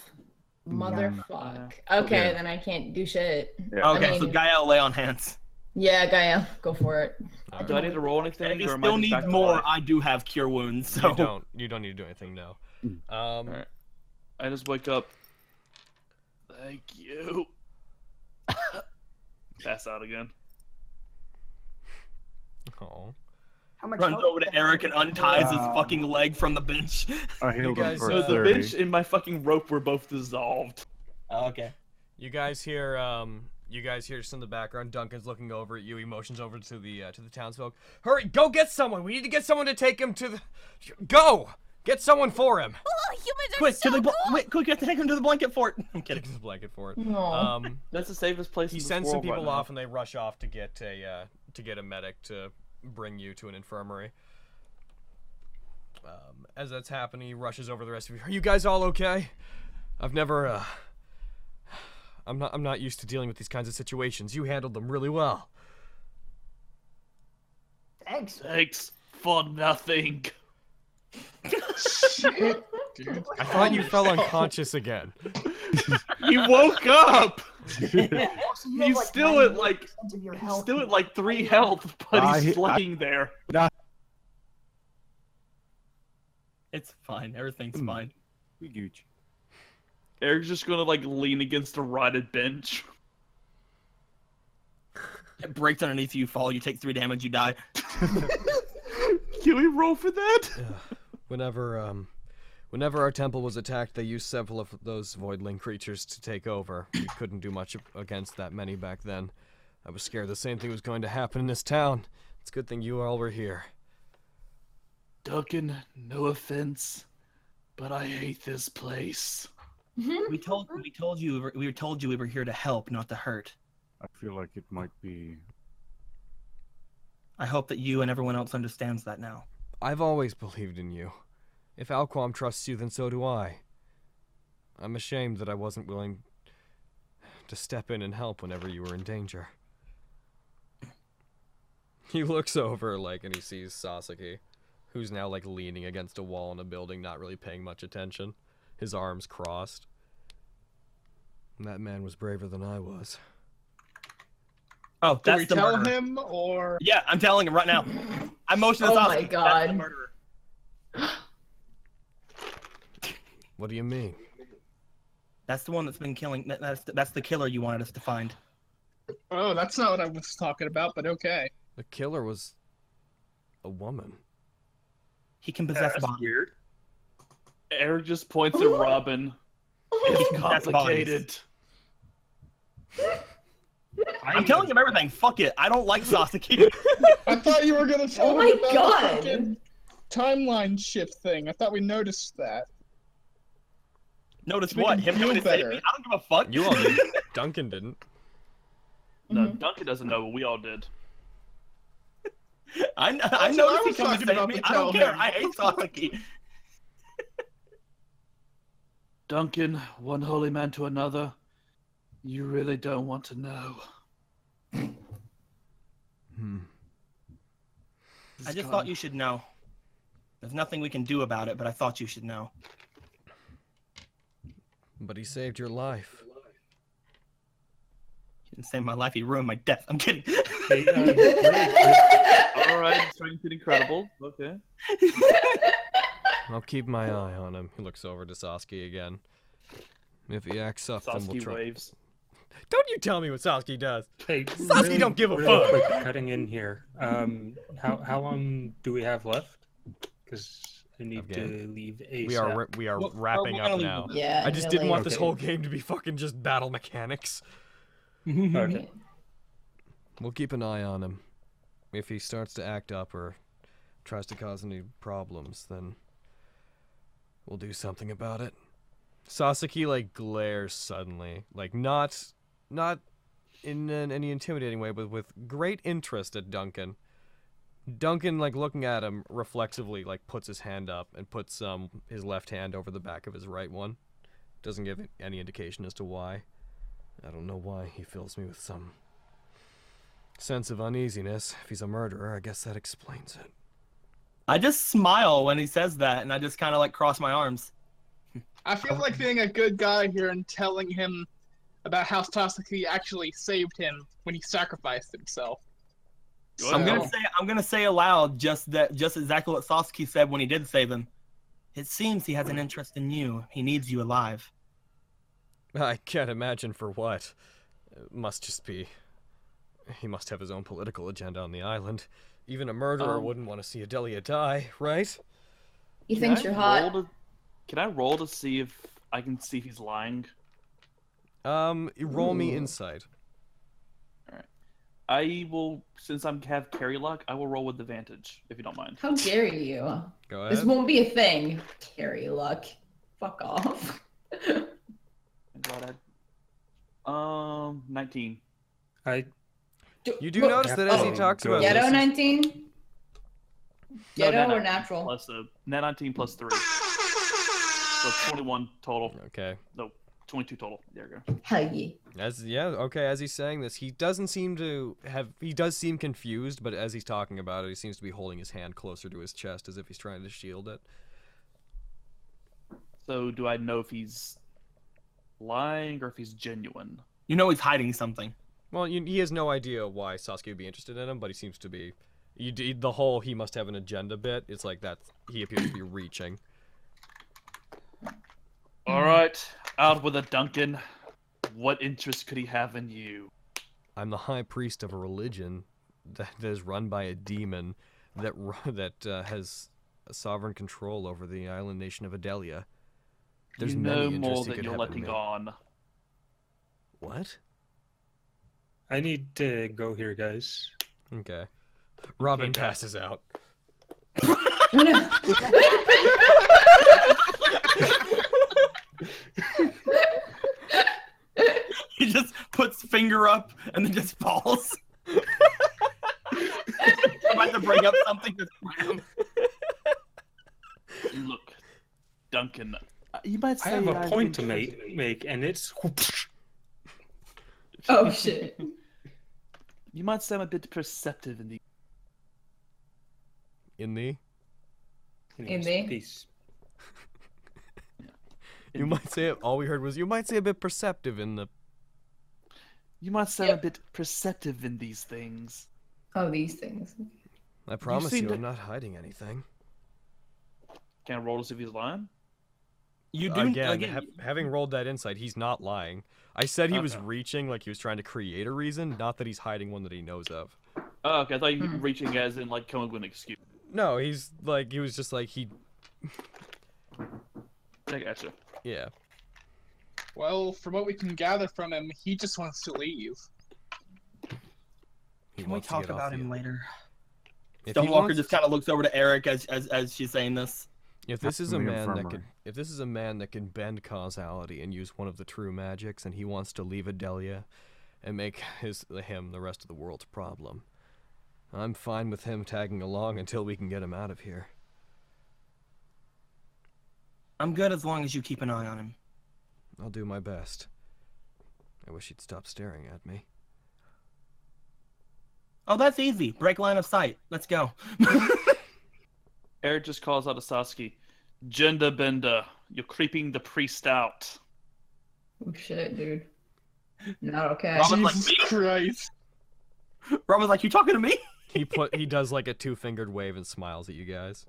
Speaker 7: Motherfuck. Okay, then I can't do shit.
Speaker 9: Okay,
Speaker 7: I mean,
Speaker 9: so Gael lay on hands.
Speaker 7: yeah, Gaia, go for it.
Speaker 2: Do I
Speaker 5: Uh, need to roll anything?
Speaker 9: If you
Speaker 5: or am I
Speaker 9: still
Speaker 5: just back
Speaker 9: need
Speaker 5: to
Speaker 9: more,
Speaker 5: life?
Speaker 9: I do have cure wounds. So
Speaker 2: You don't. You don't need to do anything. No.
Speaker 9: Hmm.
Speaker 2: Um.
Speaker 5: I just wake up. Thank you. Pass out again.
Speaker 2: Oh.
Speaker 10: How much
Speaker 9: runs
Speaker 10: health
Speaker 9: over
Speaker 10: do
Speaker 9: to
Speaker 10: you have?
Speaker 9: Eric and unties his
Speaker 10: Um,
Speaker 9: fucking leg from the bench.
Speaker 11: I healed
Speaker 2: him guys- for
Speaker 5: so uh, the
Speaker 2: 30.
Speaker 5: bench and my fucking rope were both dissolved.
Speaker 9: okay.
Speaker 2: You guys hear um you guys hear just in the background Duncan's looking over at you. He motions over to the uh, to the townsfolk. Hurry, go get someone. We need to get someone to take him to the Go! Get someone for him.
Speaker 14: Oh, humans are
Speaker 9: Quick,
Speaker 14: so
Speaker 9: to the
Speaker 14: cool.
Speaker 9: bl- wait, quick, you have to take him to the blanket fort. I'm kidding.
Speaker 2: Take the blanket fort.
Speaker 9: Aw.
Speaker 2: Um
Speaker 5: That's the safest place.
Speaker 2: he
Speaker 5: in this
Speaker 2: sends some
Speaker 5: world right
Speaker 2: people
Speaker 5: now.
Speaker 2: off and they rush off to get a uh, to get a medic to bring you to an infirmary. Um, as that's happening, he rushes over the rest of you. Are you guys all okay? I've never uh I'm not I'm not used to dealing with these kinds of situations. You handled them really well.
Speaker 10: Thanks.
Speaker 5: Thanks for nothing.
Speaker 2: I thought you fell unconscious again.
Speaker 5: You woke up.
Speaker 10: Also, you have,
Speaker 5: You
Speaker 10: like,
Speaker 5: still at
Speaker 10: 90%
Speaker 5: like
Speaker 10: of your
Speaker 5: he's
Speaker 10: health.
Speaker 5: still at like three health,
Speaker 11: I-
Speaker 5: but
Speaker 11: I-
Speaker 5: he's slugging there.
Speaker 9: It's fine. Everything's fine.
Speaker 11: We gooch.
Speaker 5: Eric's just gonna like lean against a rotted bench.
Speaker 9: It breaks underneath you, you fall, you take three damage, you die.
Speaker 5: Can we roll for that?
Speaker 2: Whenever um whenever our temple was attacked, they used several of those voidling creatures to take over. We couldn't do much against that many back then. I was scared the same thing was going to happen in this town. It's a good thing you all were here.
Speaker 5: Duncan, no offense, but I hate this place.
Speaker 6: Mm-hmm.
Speaker 9: we told we told you we were- we were told you we were here to help, not to hurt.
Speaker 11: I feel like it might be.
Speaker 9: I hope that you and everyone else understands that now.
Speaker 2: I've always believed in you. If Alquam trusts you, then so do I. I'm ashamed that I wasn't willing to step in and help whenever you were in danger. He looks over like and he sees Sasaki, who's now like leaning against a wall in a building, not really paying much attention, his arms crossed. And that man was braver than I was.
Speaker 9: Oh,
Speaker 6: Do
Speaker 9: that's
Speaker 6: we
Speaker 9: the
Speaker 6: tell
Speaker 9: murderer.
Speaker 6: him or
Speaker 9: Yeah, I'm telling him right now. I motion this
Speaker 6: Oh
Speaker 9: off.
Speaker 6: my
Speaker 9: That's the
Speaker 6: God.
Speaker 9: murderer.
Speaker 2: What do you mean?
Speaker 9: That's the one that's been killing. That, that's the, that's the killer you wanted us to find.
Speaker 6: Oh, that's not what I was talking about, but okay.
Speaker 2: The killer was a woman.
Speaker 9: He can possess
Speaker 5: That's
Speaker 9: bodies.
Speaker 5: weird. Eric just points at Robin. It's
Speaker 9: That's
Speaker 5: complicated.
Speaker 9: I'm telling him everything. Fuck it. I don't like Sasaki.
Speaker 6: I thought you were gonna tell
Speaker 9: Oh
Speaker 6: me
Speaker 9: my
Speaker 6: about
Speaker 9: God.
Speaker 6: the fucking timeline shift thing. I thought we noticed that.
Speaker 9: Notice
Speaker 6: Make
Speaker 9: what?
Speaker 6: him
Speaker 9: Him coming
Speaker 6: feel
Speaker 9: to save
Speaker 6: better.
Speaker 9: me? I don't give a fuck.
Speaker 2: You all did. Duncan didn't.
Speaker 5: No,
Speaker 9: Mm-hmm.
Speaker 5: Duncan doesn't know, but we all did.
Speaker 9: I, kn- I
Speaker 6: That's what
Speaker 9: noticed
Speaker 6: I
Speaker 9: he
Speaker 6: was
Speaker 9: comes to
Speaker 6: talking
Speaker 9: save
Speaker 6: about
Speaker 9: me.
Speaker 6: to
Speaker 9: I don't
Speaker 6: tell
Speaker 9: care.
Speaker 6: him.
Speaker 9: I hate Sasaki.
Speaker 5: Duncan, one holy man to another. You really don't want to know.
Speaker 2: Hmm.
Speaker 9: I just
Speaker 5: gone.
Speaker 9: thought you should know. There's nothing we can do about it, but I thought you should know.
Speaker 2: But he saved your life.
Speaker 9: He didn't save my life. He ruined my death. I'm kidding.
Speaker 2: uh,
Speaker 5: All right, Strength and Incredible. Okay.
Speaker 2: I'll keep my eye on him. He looks over to Sasuke again. If he acts up, then we'll
Speaker 5: Sasuke
Speaker 2: try.
Speaker 5: waves.
Speaker 2: Don't you tell me what Sasuke does.
Speaker 3: Hey,
Speaker 2: Sasuke
Speaker 3: really-
Speaker 2: don't give a
Speaker 3: really
Speaker 2: fuck.
Speaker 3: Quick, cutting in here. Um, how how long do we have left? Because I need
Speaker 2: Okay.
Speaker 3: to leave ASAP.
Speaker 2: We are we are wrapping up now. I just didn't want this whole game to be fucking just battle mechanics.
Speaker 3: Okay.
Speaker 2: We'll keep an eye on him. If he starts to act up or tries to cause any problems, then we'll do something about it. Sasaki like glares suddenly, like not not in an, any intimidating way, but with great interest at Duncan. Duncan, like looking at him reflexively, like puts his hand up and puts um his left hand over the back of his right one. Doesn't give any indication as to why. I don't know why he fills me with some sense of uneasiness. If he's a murderer, I guess that explains it.
Speaker 9: I just smile when he says that, and I just kind of like cross my arms.
Speaker 6: I feel like being a good guy here and telling him about how Sasaki actually saved him when he sacrificed himself. So-
Speaker 9: I'm gonna say I'm gonna say aloud just that just exactly what Sasuke said when he did save him. It seems he has an interest in you. He needs you alive.
Speaker 2: I can't imagine for what. It must just be. He must have his own political agenda on the island. Even a murderer
Speaker 5: Um,
Speaker 2: wouldn't want to see Adelia die, right?
Speaker 7: He
Speaker 5: Can
Speaker 7: thinks
Speaker 5: I
Speaker 7: you're hot.
Speaker 5: roll to- can I roll to see if I can see if he's lying?
Speaker 2: Um, roll me
Speaker 5: Ooh.
Speaker 2: inside.
Speaker 5: I will, since I am have carry luck, I will roll with advantage if you don't mind.
Speaker 7: How dare you?
Speaker 2: Go
Speaker 7: This won't be a thing. Carry luck. Fuck
Speaker 2: Oh,
Speaker 7: off.
Speaker 5: I'm glad I. Um, nineteen.
Speaker 3: I.
Speaker 2: You do notice that as he talks about
Speaker 7: Ghetto
Speaker 2: this,
Speaker 7: 19?
Speaker 5: No,
Speaker 7: Ghetto
Speaker 5: no,
Speaker 7: or
Speaker 5: no.
Speaker 7: natural?
Speaker 5: Plus a net nineteen plus three, so twenty-one total.
Speaker 2: Okay.
Speaker 5: No, twenty-two total. There you go.
Speaker 7: Hell yeah.
Speaker 2: As yeah, okay, as he's saying this, he doesn't seem to have he does seem confused, but as he's talking about it, he seems to be holding his hand closer to his chest as if he's trying to shield it.
Speaker 5: So do I know if he's lying or if he's genuine?
Speaker 9: You know he's hiding something.
Speaker 2: Well, you, he has no idea why Sasuke would be interested in him, but he seems to be you, d- the whole he must have an agenda bit. It's like that he appears to be reaching.
Speaker 5: All right, out with it, Duncan. What interest could he have in you?
Speaker 2: I'm the high priest of a religion that, that is run by a demon that ru- that uh, has sovereign control over the island nation of Adelia. There's
Speaker 5: you
Speaker 2: many
Speaker 5: know
Speaker 2: interests
Speaker 5: more
Speaker 2: he
Speaker 5: than
Speaker 2: could
Speaker 5: you're
Speaker 2: have in
Speaker 5: letting
Speaker 2: me.
Speaker 5: on.
Speaker 2: What?
Speaker 3: I need to go here, guys.
Speaker 2: Okay. Robin passes out.
Speaker 9: He just puts finger up and then just falls. I'm about to bring up something that's random.
Speaker 5: Look, Duncan, uh, you might
Speaker 3: I
Speaker 5: say
Speaker 3: have
Speaker 5: I've
Speaker 3: a point to
Speaker 5: been
Speaker 3: make, make, and it's.
Speaker 7: Oh shit.
Speaker 5: You might say I'm a bit perceptive in the
Speaker 2: In the
Speaker 7: In the-
Speaker 3: Peace.
Speaker 2: You might say it. All we heard was you might say a bit perceptive in the.
Speaker 5: You might sound a bit perceptive in these things.
Speaker 7: Oh, these things.
Speaker 2: I promise you,
Speaker 5: seem to-
Speaker 2: I'm not hiding anything.
Speaker 5: Can I roll to see if he's lying?
Speaker 2: You
Speaker 5: do-
Speaker 2: again,
Speaker 5: again,
Speaker 2: ha- having rolled that insight, he's not lying. I said he was
Speaker 5: Okay.
Speaker 2: reaching, like he was trying to create a reason, not that he's hiding one that he knows of.
Speaker 5: Oh, okay. I thought you
Speaker 7: Hmm.
Speaker 5: were reaching as in like coming up with an excuse.
Speaker 2: No, he's like he was just like he.
Speaker 5: I gotcha.
Speaker 2: Yeah.
Speaker 6: Well, from what we can gather from him, he just wants to leave.
Speaker 9: Can we talk about him later?
Speaker 2: If he
Speaker 9: Stonewalker
Speaker 2: wants-
Speaker 9: just kind of looks over to Eric as, as as she's saying this.
Speaker 2: If this is a man that can, if this is a man that can bend causality and use one of the true magics, and he wants to leave Adelia, and make his him the rest of the world's problem, I'm fine with him tagging along until we can get him out of here.
Speaker 9: I'm good as long as you keep an eye on him.
Speaker 2: I'll do my best. I wish he'd stop staring at me.
Speaker 9: Oh, that's easy. Break line of sight. Let's go.
Speaker 5: Eric just calls out to Sasuke, Gender Bender, you're creeping the priest out.
Speaker 7: Oh shit, dude. Not okay.
Speaker 6: Christ.
Speaker 9: Robin's like, you talking to me?
Speaker 2: He put he does like a two fingered wave and smiles at you guys.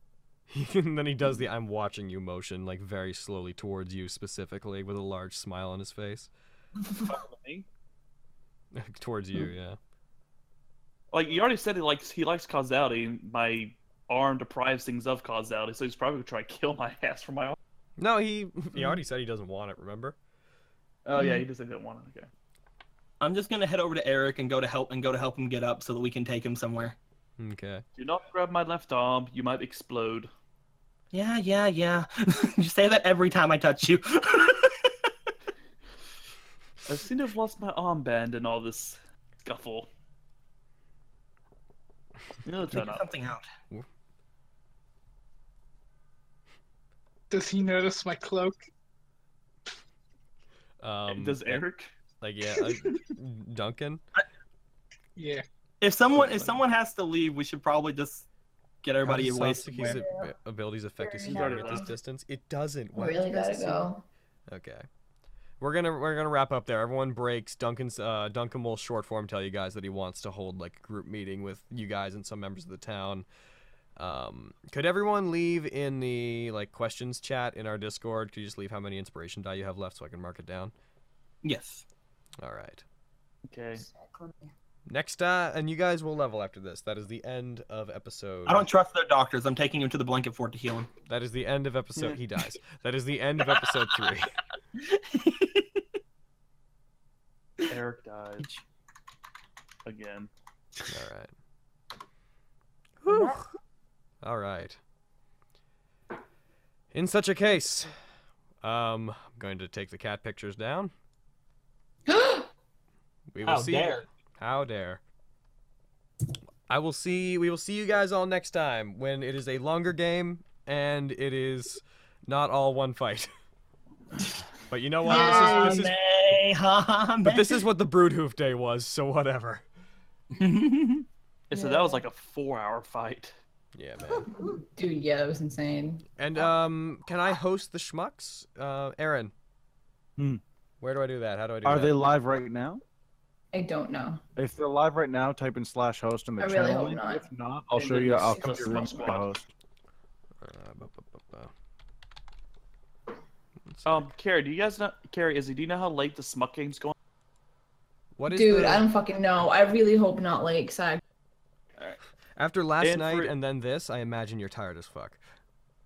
Speaker 2: and then he does the I'm watching you motion like very slowly towards you specifically with a large smile on his face. towards you, yeah.
Speaker 5: Like you already said, he likes he likes causality. and My arm deprives things of causality, so he's probably gonna try to kill my ass for my arm.
Speaker 2: No, he he already said he doesn't want it, remember?
Speaker 5: Oh
Speaker 7: Hmm.
Speaker 5: yeah, he just didn't want it. Okay.
Speaker 9: I'm just gonna head over to Eric and go to help and go to help him get up so that we can take him somewhere.
Speaker 2: Okay.
Speaker 5: Do not grab my left arm. You might explode.
Speaker 9: Yeah, yeah, yeah. you say that every time I touch you.
Speaker 5: I seem to have lost my armband in all this scuffle. It'll turn
Speaker 9: Figure
Speaker 5: up.
Speaker 9: something out.
Speaker 6: Does he notice my cloak?
Speaker 2: Um
Speaker 5: Does Eric?
Speaker 2: Like yeah, uh, Duncan?
Speaker 6: Yeah.
Speaker 9: If someone if someone has to leave, we should probably just get everybody
Speaker 2: How does
Speaker 9: away.
Speaker 2: Sasuke's
Speaker 9: somewhere.
Speaker 2: ab- abilities affect his
Speaker 9: He's
Speaker 2: healing
Speaker 9: already
Speaker 2: at this
Speaker 9: left.
Speaker 2: distance? It doesn't.
Speaker 7: We
Speaker 2: Why
Speaker 7: really
Speaker 2: did you
Speaker 7: gotta
Speaker 2: guys assume-
Speaker 7: go.
Speaker 2: Okay. We're gonna we're gonna wrap up there. Everyone breaks. Duncan's uh, Duncan will short form tell you guys that he wants to hold like a group meeting with you guys and some members of the town. Um, could everyone leave in the like questions chat in our Discord? Could you just leave how many inspiration die you have left so I can mark it down?
Speaker 9: Yes.
Speaker 2: All right.
Speaker 5: Okay.
Speaker 2: Next, uh, and you guys will level after this. That is the end of episode.
Speaker 9: I don't trust their doctors. I'm taking him to the blanket fort to heal him.
Speaker 2: That is the end of episode. He dies. That is the end of episode three.
Speaker 5: Eric died again.
Speaker 2: All right. All right. In such a case, um, I'm going to take the cat pictures down. we will
Speaker 9: How
Speaker 2: see.
Speaker 9: dare.
Speaker 2: How dare! I will see. We will see you guys all next time when it is a longer game and it is not all one fight. but you know what? Oh, This is, this is, but this is what the Broodhoof day was, so whatever.
Speaker 5: And so that was like a four-hour fight.
Speaker 2: Yeah, man.
Speaker 7: Dude, yeah, that was insane.
Speaker 2: And um, can I host the schmucks, uh, Aaron?
Speaker 4: Hmm.
Speaker 2: Where do I do that? How do I do
Speaker 4: Are
Speaker 2: that?
Speaker 4: they live right now?
Speaker 7: I don't know.
Speaker 4: If they're live right now, type in slash host in the
Speaker 7: I really
Speaker 4: channel.
Speaker 7: hope
Speaker 4: link.
Speaker 7: not.
Speaker 4: If not, I'll
Speaker 5: Then
Speaker 4: show you.
Speaker 5: it's
Speaker 4: I'll
Speaker 5: just
Speaker 4: come
Speaker 5: a
Speaker 4: to your room
Speaker 5: squad.
Speaker 4: and host.
Speaker 2: Uh, bu- bu- bu- bu-
Speaker 5: Um, Carrie, do you guys know? Carrie, Izzy, do you know how late the Smuck game's going?
Speaker 2: What is
Speaker 7: Dude,
Speaker 2: the-
Speaker 7: I don't fucking know. I really hope not Lake Side.
Speaker 2: After last
Speaker 5: And
Speaker 2: night
Speaker 5: for-
Speaker 2: and then this, I imagine you're tired as fuck.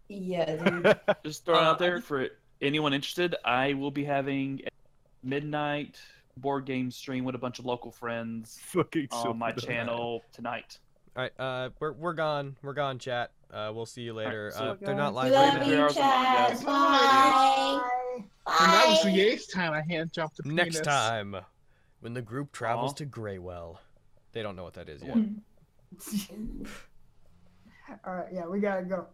Speaker 7: Yeah, dude.
Speaker 5: Just throw it out there for anyone interested. I will be having a midnight board game stream with a bunch of local friends
Speaker 4: Fucking
Speaker 5: on
Speaker 4: so
Speaker 5: my
Speaker 4: bad.
Speaker 5: channel tonight.
Speaker 2: All right, uh, we're we're gone. We're gone, chat. Uh, we'll see you later.
Speaker 5: so-
Speaker 2: uh, they're not
Speaker 5: We
Speaker 2: live
Speaker 5: love
Speaker 2: right
Speaker 5: you,
Speaker 2: now.
Speaker 5: Three hours chat. of
Speaker 14: Bye.
Speaker 6: And that was the eighth time I hand dropped the
Speaker 2: Next
Speaker 6: penis.
Speaker 2: time, when the group travels
Speaker 5: Aw.
Speaker 2: to Greywell,
Speaker 5: Hmm.
Speaker 2: they don't know what that is yet.
Speaker 10: All right, yeah, we gotta go.